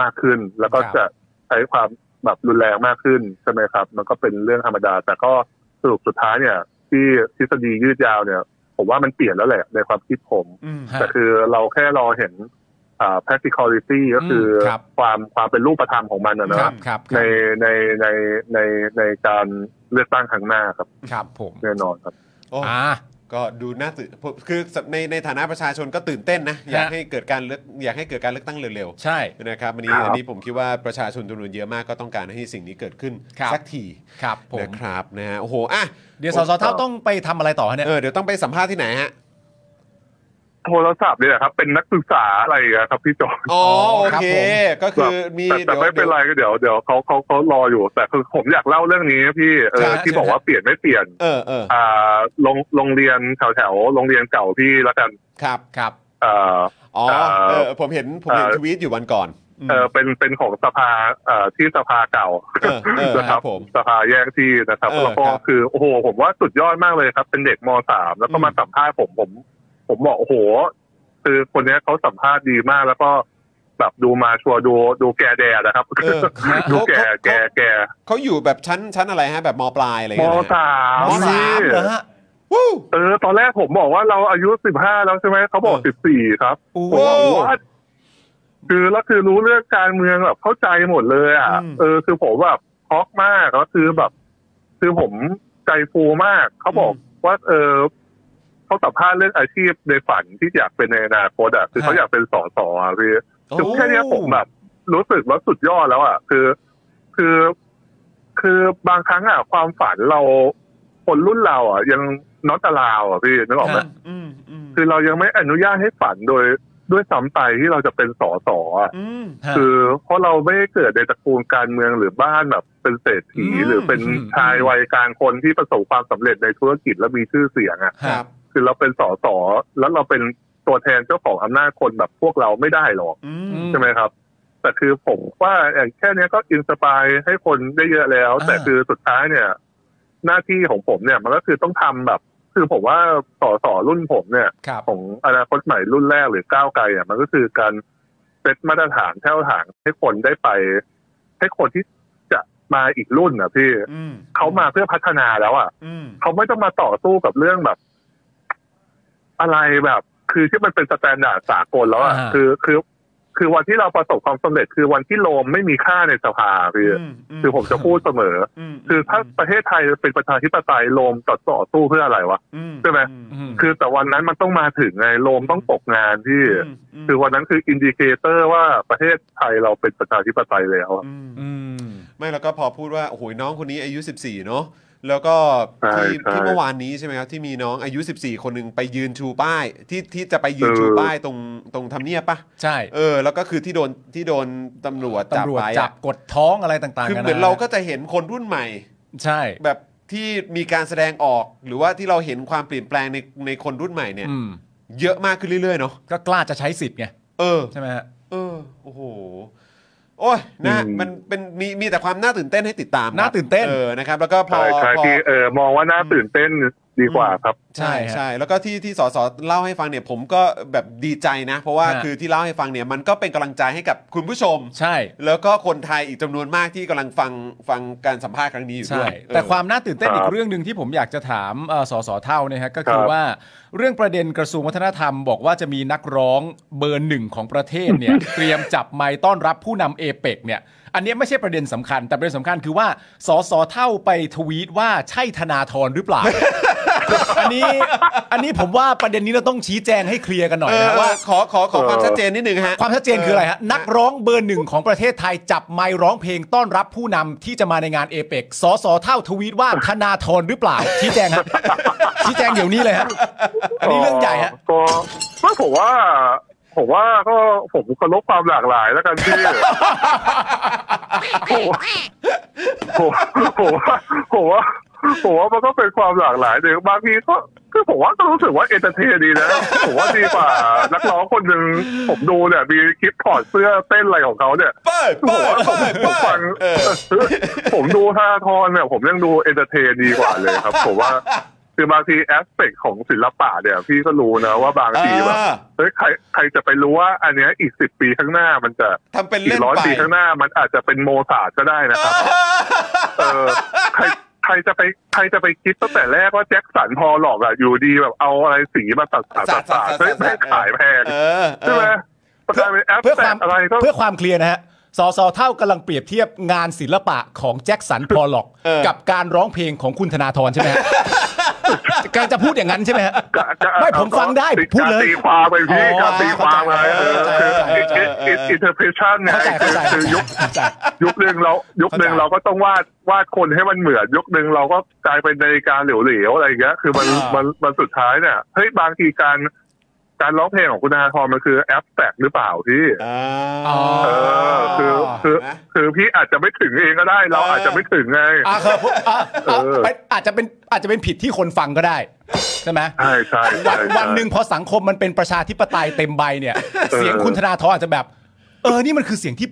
มากขึ้นแล้วก็
ครับ
จะใช้ความแบบรุนแรงมากขึ้นใช่ไหมครับ มันก็เป็นเรื่องธรรมดา แต่ก็สรุปสุดท้ายเนี่ย ที่ทฤษฎียืดยาวเนี่ย ผมว่ามันเปลี่ยนแล้วแหละในความคิดผม
อืม
ฮะ
แต่คือเราแค่รอเห็นอ่า practicality ก็คือ
มครับ
ความความเป็นรูปธรรมของมันนะ
ค
นะ
รับครับค
ใน
รับ
ในในในในการเลือกตั้งครั้งหน้าครับ
ครับผม
แน่นอนครับ
โอ้
อ่า
ก็ดูน่าตื่นคือในในฐานะประชาชนก็ตื่นเต้นนะอยาก
ฮะ
ให้เกิดการเลือกอยากให้เกิดการเลือกตั้งเร็วๆ
ใช่
นะครับอันนี้
ครับ
อันนี้ผมคิดว่าประชาชนจำนวนเยอะมากก็ต้องการให้สิ่งนี้เกิดขึ้น
ครับ
สักที
ครับผม
นะครับนะฮะโอ้โหอ่ะ
เดี๋ยวสสเท่าต้องไปทำอะไรต่อฮะเนี่ย
เออเดี๋ยวต้องไปสัมภาษณ์ที่ไหนฮะ
โทรศัพท์เลยครับ เป็นนักศึกษาอะไรอะครับพี่โจน
อ๋อ
อ๋
โอ
อครับ
เค
ผม
ก็คือมี
แต่แต่
เดี๋ยว
ไม่เป็นไร
ดี๋ยว
ก็เดี๋ยวเดี๋ยวเขาเขาเขารออยู่ แต่คือผมอยากเล่าเรื่องนี้พี่เอ
ใช่
อ
ฮะ
ที่บอกว่าเปลี่ยนไม่เปลี่ยน
เออเออ
อ่าโรงโรงเรียนแถวแถวๆโรงเรียนเก่าพี่ละกัน
ครับ
ครับ
เอ่อ
อ๋อเอ
เอ่
อ
อ
ผมเห็นผมเห็น
เอ่อ
ทวีตอยู่วันก่อนม
เออเป็นเป็นของสภาเอ่อที่สภาเก่า
เออเออ
นะ
ค
ค
รั
รั
บบผม
สภาแยกที่นะครับ
เออ
แล้วก็
ครับ
คือโอ้โหผมว่าสุดยอดมากเลยครับ เป็นเด็กมสามแล้วก็มา
อืม
สัมภาษณ์ผมผม ผมบอกโอ้โห คือคนเนี้ยเขาสัมภาษณ์ดีมาก แล้วก็แบบดูมาชัวร์ดูดูแกแดดนะครับ
เออ
ดู
เขา
แก
เขา
แก
เขา
แก
เขาอยู่แบบชั้นชั้นอะไรฮะแบบมปลายอะไรอย่ง
ม
เงี้ยนะฮะ
สาม
มสาม
นี่
เหรอฮะ
วู้
เออ ตอนแรกผมบอกว่าเราอายุสิบห้าแล้วใช่ไหมเขาบอก
เออ
สิบสี่ครับ
โอ้
ผมว่า
โอ้
ว่าคือแล้วคือรู้เรื่องการเมืองแบบเข้าใจหมดเลยอ่ะ
อืม
เออคือผมแบบช็อกมากแล้วคือแบบ คือผมใจฟูมากเขาบอก
อื
ว่า เออเขาสัมภาษณ์เรื่องอาชีพในฝันที่อยากเป็นในอนาคตอ่ะคือ
ฮะ
เขาอยากเป็นสอสอ่ะพี่คือ
โอ้
แค่เนี้ยผมแบบ รู้สึกว่าสุดยอดแล้วอ่ะคือ คือ คือบางครั้งอ่ะ ความฝันเราคนรุ่นเราอ่ะ ยังน็อตตะลาวอ่ะพี่นึกออกไหม
ฮะ
อืมอืม
คือเรายังไม่อนุญาตให้ฝันโดยด้วยซ้ำไปที่เราจะเป็นสอสอะ
อืม
ฮะ
คือเพราะเราไม่ได้เกิดในตระกูลการเมืองหรือบ้านแบบเป็นเศรษฐี
อืม
หรือเป็นชายวัยกลางคนที่ประสบความสำเร็จในธุรกิจและมีชื่อเสียงอะ
ครับ
คือเราเป็นสอสอแล้วเราเป็นตัวแทนเจ้าของอำนาจคนแบบพวกเราไม่ได้หรอก
อื
อื
ม
ใช่ไหมครับ แต่คือผมว่าอย่างแค่เนี้ยก็อินสปายให้คนได้เยอะแล้ว
อ่า
แต่คือสุดท้ายเนี่ย หน้าที่ของผมเนี่ย มันก็คือต้องทำแบบ คือผมว่าสอสอรุ่นผมเนี่ย
ครับ
ของอนาคตใหม่รุ่นแรกหรือก้าวไกลอ่ะมันก็คือการเซตมาตรฐานแถวทางให้คนได้ไป ให้คนที่จะมาอีกรุ่นอ่ะพี่
อืม
เขามาเพื่อพัฒนาแล้วอ่ะ
อืม
เขาไม่ต้องมาต่อสู้กับเรื่องแบบ อะไรแบบ คือที่มันเป็นสแตนดาร์ดสากลแล้วอ่ะ
อ่า
คือคือ คือวันที่เราประสบความสำเร็จ คือวันที่โลมไม่มีค่าในสภาพี่คือผมจะพูดเสมอ คือถ้าประเทศไทยเป็นประชาธิปไตยโลมจะต่อสู้เพื่ออะไรวะ ใช่ไหม
ม
คือแต่วันนั้นมันต้องมาถึงไงโลมต้องตกงานพี่ คือวันนั้นคืออินดิเคเตอร์ว่าประเทศไทยเราเป็นประชาธิปไตยแล้วอะ
อืม
ไม่แล้วก็พอพูดว่าโอ้โหน้องคนนี้อายุ 14 เนอะแล้วก็ที่
ใช่ใช่
ที่เมื่อวานนี้ใช่ไหมครับที่มีน้องอายุ 14 คนหนึ่งไปยืนชูป้ายที่ที่จะไปยืนชู
เออ
ป้ายตรงตรงทำเนียบปะ
ใช่
เออ แล้วก็คือที่โดนที่โดนตำรวจจับ
ตำรวจ
ไป
จั
อะ
บกดท้องอะไรต่างๆ
คือ
กั
เหมือนเราก็จะเห็นคนรุ่นใหม่
ใช่
แบบที่มีการแสดงออก หรือว่าที่เราเห็นความเปลี่ยนแปลงในในคนรุ่นใหม่เนี่ย
อืม
เยอะมากขึ้นเรื่อยๆเนาะ
ก็กล้าจะใช้สิทธิ์ไง
เออ
ใช่ไหมฮะ
เออโอ้โห โอ้ยนะ
อืม
มันเป็นมีมีแต่ความน่าตื่นเต้นให้ติดตามครับ
น่าตื่นเต้น
เออนะครับ แล้วก็พอ
ใช่ใช่
พอ
ที่เออมองว่าน่าตื่นเต้นดีกว่าครับ
ใช่
ใช่ฮะ
ใช่แล้วก็ที่ที่สสเล่าให้ฟังเนี่ยผมก็แบบดีใจนะ เพราะว่า
ฮะ
คือที่เล่าให้ฟังเนี่ยมันก็เป็นกำลังใจให้กับคุณผู้ชม
ใช่
แล้วก็คนไทยอีกจำนวนมากที่กำลังฟังฟังการสัมภาษณ์ครั้งนี้อยู่ด้
ใช่
วยเออ
แต่ความน่าตื่นเต้นอี
ค
ก
รับ
เรื่องหนึ่งที่ผมอยากจะถามเอ่อสสเท่าเนี่ยฮะก็คือ
ครับ
ว่าเรื่องประเด็นกระทรวงวัฒนธรรมบอกว่าจะมีนักร้องเบอร์หนึ่งของประเทศเนี่ย เตรียมจับไมค์ต้อนรับผู้นำเอเปกเนี่ย อันเนี้ยไม่ใช่ประเด็นสำคัญ แต่ประเด็นสำคัญคือว่าสสเท่าไปทวีตว่าใช่ธนาธรหรือเปล่า อันนี้อันนี้ผมว่าประเด็นนี้เราต้องชี้แจงให้เคลียร์กันหน่อย
เออ
นะ
เออ
ว่า
ขอขอขอความชัดเจนนิดนึงฮะ
ความชัดเจนคืออะไรฮะ นักร้องเบอร์หนึ่งของประเทศไทยจับไมค์ร้องเพลงต้อนรับผู้นำที่จะมาในงานเอเปกสอสอเท่าทวีตว่าธนาธรหรือเปล่า ชี้แจง ฮะ ชี้แจงเดี๋ยวนี้เลยฮะ อันนี้เรื่องใหญ่ฮะ
ก็ก็ผมว่า ผมว่าก็ผมเคารพความหลากหลายแล้วกันพี่ ผมผมผมว่าผมว่าผมว่ามันก็เป็นความหลากหลายเดียบางทีก็คือผมว่าก็รู้สึกว่าเอนเตอร์เทนดีนะผมว่าดีกว่านักร้องคนหนึ่งผมดูเนี่ยมีคลิปถอดเสื้อเต้นอะไรของเขาเนี่ย
เปิด
ผม
เปิด
ว่าผม
เปิด
ผม
เปิ
ฟั
ด
งผมดูท่าทอนเนี่ย ผมยังดูเอนเตอร์เทนดีกว่าเลยครับ ผมว่าคือบางทีแอสเปกของศิลปะเนี่ย พี่ก็รู้นะว่าบาง
เอ
ทีแบบ
อ
เฮ้ยใครใครจะไปรู้ว่า อันเนี้ยอีกสิบปีข้างหน้ามันจะ
ทำเป็น
อี
เล่
ก
น
ร้อย
ไป
ปีข้างหน้ามันอาจจะเป็นโมซาร์ทก็ได้นะครับ เออใครใครจะไปใครจะไปคิดตั้งแต่แรกว่าแจ็คสันพอหลอกอะอยู่ดีแบบเอาอะไรสีมาตัดสาดตัดสาดเฮ้ยแม่งขายแพง
เออเอ
ใช่ไหม
อ
ประกันเป็นแอป
เพื่อ
แต
ความ
อะไรก็
เพื่อความเคลียร์นะฮะสอสอเท่ากำลังเปรียบเทียบงาน ศิลปะของแจ็คสันพอลล็อก กับการร้องเพลงของคุณธนาธรใช่ไหมฮะ กำลังจะพูดอย่างนั้นใช่ไหมฮะ
กะกะ
ไม่ผมฟังได้
ติ
พูดเลย
การตีความไปพี่
อ๋อ
การตีความอะไรเออ
เข้าใจเข้าใจเข้าใจ
คืออินเทอร์เพรชันเนี่ย
เข้าใจเข้าใจ
คือคือยุค
เข้าใจ
ยุคหนึ่งเรายุคหนึ่ง
เข้าใจ
เราก็ต้องวาดวาดคนให้มันเหมือนยุคหนึ่งเราก็กลายเป็นนาฬิกาเหลวๆอะไรอย่างเงี้ยคือมัน
อ่ามั
มันมันสุดท้ายเนี่ยเฮ้ยบางทีการการร้องเพลงของคุณธนาธรมันคือแอปแตกหรือเปล่าพี่
อ่า
อ๋อ
เออคือคือ
เห็นไหม
คือพี่อาจจะไม่ถึงเองก็ได้ เรา
เอออ
อาจจะไม่ถึงไง
อ่ะครับผมอ่ะอ่ะ
เออ
ไปอาจจะเป็นอาจจะเป็นผิดที่คนฟังก็ได้ใช่ไหม
ใช่ใช่ใช่
วันวันหนึ่งพอสังคมมันเป็นประชาธิปไตยเต็มใบเนี่ย เสียงคุณธนาธรอาจจะแบบ เออนี่มันคือเสียงที่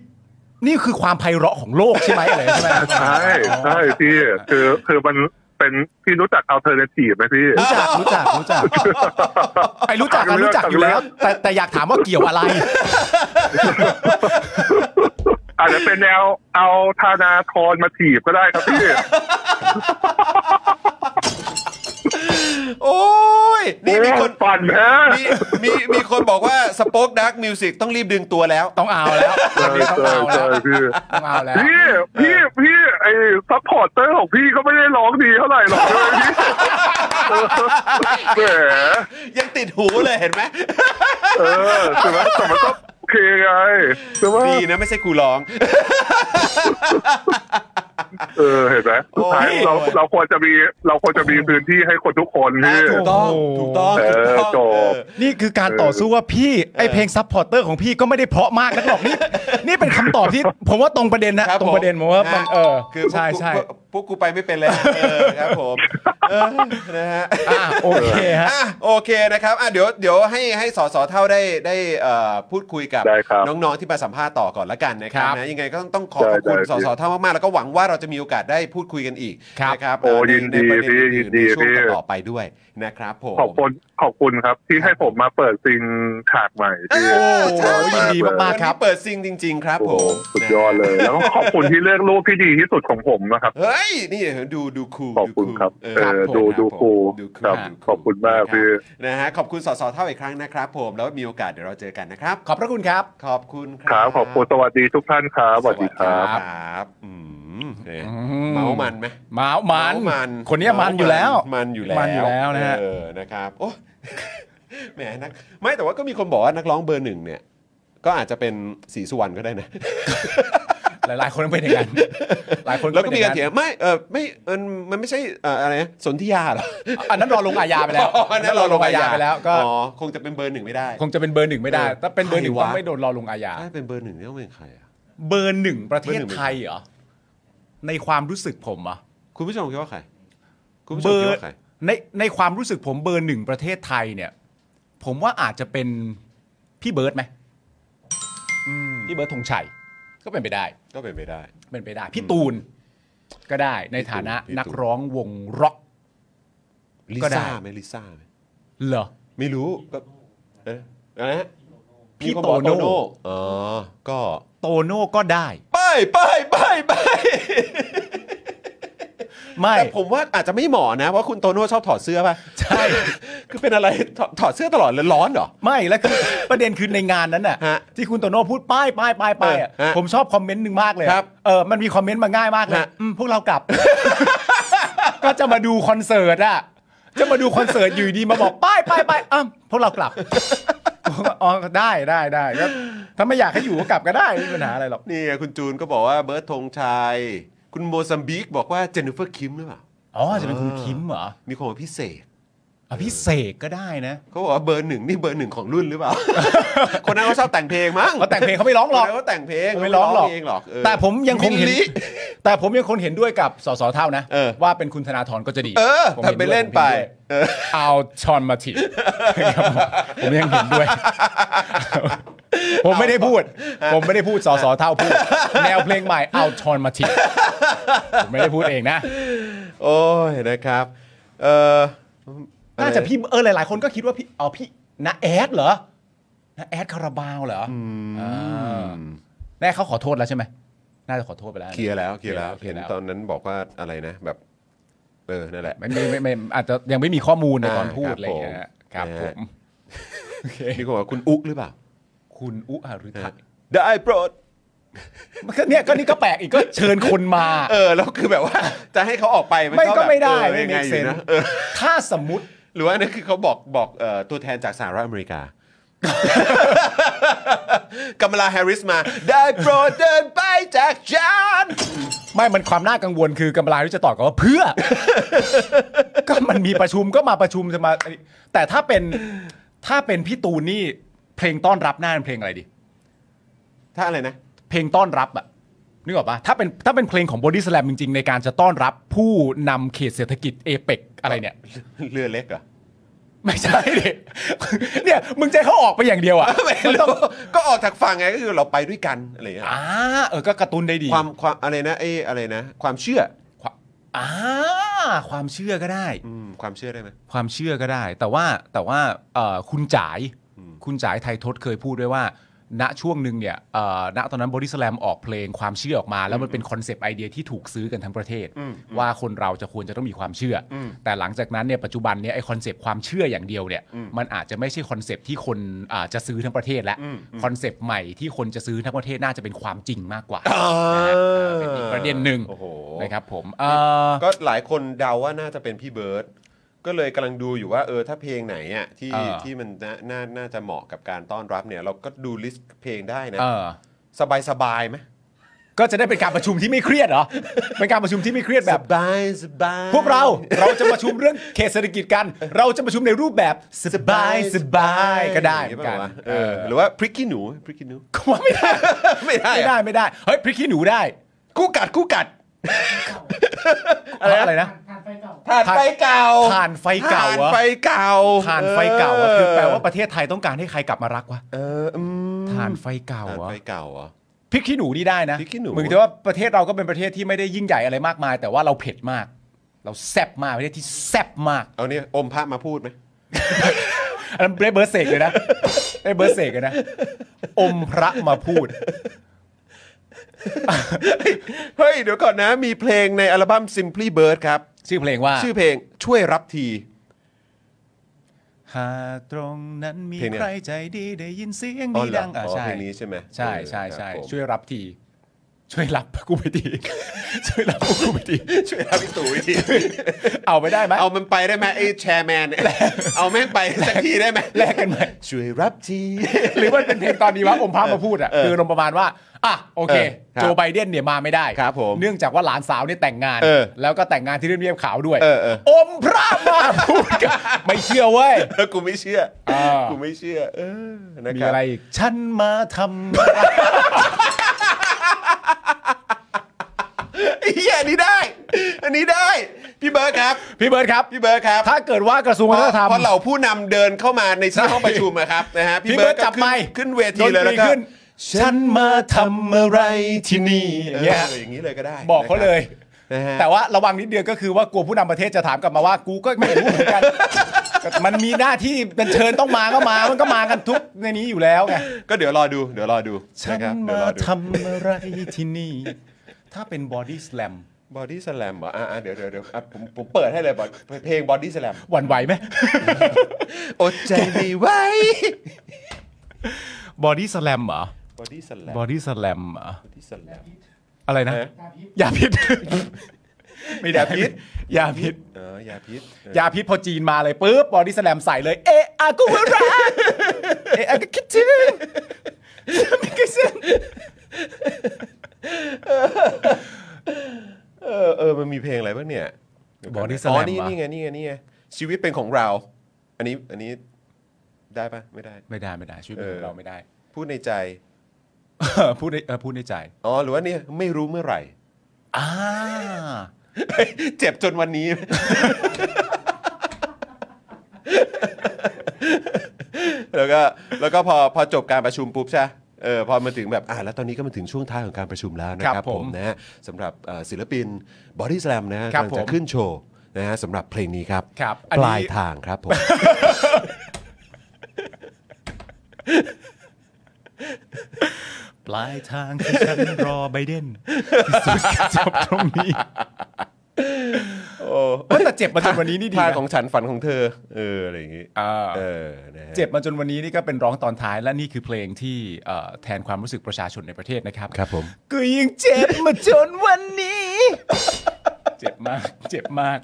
นี่คือความไพเราะของโลกใช่ไหมอะไรใช่ไหม
ใช่ใช่พี่คือคือมันเป็นพี่รู้จักอัลเทอร์เนทีฟไหมพี่
รู้จักรู้จักรู้จักไอ้รู้จักกันรู้จักอยู่แล้ว แต่แต่อยากถามว่าเกี่ยวอะไร
อาจจะเป็นแนวเอาธานาทรมาถีบก็ได้ครับพี่
โอ้ยนี่มีคน
ปั่นแพ้
มีมีมีคนบอกว่าสป็อคดักมิวสิกต้องรีบดึงตัวแล้ว
ต้องเอาแล้ว
เจ
วัน
อ
นี้ต้อ
เจ
ง
อ
เอาแล้ว
เจอพี่
ต้องเอาแล้ว
พี่พี่พี่ไอ้ซัพพอร์ตเตอร์ของพี่ก็ไม่ได้ร้องดีเท่าไหร่หรอกเลย พี่เออแหม
ยังติดหูเลยเห็นไหม
เออใช่ไหมแต่มันก็โอเคไงใช่ไหม
ดีนะไม่ใช่ครูร้อง
เออเห็นไหมสุดท้าย
โอ้ย
เราเราควรจะมีเราควรจะมีพื้นที่ให้คนทุกคนพี่
ถูกต้อง ถูกต้อง
เออ
ถูกต้อง
จบ
เออ
นี่คือการต่อสู้ว่าพี่ไอเพลงซับพอร์เตอร์ของพี่ก็ไม่ได้เพราะมากนักหรอก นี่ นี่เป็นคำตอบที่ ผมว่าตรงประเด็นนะ
คบ
ตรงประเด็นผมว่ามัน
ฮะ
เออ
คือ
ใช่ใช่
พวกกูพวกกูไปไม่เป็นเลยเออครับผมเออนะฮะ
อ่ะโอเคฮะ
อ่ะโอเคนะครับอ่ะเดี๋ยวเดี๋ยวให้ให้สสเท่าได้ได้เอ่อพูดคุยกับ
ได้ครับ
น้องๆที่มาสัมภาษณ์ต่อก่อนละกันนะครับ
ครับ
นะยังไงก็ต้องต้องขอขอบคุณ
ได้ได้
สสเท่ามากๆแล้วก็หวังว่าเราจะมีโอกาสได้พูดคุยกันอีก
ครับ
นะครับ
โอ้
ใน
ยินดี
ใประเ
พี่ยินดี
อื่ๆในช่วง
พี่
ต่อๆไปด้วยนะครับผม
ขอบคุณขอบคุณครับ ที่ให้ผมมาเปิดซิงฉากใหม่พี่
เออใช่
โอ้ยินดีมากๆครับ
วันนี้เปิดซิงจริง ๆ ครับผ
โอ้โห
ม
สุดยอดเลย แล้วก็ขอบคุณที่เลือกรูปที่ดีที่สุดของผมนะครับ
เฮ้ยนี่ดูดูคูล
ขอบคุณ
ดูล
ครับ
เออ
เออ
ผม
ดู
รับ
ดู
ผม
คูล
ดูล
ครับ
ดูล
ขอบคุณมา
นะ
ก
รับ
พี่
นะฮะขอบคุณสสเท่าอีกครั้งนะครับผมแล้วมีโอกาสเดี๋ยวเราเจอกันนะครับ
ขอบพระคุณครับ
ขอบคุณค
ค
รั
รับ บขอบคุณสวัสดีทุกท่านครับสวัสดีครับ
สวัสดีครับอืมเนี่ย
ม
เมามันไหม
มามัน
เมัน
คนเนี้ยมันอยู่แล้ว
มันอยู่แล้ว
มันอยู่แล้วนะฮะ
เออนะครับโอ้ แหมนักไม่แต่ว่าก็มีคนบอกว่านักร้องเบอร์หนึ่งเนี่ย ก็อาจจะเป็นสีสุวรรณก็ได้นะ
หลายๆ คนเป็น อย่างนั้นหลายคน
แล้วก็มี
ป็
การ
อง
เถียงไม่เออไม่มันมันไม่ใช่เอ่ออะไรนะสนธิยาเหรอ
อันนั้นรอลงอาญาไปแล้ว
อ๋อนั่นเราลงอาญา
ไปแล้วก็
อ๋อคงจะเป็นเบอร์หนึ่งไม่ได้
คงจะเป็นเบอร์หนึ่งไม่ได้
เออ
ถ้าเป็นเบอร์หนึ่ง
ใค
ต้
รวะ
องไม่โดนรอลงอาญา
ถ้าเป็นเบอร์หนึ่งนี่ต้องเป็นใครอะ
เบอร์หนึ่งประเท
เบอร์
ศ
หนึ่งเป็น
ไทยเหรอในความรู้สึกผมเหรอะ
คุณผู้ชมคิดว่าใครคุณผู้ช
เบ
ม
อ
คิด
ร์
ว่าใคร
ในในความรู้สึกผมเบอร์หนึ่งประเทศไทยเนี่ย ผมว่าอาจจะเป็นพี่เบิร์ดไหมพี่เบิร์ดธงชัย ก็เป็นไปได้
ก็เป็นไปได้
เป็นไปได้ พี่ตูน ก็ได้ในฐานะ
พี่ตูน
นักร้องวงร็อก
ลิ
ก็ได้
ซ่าไหมลิซ่าไหม
เหรอ
ไม่รู้ก็เอ๊ะอะไรนะ
พี่
มีคบอก
โตโน่
อ๋อก็
โตโน่ก็ได้
ไปไปไปไป
ไม่
แต่ผมว่าอาจจะไม่เหมาะนะเพราะคุณโตโน่ชอบถอดเสื้อป่ะ
ใช่
คือเป็นอะไรถอดถอดเสื้อตลอดเลยร้อนเหรอ
ไม่แล้วคือ ประเด็นคือในงานนั้นน่ะ
ฮะ
ที่คุณโตโน่พูดป้ายป้ายป้ายป้ายอะ
เออฮะ
ผมชอบคอมเมนต์หนึ่งมากเลย
ครับ
เออมันมีคอมเมนต์มาง่ายมากเลย
ฮะ
อืมพวกเรากลับ ก็จะมาดูคอนเสิร์ตอะจะมาดูคอนเสิร์ตอยู่ดีมาบอกป้ายป้ายป้ายอ้ำพวกเรากลับ ผมก็อ๋อได้ได้ได้ก็ถ้าไม่อยากให้อยู่ก็กลับก็ได้ไม่มีปัญหาอะไรหรอก
นี่ไงคุณจูนก็บอกว่าเบิร์ดธงชัย คุณโมซัมบิกบอกว่าเจนนิเฟอร์คิมหรือเปล่า
อ๋อจะเป็นคุณคิมเหรอ
มีคนบอกพิเศษ
อ่ะพี่เสกก็ได้นะ
เขาบอกว่าเบอร์หนึ่งนี่เบอร์หนึ่งของรุ่นหรื อเปล่า คนนั้นเขาชอบแต่งเพลงมั้ง
เขาแต่งเพลงเขาไม่ร้องหรอก
คนนั้นเขาแต่งเพลง
ไม่ร้องหรอก
เองหรอกเออ
แต่ผมยังคงเห็น
มิลลิ
แต่ผมยังคงเห็นด้วยกับสสเท่านะ
เออ
ว่าเป็นคุณธนาธรก็จะดี
เออ
ผม
ทำไป
ห็ด้วย
เล่น
ผมห็
ไป
ด้วย เอาชอนมา ถีบผมยังเห็นด้วย ผมไม่ได้พูด ผมไม่ได้พูดสอสอเท่าพูด แนวเพลงใหม่เอาชอนมาถีบผมไม่ได้พูดเองนะ
โอ้ยนะครับเออ
น่าจะพี่เออหลายๆ คนก็คิดว่าพี่เอาพี่นะแอดเหรอนะแอดคาราบาวเหรออ่าแน่เขาขอโทษแล้วใช่ไหมน่าจะขอโทษไปแล้ว
เคลียร์แล้วเคลียร์แล้ว
เคลีย
เห็
ร์
น
แล้ว
ตอนนั้นบอกว่าอะไรนะ แบบ เออนั่นแหละ
ไม่ไม่ไม่ไม่อาจจะยังไม่มีข้อมูลในตอนพูด
อ่า
อะไรอย่างเงี้ยค
ครั
รับบ ผ
ผม ม
โอเค
มีคนบอกว่าคุณอุ๊กหรือเปล่า
คุณอุอารุทัก
ได้โปรด
มันก็เนี่ยก็นี่ก็แปลกอีกก็เชิญคนมา
เออแล้วคือแบบว่า จะให้เขาออกไปน
ไม่ก็
แบบ
ไม่ได้
เออ
ไม่
ยังไง
make
อ
sense
ยู่นะเออ
ถ้าสมมติ
หรือว่าอันนั่นคือเขาบอกบอกเอ่อตัวแทนจากสหรัฐอเมริ กา กัมลาแฮร์ริสมา ได้โปรดเดินไปจากฉัน
ไม่มันความน่ากังวลคือกำลังที่จะตอบกลับว่าเพื่อ ก็มันมีประชุมก็มาประชุมจะมา แต่ถ้าเป็นถ้าเป็นพี่ตูนนี่เพลงต้อนรับหน้าเป็นเพลงอะไรดี
ถ้าอะไรนะ
เพลงต้อนรับอะนึกออกปะถ้าเป็นถ้าเป็นเพลงของบอดี้สแลมจริงๆ ในการจะต้อนรับผู้นำเขตเศรษฐกิจเอเปกอะไรเนี่ย
เรือเล็กเหรอ
ไม่ใช่ดิ เนี่ย มึงใจะให้เขาออกไปอย่างเดียวอะ
ไม่รู้ก็ออกจากฝั่งไงก็คือเราไปด้วยกันอะไรอย่างเงี้ย
อ่าเออก็กระตุ้นได้ดี
ความความอะไรนะเอ้อะไรนะ ความเชื่อ
ความอ่าความเชื่อก็ได้
อืมความเชื่อได้ไหม
ความเชื่อก็ได้ แต่ว่าแต่ว่าเอ่อคุณจ๋าย
อืม
คุณจ๋ายไทยทศเคยพูดด้วยว่า ณช่วงหนึ่งเนี่ยเอ่อณตอนนั้นบริสแลมออกเพลงความเชื่อออกมา แล้วมันเป็นคอนเซปต์ไอเดียที่ถูกซื้อกันทั้งประเทศ ว่าคนเราจะควรจะต้องมีความเชื่ออแต่หลังจากนั้นเนี่ยปัจจุบันเนี่ยไอคอนเซปต์ความเชื่ออย่างเดียวเนี่ยมันอาจจะไม่ใช่คอนเซปต์ที่คนอ่าจะซื้อทั้งประเทศแล้วคอนเซปต์ใหม่ที่คนจะซื้อทั้งประเทศน่าจะเป็นความจริงมากกว่า
อ่า
นะฮะอ่าเป็นอีกประเด็นหนึ่ง
โอ้โห
นะครับผมเอ่อ
ก็หลายคนเดาว่าน่าจะเป็นพี่เบิร์ดก็เลยกำลังดูอยู่ว่าเออถ้าเพลงไหนอ่ะที่
เออ
ที่มันน่าน่าน่าจะเหมาะกับการต้อนรับเนี่ย เราก็ดูลิสต์เพลงได้นะ
เอ่อ
สบายสบายไหม
ก็จะได้เป็นการประชุมที่ไม่เครียดเหรอ เป็นการประชุมที่ไม่เครียดแบบ
สบายสบาย
พวกเราเราจะประชุมเรื่องเขตเศรษฐกิจกัน เราจะประชุมในรูปแบบสบายสบายก็ได้เหมือน
กั
กัน น
เออหรือว่าพริกขี้หนูพริกขี้ หนู
ก็ว่าไม่ได้
ไม่ได้
ไม่
อะ
ได้ไม่ได้เฮ้ยพริกขี้หนูได้
กู้กัดกู้กัด
อะไรนะ
ผ่านไฟเก่า
ถ่านไฟเก่า
ถ่านไฟเก่า
ถ่าน
วะ
ไฟ
ถ่านไฟ
เก่า
เก่าอะคือแปลว่าประเทศไทยต้องการให้ใครกลับมารักวะ
เอออืม
ถ่านไฟเก่า
ถ่าน
วะ
ไฟเก่าเหรอ
พริกขี้หนูนี่ได้นะ
พริกขี้หนู
เหมือนกับว่าประเทศเราก็เป็นประเทศที่ไม่ได้ยิ่งใหญ่อะไรมากมาย แต่ว่าเราเผ็ดมาก เราแซ่บมากประเทศที่แซ่บมาก
เอาเนี่ยอมพระมาพูดไหม
อันนั้นได้เบอร์เสกเลยนะได้เบอร์เสกเลยนะ อมพระมาพูด
เฮ้ย เดี๋ยวก่อนนะ มีเพลงในอัลบั้ม Simply Bird ครับ
ชื่อเพลงว่า
ชื่อเพลงช่วยรับที
หากตรงนั้นมี
เพลงเนี่ย
ใครใจดีได้ยินเสียง
อ๋อ
นี้
เหรอ
ดังอ่ะ
อ๋อ
ใช่
เพลงนี้ใช่ไหม
ใช่ใช่ใช่
เออครับผม
ช่วยรับที ช่วยรับกูไปที ช่วยรับกูไปที
ช่วยรับพี่ตู่ที
เอาไปได้ไหม
เอามันไปได้ไหมไอ้แชร์แมนเนี่ยเอาแม่งไปสักทีได้ไหม
แลกกันไหม
ช่วยรับที
หรือมันเป็นเพลงตอนนี้วะอมพระมาพูดอ่ะ
เออ
คือลมณ์ประมาณว่าอ่ะโอเค
เออครับ
โจไบเดนเนี่ยมาไม่ได้
ครับผม
เนื่องจากว่าหลานสาวเนี่ยแต่งงาน
เออ
แล้วก็แต่งงานที่เรียบๆขาวด้วย
เออเออ
มพระมาพูดกัน ไม่เชื่อเว้ย
แล้วกูไม่เชื่อ
อ่า
กูไม่เชื่อ เออนะ
มี
ครับ
อะไรอีกฉันมาท
ไอ้เหี้ยอันนี้ได้ อันนี้ได้ พี่เบิร์ดครับ
ำพี่เบิร์ดครับ
พี่เบิร์ดครับ
ถ้าเกิดว่ากระทรวงวัฒนธรรม
พอเหล่าผู้นำเดินเข้ามาในที่ห้องประชุมอะครับนะฮะ
พี่เบิร์ด
ก็
จับไมค์
ขึ้นเวทีเลยแล้ว
ดนตรี
ก็
ขึ้น ฉันมาทำอะไรที่นี่
เออ
เนี่ย
อย่างนี้เลยก็ได้
บอกเขาเลย
นะฮะ
แต่ว่าระวังนิดเดียวก็คือว่ากลัวผู้นำประเทศจะถามกลับมาว่ากูก็ไม่รู้เหมือนกัน มันมีหน้าที่เป็นเชิญต้องมาก็มา มันก็มากันทุกในนี้อยู่แล้วไง
ก็เดี๋ยวรอดูเดี๋ยวรอดู
ฉั
นะ
น
ครับเดี๋
มาร
ยวอดู
ทำอะไรที่นี่ ถ้าเป็นบอดี้สแลม
บอดี้สแลมเหรออ่ะอ่ะเดี๋ยวเดี๋ยวเดี๋ยวอ่ะผมผมเปิดให้เลยบอดเพลงบอดี้สแลม
หวั่นไหวไหม
อดใจไม่ไหว
บอดี้สแลมเหรอบ
อดี้สแลม
บอดี้สแลมเหรอ
ดี้สแลม
อะไรนะ
เออ
อย่าพิษ ไม่ได้
อย่าพิษ
อย่าพิษ
เออยาพิษเออย
าพิษพอจีนมาเลยปุ๊บบอดี้สแลมใส่เลย เอะอากูรักเอะอากูคิดถึงฉันไม่คิด ถึง
เออเออมันมีเพลงอะไรบ้างเนี่ยเดี๋ยวก่นนะอ๋อนี่นี่ไงนี่ไงนี่ไงชีวิตเป็นของเรา อันนี้อันนี้ได้ปะไม่ได้
ไม่ได้ไม่ได้ชีวิตของเราไม่ ได้
พูดในใจ
พูดในเออพูดในใจ
อ๋อหรือว่าเนี่ยไม่รู้เมื่อ ไหร่
อ่า
เจ็บจนวันนี้ แล้วก็แล้วก็พอพอจบการประชุมปุ๊บใช่ปะเออพอมาถึงแบบอ่ะแล้วตอนนี้ก็มาถึงช่วงท้ายของการประชุมแล้วนะครับผมนะฮะสำหรับเอ่อศิลปินบอดี้สแลมนะฮะกำลังจะขึ้นโชว์นะฮะสำหรับเพลงนี้ครับ
ครับ
ปลายทางครับผม
ปลายทางที่ฉันรอไบเดนที่สุดจะจบตรงนี้
โอ้
เฮ้ยแต่เจ็บมาจนวันนี้นี่ดีนะ
ทายของฉันฝันของเธอ เอออะไรอย่างงี้
อ่า
เออนะฮะ
เจ็บมาจนวันนี้นี่ก็เป็นร้องตอนท้าย และนี่คือเพลงที่เอ่อแทนความรู้สึกประชาชนในประเทศนะครับ
ครับผม
ก็ยังเจ็บมาจนวันนี้ เจ็บมาก เจ็บมาก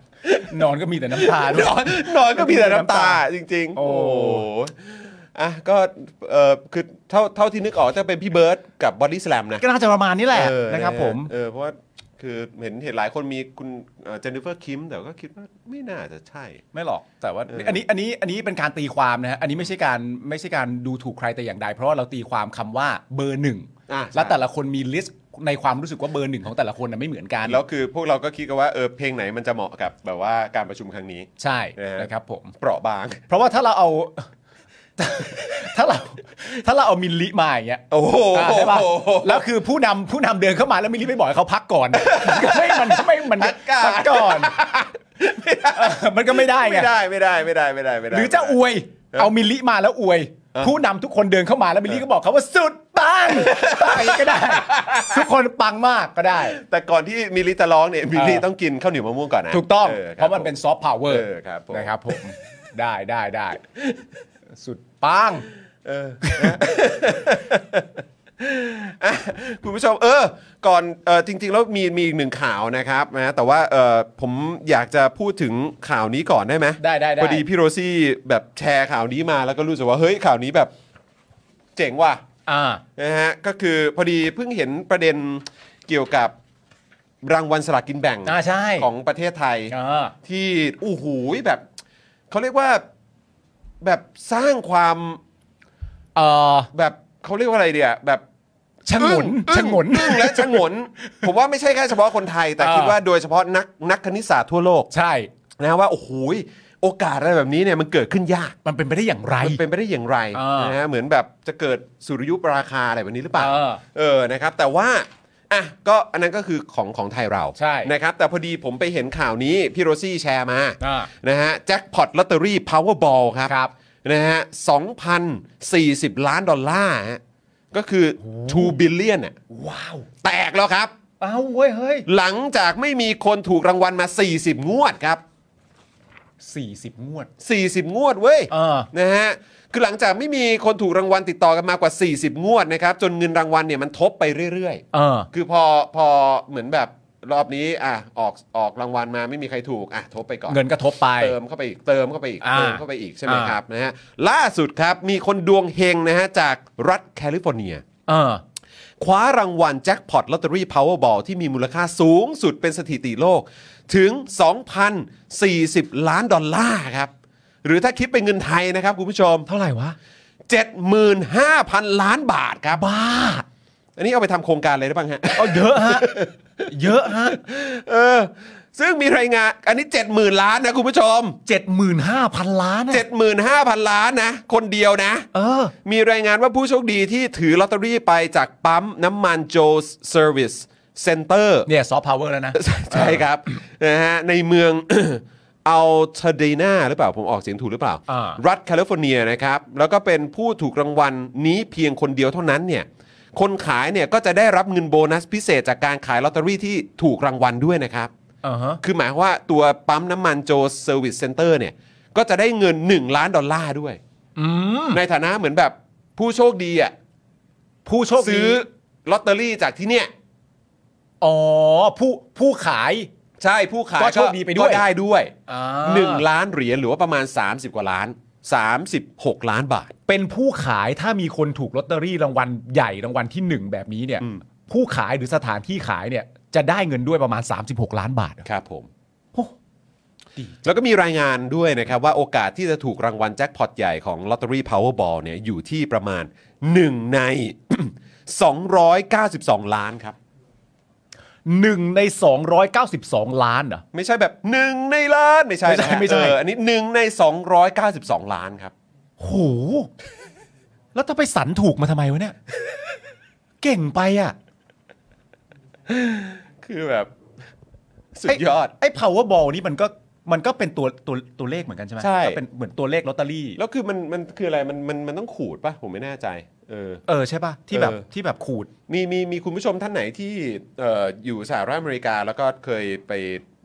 นอนก็มีแต่น้ำตาด้วย
นอนนอนก็มีแต่น้ำตาจริง ๆ
โอ้
โอ้โหอ่ะก็เออคือเท่าเท่าที่นึกออกจะเป็นพี่เบิร์ดกับบอดี้สแลมนะ
ก็น่าจะประมาณนี้แหละ
เออ
นะครับผม
เออเพราะว่าคือเห็นเห็นหลายคนมีคุณเจนนิเฟอร์คิมแต่ก็คิดว่าไม่น่าจะใช่
ไม่หรอกแต่ว่า
เอออั
อันนี้อันนี้อันนี้เป็นการตีความนะฮะอันนี้ไม่ใช่การไม่ใช่การดูถูกใครแต่อย่างใด เพราะว่าเราตีความคำว่าเบอร์หนึ่ง
อ่ะใช่
และแต่ละคนมีลิสต์ในความรู้สึกว่าเบอร์หนึ่งของแต่ละคนนะไม่เหมือนกัน
แล้วคือพวกเราก็คิดกันว่าเออเพลงไหนมันจะเหมาะกับแบบว่าการประชุมครั้งนี้
ใช่
นะฮะ
นะครับผม
เปราะบาง
เพราะว่าถ้าเราเอา ถ้าเราถ้าเราเอามิลลิมาอย่างเงี้ย
โอ้โห
อ่าใช่ป่ะแล้วคือผู้นำผู้นำเดินเข้ามาแล้วมิลลิไปบอกให้เขาพักก่อน มันก็ไม่มันไม่มันพั
พักก่อน
กก่อนเออมันก็ไม่ได้ไง
ไม่ได้ไม่ได้ไม่ได้ไม่ได้ไม่ได้
หรือจะอวย เอามิลลิมาแล้วอวย ผู้นำทุกคนเดินเข้ามาแล้วมิลลิก็บอกเขาว่าสุดปังอะไรก็ได้ ทุกคนปังมากก็ได้
แต่ก่อนที่มิลลิจะร้องเนี่ยมิลลิ
เออ
ต้องกินข้าวเหนียวมะม่วงก่อนนะ
ถูกต้อง
ออคบ
เพราะมันเป็น
ผ
ซอฟต์พาวเวอร์
เออครับผม
นะครับผมได้ได้ได้สุดปัง
เออนะอ่ะคุณผู้ชมเออ ก่อนเออจริง ๆ แล้วมีมีอีกหนึ่งข่าวนะครับนะแต่ว่าเออผมอยากจะพูดถึงข่าวนี้ก่อนได้ไหม
ได้ได้ได้
พอดีพี่โรซี่แบบแชร์ข่าวนี้มาแล้วก็รู้สึกว่าเฮ้ยข่าวนี้แบบเจ๋งว่ะ
อ่า
นะฮะก็คือพอดีเพิ่งเห็นประเด็นเกี่ยวกับรางวัลสลากกินแบ่ง
อ่าใช่
ของประเทศไทย
อ่า
ที่อู้หูยแบบเขาเรียกว่าแบบสร้างความ
เอ่อ
แบบเขาเรียกว่าอะไรเดียแบบ
ชงน
อึ้
ชงน
อึ้และชงน ผมว่าไม่ใช่แค่เฉพาะคนไทย แต่
อ่า
คิดว่าโดยเฉพาะนักนักคณิตศาสตร์ทั่วโลก
ใช่
นะว่าโอ้โหยโอกาสอะไรแบบนี้เนี่ยมันเกิดขึ้นยาก
มันเป็นไปได้อย่างไร
มันเป็นไปได้อย่างไร
อ่าน
นะฮะเหมือนแบบจะเกิดสุริยุปราคาอะไรแบบนี้หรือเปล่า
เออ
เออ นะครับ แต่ว่า อ่ะ ก็อันนั้นก็คือของของไทยเรา
ใช่
นะครับ แต่พอดีผมไปเห็นข่าวนี้ พี่โรซี่แชร์มา
อ่า
นะฮะ แจ็คพอตลอตเตอรี่พาวเวอร์บอลครับ
ครับ
นะฮะ2,040 ล้านดอลลาร์ฮะก็คือ 2 billion อ่ะ
ว้าว
แตกแล้วครับ
อ้าวเว้ยเฮ้ย
หลังจากไม่มีคนถูกรางวัลมา 40 งวดครับ
สี่สิบงวด
40 งวดเว้ย
เออ
นะฮะ คือหลังจากไม่มีคนถูกรางวัลติดต่อกันมากว่า 40 งวดนะครับ จนเงินรางวัลเนี่ยมันทบไปเรื่อยๆ
เออ
คือพอพอเหมือนแบบรอบนี้อ่ะออกออกรางวัลมาไม่มีใครถูกอ่ะทบไปก่อน
เงินกระทบไป
เติมเข้าไปอีกเติมเข้าไปอีก
อ่า
เติมเข้าไปอีกใช่ไหม
อ่า
ครับนะฮะล่าสุดครับมีคนดวงเฮงนะฮะจากรัฐแคลิฟอร์เนีย
เออ
คว้ารางวัลแจ็คพอตลอตเตอรี่พาวเวอร์บอลที่มีมูลค่าสูงสุดเป็นสถิติโลกถึง 2,040 ล้านดอลลาร์ครับ หรือถ้าคิดเป็นเงินไทยนะครับคุณผู้ชม
เท่าไหร่วะ
75,000 ล้านบาทครับ
บ้า
อันนี้เอาไปทำโครงการอะไรได้บ้างฮะ
เอาเยอะ ฮะ เยอะฮะ
เออซึ่งมีรายงานอันนี้ 70,000 ล้านนะคุณผู้ชม
เจ็ดหมื่นห้าพันล้านอะ
75,000 ล้านนะ คนเดียวนะ
เออ
มีรายงานว่าผู้โชคดีที่ถือลอตเตอรี่ไปจากปั๊มน้ำมันโจสเซอร์วิสเซ็นเตอร์
เนี่ยซอฟต์พาวเวอร์แล้วนะ
ใช่ครับ นะฮะในเมือง เอาเทเดนาหรือเปล่า ผมออกเสียงถูกหรือเปล่า
อ่า
รัฐแคลิฟอร์เนียนะครับ แล้วก็เป็นผู้ถูกรางวัลนี้เพียงคนเดียวเท่านั้นเนี่ย คนขายเนี่ยก็จะได้รับเงินโบนัสพิเศษจากการขายลอตเตอรี่ที่ถูกรางวัลด้วยนะครับ
เออฮะ
คือหมายความว่าตัวปั๊มน้ำมันโจเซอร์วิสเซ็นเตอร์เนี่ย ก็จะได้เงิน 1 ล้านดอลลาร์ด้วย
อืม
ในฐานะเหมือนแบบผู้โชคดีอ่ะ
ผู้โชคดี
ซื้อลอตเตอรี่จากที่เนี่ย
อ๋อ ผู้ผู้ขาย
ใช่ผู้ขาย
ก็โชคดีไปด้วย
ก็ได้ด้วย
อ่า
1 ล้านเหรียญหรือว่าประมาณ 30 กว่าล้าน 36 ล้านบาท
เป็นผู้ขายถ้ามีคนถูกลอตเตอรี่รางวัลใหญ่รางวัลที่หนึ่งแบบนี้เนี่ย
อืม
ผู้ขายหรือสถานที่ขายเนี่ย จะได้เงินด้วยประมาณ 36 ล้านบาท
ครับผม
โอ้ดี
แล้วก็มีรายงานด้วยนะครับว่าโอกาสที่จะถูกรางวัลแจ็คพอตใหญ่ของลอตเตอรี่ Powerball เนี่ยอยู่ที่ประมาณ 1 ใน 292 ล้านครับ
หนึ่งใน 292 ล้านเหรอ
ไม่ใช่แบบหนึ่งในล้านไม่ใช่
ไม่ใช่
นะฮะ
ไม่ใช่
เอออันนี้หนึ่งใน 292 ล้านครับ
โห แล้วถ้าไปสันถูกมาทำไมวะเนี่ย เก่งไปอ่ะ
คือแบบ สุดยอด
ไอ้ powerball นี่มันก็มันก็เป็นตัวตัวตัวเลขเหมือนกันใช่ไหม
ใช่
ก็เป็นเหมือนตัวเลขลอตเตอรี่
แล้วคือมันมันคืออะไรมันมันมันต้องขูดปะผมไม่แน่ใจ เออ
เออใช่ป่ะ ที่แบบ
เออ
ที่แบบขูด
มีมีมีคุณผู้ชมท่านไหนที่เอออยู่สหรัฐอเมริกา แล้วก็เคยไป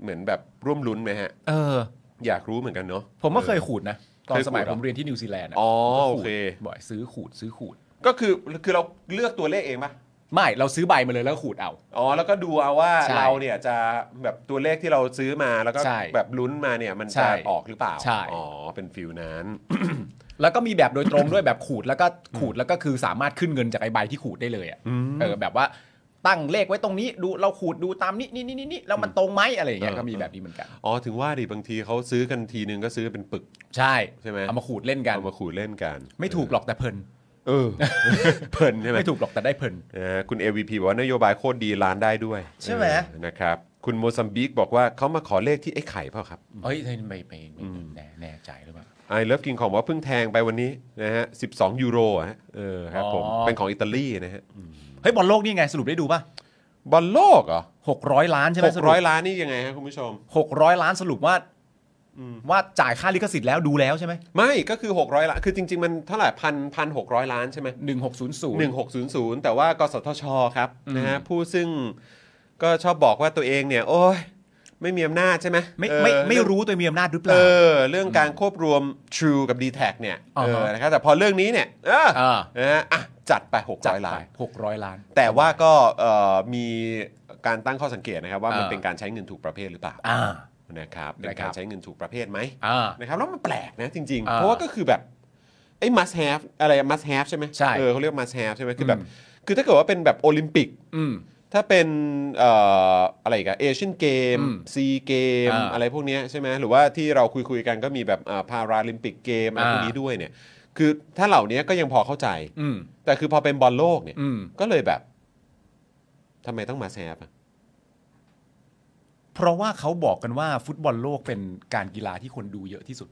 เหมือนแบบร่วมลุ้นไหมฮะ
เออ
อยากรู้เหมือนกันเนาะ
ผมก็เคยขูดนะ ตอน
เคยขูด
สมัย
เหรอ
ผมเรียนที่นิวซีแลนด์นะ
อ๋อ
ผมก็ขูด
โอเค
บ่อยซื้อขูดซื้อขูด
ก็คือคือเราเลือกตัวเลขเองปะ
ไม่เราซื้อใบมาเลยแล้วขูดเอา
อ๋อแล้วก็ดูเอาว่า
ใช่
เราเนี่ยจะแบบตัวเลขที่เราซื้อมาแล้วก็
ใช่
แบบลุ้นมาเนี่ยมัน
ใช่
จะออกหรือเปล่า
ใช่
อ๋อเป็นฟิลนั้น
แล้วก็มีแบบโดยตรงด้วยแบบขูดแล้วก็ขูดแล้วก็คือสามารถขึ้นเงินจากไอใบที่ขูดได้เลยอ่ะเออแบบว่าตั้งเลขไว้ตรงนี้ดูเราขูดดูตามนี้นี่นี่นี่นี่แล้วมันตรงไหมอะไรอย่างเงี้ย
เออ
ก็มีแบบนี้เหมือนกัน
อ๋อถึงว่าดิบางทีเขาซื้อกันทีนึงก็ซื้อเป็นปึก
ใช่
ใช่ไหม
เอามาขูดเล่นกัน
เอามาขู่เล่นกัน
ไม่ถูกหรอกแต่เพลิน
เออ เพลินใช่ไหม
ไม่ถูกหรอกแต่ได้เพลิน
นะฮะคุณ AVP บอกว่านโยบายโคตรดีร้านได้ด้วย
ใช่ไหม
เออนะครับคุณโมซัมบิกบอกว่าเขามาขอเลขที่ไอ้ไข่เปล่าครับ
เฮ้ยไม่ไม่ไม่แน่แน่ใจหรือเปล่า
ไอเลิฟกินของว่าเพิ่งแทงไปวันนี้นะฮะ 12 ยูโรอะฮะเออครับผม
อ๋อ
เป็นของอิตาลีนะฮะ
เฮ้ยบอลโลกนี่ไงสรุปได้ดูป่ะ
บอลโลกเหรอ
หกร้อยล้านใช่ไหม
หก
สรุป
ร้อยล้านนี่ยังไงฮะคุณผู้ชม
หกร้อยล้านสรุปว่าว่าจ่ายค่าลิขสิทธิ์แล้วดูแล้วใช่ไหม
ไม่ก็คือ 600 ล้าน คือจริง ๆ มันเท่าไหร่พันพันหกร้อยล้านใช่ไหม
หนึ่งหกศูนย์ศูนย์
1600 แต่ว่ากสทช ครับ
อืม
นะฮะผู้ซึ่งก็ชอบบอกว่าตัวเองเนี่ย โอ้ย ไม่มีอำนาจใช่ไหม
ไม่
เออ
ไม่ไม่
เอง
รู้ตัวมีอำนาจหรือเป
เอ
ล่า
อ เรื่องการควบรวม True กับ d t แทเนี่ย
อ่า
เอ
ฮะ
อนะครับแต่พอเรื่องนี้เนี่ยเออ
เออ
นะฮะอ่ะจัดไป
จัด
600ล้าน
หกร้อยล้าน
แต่ว่าก็เอ่อมีการตั้งข้อสังเกตนะครับว่า
อ่ามั
มันเป็นการใช้เงินถูกประเภทหรือเปล่า
อ่า
นะครับ
นะครับ
เป็นการใช้เงินถูกประเภทไหม
อ่า
นะครับแล้วมันแปลกนะจริง ๆ
อ่า
เพราะว่าก็คือแบบไอ้ must have อะไร must have ใช่ไหม
ใช่
เออเขาเรียก must have ใช่ไหมคืออ
ม
แบบ คือถ้าเกิดว่าเป็นแบบโอลิมปิก
อืม
ถ้าเป็นเอ่ออะไรกันเอเชียนเกม
อืม
ซีเกม
อ่า
อะไรพวกเนี้ยใช่ไหมหรือว่าที่เราคุยคุยๆกันก็มีแบบพาราลิมปิกเกมอะไรพวกนี้
อ่า
ด้วยเนี่ยคือถ้าเหล่านี้ก็ยังพอเข้าใจ
อืม
แต่คือพอเป็นบอลโลกเนี่ย
อืม
ก็เลยแบบทำไมต้องมาแซบอะ
เพราะว่าเขาบอกกันว่าฟุตบอลโลกเป็นการกีฬาที่คนดูเยอะที่สุด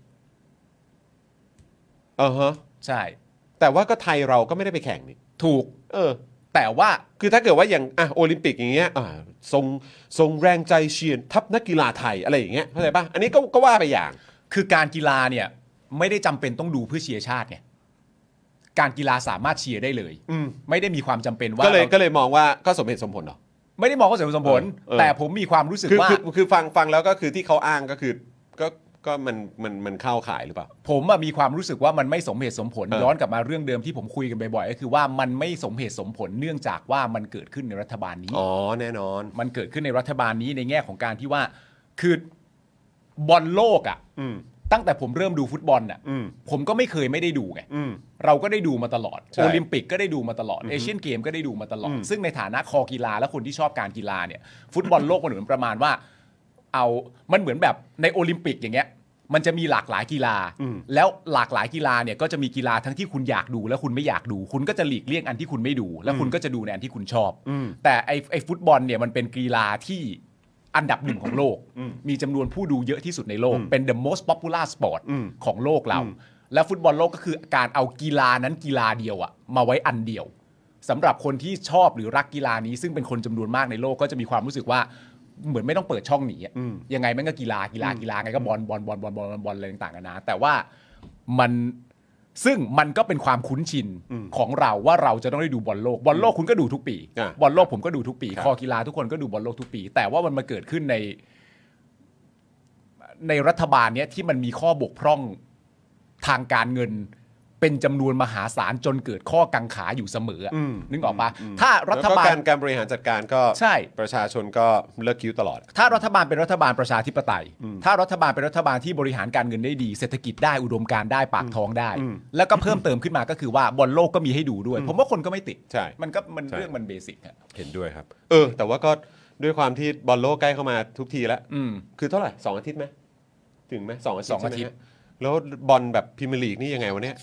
เออฮะ
ใช่
แต่ว่าก็ไทยเราก็ไม่ได้ไปแข่งนี่
ถูก
เออ
แต่ว่า
คือถ้าเกิดว่าอย่างอ่ะโอลิมปิกอย่างเงี้ยอ่าทรงทรงแรงใจเชียร์ทัพนักกีฬาไทยอะไรอย่างเงี้ยเข้าใจปะอันนี้ก็ก็ว่าไปอย่าง
คือการกีฬาเนี่ย ไม่ได้จำเป็นต้องดูเพื่อเชียร์ชาติไงการกีฬาสามารถเชียร์ได้เลย
อืม
ไม่ได้มีความจำเป็นว่า
ก็เลย
รา
ก็เลยมองว่าก็สมเหตุสมผลเหรอ
ไม่ได้มองว่าสมเหตุสมผล
เออ
แต่ผมมีความรู้สึก
คือ
ว่า
คือคือฟังฟังแล้วก็คือที่เขาอ้างก็คือก็ก็มันมันมันเข้าขายหรือเปล่า
ผมอะมีความรู้สึกว่ามันไม่สมเหตุสมผล
เออ
ย้อนกลับมาเรื่องเดิมที่ผมคุยกันบ่อยๆก็คือว่ามันไม่สมเหตุสมผลเนื่องจากว่ามันเกิดขึ้นในรัฐบาลนี้
อ๋อแน่นอน
มันเกิดขึ้นในรัฐบาลนี้ในแง่ของการที่ว่า คือบอลโลกอะ
อืม
ตั้งแต่ผมเริ่มดูฟุตบอลอะ
อืม
ผมก็ไม่เคยไม่ได้ดูไง
อืม
เราก็ได้ดูมาตลอด
ใช่
โอลิมปิกก็ได้ดูมาตลอด เอเชียนเกมก็ได้ดูมาตลอด
อืม
ซึ่งในฐานะคอกีฬาและคนที่ชอบการกีฬาเนี่ย ฟุตบอลโลกมันเหมือนประมาณว่า เอามันเหมือนแบบในโอลิมปิกอย่างเงี้ย มันจะมีหลากหลายกีฬา
อืม
แล้วหลากหลายกีฬาเนี่ยก็จะมีกีฬาทั้งที่คุณอยากดูและคุณไม่อยากดู คุณก็จะหลีกเลี่ยงอันที่คุณไม่ดู แล้วคุณก็จะดูในอันที่คุณชอบ
อืม
แต่ไอ้ไอ้ฟุตบอลเนี่ยมันเป็นกีฬาที่อันดับหนึ่งของโลก
อืม
มีจำนวนผู้ดูเยอะที่สุดในโลก
อืม
เป็น the most popular sport
อืม
ของโลกเรา
อืม
และฟุตบอลโลกก็คือการเอากีฬานั้นกีฬาเดียวอะมาไว้อันเดียวสำหรับคนที่ชอบหรือรักกีฬานี้ซึ่งเป็นคนจำนวนมากในโลกก็จะมีความรู้สึกว่าเหมือนไม่ต้องเปิดช่องหนีอะ
อืม
ยังไงมันก็กีฬากีฬากีฬาไงก็บอลบอลบอลบอลบอลบอลบอลอะไรต่างๆกันานะแต่ว่ามันซึ่งมันก็เป็นความคุ้นชิน
อืม
ของเราว่าเราจะต้องได้ดูบอลโลกบอลโลกคุณก็ดูทุกปี
อ่ะ
บอลโลกผมก็ดูทุกปี
ครับ
คอกีฬาทุกคนก็ดูบอลโลกทุกปี แต่ว่ามันมาเกิดขึ้นใน ในรัฐบาลเนี้ยที่มันมีข้อบกพร่องทางการเงิน เป็นจำนวนมหาศาลจนเกิดข้อกังขาอยู่เสมออะ
อืม
นึกออกปะถ้ารัฐ
แล้วก็
บาล
การการบริหารจัดการก็
ใช่
ประชาชนก็เลิกคิ้วตลอด
ถ้ารัฐบาลเป็นรัฐบาลประชาธิปไตย ถ้ารัฐบาลเป็นรัฐบาลที่บริหารการเงินได้ดี เศรษฐกิจได้อุดมการณ์ได้ปากท้องได้
อืม
แล้วก็เพิ่มเติมขึ้นมาก็คือว่าบอลโลกก็มีให้ดูด้วย ผมว่าคนก็ไม่ติด
ใช่
มันก็มัน
ใช่
เรื่องมันเบสิกอะ
เห็นด้วยครับ เออ แต่ว่าก็ด้วยความที่บอลโลกใกล้เข้ามาทุกทีแล้ว
อืม
คือเท่าไหร่สองอาทิตย์ไหมถึงไหมสองอาทิตย์
สองอาทิตย์
ใช่ไหมฮะแล้วบอลแบบพรีเมียร์ลีกนี่ยังไงวะเนี่ย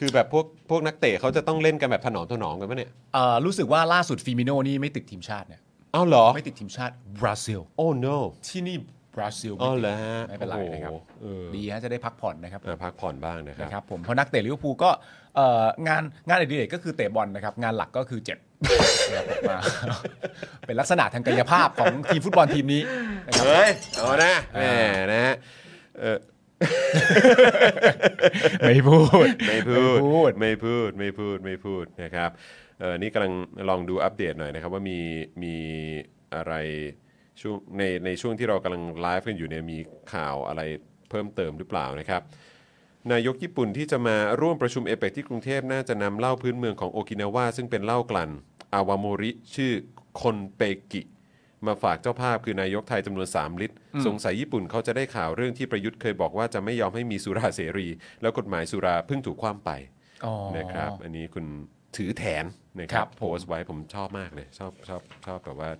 คือแบบพวกพวกนักเตะเขาจะต้องเล่นกันแบบถนอมถนอมกันปะเนี่ย
เอ่อรู้สึกว่าล่าสุดฟิมิโน่นี่ไม่ติดทีมชาติเนี่ย
อ้าวเหรอ
ไม่ติดทีมชาติบราซิล
โอ้ no
ที่นี่บราซิลไม่
อ๋อ
ติด
เหรอฮะ
ไม่เป็นไรนะครับ
โอ้โหเออ
ดีฮะจะได้พักผ่อนนะครับ
อ่ะพักผ่อนบ้างนะค
นะค
รั
รับ บผมเพราะนักเตะลิเวอร์พูลก็เอ่องานงานอดิเรกก็คือเตะบอลนะครับ งานหลักก็คือเจ็บนะครับผมมา เป็นลักษณะทางกายภาพของทีมฟุตบอลทีมนี้นะครับ
เฮ้ย เอานะแหม
อ่า
นะฮะเออ
ไม่พูด
ไม่พูด
ไม่พูด
ไม่พูด ไม่พูด ไม่พูดนะครับ เออนี่กำลังลองดูอัปเดตหน่อยนะครับว่ามีมีอะไร ช่วงในในช่วงที่เรากำลังไลฟ์กันอยู่เนี่ยมีข่าวอะไรเพิ่มเติมหรือเปล่านะครับ นายกญี่ปุ่นที่จะมาร่วมประชุมเอเปกที่กรุงเทพน่าจะนำเหล้าพื้นเมืองของโอกินาวาซึ่งเป็นเหล้ากลั่นอาวาโมริชื่อคอนเปกิ มาฝากเจ้าภาพคือนายกไทยจำนวน 3 ลิตร สงสัยญี่ปุ่นเขาจะได้ข่าวเรื่องที่ประยุทธ์เคยบอกว่าจะไม่ยอมให้มีสุราเสรี แล้วกฎหมายสุราเพิ่งถูกคว่ำไป
อ๋อ
นะครับ อันนี้คุณถือแถนนะค
ค
รับ
รับ
โพสต์ไว้ผมชอบมากเลย ชอบชอบชอบแบบว่า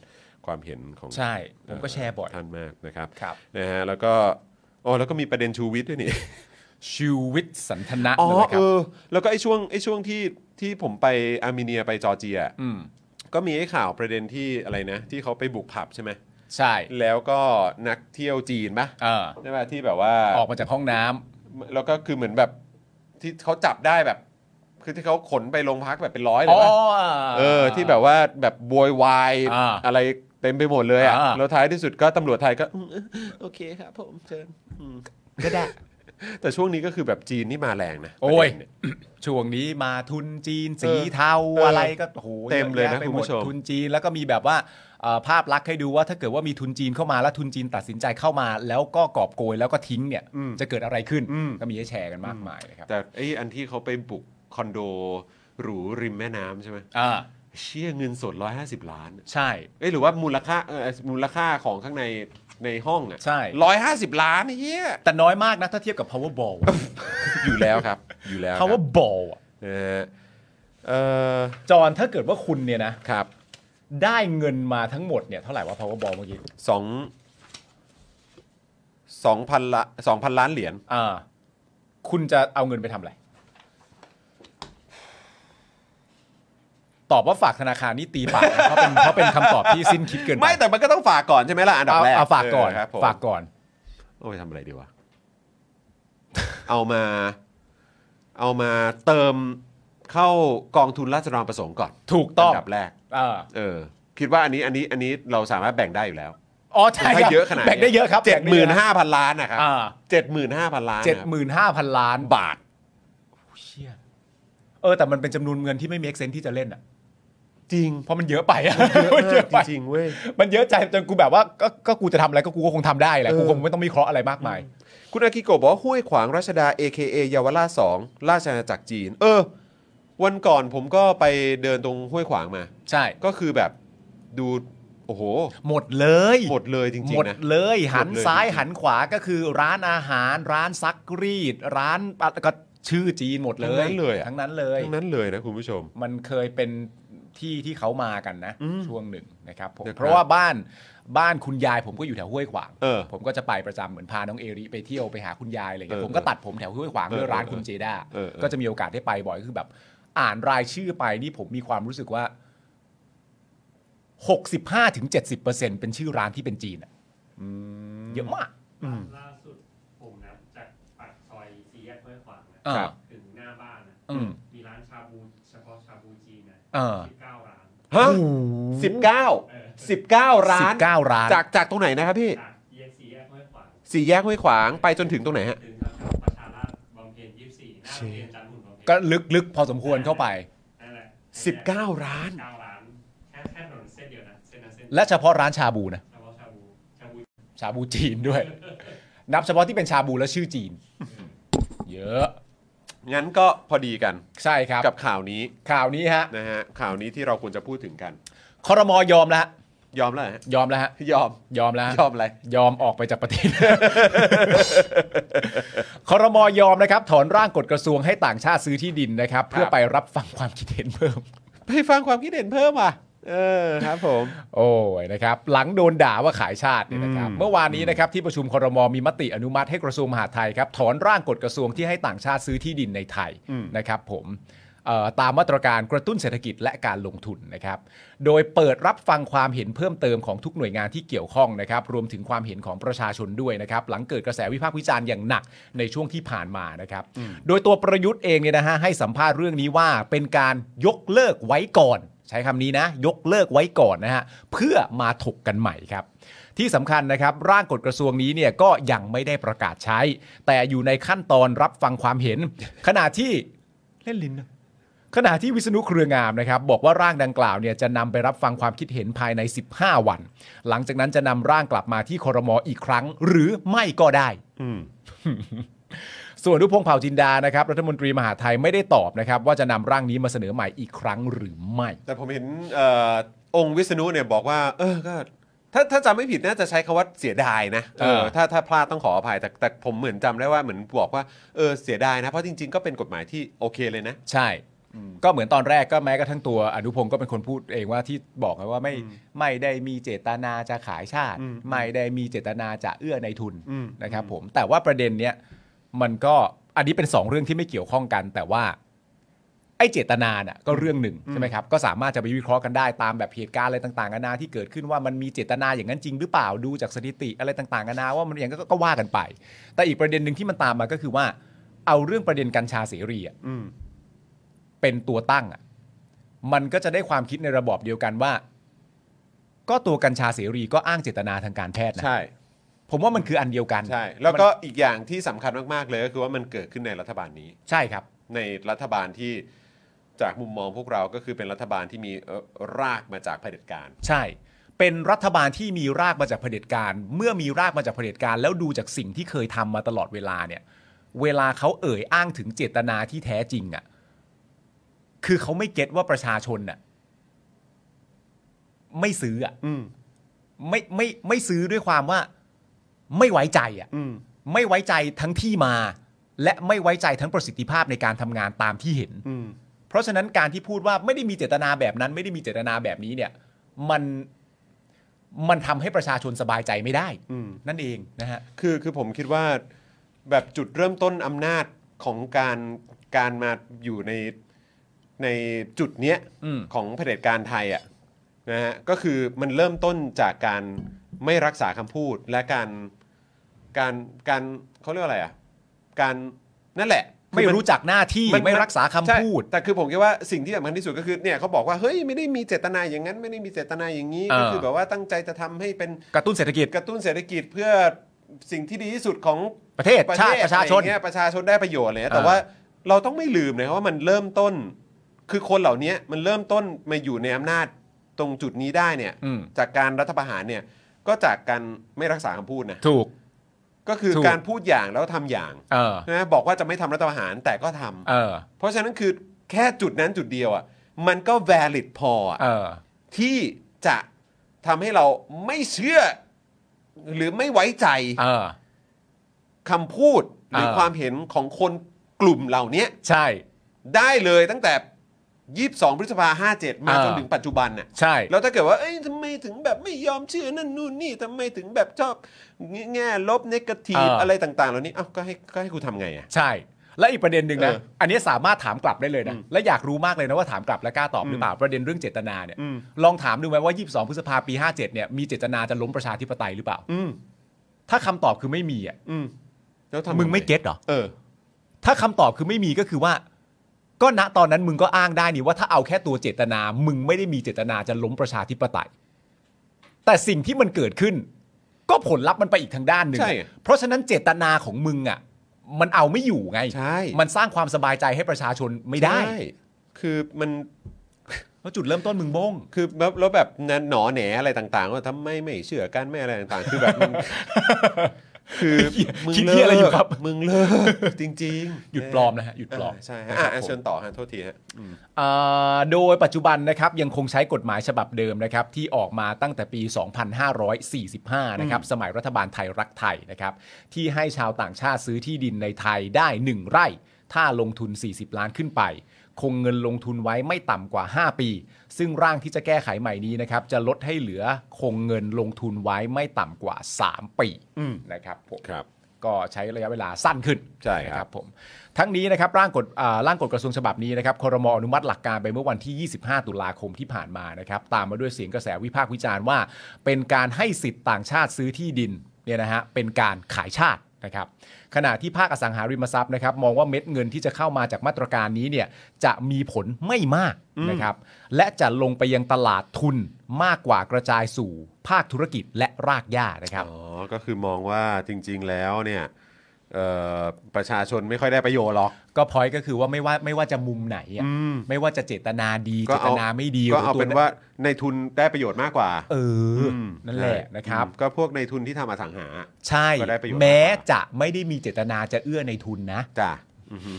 ความเห็นของ
ใช่ ผมก็แชร์บ่อย
ท่านมากนะครับ
ครับ
นะฮะแล้วก็อ๋อแล้วก็มีประเด็นชูวิทย์ด้วยนี่
ชีวิตสันทนะ
อ๋อ
นะครับ
เออแล้วก็ไอ้ช่วงไอ้ช่วงที่ที่ผมไปอาร์เมเนียไปจอร์เจีย
อืม
ก็มีไอ้ข่าวประเด็นที่อะไรนะ ที่เขาไปบุกผับใช่ไหม
ใช่
แล้วก็นักเที่ยวจีนปะ
เออ
ใช่ปะที่แบบว่า
ออกมาจากห้องน้ำ
แล้วก็คือเหมือนแบบที่เขาจับได้แบบ คือที่เขาขนไปโรงพักแบบเป็นร้อยเล
อ๋อ
ยปะเออที่แบบว่าแบบโวยวาย
อ่า
อะไรเต็มไปหมดเลยอ่ะ
อ่า
แล้วท้ายที่สุดก็ตำรวจไทยก็
โอเคครับผมเชิญ
ก็ได้
แต่ช่วงนี้ก็คือแบบจีนนี่มาแรงนะ
โอ้ย
ประเด็นเนี่
ช่วงนี้มาทุนจีนสี
เออ
เทา
เอออ
อะไรก็โอ้โห
เต็มเลยนะ
อแไปห
คุณผู้ชม
ทุนจีนแล้วก็มีแบบว่าเอ่อภาพลักษณ์ให้ดูว่าถ้าเกิดว่ามีทุนจีนเข้ามาแล้วทุนจีนตัดสินใจเข้ามา แล้วก็กอบโกยแล้วก็ทิ้งเนี่ย จะเกิดอะไรขึ้นก็มีให้แชร์กันมากมายนะครับ
ยแต่ไอ้อันที่เขาไปบุกคอนโดหรูริมแม่น้ำใช่ไหม
อ่า
เชี่ยเงินสด 150 ล้าน
ใช่
เอ้ยหรือว่ามูลค่าเออมูลค่าของข้างในในห้องอ่ะ
ใช่
ร้อยห้าสิบล้านเฮีย
แต่น้อยมากนะถ้าเทียบกับ powerball อะ
อยู่แล้วครับ อยู่แล้วครับ
powerball อะ
นะฮะเออ
จอนถ้าเกิดว่าคุณเนี่ยนะครับ ได้เงินมาทั้งหมดเนี่ยเท่าไหร่ว่า powerball เมื่อกี้
สองสองพันละสองพันล้านเหรียญ
อ่าคุณจะเอาเงินไปทำอะไร ตอบว่าฝากธนาคารนี่ตีปากนะเพราะเป็นเพราะเป็นคำตอบที่สิ้นคิดเกินป
ไม่แต่มันก็ต้องฝากก่อนใช่ไหมล่ะอันดับ
เอา
แรก
เอาฝากก่อน
เครับผม
ฝากก่อน
เอาไปทำอะไรดีวะ เอามา เอามาเติมเข้ากองทุนราษฎรประสงค์ก่อน
ถูกต้อง
นดับแรก
เออ
เออ คิดว่าอันนี้อันนี้อันนี้เราสามารถแบ่งได้อยู่แล้ว
อ๋อใช่
ให้
ครับ
เยอะขนาดนี้
แบ่งได้เยอะครับ
เจ็ดหมื่น
แบ่งไเยอะ
ห้าพันล้านนะครับ
อ่า
เจ็ดหมื่นห้าพันล้าน
เจ็ดหมื่นห้าพันล้าน
บาท
เชี่ยเออ แต่มันเป็นจำนวนเงินที่ไม่มีเอ็กเซนที่จะเล่นอ่ะ
จริง
เพราะมันเยอะไปอะมัน
เย
เย
อะ
อะ
มา
ไป
กจริงๆเว้ย
มันเยอะใจจนกูแบบว่าก็ก็กูจะทำอะไรก็กูก็คงทำได้แหละ
เออ
กูคงไม่ต้องมีเคราะห์อะไรมากมาย
คุณอากิโกะบอกว่าห้วยขวางรัชดา AKA เยาวราชสองราชอาณาจักรจีน เออ วันก่อนผมก็ไปเดินตรงห้วยขวางมา
ใช่
ก็คือแบบดูโอ้โห
หมดเลย
หมดเลยจริงๆนะ
หมดเลยหัน
หมดเลย
ซ้าย
จริงๆ
หันขวาก็คือร้านอาหาร ร้านซักรีด ร้านปะก็ชื่อจีนหมดเล
ทั้งนั้นเลยอะ
ทั้งนั้นเลย
ทั้งนั้นเลยนะคุณผู้ชม
มันเคยเป็นที่ที่เขามากันนะ ช่วงหนึ่งนะครับผม
นะครับ
เพราะว่าบ้านบ้านคุณยายผมก็อยู่แถวห้วยขวาง
เออ
ผมก็จะไปประจำเหมือนพาน้องเอริไปเที่ยวไปหาคุณยายอะไรอย่างเงี้
เอย อ
ผมก็ตัดผมแถวห้วยขวาง
เออ
ด้วยร้านคุณ
เออ
เจด้า
เออเออ
ก็จะมีโอกาสได้ไปบ่อยคือแบบ อ่านรายชื่อไปนี่ผมมีความรู้สึกว่า 65-70%เป็นชื่อร้านที่เป็นจีนอะเยอะมาก
ล่าสุดผมนะจากปากซอยสี่แยกห้วยขวางนะ
อ่า
ถึงหน้าบ้านนะ
อืม
มีร้านชาบูเฉพาะชาบูจีนนะ
อ่า
สิบเก้าร้าน
ฮะสิบเก้า
เออ
สิบเก้าร้า
สิบ
น
เก้าร้าน
จากจากตรงไหนนะครับพี่
จากแยกสี่แยกห้วยขวาง
สี่แยกห้วยขวางไปจนถึงตรงไหนฮะ
ถึงทางประชาราษฎร์บำเพ็ญยี่สิบสี่หน้าโรงเรียนจันทร์หุ่นบำเพ็ญ
ก็ลึกๆ พอสมควรเข้าไป
นั่นแหละ
สิบเก้าร้าน
เก้าร้านแค่แค่ถนนเส้นเดียวนะเส้นนั้นเส้นเดียว
และเฉพาะร้านชาบูนะ
เฉพาะชาบูชาบู
ชาบูจีนด้วย นับเฉพาะที่เป็นชาบูแล้วชื่อจีน เยอะ
งั้นก็พอดีกัน
ใช่ครับ
กับข่าวนี้
ข่าวนี้ฮะ
นะฮะข่าวนี้ที่เราควรจะพูดถึงกัน
คอรมอยอมแล้วฮะ
ยอมแล้วเหรอฮะ
ยอมแล้วฮะ
ยอม
ยอมแล้วฮะ
ยอมอะไร
ยอมออกไปจากประเทศ คอรมอยอมนะครับ ถอนร่างกฎกระทรวงให้ต่างชาติซื้อที่ดินนะครับ เพื่อไปรับฟังความคิดเห็นเพิ่ม
ไปฟังความคิดเห็นเพิ่มว่ะเออครับผม
โอ้ยนะครับ หลังโดนด่าว่าขายชาติเนี่ยนะครับ
อืม
เมื่อวานนี้นะครับที่ประชุมครมมีมติอนุมัติให้กระทรวงมหาดไทยครับ ถอนร่างกฎกระทรวงที่ให้ต่างชาติซื้อที่ดินในไทยนะครับผมเอ่อตามมาตรการกระตุ้นเศรษฐกิจและการลงทุนนะครับ โดยเปิดรับฟังความเห็นเพิ่มเติมของทุกหน่วยงานที่เกี่ยวข้องนะครับ รวมถึงความเห็นของประชาชนด้วยนะครับ หลังเกิดกระแสวิพากษ์วิจารณ์อย่างหนักในช่วงที่ผ่านมานะครับ โดยตัวประยุทธ์เองเนี่ยนะฮะให้สัมภาษณ์เรื่องนี้ว่าเป็นการยกเลิกไว้ก่อน ใช้คำนี้นะ ยกเลิกไว้ก่อนนะฮะ เพื่อมาถกกันใหม่ครับ ที่สำคัญนะครับ ร่างกฎกระทรวงนี้เนี่ยก็ยังไม่ได้ประกาศใช้ แต่อยู่ในขั้นตอนรับฟังความเห็น ขณะที่เล่นลิ้นนะ ขณะที่วิษณุเครืองามนะครับบอกว่าร่างดังกล่าวเนี่ยจะนำไปรับฟังความคิดเห็นภายใน 15 วัน หลังจากนั้นจะนำร่างกลับมาที่ครมอีกครั้ง หรือไม่ก็ได้
อืม
ส่วนอนุพงษ์เผ่าจินดานะครับรัฐมนตรีมหาดไทยไม่ได้ตอบนะครับว่าจะนำร่างนี้มาเสนอใหม่อีกครั้งหรือไม่
แต่ผมเห็นเออองค์วิษณุเนี่ยบอกว่า เออก็ถ้าถ้าจำไม่ผิดน่าจะใช้คำว่าเสียดายนะเออ
เออ
ถ้าถ้าพลาดต้องขออภัยแต่แต่ผมเหมือนจำได้ว่าเหมือนบอกว่าเออเสียดายนะเพราะจริง ๆ ก็เป็นกฎหมายที่โอเคเลยนะ
ใช่ ก็เหมือนตอนแรกก็แม้กระทั่งตัวอนุพงศ์ก็เป็นคนพูดเองว่าที่บอกไงว่าไม่ไม่ได้มีเจตนาจะขายชาติ
อืม
ไม่ได้มีเจตนาจะเอื้อในทุน
อืม
นะครับผมแต่ว่าประเด็นเนี้ยมันก็อันนี้เป็นสองเรื่องที่ไม่เกี่ยวข้องกัน แต่ว่า ไอ้เจตนาน่ะก็เรื่องหนึ่งใช่ไหมครับก็สามารถจะไปวิเคราะห์กันได้ตามแบบเหตุการณ์อะไรต่างๆนานาที่เกิดขึ้นว่ามันมีเจตนาอย่างนั้นจริงหรือเปล่าดูจากสถิติอะไรต่างๆนานาว่ามันอย่างนั้นก็ก็ว่ากันไป แต่อีกประเด็นหนึ่งที่มันตามมาก็คือว่า เอาเรื่องประเด็นกัญชาเสรีอะ
อืม
เป็นตัวตั้งอ่ะมันก็จะได้ความคิดในระบอบเดียวกันว่า ก็ตัวกัญชาเสรีก็อ้างเจตนาทางการแพทย์นะ
ใช่
ผมว่ามันคืออันเดียวกัน
ใช่ แล้วก็อีกอย่างที่สำคัญมาก ๆ เลยก็คือว่ามันเกิดขึ้นในรัฐบาลนี้
ใช่ครับ
ในรัฐบาลที่จากมุมมองพวกเราก็คือเป็นรัฐบาลที่มีเอ่อรากมาจากเผด็จการ
ใช่ เป็นรัฐบาลที่มีรากมาจากเผด็จการ เมื่อมีรากมาจากเผด็จการ แล้วดูจากสิ่งที่เคยทำมาตลอดเวลาเนี่ย เวลาเขาเอ่ยอ้างถึงเจตนาที่แท้จริงอะ่ะ คือเขาไม่เก็ตว่าประชาชนน่ะไม่ซื้ออ่ะ
อืม
ไม่ไม่ไม่ซื้อด้วยความว่าไม่ไว้ใจอ่ะ
อืม
ไม่ไว้ใจทั้งที่มา และไม่ไว้ใจทั้งประสิทธิภาพในการทำงานตามที่เห็น
อืม
เพราะฉะนั้นการที่พูดว่าไม่ได้มีเจตนาแบบนั้น ไม่ได้มีเจตนาแบบนี้เนี่ย มันมันทำให้ประชาชนสบายใจไม่ได้
อืม
นั่นเองนะฮะ
คือคือผมคิดว่าแบบจุดเริ่มต้นอำนาจของการการมาอยู่ในในจุดเนี้ย
อืม
ของเผด็จการไทยอ่ะนะฮะก็คือมันเริ่มต้นจากการไม่รักษาคำพูดและการการการเขาเรียกว่าอะไรอ่ะการนั่นแหละ
ไม่รู้จักหน้าที่
นน
ไม่รักษาคำ
ใช่
พูด
แต่คือผมคิดว่าสิ่งที่สำคัญที่สุดก็คือเนี่ยเขาบอกว่าเฮ้ยไม่ได้มีเจตนาอย่างนั้นไม่ได้มีเจตนาอย่างนี้ก็
เออ
คือแบบว่าตั้งใจจะทำให้เป็น
กระตุ้นเศรษฐกิจ
กระตุ้นเศรษฐกิจเพื่อสิ่งที่ดีที่สุดของ
ประเทศ
ประเท
ชาติ
ศ
ประชาชน
อไเงี้ยประชาชนได้ประโยชน์เลยนะแต่
อ่า
ว่าเราต้องไม่ลืมนะครับว่ามันเริ่มต้น คือคนเหล่านี้มันเริ่มต้นมาอยู่ในอำนาจตรงจุดนี้ได้เนี่ย
อืม
จากการรัฐประหารเนี่ย ก็จากการไม่รักษาคำพูดนะ
ถูก
ก็คือ
ถูก
การพูดอย่างแล้วทำอย่าง
เออ
ใช่ไหมบอกว่าจะไม่ทำรัฐประหารแต่ก็ทำ
เออ
เพราะฉะนั้นคือแค่จุดนั้นจุดเดียวอ่ะมันก็ valid พออะ
เออ
ที่จะทำให้เราไม่เชื่อ หรือไม่ไว้ใจ
เออ
คำพูด หรือ
เออ
ความเห็นของคนกลุ่มเหล่านี้
ใช่
ได้เลยตั้งแต่ 22 พฤษภา57 มา
เออ
จนถึงปัจจุบันน่ะ
ใช่
แล้วถ้าเกิดว่าเอ้ยทำไมถึงแบบไม่ยอมเชื่อนั่นนู่นนี่ทำไมถึงแบบชอบแง่ลบเนกาทีฟอะไรต่าง ๆ เหล่านี้เอ้าก็ให้ก็ให้กูทำไงอ่ะ
ใช่ และอีกประเด็นหนึ่งนะ
เออ
อันนี้สามารถถามกลับได้เลยนะ
อืม
และอยากรู้มากเลยนะว่าถามกลับและกล้าตอบหรือเปล่าประเด็นเรื่องเจตนาเนี่ย
อืม
ลองถามดูไหมว่า 22 พฤษภาปี 57 เนี่ย มีเจตนาจะล้มประชาธิปไตยหรือเปล่า
อืม
ถ้าคำตอบคือไม่มีอ่ะ
อืมแล้วทำ
มึงไม่เก็ตเหรอ
เออ
ถ้าคำตอบคือไม่มีก็คือว่า ก็ณตอนนั้นมึงก็อ้างได้นี่ว่าถ้าเอาแค่ตัวเจตนา มึงไม่ได้มีเจตนาจะล้มประชาธิปไตย แต่สิ่งที่มันเกิดขึ้น ก็ผลลัพธ์มันไปอีกทางด้านหนึ่ง
ใช่
เพราะฉะนั้นเจตนาของมึงอ่ะ มันเอาไม่อยู่ไง
ใช่
มันสร้างความสบายใจให้ประชาชนไม่ได้
ใช่คือมัน
เพราะจุดเริ่มต้นมึงบง
คือแบบแล้วแบบนั้นหนอแหนอะไรต่างๆ ว่าทำไมไม่เชื่อกันไม่อะไรต่างๆ คือแบบ มึง คือมึง
คิด
เลิ
ที่
ก
อะไรอยู่ครับ
มึงเลิกจริงๆ
หยุดปลอมนะฮะหยุดปลอม
เใช่ฮะ
นะครับ
อ่ะ
ผม
เชิญต่อฮะโทษทีฮะ
อ่าโดยปัจจุบันนะครับยังคงใช้กฎหมายฉบับเดิมนะครับที่ออกมาตั้งแต่ปี 2545 นะครับสมัยรัฐบาลไทยรักไทยนะครับที่ให้ชาวต่างชาติซื้อที่ดินในไทยได้ 1 ไร่ ถ้าลงทุน 40 ล้านขึ้นไป คงเงินลงทุนไว้ไม่ต่ำกว่า 5 ปี ซึ่งร่างที่จะแก้ไขใหม่นี้นะครับจะลดให้เหลือคงเงินลงทุนไว้ไม่ต่ำกว่า 3 ปี
อืม
นะครับผม
ครับ
ก็ใช้ระยะเวลาสั้นขึ้น
ใช่ครับ
นะผมทั้งนี้นะครับร่างกฎอ่าร่างกฎกระทรวงฉบับนี้นะครับครมอนุมัติหลักการไปเมื่อวันที่ 25 ตุลาคมที่ผ่านมานะครับตามมาด้วยเสียงกระแสวิพากษ์วิจารณ์ว่า เป็นการให้สิทธิ์ต่างชาติซื้อที่ดินเนี่ยนะฮะเป็นการขายชาตินะครับขณะที่ภาคอสังหาริมทรัพย์นะครับมองว่าเม็ดเงินที่จะเข้ามาจากมาตรการนี้เนี่ยจะมีผลไม่มากนะครับและจะลงไปยังตลาดทุนมากกว่ากระจายสู่ภาคธุรกิจและรากหญ้านะครับ
อ๋อ ก็คือมองว่าจริง ๆ แล้วเนี่ย เอ่อประชาชนไม่ค่อยได้ประโยชน์หรอก
ก็พอยก็คือว่าไม่ว่าไม่ว่าจะมุมไหนอ่ะ
อืม
ไม่ว่าจะเจตนาดี
ก็
เจต
เอา
นาไม่ดี
ก็เอา
หรื
เป็น
ตั
ว่าในทุนได้ประโยชน์มากกว่า
เอออ
ม
นั่นแหละ
ใช่
นะครับ
อืมก็พวกในทุนที่ทำอสังหา
ใช่
ก็ได้ประโยชน์
แม้จะไม่ได้มีเจตนาจะเอื้อในทุนนะ
จ้ะอือฮึ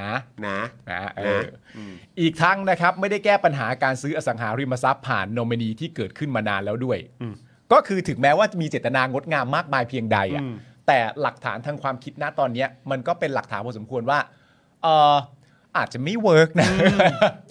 นะ
นะ
นะเออ
นะอืม
อีกทั้งนะครับไม่ได้แก้ปัญหาการซื้ออสังหาริมทรัพย์ผ่านโนมินีที่เกิดขึ้นมานานแล้วด้วย
อืม
ก็คือถึงแม้ว่ามีเจตนางดงามมากมายเพียงใดอะ
อืม
แต่หลักฐานทางความคิดณตอนเนี้ยมันก็เป็นหลักฐานพอสมควรว่าเอออาจจะไม่เวิร์กนะ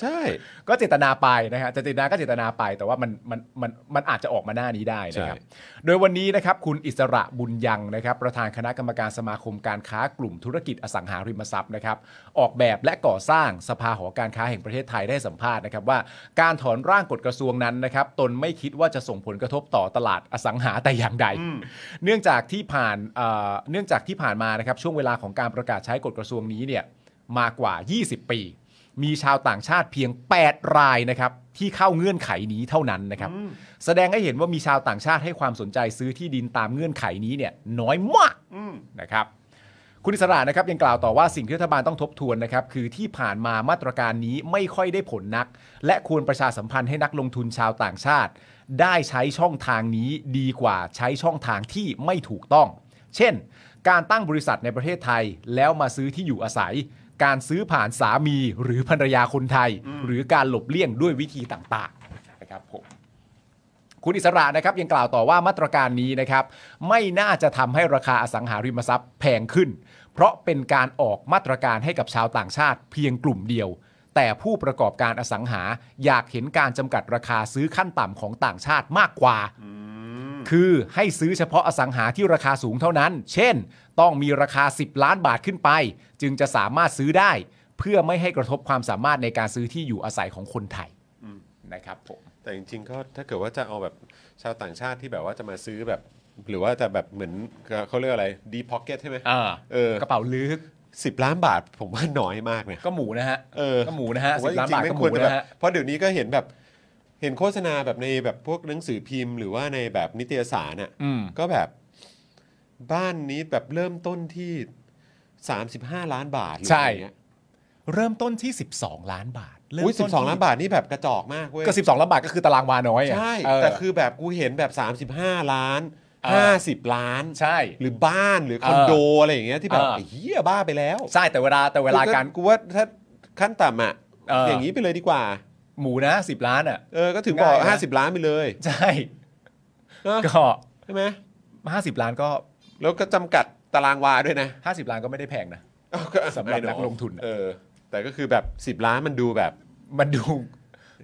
ใช่
ก็เจตนาไปนะฮะเจตนาก็เจตนาไป แต่ว่ามันมันมันมันอาจจะออกมาหน้านี้ได้นะครับ โดยวันนี้นะครับคุณอิสระบุญยังนะครับ ประธานคณะกรรมการสมาคมการค้ากลุ่มธุรกิจอสังหาริมทรัพย์นะครับ ออกแบบและก่อสร้างสภาหอการค้าแห่งประเทศไทยได้สัมภาษณ์นะครับ ว่าการถอนร่างกฎกระทรวงนั้นนะครับ ตนไม่คิดว่าจะส่งผลกระทบต่อตลาดอสังหาแต่อย่างใด เนื่องจากที่ผ่านเอ่อเนื่องจากที่ผ่านมานะครับ ช่วงเวลาของการประกาศใช้กฎกระทรวงนี้เนี่ยมากว่า 20 ปี มีชาวต่างชาติเพียง 8 รายนะครับ ที่เข้าเงื่อนไขนี้เท่านั้นนะครับ แสดงให้เห็นว่ามีชาวต่างชาติให้ความสนใจซื้อที่ดินตามเงื่อนไขนี้เนี่ยน้อยมาก
อืม
นะครับ คุณอิสระนะครับยังกล่าวต่อว่าสิ่งที่รัฐบาลต้องทบทวนนะครับ คือที่ผ่านมามาตรการนี้ไม่ค่อยได้ผลนัก และควรประชาสัมพันธ์ให้นักลงทุนชาวต่างชาติ ได้ใช้ช่องทางนี้ดีกว่าใช้ช่องทางที่ไม่ถูกต้อง เช่น การตั้งบริษัทในประเทศไทย แล้วมาซื้อที่อยู่อาศัย การซื้อผ่านสามีหรือภรรยาคนไทย หรือการหลบเลี่ยงด้วยวิธีต่างๆนะครับผม คุณอิสระนะครับยังกล่าวต่อว่ามาตรการนี้นะครับ ไม่น่าจะทำให้ราคาอสังหาริมทรัพย์แพงขึ้น เพราะเป็นการออกมาตรการให้กับชาวต่างชาติเพียงกลุ่มเดียว แต่ผู้ประกอบการอสังหาอยากเห็นการจำกัดราคาซื้อขั้นต่ำของต่างชาติมากกว่า คือให้ซื้อเฉพาะอสังหาที่ราคาสูงเท่านั้น เช่น ต้องมีราคา 10 ล้านบาทขึ้นไป จึงจะสามารถซื้อได้ เพื่อไม่ให้กระทบความสามารถในการซื้อที่อยู่อาศัยของคนไทยนะครับผม
แต่จริงๆก็ถ้าเกิดว่าจะเอาแบบชาวต่างชาติที่แบบว่าจะมาซื้อแบบ หรือว่าจะแบบเหมือนเขาเรียกอะไรดีพ็อกเก็ตใช่ไหม
อ่า
เออก
ระเป๋าลึก
สิบล้านบาทผมว่าน้อยมากนะ
ก็หมูนะฮะ
เออ
ก็หมูนะฮะ
ผม
สิ
ว่
บล้าน
จริง
บาท
ๆไม่
ก็ห
ค
มู
วรจะแบ
นะ
บ
ฮะ
เพราะเดี๋ยวนี้ก็เห็นแบบเห็นโฆษณาแบบในแบบพวกหนังสือพิมพ์ หรือว่าในแบบนิตยสารอ่ะ
อืม
ก็แบบบ้านนี้แบบเริ่มต้นที่ 35 ล้านบาทหรืออะไรอย่างเงี้ย
เริ่มต้นที่ 12 ล้านบาทเริ่ม
อุ้ย
ต้น
สิบสองล้านบาทนี่แบบกระจอกมากเว้ย
ก็ 12 ล้านบาทก็คือตารางวาน้อยอะ
ใช่
เ
แต่คือแบบกูเห็นแบบ 35 ล้าน
เออ
50 ล้าน
ใช่
หรือบ้านหรือคอนโดอะไรอย่างเงี้ยที่แบบ
เออ
ไอ้เฮียบ้าไปแล้ว
ใช่แต่เวลาแต่เวลาการ
กูว่าถ้าขั้นต่ำอ่ะ
เอออ
ย่างนี้ไปเลยดีกว่า
หมูนะ 10 ล้านอ่ะ
เออ ก็ถึงบอก
ง่ายนะ
50 ล้านไปเลย
ใช่
เนอะ
ก็
ใช่ไหม
50 ล้านก็
แล้วก็จำกัดตารางวาด้วยนะ
50 ล้านก็ไม่ได้แพงนะ
เอาก็
สำหรับ
ไอ้อ
นักลงทุนอะ
เออ แต่ก็คือแบบ 10 ล้านมันดูแบบ
มันดู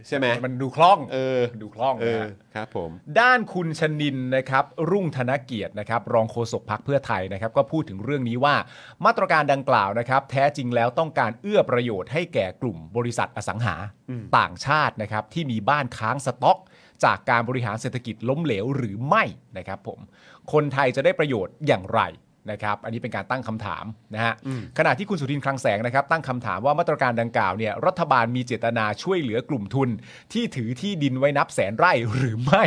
ใช่ไหม
มันดูคล่อง
เออ
ดูคล่อง
เอ
นะ
อ
ฮะ
ครับผม
ด้านคุณชนินนะครับ รุ่งธนเกียรตินะครับ รองโฆษกพักเพื่อไทยนะครับ ก็พูดถึงเรื่องนี้ว่า มาตรการดังกล่าวนะครับ แท้จริงแล้วต้องการเอื้อประโยชน์ให้แก่กลุ่มบริษัทอสังหาต่างชาตินะครับ ที่มีบ้านค้างสต็อก จากการบริหารเศรษฐกิจล้มเหลวหรือไม่นะครับผม คนไทยจะได้ประโยชน์อย่างไรนะครับ อันนี้เป็นการตั้งคำถามนะฮะขณะที่คุณสุทินคลังแสงนะครับ ตั้งคำถามว่ามาตรการดังกล่าวเนี่ยรัฐบาลมีเจตนาช่วยเหลือกลุ่มทุน ที่ถือที่ดินไว้นับแสนไร่หรือไม่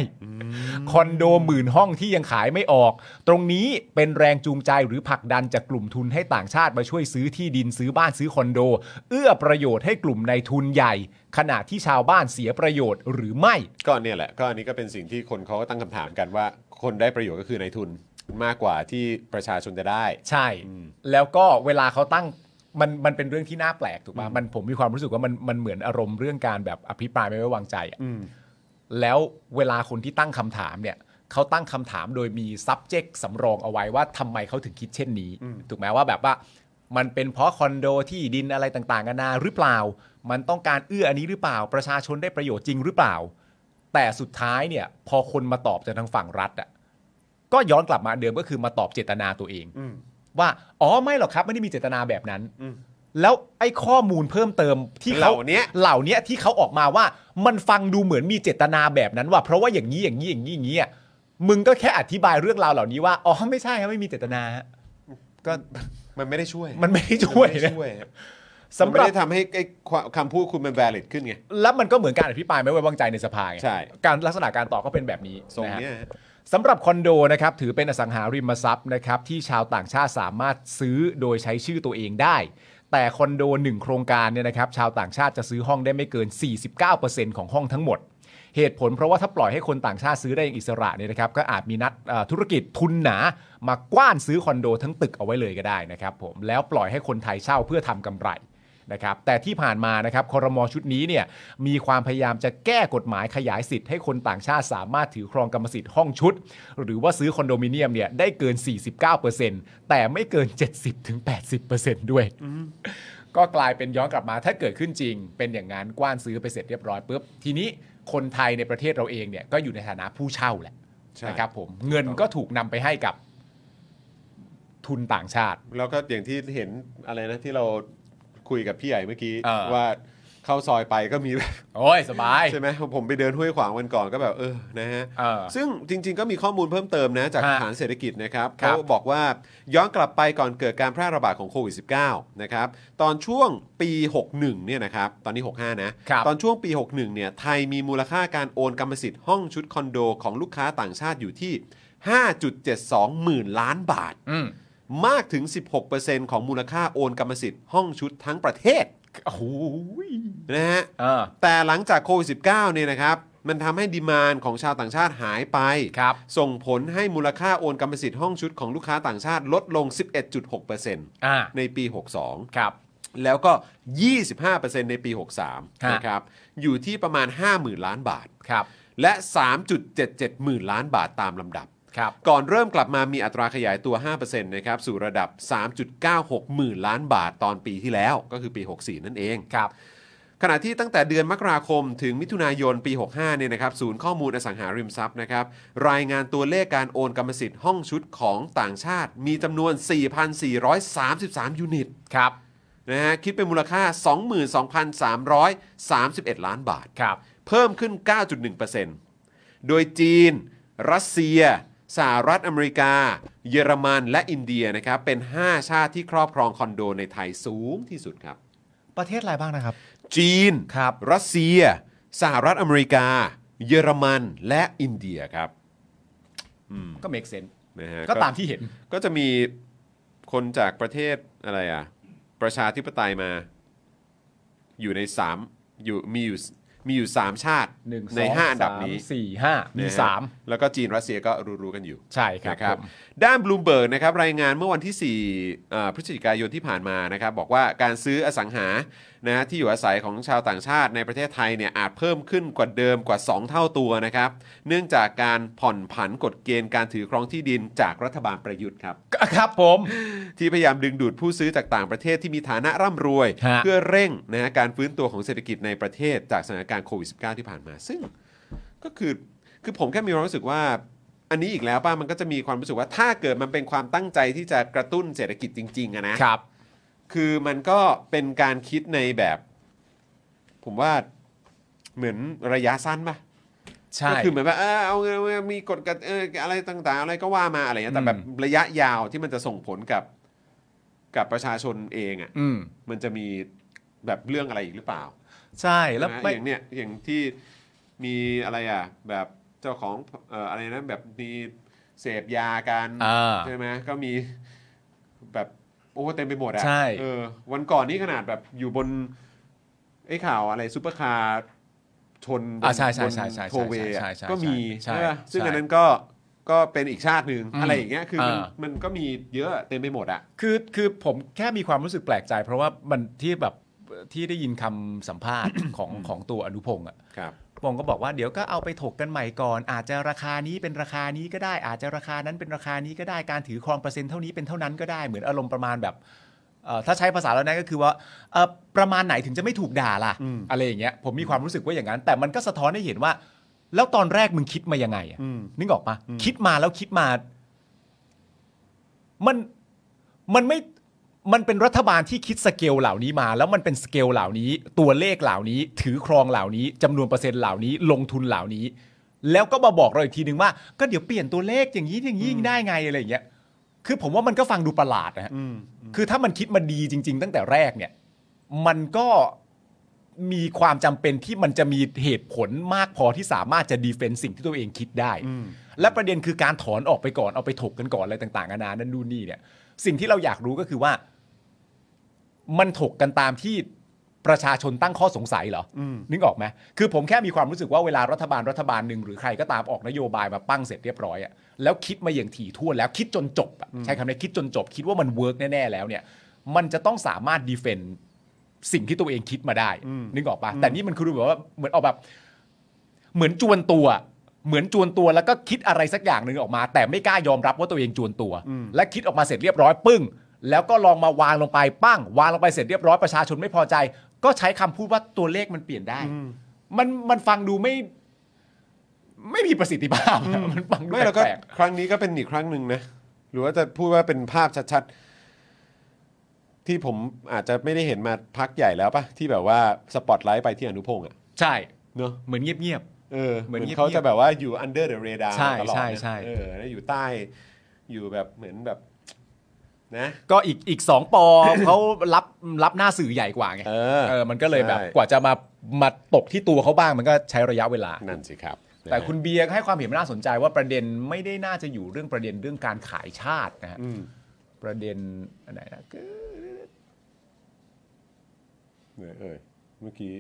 คอนโดหมื่นห้องที่ยังขายไม่ออก ตรงนี้เป็นแรงจูงใจหรือผลักดันจากกลุ่มทุนให้ต่างชาติมาช่วยซื้อที่ดินซื้อบ้านซื้อคอนโด เอื้อประโยชน์ให้กลุ่มในทุนใหญ่ ขณะที่ชาวบ้านเสียประโยชน์หรือไม่
ก็เนี่ยแหละก็อันนี้ก็เป็นสิ่งที่คนเขาก็ตั้งคำถามกันว่า คนได้ประโยชน์ก็คือในทุนมากกว่าที่ประชาชนจะได้
ใช่ แล้วก็เวลาเขาตั้งมันมันเป็นเรื่องที่น่าแปลกถูกป่ะมันผมมีความรู้สึกว่ามันมันเหมือนอารมณ์เรื่องการแบบอภิปรายไม่ไว้วางใจอะแล้วเวลาคนที่ตั้งคำถามเนี่ยเขาตั้งคำถามโดยมี subject สำรองเอาไว้ว่าทำไมเขาถึงคิดเช่นนี้ ถูกไหมว่าแบบว่า มันเป็นเพราะคอนโดที่ดินอะไรต่างๆกันานาหรือเปล่า มันต้องการเอื้ออันนี้หรือเปล่า ประชาชนได้ประโยชน์จริงหรือเปล่า แต่สุดท้ายเนี่ย พอคนมาตอบจากทางฝั่งรัฐอ่ะก็ย้อนกลับมาเดิมก็คือมาตอบเจตนาตัวเอง ว่าอ๋อไม่หรอกครับไม่ได้มีเจตนาแบบนั้น
อืม
แล้วไอ้ข้อมูลเพิ่มเติมที่
เหล่าเนี้ย
เหล่าเนี้ยที่เขาออกมาว่ามันฟังดูเหมือนมีเจตนาแบบนั้นว่าเพราะว่าอย่างนี้อย่างนี้อย่างนี้อย่างนี้อะมึงก็แค่อธิบายเรื่องราวเหล่านี้ว่าอ๋อไม่ใช่ครับไม่มีเจตนาฮะ
ก็มันไม่ได้ช่วย
มันไม่ได้ช่วย
มัน
นะ
ไม่ได้ช่วยสำ
สำ
ห
ห
รั
รั
บบ ทำให้ไอ้ความคำพูดคุณมัน valid ขึ้นไง
แล้วมันก็เหมือนการอภิปรายไม่ไว้วางใจในสภาไง
ใช่
การลักษณะการตอบก็เป็นแบบนี้
ทรง
นะฮะ
เนี้ยฮะ
สำหรับคอนโดนะครับถือเป็นอสังหาริมทรัพย์นะครับที่ชาวต่างชาติสามารถซื้อโดยใช้ชื่อตัวเองได้ แต่คอนโด 1 โครงการเนี่ยนะครับชาวต่างชาติจะซื้อห้องได้ไม่เกิน 49%ของห้องทั้งหมด เหตุผลเพราะว่าถ้าปล่อยให้คนต่างชาติซื้อได้อย่างอิสระเนี่ยนะครับก็อาจมีนัดเอ่อธุรกิจทุนหนามากว้านซื้อคอนโดทั้งตึกเอาไว้เลยก็ได้นะครับผมแล้วปล่อยให้คนไทยเช่าเพื่อทำกำไรนะครับแต่ที่ผ่านมานะครับคอรมอชุดนี้เนี่ยมีความพยายามจะแก้กฎหมายขยายสิทธิ์ให้คนต่างชาติสามารถถือครองกรรมสิทธิ์ห้องชุด หรือว่าซื้อคอนโดมิเนียมเนี่ยได้เกิน 49%แต่ไม่เกิน 70-80%ด้วย ก็กลายเป็นย้อนกลับมาถ้าเกิดขึ้นจริง เป็นอย่างนั้นกว้านซื้อไปเสร็จเรียบร้อยปุ๊บทีนี้คนไทยในประเทศเราเองเนี่ยก็อยู่ในฐานะผู้เช่าแหละ
ใช่
นะครับผมเงินก็ถูกนำไปให้กับทุนต่างชาติ
แล้วก็อย่างที่เห็นอะไรนะที่เราคุยกับพี่ใหญ่เมื่อกี้
เออ
ว่าเข้าซอยไปก็มีแบบ
โอ้ยสบาย
ใช่ไหมผมไปเดินห้วยขวางวันก่อนก็แบบเออนะฮะ
เออ
ซึ่งจริง ๆ ก็มีข้อมูลเพิ่มเติมนะ จาก
ฮะ
ฐานเศรษฐกิจนะครับ
ครั
เขา
บ
บอกว่าย้อนกลับไปก่อนเกิดการแพร่ระบาดของโควิด -19 นะครับ ตอนช่วงปี 61 เนี่ยนะครับ ตอนนี้ 65 นะ
ครับ
ตอนช่วงปี 61 เนี่ย ไทยมีมูลค่าการโอนกรรมสิทธิ์ห้องชุดคอนโดของลูกค้าต่างชาติอยู่ที่ 5.72 หมื่นล้านบาท
อืม
มากถึง 16%ของมูลค่าโอนกรรมสิทธิ์ห้องชุดทั้งประเทศ
โอ้โห
นะฮะ
เออ
แต่หลังจากโควิด -19 เนี่ยนะครับ มันทำให้ดีมานของชาวต่างชาติหายไป
ครับ
ส่งผลให้มูลค่าโอนกรรมสิทธิ์ห้องชุดของลูกค้าต่างชาติลดลง 11.6%
อ่า
ในปี
ครับ
62 แล้วก็ 25%ในปี
ฮะ
63 นะครับ อยู่ที่ประมาณ 50,000 ล้านบาท
ครับ
และ 3.77 หมื่นล้านบาทตามลำดับ
ครับ
ก่อนเริ่มกลับมามีอัตราขยายตัว 5%นะครับ สู่ระดับ 3.96 หมื่นล้านบาทตอนปีที่แล้ว ก็คือปี 64 นั่นเอง
ครับ
ขณะที่ตั้งแต่เดือนมกราคมถึงมิถุนายนปี 65 เนี่ยนะครับศูนย์ข้อมูลอสังหาริมทรัพย์นะครับรายงานตัวเลขการโอนกรรมสิทธิ์ห้องชุดของต่างชาติ มีจำนวน 4,433 ยูนิต
ครับ
นะฮะคิดเป็นมูลค่า 22,331 ล้านบาท
ครับ
เพิ่มขึ้น 9.1%โดยจีน รัสเซีย สหรัฐอเมริกา เยอรมันและอินเดียนะครับเป็น 5 ชาติที่ครอบครองคอนโดในไทยสูงที่สุดครับ
ประเทศอะไรบ้างนะครับ
จีน
ครับ
รัสเซีย สหรัฐอเมริกา เยอรมัน และอินเดียครับ
ก็เมกเซน
นะฮะ
ก็ตามที่เห็น
ก็จะมีคนจากประเทศอะไรอ่ะ ประชาธิปไตยมา อยู่ในสามอยู่มีอยู่มีอยู่สามชาติ
1 2
ในห้าอันดับนี้
3 4 5 มี
นะฮะ
3
แล้วก็จีนรัสเซียก็รู้ๆกันอยู่
ใช่ครับ
นะครับ
ผม
ด้านบลูเบิร์กนะครับรายงานเมื่อวันที่4เอ่อพฤศจิกายนที่ผ่านมานะครับบอกว่าการซื้ออสังหานะฮะที่อยู่อาศัยของชาวต่างชาติในประเทศไทยเนี่ยอาจเพิ่มขึ้นกว่าเดิมกว่า 2 เท่าตัวนะครับเนื่องจากการผ่อนผันกฎเกณฑ์การถือครองที่ดินจากรัฐบาลประยุทธ์ครับ
ครับผม
ที่พยายามดึงดูดผู้ซื้อจากต่างประเทศที่มีฐานะร่ำรวย
ฮะ
เพื่อเร่งนะฮะการฟื้นตัวของเศรษฐกิจในประเทศจากสถานการณ์โควิด -19 ที่ผ่านมา ซึ่งก็คือคือผมแค่มีความรู้สึกว่า อันนี้อีกแล้วป้ามันก็จะมีความรู้สึกว่าถ้าเกิดมันเป็นความตั้งใจที่จะกระตุ้นเศรษฐกิจจริงๆอะนะ
ครับ
คือมันก็เป็นการคิดในแบบ ผมว่าเหมือนระยะสั้นป่ะ
ใช่
ก็คือเหมือนแบบเออเอาเงินเอาเงินมีกฎกติเอออะไรต่างๆ อะไรก็ว่ามาอะไรเงี้ยแต่แบบ
อืม
ระยะยาวที่มันจะส่งผลกับกับประชาชนเองอ่ะ
อืม
มันจะมีแบบเรื่องอะไรอีกหรือเปล่า
ใช่แล้ว
ใช่ไหม
ไม่
อย่างเนี้ยอย่างที่มีอะไรอ่ะแบบเจ้าของเอ่ออะไรนะแบบมีเสพยากัน
อ่า
ใช่ไหมก็มีแบบโอ้เต็มไปหมดอ่ะ
ใช่
เออวันก่อนนี่ขนาดแบบอยู่บนไอ้ข่าวอะไรซูเปอร์คาร์ ชนบน
อ่าใช่ใช่
บน
ใช่ใช่
โทเวย์อะ
ใช่ใช่ใช่
ก็มี
ใช่
ใช่ปะ
ใช่
ซึ่งอันนั้นก็ก็เป็นอีกชาติหนึ่ง
อืม
อะไรอย่างเงี้ยคือมัน
อ่า
มันก็มีเยอะเต็มไปหมดอ่ะ
คือคือผมแค่มีความรู้สึกแปลกใจ เพราะว่ามันที่แบบที่ได้ยินคำสัม ภาษณ์ ของของตัวอนุพงศ์อะ
ครับ
พงศ์ก็บอกว่าเดี๋ยวก็เอาไปถกกันใหม่ก่อน อาจจะราคานี้เป็นราคานี้ก็ได้ อาจจะราคานั้นเป็นราคานี้ก็ได้การถือครองเปอร์เซ็นต์เท่านี้เป็นเท่านั้นก็ได้เหมือนอารมณ์ประมาณแบบเอ่อถ้าใช้ภาษาแล้วนะก็คือว่าเอ่อประมาณไหนถึงจะไม่ถูกด่าล่ะ
อืม
อะไรอย่างเงี้ยผมมีความรู้สึกว่าอย่างนั้น แต่มันก็สะท้อนให้เห็นว่า แล้วตอนแรกมึงคิดมายังไงอะ
อืม
นึกออกปะ
อืม
คิดมาแล้วคิดมา มันมันไม่มันเป็นรัฐบาลที่คิดสเกลเหล่านี้มา แล้วมันเป็นสเกลเหล่านี้ ตัวเลขเหล่านี้ ถือครองเหล่านี้จำนวนเปอร์เซ็นต์เหล่านี้ ลงทุนเหล่านี้ แล้วก็มาบอกเราอีกทีนึงว่าก็เดี๋ยวเปลี่ยนตัวเลขอย่างนี้อย่างนี้ได้ไงอะไรอย่างเงี้ยคือผมว่ามันก็ฟังดูประหลาดนะฮะ
อืม
คือถ้ามันคิดมาดีจริง ๆ ตั้งแต่แรกเนี่ย มันก็ มีความจำเป็นที่มันจะมีเหตุผลมากพอที่สามารถจะดีเฟนต์สิ่งที่ตัวเองคิดได้ และประเด็นคือการถอนออกไปก่อนเอาไปถกกันก่อนอะไรต่างๆนานานั่นนู่นนี่เนี่ย สิ่งที่เราอยากรู้ก็คือว่า มันถกกันตามที่ประชาชนตั้งข้อสงสัยเหรออนึกออกไหมคือผมแค่มีความรู้สึกว่าเวลารัฐบาลรัฐบาลหนึ่งหรือใครก็ตามออกนโยบายมาปั้งเสร็จเรียบร้อยอะแล้วคิดมาอย่างถี่ถ้วนแล้วคิดจนจบอะใช้คำนี้คิดจนจบ คิดว่ามันเวิร์กแน่ๆแล้วเนี่ย มันจะต้องสามารถดีเฟนต์สิ่งที่ตัวเองคิดมาได้ นึกออกปะแต่นี่มันคือดูแบบว่าเหมือนออกแบบ เหมือนจวนตัว เหมือนจวนตัวแล้วก็คิดอะไรสักอย่างหนึ่งออกมา แต่ไม่กล้ายอมรับว่าตัวเองจวนตัว และคิดออกมาเสร็จเรียบร้อยปึ้ง แล้วก็ลองมาวางลงไปปั้ง วางลงไปเสร็จเรียบร้อยประชาชนไม่พอใจ ก็ใช้คำพูดว่าตัวเลขมันเปลี่ยนได้ มันมันฟังดูไม่ ไม่มีประสิทธิภาพอะมันฟังดู
ไม่แล้วก็
แปลก
ครั้งนี้ก็เป็นอีกครั้งหนึ่งนะ หรือว่าจะพูดว่าเป็นภาพชัดๆ ที่ผมอาจจะไม่ได้เห็นมาพักใหญ่แล้วปะที่แบบว่าสปอตไลท์ไปที่อนุพงษ์อะ
ๆใช่
เนอะ
เหมือนเงียบ
เออ
เห
เห
มื
มื
อ
อนน
เงียบๆ
เขาจะแบบว่าอยู่ under the radar
ใช่
ตลอด
ใช่
นะ
ใช่
เออแล้วอยู่ใต้อยู่แบบเหมือนแบบนะ
ๆ ก็อีกอีกสองปอ เขารับรับหน้าสื่อใหญ่กว่าไง
เออ
เออมันก็เลยแบบ
ใช่
กว่าจะมามาตกที่ตัวเขาบ้างมันก็ใช้ระยะเวลา
นั่นสิครับ
แต่คุณเบียร์ให้ความเห็นน่าสนใจว่าประเด็นไม่ได้น่าจะอยู่เรื่องประเด็นเรื่องการขายชาตินะฮะ
อืม
ประเด็นอันไหนนะก็
เหนื่อยเอ่ยเมื่อกี้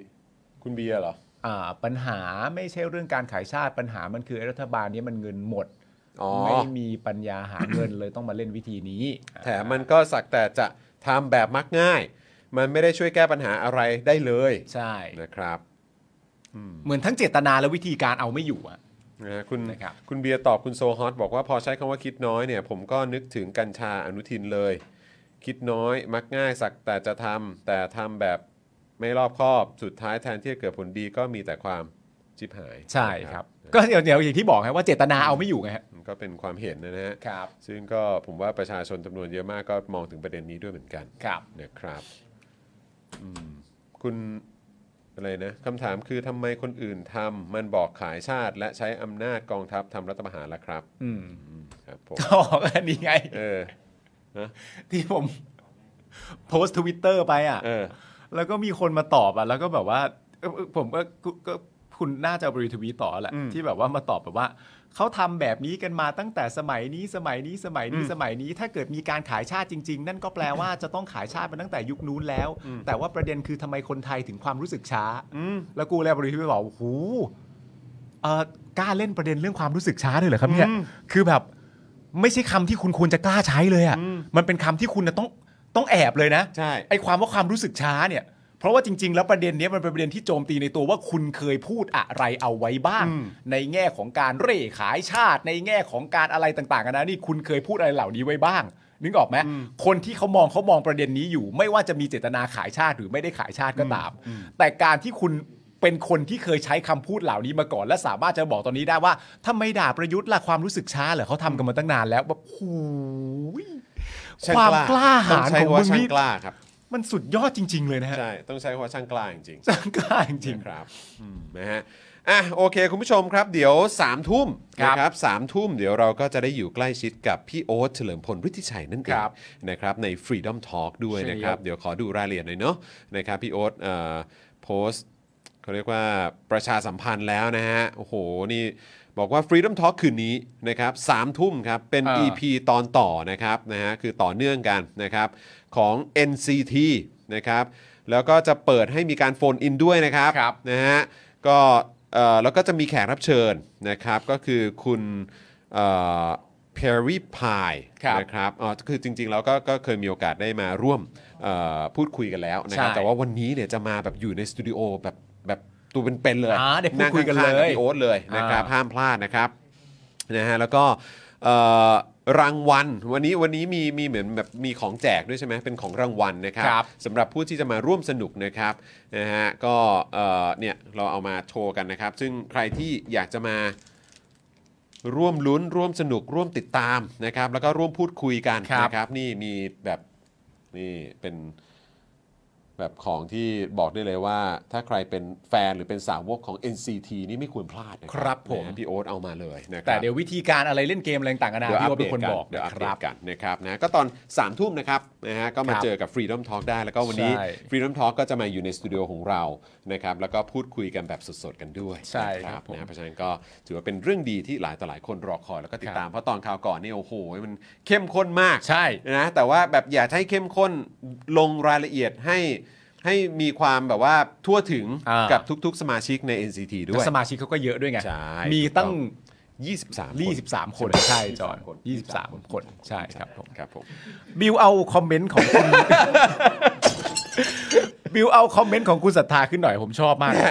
คุณเบียร์เหรอ
อ่าปัญหาไม่ใช่เรื่องการขายชาติปัญหามันคือไอ้รัฐบาลเนี้มันเงินหมด
อ๋อ
ไม่มีปัญญาหาเงินเลยต้องมาเล่นวิธีนี้
แถมมันก็สักแต่จะทำแบบมักง่าย มันไม่ได้ช่วยแก้ปัญหาอะไรได้เลย
ใช่
นะครับ
เหมือนทั้งเจตนาและวิธีการเอาไม่อยู่อะ
นะฮะคุณ
นะครับ
คุณเบียร์ตอบคุณโซฮอตบอกว่าพอใช้คำว่าคิดน้อยเนี่ย ผมก็นึกถึงกัญชาอนุทินเลย คิดน้อยมักง่ายสักแต่จะทำแต่ทำแบบไม่รอบคอบ สุดท้ายแทนที่จะเกิดผลดีก็มีแต่ความจิบหาย
ใช่ครับ
นะ
ก็เดี๋ยวเดี๋ยวอย่างที่บอกฮะว่าเจตนาเอาไม่อยู่ไงฮะ
มันก็เป็นความเห็นนะฮะ
ครับ
ซึ่งก็ผมว่าประชาชนจำนวนเยอะมากก็มองถึงประเด็นนี้ด้วยเหมือนกัน
ครับ
นะครับอืมคุณอะไรนะคำถามคือทำไมคนอื่นทำมันบอกขายชาติ และใช้อำนาจกองทัพทำรัฐประหารละครับ
อืม
อืมครับผม
ก็อันนี้ไง
เออ
ที่ผม โพสต์ทวิตเตอร์ไปอ่ะ
เออ
แล้วก็มีคนมาตอบอ่ะแล้วก็แบบว่าเอ่อเอ่อผมก็ก็ก็คุณน่าจะเอาไปรีทวีตต่อแหละ
อืม
ที่แบบว่ามาตอบแบบว่าเขาทำแบบนี้กันมาตั้งแต่สมัยนี้สมัยนี้สมัยนี้สมัยนี้ ถ้าเกิดมีการขายชาติจริง ๆ นั่นก็แปลว่าจะต้องขายชาติมาตั้งแต่ยุคนู้นแล้ว แต่ว่าประเด็นคือทำไมคนไทยถึงความรู้สึกช้าแล้วกูเลยบริทวีตบอกโอ้โหเอ่อกล้าเล่นประเด็นเรื่องความรู้สึกช้าเลยเหรอครับเนี่ย
อืม
คือแบบ ไม่ใช่คำที่คุณควรจะกล้าใช้เลยอ่ะมันเป็นคำที่คุณน่ะต้องต้องแอบเลยนะ
ใช่
ไอความว่าความรู้สึกช้าเนี่ย เพราะว่าจริง ๆ แล้วประเด็นเนี้ยมันเป็นประเด็นที่โจมตีในตัวว่าคุณเคยพูดอะไรเอาไว้บ้าง ในแง่ของการเร่ขายชาติในแง่ของการอะไรต่างๆกันะนี่คุณเคยพูดอะไรเหล่านี้ไว้บ้าง นึกออกไหมคนที่เขามองเขามองประเด็นนี้อยู่ ไม่ว่าจะมีเจตนาขายชาติหรือไม่ได้ขายชาติก็ตาม แต่การที่คุณเป็นคนที่เคยใช้คำพูดเหล่านี้มาก่อน และสามารถจะบอกตอนนี้ได้ว่าถ้าไม่ด่าประยุทธ์ล่ะความรู้สึกช้าเหรอเขาทำกันมาตั้งนานแล้วแบบหูย
ช่ง
ความกล้าหาญของมึ
ต้
ง
ใช้คำว่ช่า
นี่
งกล้าครับ
มันสุดยอดจริง ๆ เลยนะฮะ
ใช่ ต้องใช้คำว่าช่างกล้าจริง
จังกล้าจริง
ๆนะครับอืมนะฮะ อ่ะโอเค คุณผู้ชมครับ เดี๋ยว3ามทุ่ม
ครับ
นะครับสามทุ่มเดี๋ยวเราก็จะได้อยู่ใกล้ชิดกับพี่โอ๊ตเฉลิมพลฤทธิชัยนั่นเอง
ครับ
นะครับใน Freedom Talk ด้วย
ใช่
นะค
ครั
รับ
บ
เดี๋ยวขอดูรายละเอียดหน่อยเนาะนะครับพี่โอ๊ตเอ่อโพสต์ เขาเรียกว่าประชาสัมพันธ์แล้วนะฮะ โอ้โห นี่บอกว่า Freedom Talk คืนนี้นะครับสามทุ่มครับ เป็น
อ่า
EP ตอนต่อนะครับนะฮะคือต่อเนื่องกันนะครับของ NCT นะครับ แล้วก็จะเปิดให้มีการโฟนอินด้วยนะครับ
ครับ
นะฮะก็เอ่อแล้วก็จะมีแขกรับเชิญนะครับ ก็คือคุณเพอร์รี่พาย
ครับ
นะครับอ๋อคือจริงๆแล้วก็ก็เคยมีโอกาสได้มาร่วมเอ่อพูดคุยกันแล้วนะครับ
ใช่
แต่ว่า ว่าวันนี้เนี่ยจะมาแบบอยู่ในสตูดิโอแบบแบบตัวเป็นๆเลย
อ่าเดี๋ยวพูด
นั่ง
คุยกันเลย
ข้างๆบพี่โอ๊ตเลยนะครับ
อ่า
ห้ามพลาดนะครับนะฮะแล้วก็เอ่อรางวัลวันนี้วันนี้มีมีเหมือนแบบมีของแจกด้วยใช่ไหมเป็นของรางวัลนะครับ
ครับ
สำหรับผู้ที่จะมาร่วมสนุกนะครับนะฮะก็เอ่อเนี่ยเราเอามาโชว์กันนะครับ ซึ่งใครที่อยากจะมา ร่วมลุ้นร่วมสนุกร่วมติดตามนะครับ แล้วก็ร่วมพูดคุยกัน
ครับ
นะครับ นี่มีแบบนี่เป็น แบบของที่บอกได้เลยว่า ถ้าใครเป็นแฟนหรือเป็นสาวกของ NCT นี่ไม่ควรพลาดนะครับ
ผม
นะฮะพี่โอ๊ตเอามาเลยนะครับ
แต่เดี๋ยววิธีการอะไรเล่นเกมอะไรต่างกันานะ
เดี๋ยวอั
พี่
ป
โอ๊ต
เด
เป็นคน
ตกัน
บอก
เดี๋ยวอัป
ค
เด
รับ
ตกันนะครับนะก็ตอน3ามทุ่มนะครับนะฮะก็มา
ครับ
เจอกับ Freedom Talk ได้แล้วก็วันนี้
ใช่
Freedom Talk ก็จะมาอยู่ในสตูดิโอของเรานะครับแล้วก็พูดคุยกันแบบสดๆกันด้วย
ใช่
นะครับ
ผม
นะเพราะฉะนั้นก็ถือว่าเป็นเรื่องดีที่หลายต่อหลายคนรอคอยแล้วก็ติด
ครับ
ตามเพราะตอนข่าวก่อนเนี่ยโอ้โหมันเข้มข้นมาก
ใช่
นะแต่ว่าแบบอยากให้เข้มข้นลงรายละเอียดให้ให้มีความแบบว่าทั่วถึง
อ่ากั
กับทุกๆ สมาชิกใน NCT ด้ว
แล้
ย
วสมาชิกเขาก็เยอะด้วยไง
ใช่
มีตั้ง
ถูก 23
23 คนใช่จอน23 คนใช่ครับผม
ครับผม
บิวเอาคอมเมนต์ของคุณ บิวเอาคอมเมนต์ของคุณศรัทธาขึ้นหน่อยผมชอบมาก
ไหน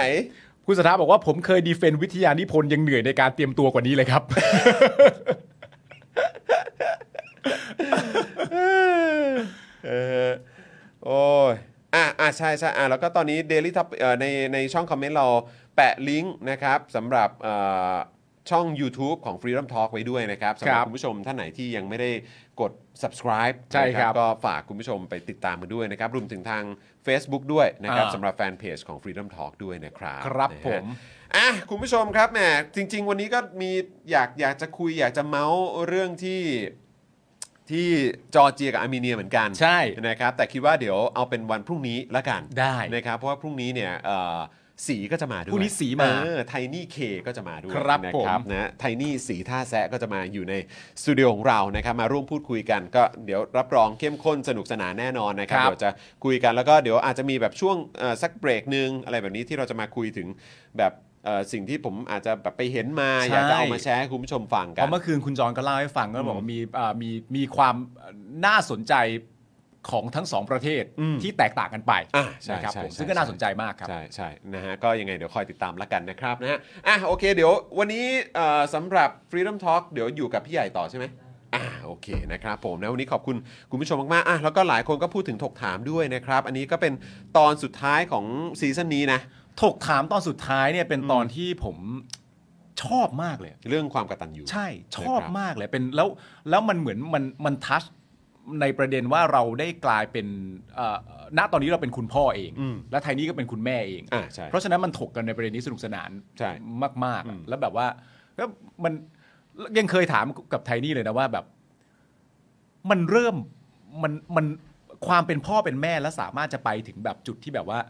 คุณศรัทธาบอกว่าผมเคยดีเฟนต์วิทยานิพนธ์ยังเหนื่อยในการเตรียมตัวกว่านี้เลยครับ
เออโอ้ยอ่ะอ่ะใช่ใช่อ่ะแล้วก็ตอนนี้ Daily Top เอ่อในในช่องคอมเมนต์เราแปะลิงก์นะครับสำหรับเอ่อช่อง YouTube ของ Freedom Talk ไว้ด้วยนะครับสำหรับ
ครับ
คุณผู้ชมท่านไหนที่ยังไม่ได้กด subscribe
ใช่ครับ
นะก็ฝากคุณผู้ชมไปติดตามกันด้วยนะครับรวมถึงทาง Facebook ด้วยนะครับ
อ่า
สำหรับแฟนเพจของ Freedom Talk ด้วยนะครับ
ครับ
นะฮะ
ผม
อ่ะคุณผู้ชมครับแหมจริง ๆ วันนี้ก็มีอยากอยากจะคุยอยากจะเมาส์เรื่องที่ ที่จอร์เจียกับอาร์เมเนียเหมือนกัน
ใช่
นะครับแต่คิดว่าเดี๋ยวเอาเป็นวันพรุ่งนี้ละกัน
ได้
นะครับเพราะว่าพรุ่งนี้เนี่ยเอ่อสีก็จะมาด้วย
พรุ่งนี้สีมา
ไทนี่เคก็จะมาด้วย
ครับ
นะ
ผม
ครับนะไทนี่สีท่าแซะก็จะมาอยู่ในสตูดิโอของเรานะครับมาร่วมพูดคุยกันก็เดี๋ยวรับรองเข้มข้นสนุกสนานแน่นอนนะครับ
ครับ
เดี๋ยวจะคุยกันแล้วก็เดี๋ยวอาจจะมีแบบช่วงเอ่อสักเบรกหนึ่งอะไรแบบนี้ที่เราจะมาคุยถึงแบบเอ่อสิ่งที่ผมอาจจะแบบไปเห็นมาอยากจะเอามาแชร์ให้คุณผู้ชมฟัง
เพ
กัน
ราะเมื่อคืนคุณจอนก็เล่าให้ฟังก็บอกว่ามีอ่ามีมีความน่าสนใจของทั้งสองประเทศ
อืม
ที่แตกต่างกันไป
อ่ะใช่
นะครับ
ใช่
ผม
ใช่
ซึ่งก็
ใช่
น่าสนใจมากครับ
ใช่ใช่นะฮะก็ยังไงเดี๋ยวคอยติดตามละกันนะครับนะฮะอ่ะโอเคเดี๋ยววันนี้เอ่อสำหรับ Freedom Talk เดี๋ยวอยู่กับพี่ใหญ่ต่อใช่ไหมอ่าโอเคนะครับผมนะวันนี้ขอบคุณคุณผู้ชมมากๆอ่ะแล้วก็หลายคนก็พูดถึงถกถามด้วยนะครับ อันนี้ก็เป็นตอนสุดท้ายของซีซั่นนี้นะ
ถกถามตอนสุดท้ายเนี่ยเป็นตอนที่ผมชอบมากเลย
เรื่องความกตัญญู
ใช่ชอบ
นะครับ
มากเลยเป็นแล้วแล้วมันเหมือนมันมันทัชในประเด็นว่าเราได้กลายเป็นเอ่อณตอนนี้เราเป็นคุณพ่อเอง
อืม
และไทยนี่ก็เป็นคุณแม่เอง
อ่าใช่
เพราะฉะนั้นมันถกกันในประเด็นนี้สนุกสนาน
ใช่
มากๆ
อื
อะ
ม
แล้วแบบว่าแล้วมันยังเคยถามกับไทยนี่เลยนะว่าแบบ มันเริ่มมันมันความเป็นพ่อเป็นแม่แล้วสามารถจะไปถึงแบบจุดที่แบบว่า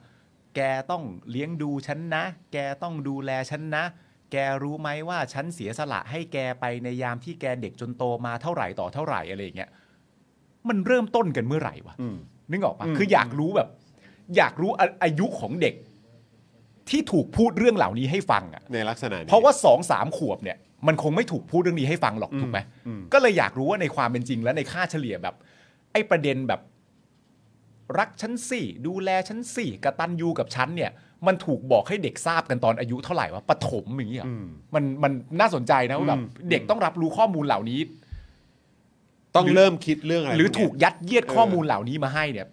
แกต้องเลี้ยงดูฉันนะ แกต้องดูแลฉันนะ แกรู้ไหมว่าฉันเสียสละให้แกไปในยามที่แกเด็กจนโตมาเท่าไหร่ต่อเท่าไหร่อะไรอย่างเงี้ยมันเริ่มต้นกันเมื่อไหร่วะ
อืม
นึกออกปะ
อืม
คืออยากรู้แบบ อยากรู้อาอายุของเด็ก ที่ถูกพูดเรื่องเหล่านี้ให้ฟังอ่ะ
ในลักษณะนี้
เพราะว่าสองสามขวบเนี่ยมันคงไม่ถูกพูดเรื่องนี้ให้ฟังหรอกถูกไหม
อืม
ก็เลยอยากรู้ว่าในความเป็นจริงและในค่าเฉลี่ยแบบ ไอ้ประเด็นแบบ รักฉันสิดูแลฉันสิกระตันยูกับฉันเนี่ย มันถูกบอกให้เด็กทราบกันตอนอายุเท่าไหร่ว่าปฐมอย่างเงี้ย
อืม
มันมันน่าสนใจนะว่าแบ
อื
บ
ม
เด็กต้องรับรู้ข้อมูลเหล่านี้
ต้อง
หรือ
เริ่มคิดเรื่องอะไร
หรือ
พว
ถู
เนี้ย
กยัดเยียดข้อ
เออ
มูลเหล่านี้มาให้เนี่ย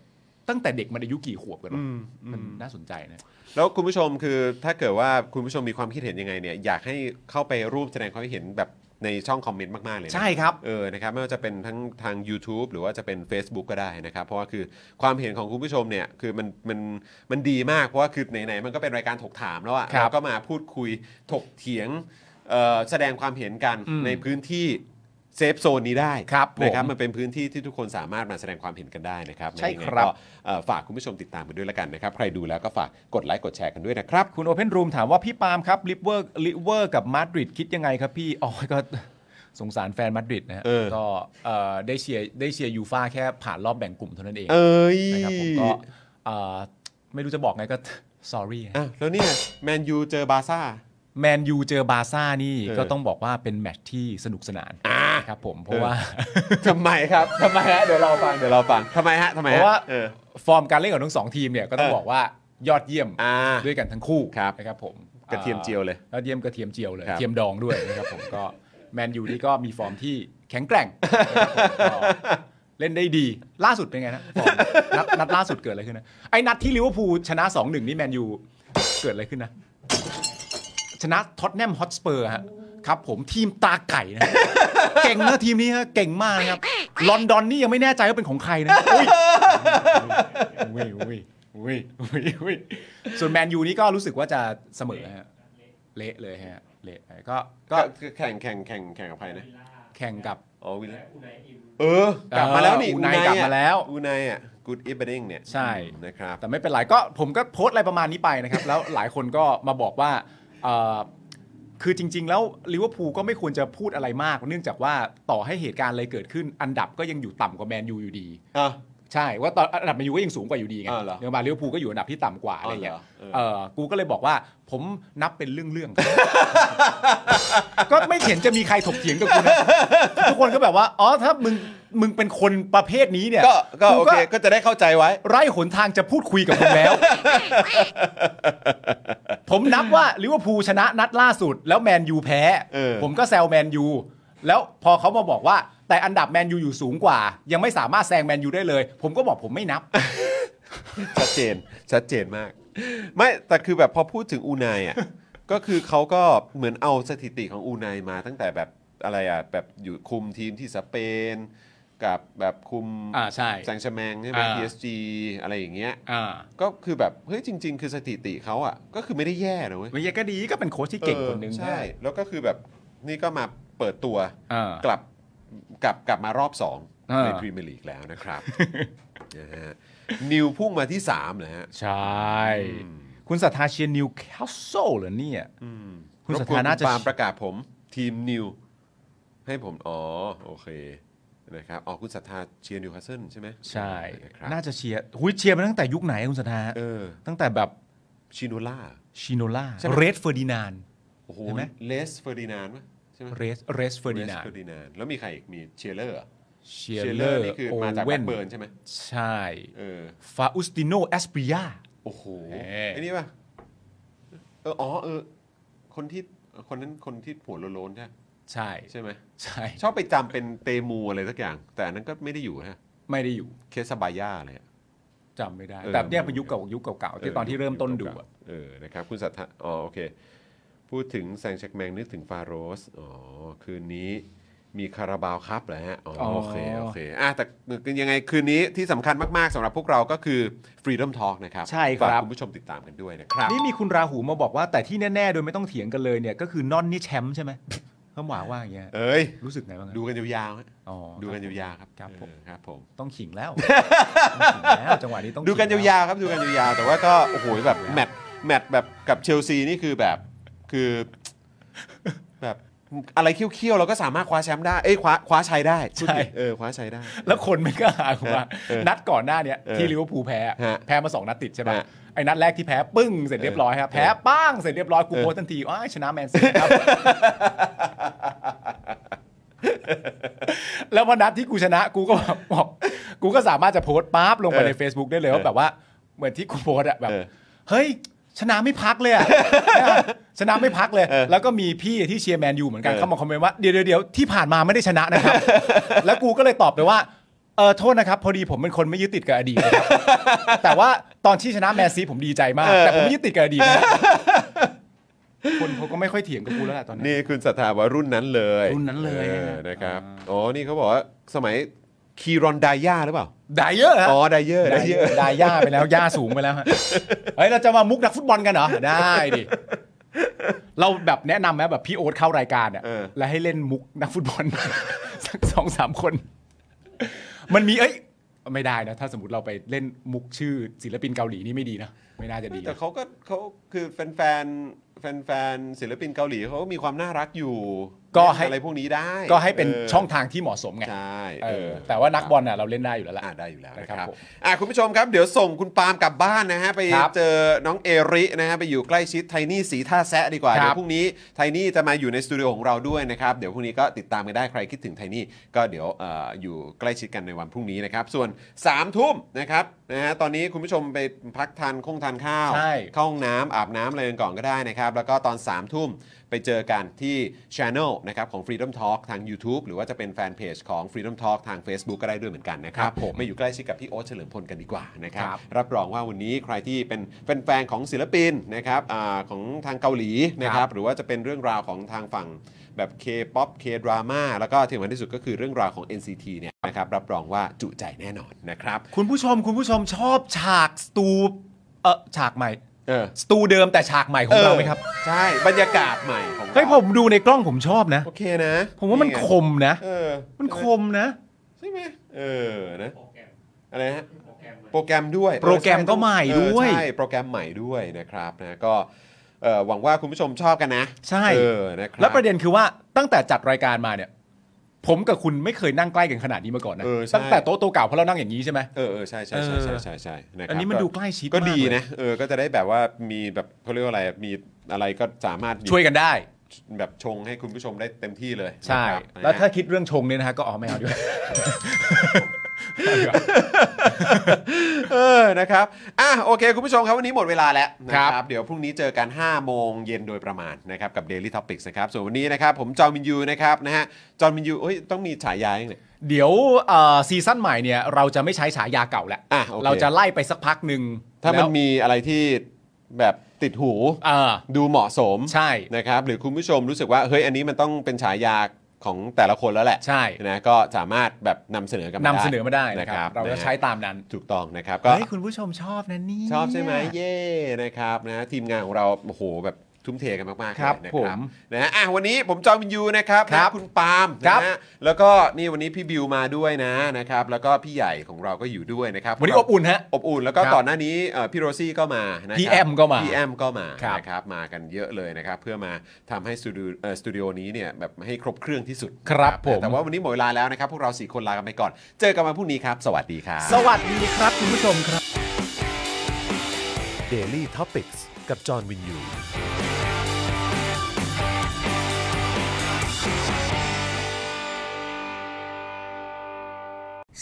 ตั้งแต่เด็กมันอายุกี่ขวบกันวะ
อืมอื
มัน
ม
น่าสนใจนะ
แล้วคุณผู้ชมคือถ้าเกิดว่าคุณผู้ชมมีความคิดเห็นยังไงเนี่ยอยากให้เข้าไปร่วมแสดงความคิดเห็นแบบในช่องคอมเมนต์มาก ๆ เลยนะ
ใช่ครับ
เออนะครับไม่ว่าจะเป็นทั้งทาง YouTube หรือว่าจะเป็น Facebook ก็ได้นะครับ เพราะว่าคือความเห็นของคุณผู้ชมเนี่ยคือมันมันมันดีมากเพราะว่าคือไหน ๆ มันก็เป็นรายการถกถามแล้วอะ
ครับ
เราก็มาพูดคุยถกเถียงเอ่อแสดงความเห็นกัน
อืม
ในพื้นที่เซฟโซนนี้ได้
ครับผม
นะครับมันเป็นพื้นที่ที่ทุกคนสามารถมาแสดงความเห็นกันได้นะครับ
ใช่
ยังไง
ครับ
ก็ เอ่อฝากคุณผู้ชมติดตามกันด้วยละกันนะครับ ใครดูแล้วก็ฝากกดไลค์กดแชร์กันด้วยนะครับ
คุณโอเพนรูมถามว่าพี่ปาล์มครับลิเวอร์ลิเวอร์กับมาดริดคิดยังไงครับพี่อ๋อก็ สงสารแฟนมาดริดนะฮะ
เออ
ก็เอ่อได้เชียร์ได้เชียร์ยูฟ่าแค่ผ่านรอบแบ่งกลุ่มเท่านั้นเอง
เอ้ย
นะครับผมก็เอ่อไม่รู้จะบอกไงก็ sorry
อ่ะแล้วเนี่ยแมนยูเจอบาร์ซ่า
แมนยูเจอบาร์ซ่านี่
เออ
ก็ต้องบอกว่าเป็นแมตช์ที่สนุกสนานครับผมเพราะว่า
ทำไมครับ ทำไมฮะเดี๋ยวเราฟังเดี๋ยวเราฟังทำไมฮะทำไมฮะ
เพราะว่า
เออ
ฟอร์มการเล่นของทั้งสองทีมเนี่ยก็ต้อง
เออ
บอกว่ายอดเยี่ยม
อ่า
ด้วยกันทั้งคู่
ครับ
นะครับผม
กระเทียมเจียวเลย
ยอดเยี่ยมกระเทียมเจียวเลย
ครับ
เทียมดองด้วย นะครับผมก็แมนยูนี่ก็มีฟอร์มที่แข็งแกร่งนะครับผมก็เล่นได้ดี ล่าสุดเป็นไงนะฟอร์มนัดนัดล่าสุดเกิดอะไรขึ้นนะไอ้นัดที่ลิเวอร์พูลชนะ 2-1 นี่แมนยูเกิดอะไรขึ้นนะ ชนะท็อตแนมฮอตสเปอร์ฮะครับผมทีมตาไก่นะ เก่งนะทีมนี้ฮะเก่งมากนะครับ ลอนดอนนี่ยังไม่แน่ใจว่าเป็นของใครนะอุ้ยอุ้ยอุ้ย อุ้ยอุ้ยอุ้ยส่วนแมนยูนี่ก็รู้สึกว่าจะเสมอฮะเละเลยฮะเละไปก็ก็
ก็คือแข่งแข่งแข่งแข่งกับใครนะ
วิลล่า
แข่งกับ
อ๋อวิล
และ
เล่า
อุนายอิม
เออกลับมาแล้วนี่
เอออูไน
อะ
กลับมาแล้ว
อูไนอ่ะกูดอีเบดิ้งเนี่ย
ใช่
นะครับ
แต่ไม่เป็นไรก็ผมก็โพสต์อะไรประมาณนี้ไปนะครับ แล้วหลายคนก็มาบอกว่าเอ่อคือจริง ๆ แล้วลิเวอร์พูลก็ไม่ควรจะพูดอะไรมาก เนื่องจากว่าต่อให้เหตุการณ์อะไรเกิดขึ้น อันดับก็ยังอยู่ต่ำกว่าแมนยูอยู่ดี
อ่ะ
ใช่ว่าตอนอันดับแมนยูก็ยังสูงกว่าอยู่ดีไง
อ่าเหรอ
เดี๋ยวมาลิเวอร์พูลก็อยู่อันดับที่ต่ำกว่าอะไรเงี้ย
อ๋อเหรอเออ
เออกูก็เลยบอกว่าผมนับเป็นเรื่องๆครับ ก็ไม่เห็นจะมีใครถกเถียงกับกูนะทุกคนก็แบบว่าอ๋อถ้ามึงมึงเป็นคนประเภทนี้เนี่ย
ก็ก็โอ
กู
เคก็จะได้เข้าใจไว้
ไร้หนทางจะพูดคุยกับคุณแล้ว ผมนับว่าลิเวอร์พูลชนะนัดล่าสุด แล้วแมนยูแพ้
เออ
ผมก็แซวแมนยูแล้วพอเขามาบอกว่า แต่อันดับแมนยูอยู่สูงกว่า ยังไม่สามารถแซงแมนยูได้เลย ผมก็บอกผมไม่นับ
ชัดเจนชัดเจนมาก ไม่แต่คือแบบพอพูดถึงอูไนอ่ะ ก็คือเขาก็เหมือนเอาสถิติของอูไนมาตั้งแต่แบบอะไรอ่ะแบบอยู่คุมทีมที่สเปน กับแบบคุม
อ่าใช่
แซงต์แชร์แมงใช่ไหม
อ่า
PSG อะไรอย่างเงี้ย
อ่า
ก็คือแบบเฮ้ยจริง ๆ คือสถิติเขาอ่ะ ก็คือไม่ได้แย่นะเว้ย
วิยก็ดีก็เป็นโค้ชที่เก่งคนหนึ่ง
เออใช่ แล้วก็คือแบบนี่ก็มาเปิดตัว
เออ
กลับกลับกลับมารอบ
เอ
2
อ
ในพรีเมียร์ลีกแล้ว นะครับ นะฮะนิวพุ่งมาที่3เหรอฮะ
ใช่คุณสัทธาเชียร์นิวคาสเซิลเหรอเนี่ย คุณ
รบ
สัท
กว
ธานน่าจะ
ปาล์มประกาศผมทีมนิว ให้ผม อ๋อ โอเคนะครับอ๋อคุณศรัทธาเชียร์นิวคาสเซิลใช่ไหม
ใช่
นะครับ
น่าจะเชียร์หุยเชียร์มาตั้งแต่ยุคไหนคุณสัทธา
เออ
ตั้งแต่แบบ
ชิโนล่า
ชิโนล่า
ใช่ไหม
เรดเฟอร์ดินาน
โอ้โห
เห็นไหม
เลสเฟอร์ดินานด์ปะใช่ไหม
เรสเรสเฟอร์ดินาน
เฟอร์ดินานด์แล้วมีใครอีกมีเชยร์เลอร์เหรอ
เชีย
ชีย
ร์
ร์
เล
เล
อ
อ
ร์
ร์นี่คือ
โอ
มาจาก
เว
แบ็
น
คเบิร์นใช่ไหม
ใช่
เออ
ฟาอุสติโนแอสปริยา
โอ้โห
เอ๊ะ
ไอ้นี่ปะเอออ๋อเออคนที่คนนั้นคนที่หัวโลนๆใช่ปะ
ใช่
ใช่ไหม
ใช่
ชอบไปจำเป็นเตมูอะไรสักอย่าง แต่อันนั้นก็ไม่ได้อยู่ฮะ
ไม่ได้อยู่
เคสบาย่าอะไรอะ
จำไม่ได้
เออ
แต่เนี่ยเป็นยุคเก่ายุคเก่าๆที่ตอนที่เริ่มต้นดูอะ
เออ นะครับ คุณสัทธาอ๋อ โอเค พูดถึงแซงแชกแมงนึกถึงฟาโรส อ๋อ คืนนี้มีคาราบาวครับเหรอฮะ อ๋อ โอเค โอเค อ่ะ แต่ยังไงคืนนี้ที่สำคัญมาก ๆสำหรับพวกเราก็คือ Freedom Talk นะครับฝากคุณผู้ชมติดตามกันด้วยนะครับ
นี่มีคุณราหูมาบอกว่าแต่ที่แน่ ๆ โดยไม่ต้องเถียงกันเลยเนี่ยก็คือนอนนี่แชมป์ใช่ไหมเขาหวาว่าอย่างเงี้ย
เอ้ย
รู้สึกไงบ้างอะ
ดูกันยาวๆฮะ
อ๋อ
ดูกันยาวๆครับ
ครับผม
เออครับผม
ต้องขิง แล้ว ต้องขิงแล้วจังหวะนี้ต้อง
ดูกัน
ขิง
ยา
แล้ว
ๆครับ ดูกันยาวๆแต่ว่าก็ โอ้โห แบบแมตช์แมตช์แบบกับเชลซีนี่คือแบบ คือ แบบอะไรเขี้ยวๆเราก็สามารถคว้าแชมป์ได้ เอ้ย คว้า คว้าชัยได้พูดผิดเออ คว้าชัยได้
แล้วคนมันก็หาว่า
เออ
นัดก่อนหน้าเนี่ย
เออ
ที่ลิเวอร์พูลแพ้
ฮะ
แพ้มาสองนัดติดใช่ปะ
ฮะ
ไอ้นัดแรกที่แพ้ปึ้งเสร็จเรียบร้อยครับแพ้ป้างเสร็จเรียบร้อยกูโพสต์ทันทีว่าชนะแมนซี ครับ แล้ววันนัดที่กูชนะกูก็แบบบอกกูก็สามารถจะโพสต์ปั๊บลงไป
เออ
ใน Facebook ได้เลยว่าแบบว่าเหมือนที่กูโพสต์อะแบบ
เออ
เฮ้ย ชนะไม่พักเลยอะ นะชนะไม่พักเลย
เออ
แล้วก็มีพี่ที่เชียร์แมนยูเหมือนกัน
เออ
เข้ามาคอมเมนต์ว่าเดี๋ยวเดี๋ยวเดี๋ยวที่ผ่านมาไม่ได้ชนะ นะครับ แล้วกูก็เลยตอบไปว่าเออโทษนะครับ พอดีผมเป็นคนไม่ยึดติดกับอดีตนะครับ แต่ว่าตอนที่ชนะแมนซีผมดีใจมาก แต่ผมไม่ยึดติดกับอดีตนะคนเขาก็ไม่ค่อยเถียงกับกูแล้วล่ะตอนนี้
นี่คุณศรัทธาว่ารุ่นนั้นเลย
รุ่นนั้นเลย
ออ
ฮะ
นะครับ อ๋อ นี่เขาบอกว่าสมัยคีรอนไดย่าหรือเปล่า
ไดเยอร์ฮะ
อ๋อ ไดเยอร์ได
ได้
เยอร์
ได้ย่าไปแล้วย่าสูงไปแล้วฮะ เฮ้ยเราจะมามุกนักฟุตบอลกันเหรอ ได้ดิ เราแบบแนะนำไหมแบบพี่โอ๊ตเข้ารายการเนี่ย
เออ
แล้วให้เล่นมุกนักฟุตบอล สักสองสามคน มันมีเอ้ย ไม่ได้นะ ถ้าสมมติเราไปเล่นมุกชื่อศิลปินเกาหลีนี่ไม่ดีนะ ไม่น่าจะดี
แต่
นะ
เขาก็เขาคือแฟนแฟนๆแฟนๆศิลปินเกาหลีเขาก็มีความน่ารักอยู่เล่นอะไรพวกนี้ได้
ก็ให้เป็น
ออ
ช่องทางที่เหมาะสมไง
ใช่
เอ
เอ
อ
อ
แต่ว่านักบอลน่ะเราเล่นได้อยู่แล้วล่ะ
อ่าได้อยู่แล้วนะค
ครั
รั
บบ ผม
อ่ะคุณผู้ชมครับ เดี๋ยวส่งคุณปาล์มกลับบ้านนะฮะ ไป
ครับ
เจอน้องเอรินะฮะ ไปอยู่ใกล้ชิดไทนี่สีท่าแซะดีกว่า
ครับ
เดี๋ยวพรุ่งนี้ไทนี่จะมาอยู่ในสตูดิโอของเราด้วยนะครับ เดี๋ยวพรุ่งนี้ก็ติดตามกันได้ใครคิดถึงไทนี่ก็เดี๋ยวเอ่ออยู่ใกล้ชิดกันในวันพรุ่งนี้นะครับ ส่วน3ามทุ่มนะครับนะฮะตอนนี้คุณผู้ชมไปพักทานคงทานข้าว
ใช่
เข้าห้องน้ำอาบน้ำอะไรกันก่อนก็ได้นะครับ แล้วก็ตอน3ามทุ่มไปเจอกันที่ช anel นะครับของ Freedom Talk ทาง YouTube หรือว่าจะเป็นแฟนเพจของ Freedom Talk ทาง Facebook ก็ได้ด้วยเหมือนกันนะครั
ครับ บผม
มาอยู่ใกล้ชิดกับพี่โอ๊ตเฉลิมพลกันดีกว่านะครับ
ครับ
รับรองว่าวันนี้ใครที่เป็นแฟนๆของศิลปินนะครับอาของทางเกาหลีนะค
ครั
รับ บ หรือว่าจะเป็นเรื่องราวของทางฝั่งแบบ K-POP K-DRAMA แล้วก็ที่สำคัญที่สุดก็คือเรื่องราวของ NCT เนี่ยนะครับรับรองว่าจุใจแน่นอนนะครับ
คุณผู้ชมคุณผู้ชมชอบฉากสตู เออฉากใหม่
เออ
สตูเดิมแต่ฉากใหม่ของเราไหมครับ
ใช่บรรยากาศใหม่ของ
เฮ้ย
รา
ผมดูในกล้องผมชอบนะ
โอเคนะ
ผมว่ามัน
ไง
คมนะ
เออ
มันคมนะ
ใช่ไหมเออนะ
โปรแกรม
อะไรฮะ
โปรแกรมเลย
โปรแกรมด้วย
โปรแกรมก็ใหม่ด้วย
เออใช่โปรแกรมใหม่ด้วยนะครับนะก็เอ่อหวังว่าคุณผู้ชมชอบกันนะ
ใช่
เออนะครับ
แล้วประเด็นคือว่าตั้งแต่จัดรายการมาเนี่ย ผมกับคุณไม่เคยนั่งใกล้กันขนาดนี้มาก่อนนะ
เออใช่
ตั้งแต่โต๊ะโต๊ะเก่าเพราะเรานั่งอย่างนี้ใช่ไหม
เออเออใช่ใช่ใช่ใช่ใช่ใช่ะครับ
อันนี้มันดูใกล้ชิด
ก็
มาก
ดี
เลย
นะเออก็จะได้แบบว่ามีแบบเขาเรียกว่าอะไรมีอะไรก็สามารถหยิบ
ช่วยกันได้
แบบชงให้คุณผู้ชมได้เต็มที่เลย
ใช่
นะครับนะ
แล้วถ้าคิดเรื่องชงเนี่ยนะฮะก็อ๋อไม่เอาดีก ว่า
เออนะครับอ่ะโอเค คุณผู้ชมครับวันนี้หมดเวลาแล้วนะครับ เดี๋ยวพรุ่งนี้เจอกัน5โมงเย็นโดยประมาณนะครับกับ Daily Topics นะครับส่วนวันนี้นะครับผมจอห์นวินยูนะครับนะฮะจอห์นวินยูเอ้ยต้องมีฉายาอย่างเนี่ย
เดี๋ยวเอ่อซีซั่นใหม่เนี่ยเราจะไม่ใช้ฉายาเก่าแล้ว
อ่ะโอเค
เราจะไล่ไปสักพักหนึ่ง
ถ้ามัน
แล้ว
มีอะไรที่แบบติดหู
เออ
ดูเหมาะสม
ใช่
นะครับ หรือคุณผู้ชมรู้สึกว่าเฮ้ยอันนี้มันต้องเป็นฉายาของแต่ละคนแล้วแหละ
ใช่
นะก็สามารถแบบนำเสนอกันมาน
ำเสนอมาได้
นะ
นะ
ค
ค
รั
รั
บบ
เราจะ
นะฮะ
ใช้ตามนั้น
ถูกต้องนะครับก็
เฮ้ยคุณผู้ชมชอบนะนี่
ชอบใช่ไหมเย่นะครับนะทีมงานของเราโอ้โหแบบทุ่มเทกันมากๆ
ครับ
เลยนะ
ผ
ครั
ม
นะฮะอ่ะวันนี้ผมจอมินยูนะครับ
ครับ
นะคุณปาล์ม
ครับ
นะฮะแล้วก็นี่วันนี้พี่บิวมาด้วยนะนะครับแล้วก็พี่ใหญ่ของเราก็อยู่ด้วยนะครับ
วันนี้อบอุ่นฮะ
อบอุ่นแล้วก็
ครับ
ก่อนหน้านี้เอ่อพี่โรซี่ก็มานะค
พี่
รับ
แอมก็มา
พี่แอมก็มา
ครับ
นะครับมากันเยอะเลยนะครับ เพื่อมาทำให้สตูดิโอเอ่อสตูดิโอนี้เนี่ยแบบให้ครบเครื่องที่สุด
ครับ
นะ
ผม
แต่ว่าวันนี้หมดเวลาแล้วนะครับ พวกเราสี่คนลากันไปก่อน เจอกันวันพรุ่งนี้ครับ สวัสดีครับ
สวัสดีครับคุณผู้ชมครับ
Daily Topics กับจอห์นวินยู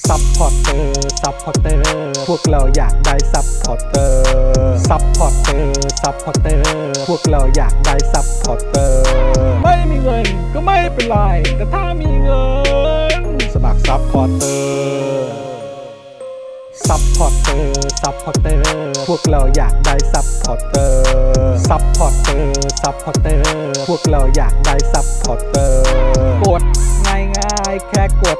ซัพพอร์เตอร์ ซัพพอร์เตอร์ พวกเราอยากได้ซัพพอร์เตอร์ ซัพพอร์เตอร์ ซัพพอร์เตอร์ พวกเราอยากได้ซัพพอร์เตอร์ ไม่มีเงินก็ไม่เป็นไร แต่ถ้ามีเงิน สมัครซัพพอร์เตอร์ ซัพพอร์เตอร์ ซัพพอร์เตอร์ พวกเราอยากได้ซัพพอร์เตอร์ ซัพพอร์เตอร์ ซัพพอร์เตอร์ พวกเราอยากได้ซัพพอร์เตอร์ กดง่ายๆ แค่กด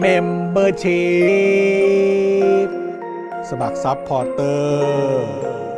เมมเบอร์ชีพสมัครซัพพอร์เตอร์